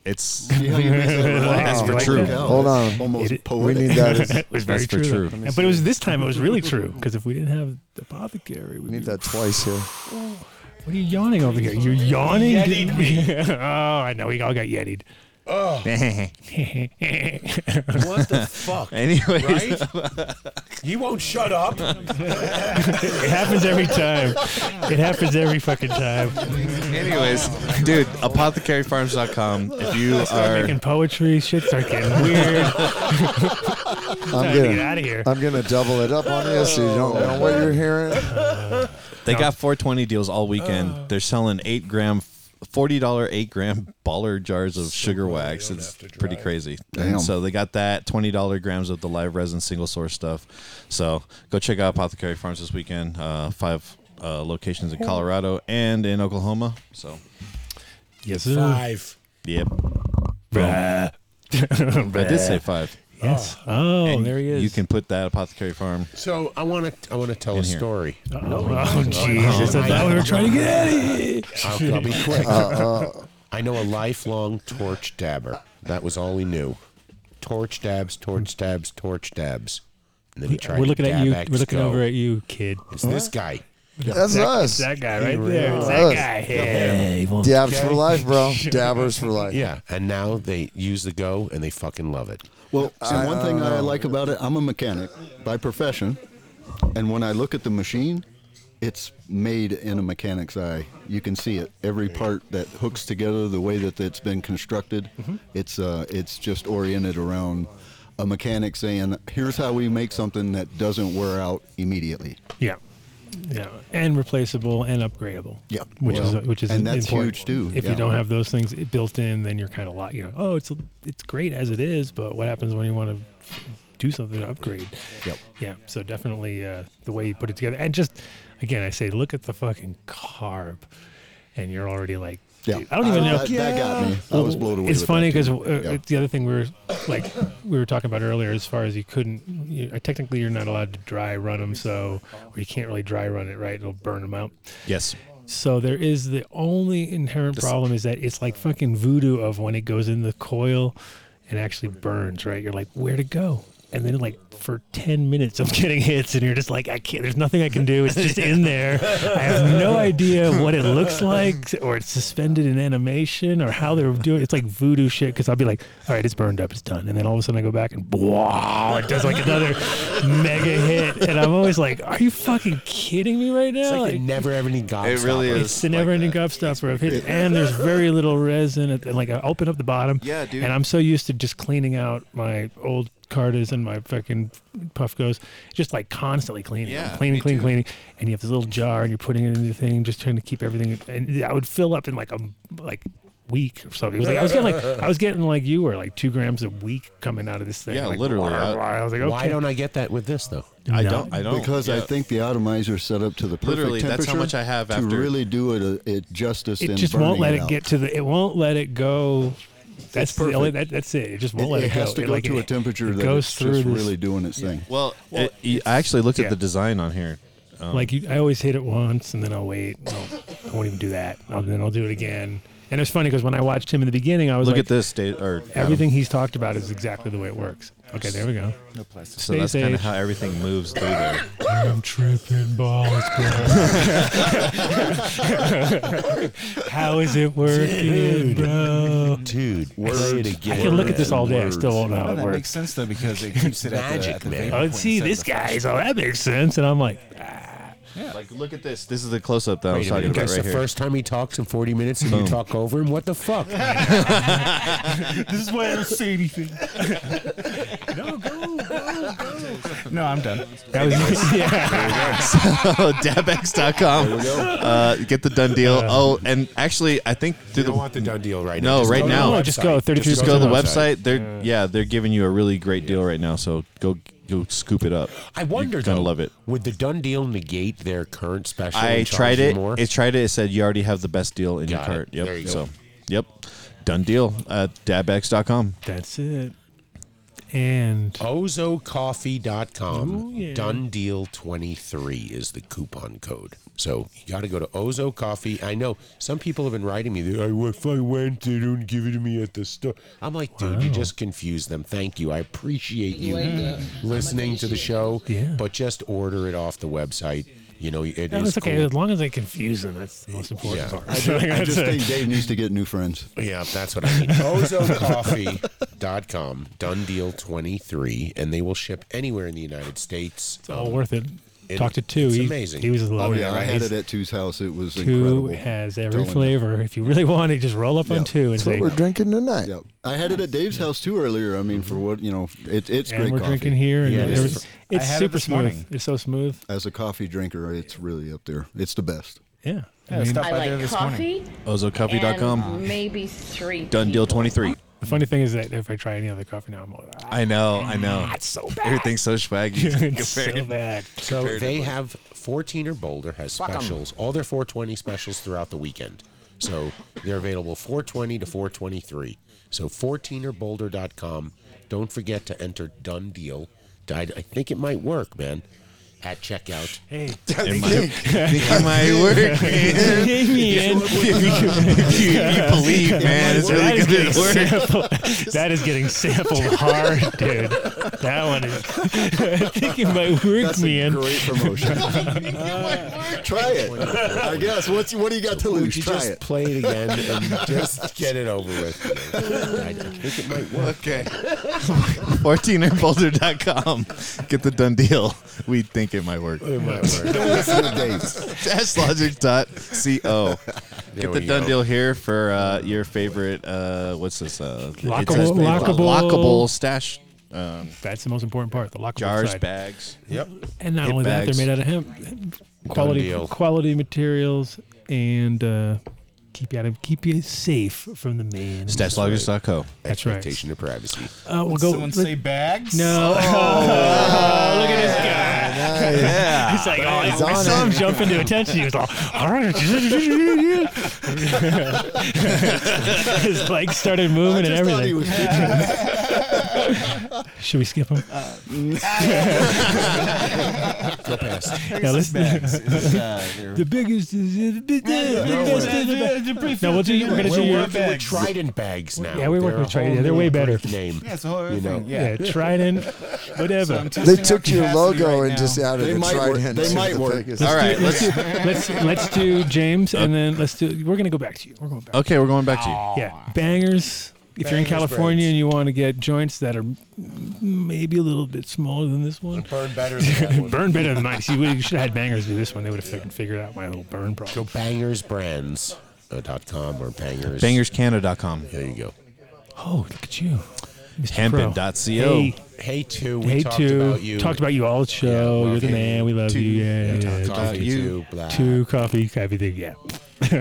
Speaker 9: it's
Speaker 7: See how *laughs* you mix that
Speaker 5: *laughs*
Speaker 9: *laughs*
Speaker 7: with
Speaker 5: Wow.
Speaker 7: that?
Speaker 5: That's for
Speaker 7: Like
Speaker 5: true.
Speaker 7: that.
Speaker 4: Hold on.
Speaker 7: Almost
Speaker 5: It-
Speaker 4: We
Speaker 7: poetic.
Speaker 4: need that. As,
Speaker 5: *laughs* It
Speaker 7: *laughs*
Speaker 5: was very
Speaker 9: That's for
Speaker 5: true.
Speaker 9: true.
Speaker 5: And- But it was this time. It was really true because if we didn't have the apothecary, we
Speaker 4: we need that twice here.
Speaker 5: *laughs* What are you yawning over here? You're yawning. oh, I know. We all got yetied.
Speaker 3: Oh.
Speaker 9: what
Speaker 3: *laughs* the
Speaker 5: *laughs*
Speaker 3: fuck?
Speaker 9: Anyways,
Speaker 3: Right? He won't shut up.
Speaker 5: it happens every time.
Speaker 3: *laughs*
Speaker 5: It happens every fucking time.
Speaker 9: Anyways, dude, apothecaryfarms.com. If you
Speaker 5: Start
Speaker 9: are
Speaker 5: making poetry, shit start getting weird.
Speaker 4: I'm
Speaker 5: Time to get out of here.
Speaker 4: I'm gonna double it up on you so you don't know what you're hearing.
Speaker 9: They got 420 deals all
Speaker 3: Uh.
Speaker 9: weekend. They're selling eight gram, forty dollar eight gram baller jars of sugar wax. It's pretty crazy.
Speaker 7: Damn.
Speaker 9: And so they got that twenty dollar grams of the live resin single source stuff. So go check out Apothecary Farms this weekend. Uh, five uh, locations in Colorado and in Oklahoma. So
Speaker 5: yes,
Speaker 3: Five.
Speaker 9: Yep. *laughs* I did say five.
Speaker 5: Yes. Oh,
Speaker 9: And
Speaker 5: there he is.
Speaker 9: You can put that Apothecary Farm.
Speaker 3: So I want to I want to tell
Speaker 9: In
Speaker 3: a
Speaker 9: here.
Speaker 3: story.
Speaker 5: Uh-oh. Oh, Jesus. I thought we were trying to get out of here.
Speaker 3: I'll, I'll
Speaker 4: *laughs*
Speaker 3: be quick.
Speaker 4: Uh,
Speaker 5: Uh-oh.
Speaker 3: I know a lifelong torch dabber. That was all he knew. Torch dabs, torch dabs, torch dabs. And then he tried
Speaker 5: We're
Speaker 3: to
Speaker 5: looking at
Speaker 3: dab
Speaker 5: you.
Speaker 3: X
Speaker 5: We're looking
Speaker 3: go.
Speaker 5: over at you, kid.
Speaker 3: It's this guy.
Speaker 4: That's
Speaker 5: that,
Speaker 4: us.
Speaker 5: it's that guy right
Speaker 4: He
Speaker 5: there. It's
Speaker 4: really
Speaker 5: that
Speaker 4: is.
Speaker 5: guy.
Speaker 4: Yeah.
Speaker 5: Hey,
Speaker 4: Dabs for life,
Speaker 5: *laughs*
Speaker 4: bro. Dabbers for life.
Speaker 3: Yeah, and now they use the go and they fucking love it.
Speaker 7: Well, see,
Speaker 4: I
Speaker 7: one thing
Speaker 4: don't
Speaker 7: I
Speaker 4: know.
Speaker 7: like about it, I'm a mechanic by profession, and when I look at the machine, it's made in a mechanic's eye. You can see it. Every part that hooks together, the way that it's been constructed, it's uh, it's just oriented around a mechanic saying, "Here's how we make something that doesn't wear out immediately."
Speaker 5: Yeah. Yeah, and replaceable and upgradable.
Speaker 7: Yeah.
Speaker 5: which
Speaker 7: Well,
Speaker 5: is which is
Speaker 7: and that's
Speaker 5: important.
Speaker 7: huge, too.
Speaker 5: If
Speaker 7: Yeah.
Speaker 5: you don't have those things i- built in, then you're kind of like you know, oh, it's it's great as it is, but what happens when you want to do something to upgrade?
Speaker 7: Yep.
Speaker 5: Yeah, so definitely uh, the way you put it together, and just again, I say, look at the fucking carb, and you're already like.
Speaker 7: Yeah.
Speaker 5: dude, I don't even
Speaker 7: Uh,
Speaker 5: know.
Speaker 7: that- that got me. I was blown away
Speaker 5: It's
Speaker 7: with
Speaker 5: funny
Speaker 7: that,
Speaker 5: because
Speaker 7: too.
Speaker 5: uh,
Speaker 7: Yeah.
Speaker 5: the other thing we were like we were talking about earlier, as far as you couldn't, you, uh, technically you're not allowed to dry run them, so or you can't really dry run it, right? It'll burn them out.
Speaker 9: Yes.
Speaker 5: So there is the only inherent
Speaker 9: This-
Speaker 5: problem is that it's like fucking voodoo of when it goes in the coil and actually burns, right? You're like, where to go? And then like for ten minutes I'm getting hits and you're just like, I can't there's nothing I can do. It's just in there. I have no idea what it looks like or it's suspended in animation or how they're doing it's like voodoo shit because I'll be like, all right, it's burned up, it's done. And then all of a sudden I go back and wow, it does like another mega hit. And I'm always like, Are you fucking kidding me right now?
Speaker 3: It's like,
Speaker 5: Like-
Speaker 3: the never ever ending gobstopper.
Speaker 9: It really is.
Speaker 5: it's the never-ending gobstopper of hits, and there's very little resin. At the, like I open up the bottom,
Speaker 9: Yeah, dude.
Speaker 5: And I'm so used to just cleaning out my old cartas and my fucking puffcos, just like constantly cleaning,
Speaker 9: Yeah,
Speaker 5: cleaning,
Speaker 9: me
Speaker 5: cleaning,
Speaker 9: too.
Speaker 5: cleaning. And you have this little jar, and you're putting it in the thing, just trying to keep everything. And I would fill up in like a like week or something. It was like I was getting like I was getting like you were like two grams a week coming out of this thing.
Speaker 9: Yeah,
Speaker 5: like,
Speaker 9: literally.
Speaker 5: blah,
Speaker 9: I-
Speaker 5: blah. I was like, okay.
Speaker 3: Why don't I get that with this though?
Speaker 9: I
Speaker 5: No.
Speaker 9: don't. I don't.
Speaker 7: Because I
Speaker 9: yeah.
Speaker 7: think the atomizer set up to the perfect
Speaker 9: Literally,
Speaker 7: temperature.
Speaker 9: that's how much I have
Speaker 7: to
Speaker 9: after-
Speaker 7: really do it, uh, it justice.
Speaker 5: it
Speaker 7: in
Speaker 5: just won't
Speaker 7: burning
Speaker 5: let it,
Speaker 7: out.
Speaker 5: get to the. It won't let it go. That's the only,
Speaker 7: perfect.
Speaker 5: that, that's it. It just
Speaker 7: It,
Speaker 5: won't let
Speaker 7: it
Speaker 5: it,
Speaker 7: has
Speaker 5: go.
Speaker 7: to
Speaker 5: It,
Speaker 7: go
Speaker 5: like,
Speaker 7: to
Speaker 5: it-
Speaker 7: a temperature
Speaker 5: it
Speaker 7: that
Speaker 5: goes
Speaker 7: it's
Speaker 5: through
Speaker 7: just
Speaker 5: this-
Speaker 7: really doing its thing.
Speaker 9: Well, it- you- I actually looked
Speaker 5: yeah.
Speaker 9: at the design on here. Um,
Speaker 5: like you, I always hit it once and then I'll wait. and I'll, I won't even do that. And then I'll do it again. And it's funny because when I watched him in the beginning, I was
Speaker 9: look
Speaker 5: like,
Speaker 9: at this, Dave, or Adam.
Speaker 5: everything he's talked about is exactly the way it works. Okay, there we go.
Speaker 10: No plastic.
Speaker 9: So that's kind
Speaker 5: Space
Speaker 9: of how everything moves through there.
Speaker 5: I'm tripping balls. bro. how is it working,
Speaker 3: Dude.
Speaker 5: bro?
Speaker 3: Dude, say it again.
Speaker 5: I can look at this all day. I still won't know
Speaker 10: No,
Speaker 5: how it
Speaker 10: that makes
Speaker 5: works.
Speaker 10: sense though because it keeps it at the,
Speaker 3: Magic,
Speaker 10: at the
Speaker 3: man.
Speaker 10: vapor
Speaker 5: Oh,
Speaker 10: point
Speaker 5: see,
Speaker 10: instead of
Speaker 5: this
Speaker 10: the flash
Speaker 5: guy's.
Speaker 10: point.
Speaker 5: Oh, that makes sense. And I'm like,
Speaker 9: Like, look at this. This is the close-up that I was
Speaker 3: Wait a
Speaker 9: talking
Speaker 3: minute,
Speaker 9: about
Speaker 3: That's
Speaker 9: right
Speaker 3: the
Speaker 9: here.
Speaker 3: first time he talks in 40 minutes and you
Speaker 9: Boom.
Speaker 3: talk over him? What the
Speaker 10: *laughs*
Speaker 3: fuck?
Speaker 10: This is why I don't say anything. no, go, go, go. *laughs* No, I'm done.
Speaker 5: that was *laughs* yeah.
Speaker 9: *laughs* so dabx.com. Uh, get the done deal. oh, and actually, I think through
Speaker 3: You don't
Speaker 9: the
Speaker 3: want the done deal right now.
Speaker 9: No, right
Speaker 3: go to the
Speaker 9: now.
Speaker 5: No, just go,
Speaker 3: website.
Speaker 5: 32
Speaker 9: just go to the
Speaker 5: website.
Speaker 9: website. They're yeah, they're giving you a really great deal right now. So go go scoop it up.
Speaker 3: I wonder,
Speaker 9: You're
Speaker 3: though,
Speaker 9: gonna love it.
Speaker 3: would the done deal negate their current special?
Speaker 9: I
Speaker 3: and charge
Speaker 9: tried
Speaker 3: you
Speaker 9: it.
Speaker 3: More?
Speaker 9: It tried it. It said you already have the best deal in
Speaker 3: Got
Speaker 9: your
Speaker 3: it.
Speaker 9: cart. Yep.
Speaker 3: There you go.
Speaker 9: so, yep. Done deal at dabx.com.
Speaker 5: That's it. And
Speaker 3: ozocoffee.com
Speaker 5: Ooh, yeah.
Speaker 3: done deal 23 is the coupon code so you got to go to ozo coffee i know some people have been writing me they're like if i went they don't give it to me at the store i'm like dude you
Speaker 5: Wow.
Speaker 3: just confuse them thank you i appreciate you listening to the show
Speaker 5: Yeah.
Speaker 3: but just order it off the website You know, it is
Speaker 5: No, it's okay
Speaker 3: cool.
Speaker 5: as long as they confuse them. That's the most important
Speaker 3: Yeah.
Speaker 5: part. *laughs*
Speaker 3: I ju- I
Speaker 5: Like
Speaker 3: just
Speaker 5: said.
Speaker 3: think
Speaker 7: Dave needs to get new friends.
Speaker 3: Yeah, that's what I
Speaker 5: *laughs*
Speaker 3: mean. OzoneCoffee.com, done deal 23, and they will ship anywhere in the United States. It's
Speaker 5: all worth it. Talked to two.
Speaker 3: It's
Speaker 5: He-
Speaker 3: amazing.
Speaker 5: he was loving
Speaker 7: oh yeah,
Speaker 5: it,
Speaker 7: I
Speaker 5: right?
Speaker 7: had
Speaker 5: He's-
Speaker 7: it at Two's house. It was
Speaker 5: Two
Speaker 7: incredible.
Speaker 5: has every
Speaker 7: Telling you.
Speaker 5: flavor. If you really want it, just roll up on
Speaker 7: Yeah.
Speaker 5: two and
Speaker 7: That's
Speaker 5: say,
Speaker 7: what we're
Speaker 4: drinking tonight.
Speaker 7: Yep. I had it at Dave's house too earlier. I mean, for what you know, it, it's great.
Speaker 5: Mm-hmm. And we're
Speaker 7: coffee.
Speaker 5: drinking here, and there was- it's I had it super this smooth. morning.
Speaker 7: It's
Speaker 5: so smooth.
Speaker 7: As a coffee drinker, it's really up there. It's the best.
Speaker 5: Yeah,
Speaker 9: I mean-
Speaker 13: I like coffee.
Speaker 9: OzoCoffee.com.
Speaker 13: and um, Maybe three.
Speaker 9: Done deal 23.
Speaker 5: The funny thing is that if I try any other coffee now, I'm like,
Speaker 9: I know, I
Speaker 13: Mm,
Speaker 9: know.
Speaker 5: It's so bad.
Speaker 9: Everything's so swaggy.
Speaker 5: *laughs* It's so bad.
Speaker 3: So they have 14 or bolder has
Speaker 5: Fuck 'em.
Speaker 3: specials, all their 420 specials throughout the weekend. So they're available 420 to 423. So 14orbolder.com. Don't forget to enter done deal. I I think it might work, man. At checkout. *laughs*
Speaker 5: Hey,
Speaker 3: it
Speaker 9: might- it might
Speaker 5: *laughs*
Speaker 9: work, man. Hey, man. If *laughs* you- if you- if
Speaker 5: *laughs*
Speaker 9: *laughs* you believe, man, it's really
Speaker 5: That is getting
Speaker 9: *laughs* gonna work.
Speaker 5: sampled- that is getting sampled hard, dude. That one is. *laughs* I think it might work,
Speaker 7: That's
Speaker 5: man.
Speaker 7: a great promotion.
Speaker 5: *laughs*
Speaker 7: Try
Speaker 9: *laughs*
Speaker 7: it. I guess. What's what do you got to
Speaker 3: Would
Speaker 7: lose?
Speaker 3: you
Speaker 7: Try
Speaker 3: just
Speaker 7: it.
Speaker 3: play it again and just get it over with? I I think it might work.
Speaker 9: Okay. 14erbolder.com. Get the done deal. We think it might work. *laughs*
Speaker 3: It might
Speaker 7: work. Don't listen to Dave.
Speaker 9: Dashlogic.co.
Speaker 7: There
Speaker 9: Get the
Speaker 7: we
Speaker 9: done
Speaker 7: go.
Speaker 9: deal here for uh, your favorite, uh, what's this? Uh, it
Speaker 5: Lockable-
Speaker 9: says-
Speaker 5: lockable-
Speaker 9: lockable stash. Um,
Speaker 5: That's the most important part. The lockable
Speaker 9: jars,
Speaker 5: side.
Speaker 9: bags.
Speaker 3: Yep.
Speaker 5: And not
Speaker 9: Get
Speaker 5: only
Speaker 9: bags.
Speaker 5: that, they're made out of hemp. Quality
Speaker 9: deal.
Speaker 5: quality materials and uh, keep you out of keep you safe from the main.
Speaker 9: Staslogers.co.
Speaker 5: That's right.
Speaker 3: Expectation of privacy.
Speaker 5: Uh, we'll go.
Speaker 10: Someone
Speaker 5: let-
Speaker 10: say bags?
Speaker 5: No. *laughs*
Speaker 10: Oh.
Speaker 5: look at this
Speaker 10: Yeah,
Speaker 5: guy.
Speaker 10: nice. Yeah.
Speaker 5: He's like,
Speaker 10: But
Speaker 5: oh,
Speaker 10: he's
Speaker 5: I
Speaker 10: on
Speaker 5: saw him
Speaker 10: it.
Speaker 5: jump into attention. He was all, all right. *laughs* His legs started moving and everything. *laughs* Should we skip him?
Speaker 10: Uh,
Speaker 5: Ah,
Speaker 3: Go past.
Speaker 5: Now listen. *laughs* the biggest is uh, the biggest. No, we'll do. We're gonna do your.
Speaker 3: working with Trident bags now.
Speaker 5: Yeah, we're
Speaker 3: They're
Speaker 5: working
Speaker 3: a
Speaker 5: with Trident. Yeah,
Speaker 3: whole
Speaker 5: they're way
Speaker 3: new
Speaker 5: better.
Speaker 3: Greek Name.
Speaker 10: Yeah, it's a whole other
Speaker 3: you know.
Speaker 10: thing. Yeah.
Speaker 5: Trident,
Speaker 10: So
Speaker 5: whatever.
Speaker 10: I'm testing
Speaker 4: They took
Speaker 10: out
Speaker 4: your
Speaker 10: capacity
Speaker 4: logo
Speaker 10: right
Speaker 4: and
Speaker 10: now.
Speaker 4: just added
Speaker 10: They
Speaker 4: a
Speaker 10: might work.
Speaker 4: trident.
Speaker 10: They
Speaker 4: to
Speaker 10: might
Speaker 4: the
Speaker 10: work.
Speaker 4: biggest-
Speaker 9: All right,
Speaker 5: let's, do, let's let's do James, and then let's do. We're gonna go back to you. We're going back.
Speaker 9: Okay, we're going back to you.
Speaker 5: Yeah, bangers. If you're in
Speaker 9: Bangers
Speaker 5: California
Speaker 9: braids.
Speaker 5: and you want to get joints that are maybe a little bit smaller than this one,
Speaker 3: burn better than
Speaker 5: *laughs*
Speaker 3: that one.
Speaker 5: burn better than mine. See, we should have had bangers do this one. They would have figured out my little burn problem.
Speaker 3: Go bangersbrands.com or bangers.
Speaker 9: Bangerscanada.com.
Speaker 3: There you go.
Speaker 5: Oh, look at you. Mr. Pro.
Speaker 9: Hempen.co.
Speaker 5: Hey,
Speaker 3: Hey, too. We
Speaker 5: hey,
Speaker 3: talked
Speaker 5: two.
Speaker 3: about you.
Speaker 5: Talked about you all at show. You're the
Speaker 3: you.
Speaker 5: man. We love
Speaker 3: Two.
Speaker 5: you. Yeah,
Speaker 3: We
Speaker 5: yeah,
Speaker 3: talked about
Speaker 5: two.
Speaker 3: you. Blah.
Speaker 5: Two coffee, everything. *laughs* Yeah.
Speaker 9: *laughs*
Speaker 3: *laughs*
Speaker 9: okay.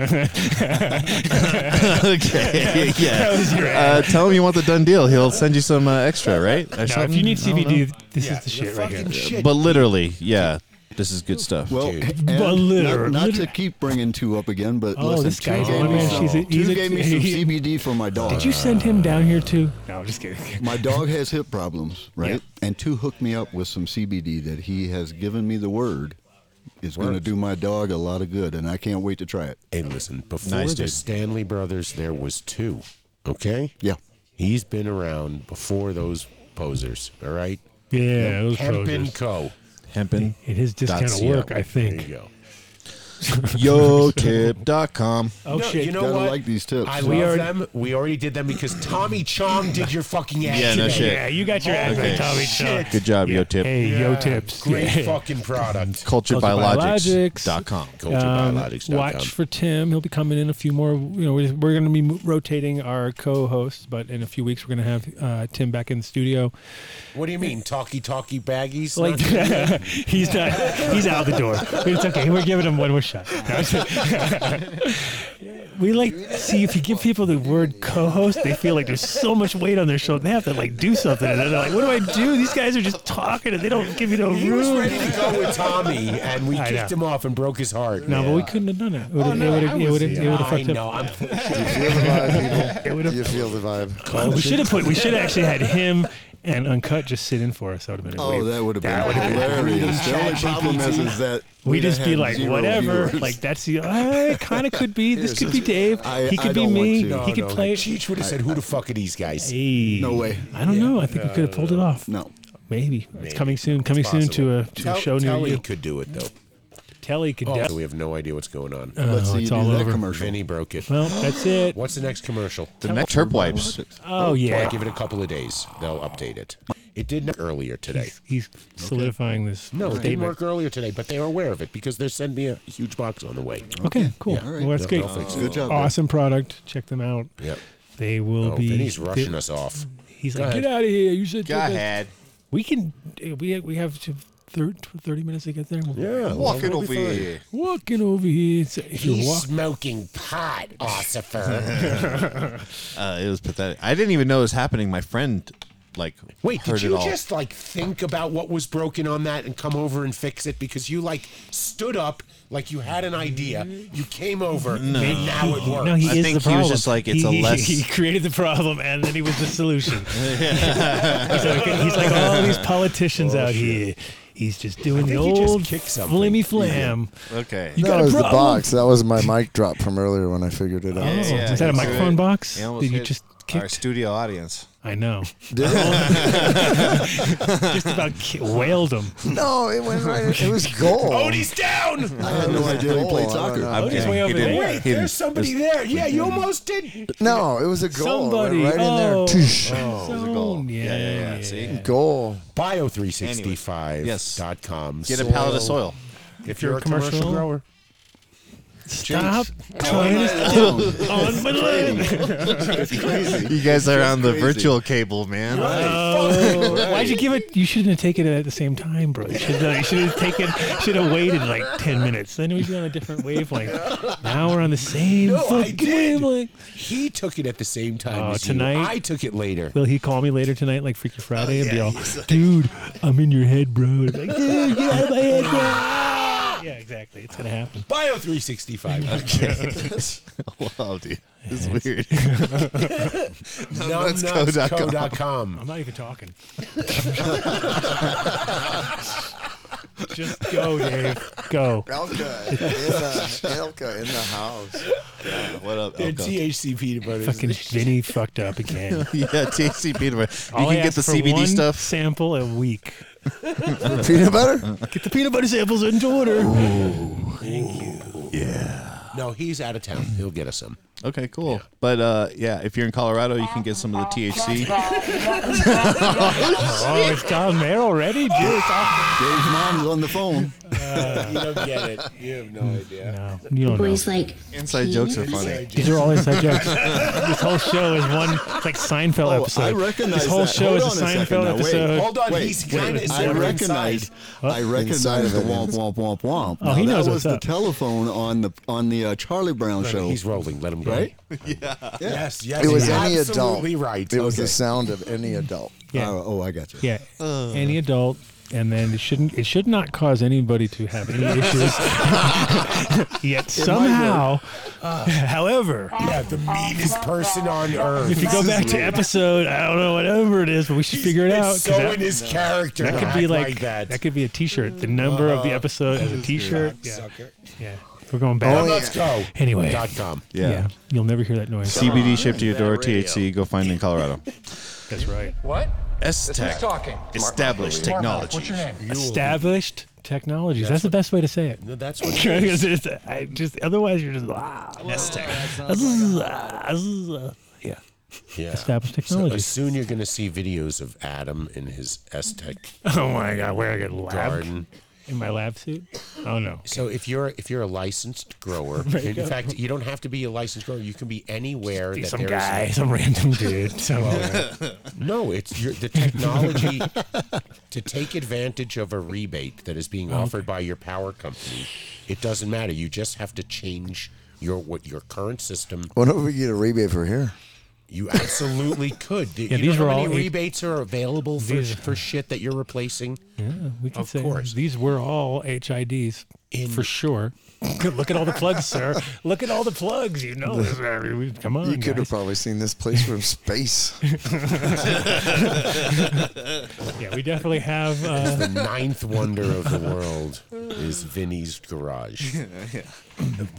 Speaker 9: Yeah.
Speaker 5: That was your
Speaker 9: uh, tell him you want the done deal. He'll send you some uh, extra, right? Or
Speaker 5: Now, if
Speaker 9: something?
Speaker 5: you need
Speaker 9: I don't know.
Speaker 5: CBD, this is the shit right here.
Speaker 9: But literally, yeah, this is good stuff.
Speaker 7: Well, and
Speaker 5: But literally-
Speaker 7: not, not to keep bringing two up again, but
Speaker 5: Oh,
Speaker 7: listen,
Speaker 5: this
Speaker 7: two
Speaker 5: guy's
Speaker 7: gave
Speaker 5: one
Speaker 7: me
Speaker 5: man.
Speaker 7: some,
Speaker 5: She's a- he's
Speaker 7: two
Speaker 5: a-
Speaker 7: gave me some
Speaker 5: *laughs* he-
Speaker 7: CBD for my dog.
Speaker 5: Did you send him down here too? No, just kidding.
Speaker 7: *laughs* My dog has hip problems, right? And two hooked me up with some CBD that he has given me the word is going to
Speaker 3: Works.
Speaker 7: do my dog a lot of good, and I can't wait to try it.
Speaker 3: Hey, listen, before
Speaker 9: Nice,
Speaker 3: the
Speaker 9: dude.
Speaker 3: Stanley Brothers, there was two. Okay?
Speaker 7: Yeah.
Speaker 3: He's been around before those posers, all right?
Speaker 5: Yeah, those
Speaker 3: Hemp
Speaker 5: posers.
Speaker 3: and Co.
Speaker 9: Hempen.
Speaker 5: It is discount of
Speaker 9: .co.
Speaker 5: work, I
Speaker 3: There you
Speaker 5: think.
Speaker 9: *laughs*
Speaker 3: go. *laughs*
Speaker 9: Yotip.com.
Speaker 5: Oh
Speaker 3: No,
Speaker 5: shit!
Speaker 3: You know
Speaker 7: Gotta
Speaker 3: what?
Speaker 7: like these tips.
Speaker 3: I
Speaker 5: We
Speaker 3: love
Speaker 5: already-
Speaker 3: them. We already did them because Tommy Chong did your fucking
Speaker 9: *laughs*
Speaker 3: ad
Speaker 9: Yeah, no
Speaker 3: today.
Speaker 9: shit.
Speaker 5: Yeah, you got your ad right, Tommy. Shaw.
Speaker 9: Good job,
Speaker 5: Yeah.
Speaker 9: Yotip.
Speaker 5: Hey, yo tips.
Speaker 3: Great
Speaker 5: Yeah.
Speaker 3: fucking product.
Speaker 9: Culturebiologics.com.
Speaker 5: Um,
Speaker 3: Culturebiologics.com.
Speaker 5: watch for Tim. He'll be coming in a few more. You know, we're, we're going to be mo- rotating our co-hosts, but in a few weeks we're going to have uh, Tim back in the studio.
Speaker 3: What do you mean, talkie talkie baggies?
Speaker 5: Like
Speaker 3: *laughs*
Speaker 5: *laughs* he's not, he's out the door. It's okay. We're giving him one more
Speaker 3: *laughs*
Speaker 5: shot. No, I'm kidding. we like see if you give people the word co-host, they feel like there's so much weight on their shoulder. They have to like do something, and then they're like, "What do I do? These guys are just talking, and they don't give you no
Speaker 3: he
Speaker 5: room."
Speaker 3: was ready to go with Tommy, and we
Speaker 5: I
Speaker 3: kicked
Speaker 5: know.
Speaker 3: him off and broke his heart.
Speaker 5: No, but we couldn't have done it. It would have it would have it would have
Speaker 3: Oh, I
Speaker 5: fucked up. *laughs*
Speaker 3: know. I'm
Speaker 5: It would
Speaker 4: Do You feel the vibe.
Speaker 5: We should have put. We should have actually had him and Uncut just sit in for us. That would have been.
Speaker 7: Oh, that would have been
Speaker 5: That would've been
Speaker 7: hilarious. The only problem is, is that
Speaker 5: we
Speaker 7: we'd
Speaker 5: just
Speaker 7: have
Speaker 5: be
Speaker 7: had
Speaker 5: like
Speaker 7: zero
Speaker 5: whatever.
Speaker 7: viewers.
Speaker 5: Like that's the. Uh, kind of could be. This
Speaker 7: Here's
Speaker 5: could be
Speaker 7: this-
Speaker 5: Dave.
Speaker 7: I-
Speaker 5: he
Speaker 7: I
Speaker 5: could be
Speaker 7: don't want
Speaker 5: me.
Speaker 7: to.
Speaker 5: he could play.
Speaker 3: Cheech would have said, "Who the fuck are these guys?"
Speaker 5: Hey,
Speaker 7: no way.
Speaker 5: I don't know. I think we could have pulled it off.
Speaker 7: No.
Speaker 5: Maybe. It's coming soon. Coming soon to a to
Speaker 3: tell,
Speaker 5: a show near
Speaker 3: tell
Speaker 5: you.
Speaker 3: He could do it though.
Speaker 5: Kelly could.
Speaker 3: So we have no idea what's going on.
Speaker 5: Oh, Let's see it's you do all that over. commercial.
Speaker 3: Vinny broke it.
Speaker 5: Well, that's it.
Speaker 3: What's the next commercial?
Speaker 5: The Tell next- us Turp wipes. about it. Oh, yeah.
Speaker 3: give it a couple of days. They'll update it. It did not earlier today.
Speaker 5: He's solidifying this
Speaker 3: No, it didn't
Speaker 5: statement.
Speaker 3: work earlier today, but they are aware of it because they're sending me a huge box on the way.
Speaker 5: Okay, cool.
Speaker 3: Yeah.
Speaker 5: Well, that's
Speaker 3: They'll-
Speaker 5: great.
Speaker 3: they'll fix it.
Speaker 5: Awesome product. Check them out.
Speaker 3: Yep.
Speaker 5: They will
Speaker 3: Oh,
Speaker 5: be.
Speaker 3: Vinny's rushing
Speaker 5: they-
Speaker 3: us off.
Speaker 5: He's
Speaker 3: Go
Speaker 5: like,
Speaker 3: ahead.
Speaker 5: get out of here. You should.
Speaker 3: Go
Speaker 5: do this." *laughs*
Speaker 3: ahead.
Speaker 5: We can. We we have to. thir- 30 minutes to get there. and We'll
Speaker 3: Yeah, Walking we'll be over fine. here.
Speaker 5: Walking over here. It's- If you
Speaker 3: He's
Speaker 5: walk,
Speaker 3: smoking pot, *laughs*
Speaker 5: *laughs*
Speaker 3: Ossifer. *laughs*
Speaker 9: uh, it was pathetic. I didn't even know it was happening. My friend, like,
Speaker 3: Wait,
Speaker 9: heard
Speaker 3: did you
Speaker 9: it all.
Speaker 3: just like think about what was broken on that and come over and fix it because you like stood up like you had an idea, you came over,
Speaker 9: No.
Speaker 3: and now it works.
Speaker 5: no, he
Speaker 9: I
Speaker 5: is
Speaker 9: think
Speaker 5: the
Speaker 9: he
Speaker 5: problem.
Speaker 9: was just like, it's a
Speaker 5: He- *laughs* he-
Speaker 9: less-
Speaker 5: He created the problem, and then he was the solution. *laughs* he's, like, he's like all these politicians out here. He's just doing the
Speaker 3: think he just
Speaker 5: old flimmy flam.
Speaker 9: Okay.
Speaker 5: You
Speaker 4: that
Speaker 5: got a
Speaker 4: was the
Speaker 5: problem?
Speaker 4: box. That was my mic drop from earlier when I figured it out.
Speaker 5: Yeah, Oh, yeah, is that a you microphone did. box?
Speaker 9: He almost
Speaker 5: Did you
Speaker 9: hit
Speaker 5: just
Speaker 9: our studio audience?
Speaker 5: I
Speaker 3: *laughs*
Speaker 5: know.
Speaker 4: Did
Speaker 5: *laughs* just about ki- wailed him.
Speaker 4: No, it went right. It was gold.
Speaker 3: Odie's down.
Speaker 4: *laughs* I had no idea he
Speaker 5: Oh,
Speaker 4: played soccer.
Speaker 9: I'm Odie's kidding. way He over didn't. there.
Speaker 3: Wait,
Speaker 9: He didn't.
Speaker 3: there's somebody
Speaker 9: There's-
Speaker 3: there. Yeah, you almost did.
Speaker 4: No, it was a goal. It went
Speaker 3: Somebody.
Speaker 4: right
Speaker 3: Oh.
Speaker 4: in there. Toosh.
Speaker 3: Oh, it was a goal. Yeah, yeah, yeah. See?
Speaker 4: Goal.
Speaker 3: Bio365.com. Yes.
Speaker 9: Get a pallet of soil.
Speaker 3: If you're a commercial grower.
Speaker 5: Stop
Speaker 9: trying to step
Speaker 5: *laughs* on my
Speaker 9: *laughs* You guys are on the virtual cable, man.
Speaker 5: Oh, why'd you give it? You shouldn't have taken it at the same time, bro. You should have, you should have taken, should have waited like ten minutes. Then we'd be on a different
Speaker 3: *laughs*
Speaker 5: wavelength. *laughs* Now we're on the same.
Speaker 3: No, I
Speaker 5: fucking
Speaker 3: did.
Speaker 5: wavelength.
Speaker 3: He took it at the same time
Speaker 5: Oh,
Speaker 3: as you.
Speaker 5: tonight-
Speaker 3: I took it later. *laughs*
Speaker 5: Will he call me later tonight, like Freaky Friday, and be
Speaker 3: yeah,
Speaker 5: all,
Speaker 3: he's like-
Speaker 5: "Dude, I'm in your head, bro." It's like, *laughs* "Dude, *laughs* get out of my head, bro." Yeah, exactly. It's gonna happen.
Speaker 9: *laughs*
Speaker 3: *laughs* Bio365.
Speaker 9: wow, dude. This is
Speaker 5: *laughs*
Speaker 9: weird. *laughs*
Speaker 3: Numbnutsco.com.
Speaker 5: I'm not even
Speaker 9: *laughs*
Speaker 5: talking. Just go, Dave. Go.
Speaker 4: Elka in
Speaker 5: *laughs*
Speaker 9: uh,
Speaker 4: the, Elka in the house.
Speaker 9: what up,
Speaker 3: They're THC peanut butter.
Speaker 5: Fucking Vinny fucked up again.
Speaker 9: *laughs* yeah, THC peanut butter. You
Speaker 5: All I
Speaker 9: can get
Speaker 5: ask
Speaker 9: the
Speaker 5: for
Speaker 9: CBD
Speaker 5: one
Speaker 9: stuff.
Speaker 5: Sample a
Speaker 9: *laughs*
Speaker 5: week.
Speaker 4: Peanut butter?
Speaker 5: Get the peanut butter samples into order.
Speaker 9: *laughs*
Speaker 3: No, he's out of town.
Speaker 5: *laughs*
Speaker 3: He'll get us some.
Speaker 9: Okay, cool. But uh, yeah, if you're in Colorado, you can get some of the THC. *laughs*
Speaker 5: oh, it's down there already, dude. It's off-
Speaker 7: Dave's mom's on the phone.
Speaker 3: Uh, you don't get it. You have no idea.
Speaker 5: You don't know.
Speaker 13: Boys like
Speaker 9: Inside jokes are funny.
Speaker 5: These are all inside
Speaker 9: *laughs*
Speaker 5: jokes. this whole show is one. It's like
Speaker 9: Oh,
Speaker 5: Seinfeld episode.
Speaker 7: I recognize
Speaker 5: This whole
Speaker 7: that.
Speaker 5: show
Speaker 7: Hold
Speaker 5: is
Speaker 7: on
Speaker 5: a Seinfeld
Speaker 7: second now. Wait,
Speaker 5: episode.
Speaker 3: Hold on,
Speaker 7: Wait,
Speaker 3: he's
Speaker 7: wait,
Speaker 3: kind of
Speaker 7: I recognize. I
Speaker 4: Inside
Speaker 7: recognize
Speaker 4: of
Speaker 7: the
Speaker 4: it
Speaker 7: womp womp womp womp.
Speaker 5: Oh, he
Speaker 7: Now,
Speaker 5: knows
Speaker 7: that
Speaker 5: what's
Speaker 7: was the
Speaker 5: up.
Speaker 7: telephone on the on the uh, Charlie Brown show.
Speaker 3: He's rolling. Let him go.
Speaker 7: Right?
Speaker 1: *laughs*
Speaker 3: Yes, yes.
Speaker 4: It was
Speaker 3: you're
Speaker 4: any adult.
Speaker 3: absolutely right.
Speaker 4: It was the
Speaker 3: Okay.
Speaker 4: sound of any adult.
Speaker 5: Yeah.
Speaker 7: Oh, oh, I got you.
Speaker 5: Yeah, any adult, and then it shouldn't. It should not cause anybody to have any
Speaker 3: *laughs*
Speaker 5: issues. Yet somehow, *laughs* however,
Speaker 3: Ah. yeah, the meanest person on earth.
Speaker 5: if you go back to episode, I don't know whatever it is, but we should figure it
Speaker 3: It's
Speaker 5: out. 'cause
Speaker 3: So
Speaker 5: that-
Speaker 3: in his character,
Speaker 5: that
Speaker 3: to
Speaker 5: could be
Speaker 3: act
Speaker 5: like,
Speaker 3: that. Uh-huh.
Speaker 5: could be a T-shirt. The number of
Speaker 10: Uh,
Speaker 5: the episode as a T-shirt. Yeah,
Speaker 3: Sucker. Oh,
Speaker 5: yeah. We're going back.
Speaker 3: Let's go.
Speaker 5: Anyway,
Speaker 3: Dot com.
Speaker 9: Yeah.
Speaker 5: yeah, you'll never hear that noise.
Speaker 9: CBD shipped to your door. THC. Go find in Colorado.
Speaker 5: That's right.
Speaker 8: What?
Speaker 9: S Tech.
Speaker 8: talking?
Speaker 9: Established
Speaker 8: What's
Speaker 9: technology.
Speaker 8: your name?
Speaker 5: Established technologies. That's the best way to say it.
Speaker 3: No, that's what.
Speaker 5: *laughs* Because it's- I just otherwise you're just ah, Azz, yeah.
Speaker 3: Yeah.
Speaker 5: Established
Speaker 3: So
Speaker 5: technology.
Speaker 3: soon you're going to see videos of Adam in his S Tech
Speaker 5: *laughs* oh my god, wearing a lab
Speaker 3: garden.
Speaker 5: in my lab suit. Oh no.
Speaker 3: So if you're if you're a licensed
Speaker 5: *laughs*
Speaker 3: grower,
Speaker 5: There you
Speaker 3: in
Speaker 5: go.
Speaker 3: fact, you don't have to be a licensed grower. You can be anywhere that
Speaker 5: Some
Speaker 3: there is-
Speaker 5: guy, some random dude.
Speaker 3: *laughs*
Speaker 5: Some
Speaker 3: No, it's your, the technology to take advantage of a rebate that is being offered by your power company. It doesn't matter. You just have to change your what your current system.
Speaker 4: What if we get a rebate for here?
Speaker 3: You
Speaker 4: *laughs*
Speaker 3: absolutely could.
Speaker 5: Yeah, these
Speaker 3: know
Speaker 5: were
Speaker 3: how
Speaker 5: all
Speaker 3: many
Speaker 5: ig-
Speaker 3: rebates are available for, for shit that you're replacing.
Speaker 5: yeah, we can
Speaker 3: Of
Speaker 5: say
Speaker 3: course.
Speaker 5: these were all HIDs
Speaker 3: In-
Speaker 5: for sure. *laughs* Look at all the plugs, sir. Look at all the plugs. You
Speaker 4: *laughs*
Speaker 5: know this. I mean, we- Come on,
Speaker 4: You could have
Speaker 5: guys.
Speaker 4: probably seen this place from space.
Speaker 5: yeah, we definitely
Speaker 3: *laughs*
Speaker 5: have. Uh,
Speaker 3: The ninth wonder
Speaker 5: *laughs*
Speaker 3: of the world is
Speaker 7: *laughs*
Speaker 3: Vinny's garage.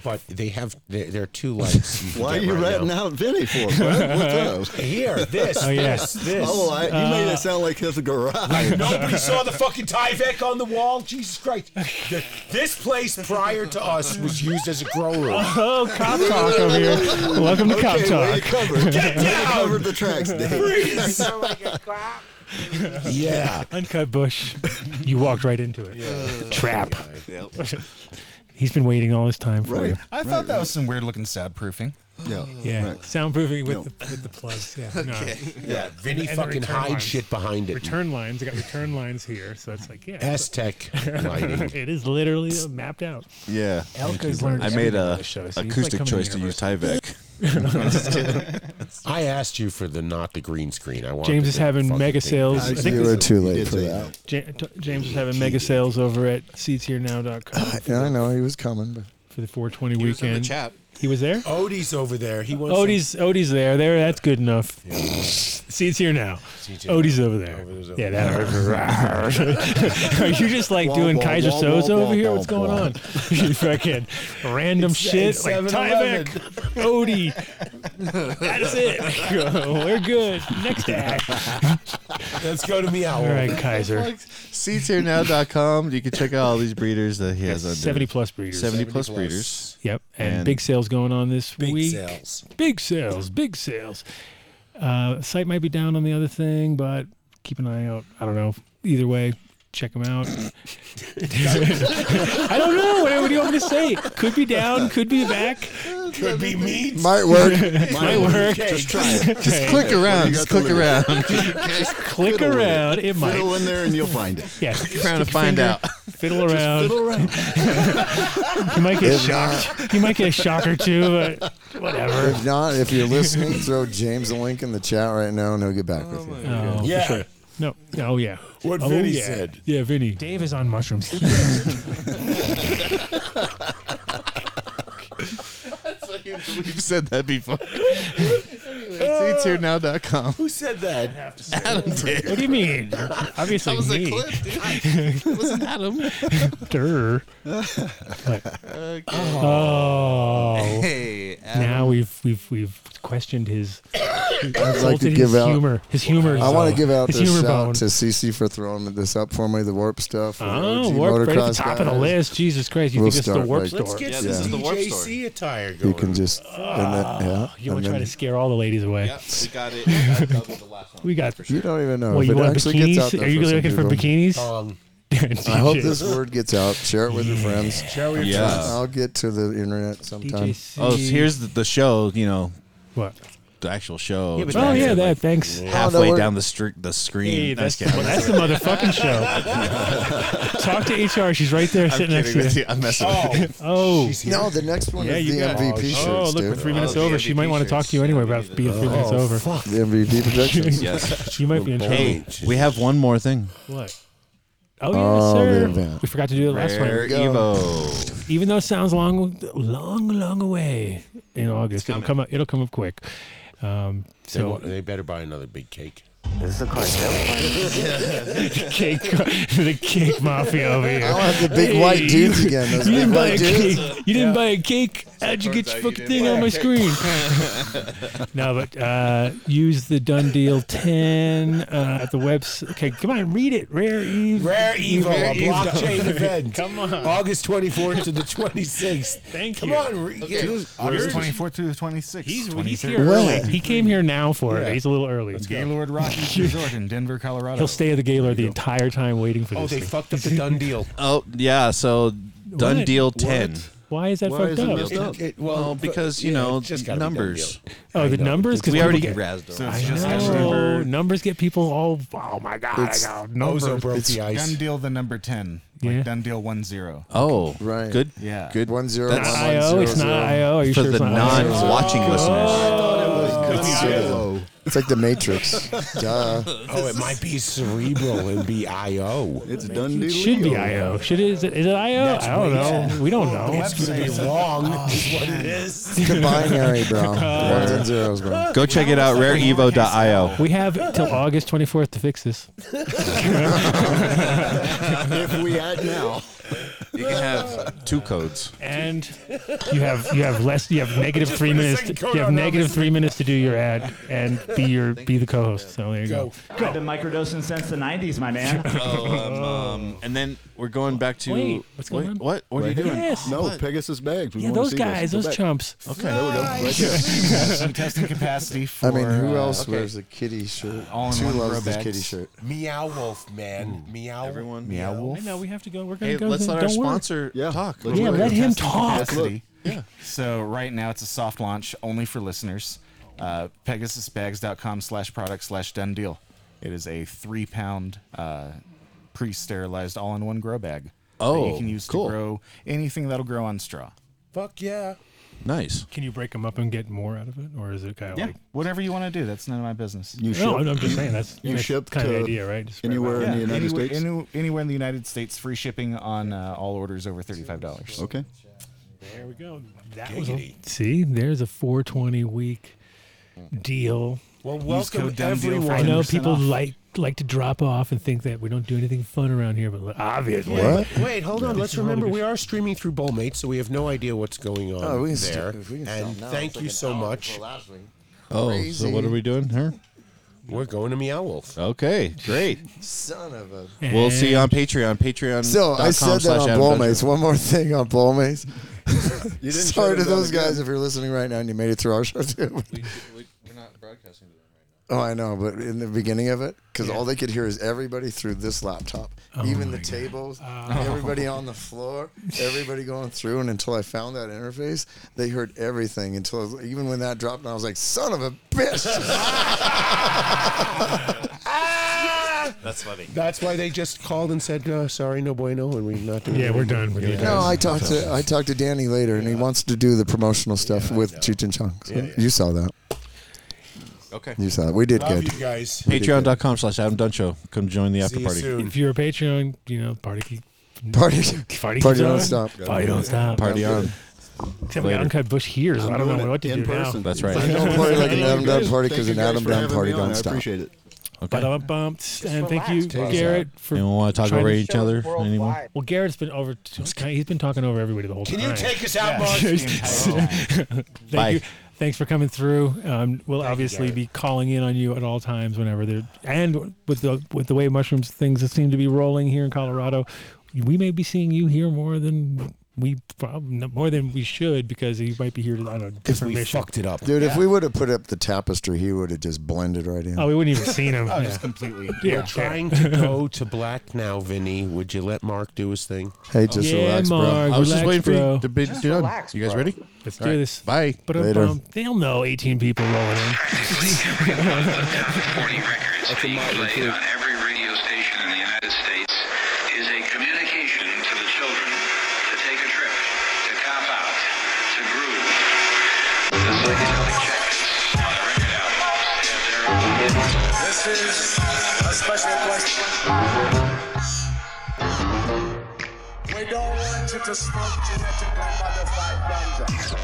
Speaker 3: But they have there, there are two lights. You can
Speaker 7: Why are
Speaker 3: get
Speaker 7: you
Speaker 3: right
Speaker 7: ratting
Speaker 3: now.
Speaker 7: out Vinny for? Brad?
Speaker 5: *laughs*
Speaker 7: What's up?
Speaker 3: Here, this,
Speaker 5: Oh, yeah. Uh,
Speaker 3: this, this.
Speaker 7: Oh, I, you made it sound like his garage.
Speaker 3: Nobody saw the fucking
Speaker 14: fucking Tyvek on the wall. Jesus Christ. The- this place prior to us was used as a grow room.
Speaker 5: *laughs* Oh, cop talk over here. Welcome to cop
Speaker 14: Okay, way to
Speaker 5: talk.
Speaker 14: cover.
Speaker 5: *laughs*
Speaker 14: Get down.
Speaker 7: Covered the tracks,
Speaker 3: *laughs*
Speaker 14: Freeze.
Speaker 7: *laughs*
Speaker 3: Yeah.
Speaker 5: Uncut bush. You walked right into it.
Speaker 10: Yeah.
Speaker 5: Trap.
Speaker 10: Yep.
Speaker 5: *laughs* He's been waiting all this time for you.
Speaker 10: I thought that was some weird looking sound proofing. Yeah.
Speaker 5: Yeah. Soundproofing with,
Speaker 10: No.
Speaker 5: the, with the plugs.
Speaker 4: *laughs*
Speaker 5: *laughs* Yeah.
Speaker 10: Okay.
Speaker 3: Yeah, Vinny
Speaker 5: And the
Speaker 3: fucking
Speaker 5: return
Speaker 3: hides shit behind it.
Speaker 5: Return lines. I got return lines here. So it's like, yeah. *laughs*
Speaker 3: Aztec lighting.
Speaker 5: it is literally uh, mapped out.
Speaker 9: Yeah,
Speaker 5: Elka's learned
Speaker 9: I made
Speaker 5: everything on
Speaker 9: a
Speaker 5: this show, so he's like
Speaker 9: acoustic
Speaker 5: coming to
Speaker 9: choice to use
Speaker 5: *laughs*
Speaker 9: Tyvek. *laughs*
Speaker 3: *laughs* I asked you for the not the green screen. I want
Speaker 5: James is having mega sales. I think You were this- too
Speaker 4: late for that.
Speaker 5: Ja- t- James is having mega sales over at seatsherenow.com
Speaker 4: Yeah, I know he was coming, but
Speaker 5: for the 420
Speaker 4: He was in the
Speaker 5: weekend.
Speaker 4: chat.
Speaker 5: He was there.
Speaker 3: Odie's over there. He wants.
Speaker 5: Odie's Odie's there. There, that's good enough. *laughs* Seats here now.
Speaker 3: Seats here
Speaker 5: Odie's
Speaker 3: now.
Speaker 5: over there.
Speaker 3: Over there.
Speaker 5: yeah,
Speaker 3: *laughs*
Speaker 5: that. Are you just like
Speaker 3: Wah,
Speaker 5: doing
Speaker 3: wah,
Speaker 5: Kaiser
Speaker 3: wah,
Speaker 5: Soze
Speaker 3: wah,
Speaker 5: over here?
Speaker 3: wah,
Speaker 5: What's going
Speaker 3: wah.
Speaker 5: on? *laughs* you fucking random
Speaker 3: It's-
Speaker 5: shit
Speaker 3: it's
Speaker 5: like
Speaker 3: 7-Eleven.
Speaker 5: Tyvek, *laughs* Odie. That's it. *laughs* We're good. Next act.
Speaker 3: Let's go to meow.
Speaker 5: *laughs* All right, Kaiser.
Speaker 9: SeatsHereNow.com. You can check out all these breeders that he has.
Speaker 5: Got
Speaker 9: under-
Speaker 5: 70 plus breeders.
Speaker 9: 70
Speaker 5: 70
Speaker 9: plus
Speaker 5: plus.
Speaker 9: breeders.
Speaker 5: Yep, and, big sales going on this
Speaker 9: Big
Speaker 5: week.
Speaker 9: sales.
Speaker 5: Big sales. Big sales. Uh, site might be down on the other thing, but keep an eye out. I don't know. Either way, check them
Speaker 3: *laughs*
Speaker 5: out. *laughs* I don't know. What, what do you want me to say? Could be down. Could be back.
Speaker 3: Could be meat.
Speaker 4: Might work.
Speaker 5: Might,
Speaker 4: Might
Speaker 5: work.
Speaker 4: work. Just try it. Just click around,
Speaker 9: just click around.
Speaker 5: just click
Speaker 9: fiddle with it.
Speaker 5: around. It. might.
Speaker 9: Fiddle in there and you'll find it.
Speaker 5: *laughs* Yeah.
Speaker 9: Click around to
Speaker 5: Stick a
Speaker 9: find
Speaker 5: finger,
Speaker 9: out. *laughs*
Speaker 5: *laughs* Fiddle around. *laughs*
Speaker 9: fiddle
Speaker 5: you might get
Speaker 4: If not-
Speaker 5: shocked. You might get a shock or two, but whatever.
Speaker 4: If not, if you're listening, throw James a link in the chat right now, and he'll get back with you.
Speaker 5: Oh, for
Speaker 4: Yeah.
Speaker 5: sure. No. Oh, yeah.
Speaker 4: What
Speaker 5: oh,
Speaker 4: Vinny
Speaker 5: yeah.
Speaker 4: said.
Speaker 5: Yeah, Vinny. Dave is on mushrooms.
Speaker 9: *laughs* We've said that before. *laughs* SeatsHereNow.com.
Speaker 14: Who said that?
Speaker 9: Adam did.
Speaker 5: What do you mean? Obviously
Speaker 9: that was
Speaker 5: me.
Speaker 9: a clip,
Speaker 5: *laughs*
Speaker 9: dude. It wasn't Adam.
Speaker 5: Durr. But- Oh.
Speaker 9: Hey,
Speaker 5: now we've we've we've questioned
Speaker 4: *coughs*
Speaker 5: his. I'd
Speaker 4: I'd like to give
Speaker 5: his
Speaker 4: out
Speaker 5: humor. His humor. uh,
Speaker 4: I want to give out
Speaker 5: his
Speaker 4: this
Speaker 5: humor
Speaker 4: shout
Speaker 5: bone.
Speaker 4: to CC for throwing this up for me. The warp stuff. for
Speaker 5: Oh,
Speaker 4: OG
Speaker 5: warp right at the
Speaker 4: motocross
Speaker 5: top of the
Speaker 4: guys.
Speaker 5: list. Jesus Christ! You
Speaker 4: We'll
Speaker 5: think it's the
Speaker 4: start
Speaker 5: warp
Speaker 4: like-
Speaker 5: store?
Speaker 4: Let's get
Speaker 3: This is the
Speaker 4: Yeah.
Speaker 3: DJC attire
Speaker 4: You
Speaker 3: going.
Speaker 4: can just and then, yeah. and
Speaker 5: You want to try
Speaker 4: then-
Speaker 5: to scare all the ladies away?
Speaker 9: Yep,
Speaker 5: *laughs*
Speaker 9: we got it. We got double the last one.
Speaker 5: We got.
Speaker 4: You don't even know.
Speaker 5: Well,
Speaker 4: If
Speaker 5: you
Speaker 4: it
Speaker 5: want
Speaker 4: actually gets out
Speaker 5: bikinis?
Speaker 4: there
Speaker 5: Are you
Speaker 4: for some
Speaker 5: looking for
Speaker 4: people.
Speaker 5: bikinis? *laughs*
Speaker 4: I hope
Speaker 5: DJ.
Speaker 4: this word gets out. Share it with your friends.
Speaker 5: Share with
Speaker 9: your Yeah. friends.
Speaker 4: I'll get to the internet sometime.
Speaker 9: Oh, so here's the, the show. You know
Speaker 5: what?
Speaker 9: The actual show.
Speaker 5: Yeah, but
Speaker 9: It's
Speaker 5: oh, yeah,
Speaker 9: like
Speaker 5: that, thanks.
Speaker 9: Halfway
Speaker 5: Oh, no,
Speaker 9: down the street, the screen.
Speaker 5: Hey,
Speaker 9: No,
Speaker 5: that's,
Speaker 9: just kidding.
Speaker 5: that's
Speaker 4: *laughs*
Speaker 5: the motherfucking *laughs* show. Talk to HR. She's right there,
Speaker 9: *laughs* I'm
Speaker 5: sitting next to
Speaker 9: kidding with
Speaker 5: you.
Speaker 9: you. I'm messing
Speaker 5: oh.
Speaker 9: with you.
Speaker 5: *laughs* Oh.
Speaker 4: No, the next one
Speaker 5: Yeah,
Speaker 4: is
Speaker 5: you
Speaker 4: the
Speaker 5: got-
Speaker 4: MVP
Speaker 5: oh,
Speaker 4: shirts.
Speaker 5: Oh, look,
Speaker 4: dude.
Speaker 5: we're three minutes over. She might want to talk to you anyway about being three
Speaker 4: Oh,
Speaker 5: minutes over. *laughs*
Speaker 4: fuck. The MVP productions.
Speaker 9: Yes.
Speaker 5: You might be in trouble.
Speaker 9: Hey, we have one more thing.
Speaker 5: What? Oh,
Speaker 9: Oh, the
Speaker 5: yes, sir.
Speaker 9: event.
Speaker 5: We forgot to do it last
Speaker 9: Rare
Speaker 5: one.
Speaker 9: Evo.
Speaker 5: Even though it sounds long, long, long away in August, it'll come up. It'll come up quick. Um,
Speaker 3: They,
Speaker 5: so *laughs*
Speaker 3: want- they better buy another big cake.
Speaker 5: This is a cartel. cake, *laughs* the cake mafia over here.
Speaker 4: I want the big white dudes again, those
Speaker 5: you didn't
Speaker 4: big
Speaker 5: buy a
Speaker 4: white
Speaker 5: cake.
Speaker 4: dudes.
Speaker 5: You didn't buy a cake. How'd you get your fucking thing on my
Speaker 2: *laughs*
Speaker 5: screen? no, but uh, use the done deal ten uh, at the website. Okay, come on, read it. Rare
Speaker 14: *laughs*
Speaker 5: Eve.
Speaker 14: Rare Evo,
Speaker 5: Rare
Speaker 14: a
Speaker 5: Eve. *laughs*
Speaker 14: blockchain event.
Speaker 5: Come on.
Speaker 14: August 24th to the 26th.
Speaker 5: Thank
Speaker 14: Come
Speaker 5: you.
Speaker 14: Come on. re-
Speaker 5: Okay.
Speaker 14: yeah. Yours-
Speaker 10: August 24th through the 26th. He's,
Speaker 5: He's here early. He came here now for it. He's a little early. Let's go.
Speaker 10: Gaylord Rockies Resort in Denver, Colorado.
Speaker 5: He'll stay at the Gaylord the entire time waiting for
Speaker 10: Oh,
Speaker 5: this.
Speaker 10: they
Speaker 5: thing.
Speaker 3: fucked up the done deal.
Speaker 9: Oh, yeah. So, done
Speaker 5: What?
Speaker 9: deal
Speaker 5: What?
Speaker 9: 10.
Speaker 5: Why is that
Speaker 9: Why
Speaker 5: fucked
Speaker 9: is it
Speaker 5: up?
Speaker 9: messed up?
Speaker 14: It-
Speaker 9: well,
Speaker 14: well,
Speaker 9: because, you
Speaker 14: yeah,
Speaker 9: know,
Speaker 14: it's just gotta be done
Speaker 9: numbers.
Speaker 5: Oh, the numbers. 'Cause
Speaker 9: We
Speaker 5: people
Speaker 9: already
Speaker 5: get,
Speaker 9: razzed them.
Speaker 5: I
Speaker 10: just
Speaker 5: know.
Speaker 10: hashtag number-
Speaker 5: Numbers get people all. Oh my god! I got numbers.
Speaker 10: it's Done deal the number 10. Like
Speaker 5: Yeah.
Speaker 10: Done deal 1 0.
Speaker 9: Oh,
Speaker 4: Right.
Speaker 9: Good.
Speaker 10: Yeah.
Speaker 9: Good.
Speaker 4: One zero
Speaker 9: That's-
Speaker 4: one,
Speaker 9: Not
Speaker 4: one,
Speaker 9: IO,
Speaker 4: zero,
Speaker 9: it's not
Speaker 4: zero.
Speaker 9: IO. Are you For sure the it's not IO? non-watching
Speaker 4: Zero, zero.
Speaker 9: listeners. I
Speaker 5: Oh.
Speaker 4: It's, uh, It's like the Matrix.
Speaker 5: *laughs*
Speaker 4: Duh.
Speaker 3: Oh, it might be cerebral and be IO.
Speaker 7: It's done
Speaker 5: It should be IO. Should it, is it, is it IO?
Speaker 3: That's
Speaker 5: I don't
Speaker 3: what
Speaker 5: know.
Speaker 3: he said.
Speaker 5: We don't know.
Speaker 3: It's gonna be
Speaker 5: *laughs*
Speaker 3: wrong. Is what it is.
Speaker 4: It's a binary, bro. Ones and zeros, bro.
Speaker 9: Go check it out, rareevo.io.
Speaker 5: We
Speaker 4: *laughs*
Speaker 5: have *laughs* till August 24th to fix this.
Speaker 14: if we had now.
Speaker 9: You can have two codes.
Speaker 5: And you have you have less you have negative
Speaker 9: Just
Speaker 5: three
Speaker 9: put a
Speaker 5: minutes
Speaker 9: second
Speaker 5: to,
Speaker 9: code
Speaker 5: you have
Speaker 9: on,
Speaker 5: negative
Speaker 9: obviously.
Speaker 5: three minutes to do your ad and be your be the co-host so there you go,
Speaker 10: I've been microdosing since the 90s, my man.
Speaker 9: Oh, um, um, and then we're going back to
Speaker 10: Wait, what's going
Speaker 9: wait,
Speaker 10: on?
Speaker 9: What? What are you
Speaker 7: Right
Speaker 9: doing?
Speaker 7: here. Yes. No,
Speaker 9: What?
Speaker 7: Pegasus bags. We
Speaker 5: Yeah,
Speaker 7: wanna
Speaker 5: those
Speaker 7: see this.
Speaker 5: guys,
Speaker 7: Go
Speaker 5: those
Speaker 7: back.
Speaker 5: chumps.
Speaker 7: Okay, there we go.
Speaker 5: *laughs*
Speaker 7: Right there.
Speaker 15: Testing, testing capacity for.
Speaker 4: I mean, who
Speaker 15: uh,
Speaker 4: else
Speaker 15: okay.
Speaker 4: wears a kitty shirt?
Speaker 15: All in
Speaker 4: Two
Speaker 15: one grow
Speaker 4: loves this
Speaker 15: bags.
Speaker 4: kitty shirt.
Speaker 3: Meow Wolf, man. Meow. Everyone.
Speaker 4: Meow Wolf?
Speaker 5: I know we have to go. We're gonna
Speaker 9: Hey,
Speaker 5: go.
Speaker 9: let's
Speaker 5: then.
Speaker 9: let our
Speaker 5: Don't worry.
Speaker 9: sponsor talk.
Speaker 15: Let's Yeah, let let
Speaker 5: him talk.
Speaker 15: Yeah.
Speaker 10: So right now it's a soft launch only for listeners. Uh, PegasusBags.com slash product slash done deal. It is a three pound uh, pre-sterilized all-in-one grow bag. that
Speaker 9: Oh,
Speaker 10: you can use
Speaker 9: cool.
Speaker 10: to grow anything that'll grow on straw.
Speaker 1: Fuck yeah.
Speaker 9: Nice.
Speaker 5: Can you break them up and get more out of it, or is it kind of
Speaker 10: Yeah,
Speaker 5: like
Speaker 10: whatever you want to do. That's none of my business.
Speaker 5: You No, ship- I'm- I'm just saying, that's-
Speaker 7: you that's ship
Speaker 5: kind of the to idea, right? Just
Speaker 7: anywhere in the United
Speaker 10: anywhere,
Speaker 7: States?
Speaker 10: any- anywhere in the United States, free shipping on uh, all orders over thirty-five dollars.
Speaker 7: Okay.
Speaker 5: There we go. That was a- see, there's a 420 week deal.
Speaker 1: Well,
Speaker 5: Use
Speaker 1: welcome
Speaker 5: code DUNDEAL for
Speaker 1: everyone.
Speaker 5: I know
Speaker 1: 10%
Speaker 5: people
Speaker 1: off.
Speaker 5: like like to drop off and think that we don't do anything fun around here, but obviously,
Speaker 3: Wait, hold on.
Speaker 5: This
Speaker 3: Let's
Speaker 5: is really
Speaker 3: remember
Speaker 5: good
Speaker 3: we are streaming through Bowlmates, so we have no idea what's going on
Speaker 4: Oh, we can st-
Speaker 3: there.
Speaker 4: if we can stop
Speaker 3: and
Speaker 4: now,
Speaker 3: thank
Speaker 4: it's like
Speaker 3: you
Speaker 4: an
Speaker 3: so
Speaker 4: hour
Speaker 3: much.
Speaker 9: Oh, so what are we doing here?
Speaker 3: We're going to Meow Wolf.
Speaker 9: Okay, great.
Speaker 4: Son of a.
Speaker 9: We'll see you on Patreon. Patreon.
Speaker 4: So I said that on Bullmates. One more thing on Bullmates.
Speaker 9: You
Speaker 4: *laughs*
Speaker 9: didn't
Speaker 4: Sorry
Speaker 9: shut
Speaker 4: to
Speaker 9: it down
Speaker 4: those guys
Speaker 9: again.
Speaker 4: if you're listening right now and you made it through our show too.
Speaker 9: We're not broadcasting to
Speaker 4: oh,
Speaker 9: them.
Speaker 4: I know, but in the beginning of it, because all they could hear is everybody through this laptop,
Speaker 5: Oh
Speaker 4: even the tables, everybody on the floor, everybody going through, and until I found that interface, they heard everything. Until even when that dropped, and I was like, "Son of a bitch!"
Speaker 9: That's funny.
Speaker 3: That's why they just called and said, no, sorry, no bueno, and we're not doing
Speaker 5: Yeah,
Speaker 3: it
Speaker 5: we're
Speaker 3: anymore.
Speaker 5: done with you
Speaker 4: No, I talked to I talked to Danny later, and he wants to do the promotional stuff with Cheech and Chong. So
Speaker 3: Yeah, yeah.
Speaker 4: You saw that.
Speaker 9: Okay.
Speaker 4: You saw that. We did
Speaker 3: Love
Speaker 4: good.
Speaker 3: you guys.
Speaker 4: We did good.
Speaker 9: Patreon.com slash Adam Duncho. Come join the after party.
Speaker 5: If you're a Patreon, you know, party keep
Speaker 4: Party-
Speaker 5: party,
Speaker 4: party
Speaker 5: keeps
Speaker 4: don't
Speaker 5: on.
Speaker 4: stop.
Speaker 5: Party don't stop.
Speaker 9: Party on.
Speaker 5: Except we got
Speaker 9: Later.
Speaker 5: uncut bush here, so I don't know what to do now.
Speaker 9: That's
Speaker 4: *laughs*
Speaker 9: right.
Speaker 4: don't party like an Adam Dunn
Speaker 7: guys.
Speaker 4: party
Speaker 7: Thank
Speaker 4: because
Speaker 7: you
Speaker 4: an
Speaker 7: guys
Speaker 4: Adam
Speaker 7: for
Speaker 4: Dunn
Speaker 7: having
Speaker 4: party
Speaker 7: me on.
Speaker 4: don't
Speaker 7: I
Speaker 4: stop.
Speaker 7: appreciate it.
Speaker 5: Ba-dum-bum. And thank you,
Speaker 9: relax.
Speaker 5: Garrett, for
Speaker 9: Anyone wanna talk
Speaker 5: trying
Speaker 9: over
Speaker 5: to-
Speaker 9: each other anymore?
Speaker 5: Well, Garrett's been over. He's been talking over everybody the whole
Speaker 1: Can
Speaker 5: time.
Speaker 1: you take us out,
Speaker 5: *laughs*
Speaker 1: Mark?
Speaker 5: Thank
Speaker 9: Bye.
Speaker 5: you. Thanks for coming through. Um, we'll obviously be calling in on you at all times whenever they're and with the with the way mushrooms things seem to be rolling here in Colorado, we may be seeing you here more than we probably more than we should because you might be here on a different mission.
Speaker 4: Dude, if we would have put up the tapestry, he would have just blended right in.
Speaker 5: Oh, we wouldn't
Speaker 4: *laughs*
Speaker 5: even seen him.
Speaker 4: Oh,
Speaker 5: Yeah.
Speaker 4: just
Speaker 10: completely.
Speaker 5: Yeah.
Speaker 3: We're trying to go to black now, Vinny. Would you let Mark do his thing?
Speaker 4: Hey, just
Speaker 5: Yeah, relax, bro. Mark,
Speaker 3: I was just
Speaker 5: relax,
Speaker 3: waiting for
Speaker 5: bro.
Speaker 3: you to be
Speaker 5: Just
Speaker 3: done.
Speaker 5: relax,
Speaker 3: you guys
Speaker 5: bro.
Speaker 3: ready?
Speaker 5: Let's
Speaker 3: All
Speaker 5: do
Speaker 3: right.
Speaker 5: this.
Speaker 3: Bye.
Speaker 5: But um, they'll know 18 people rolling in.
Speaker 2: Every one of the
Speaker 5: *laughs*
Speaker 2: top *laughs* 40 records being played on every radio station in the United States is a communication to the children to take a trip, to cop out, to groove. The psychedelic jackets on the record albums have their own. This is a special question.
Speaker 1: We don't want you to smoke genetically modified ganja.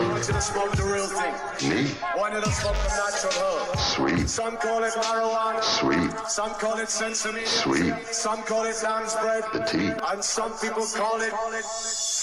Speaker 1: We want you to smoke the real thing. Want you to smoke the natural herb. Sweet. Some call it marijuana. Sweet. Some call it sesame. Sweet. Some call it lamb's bread. The tea. And some people call it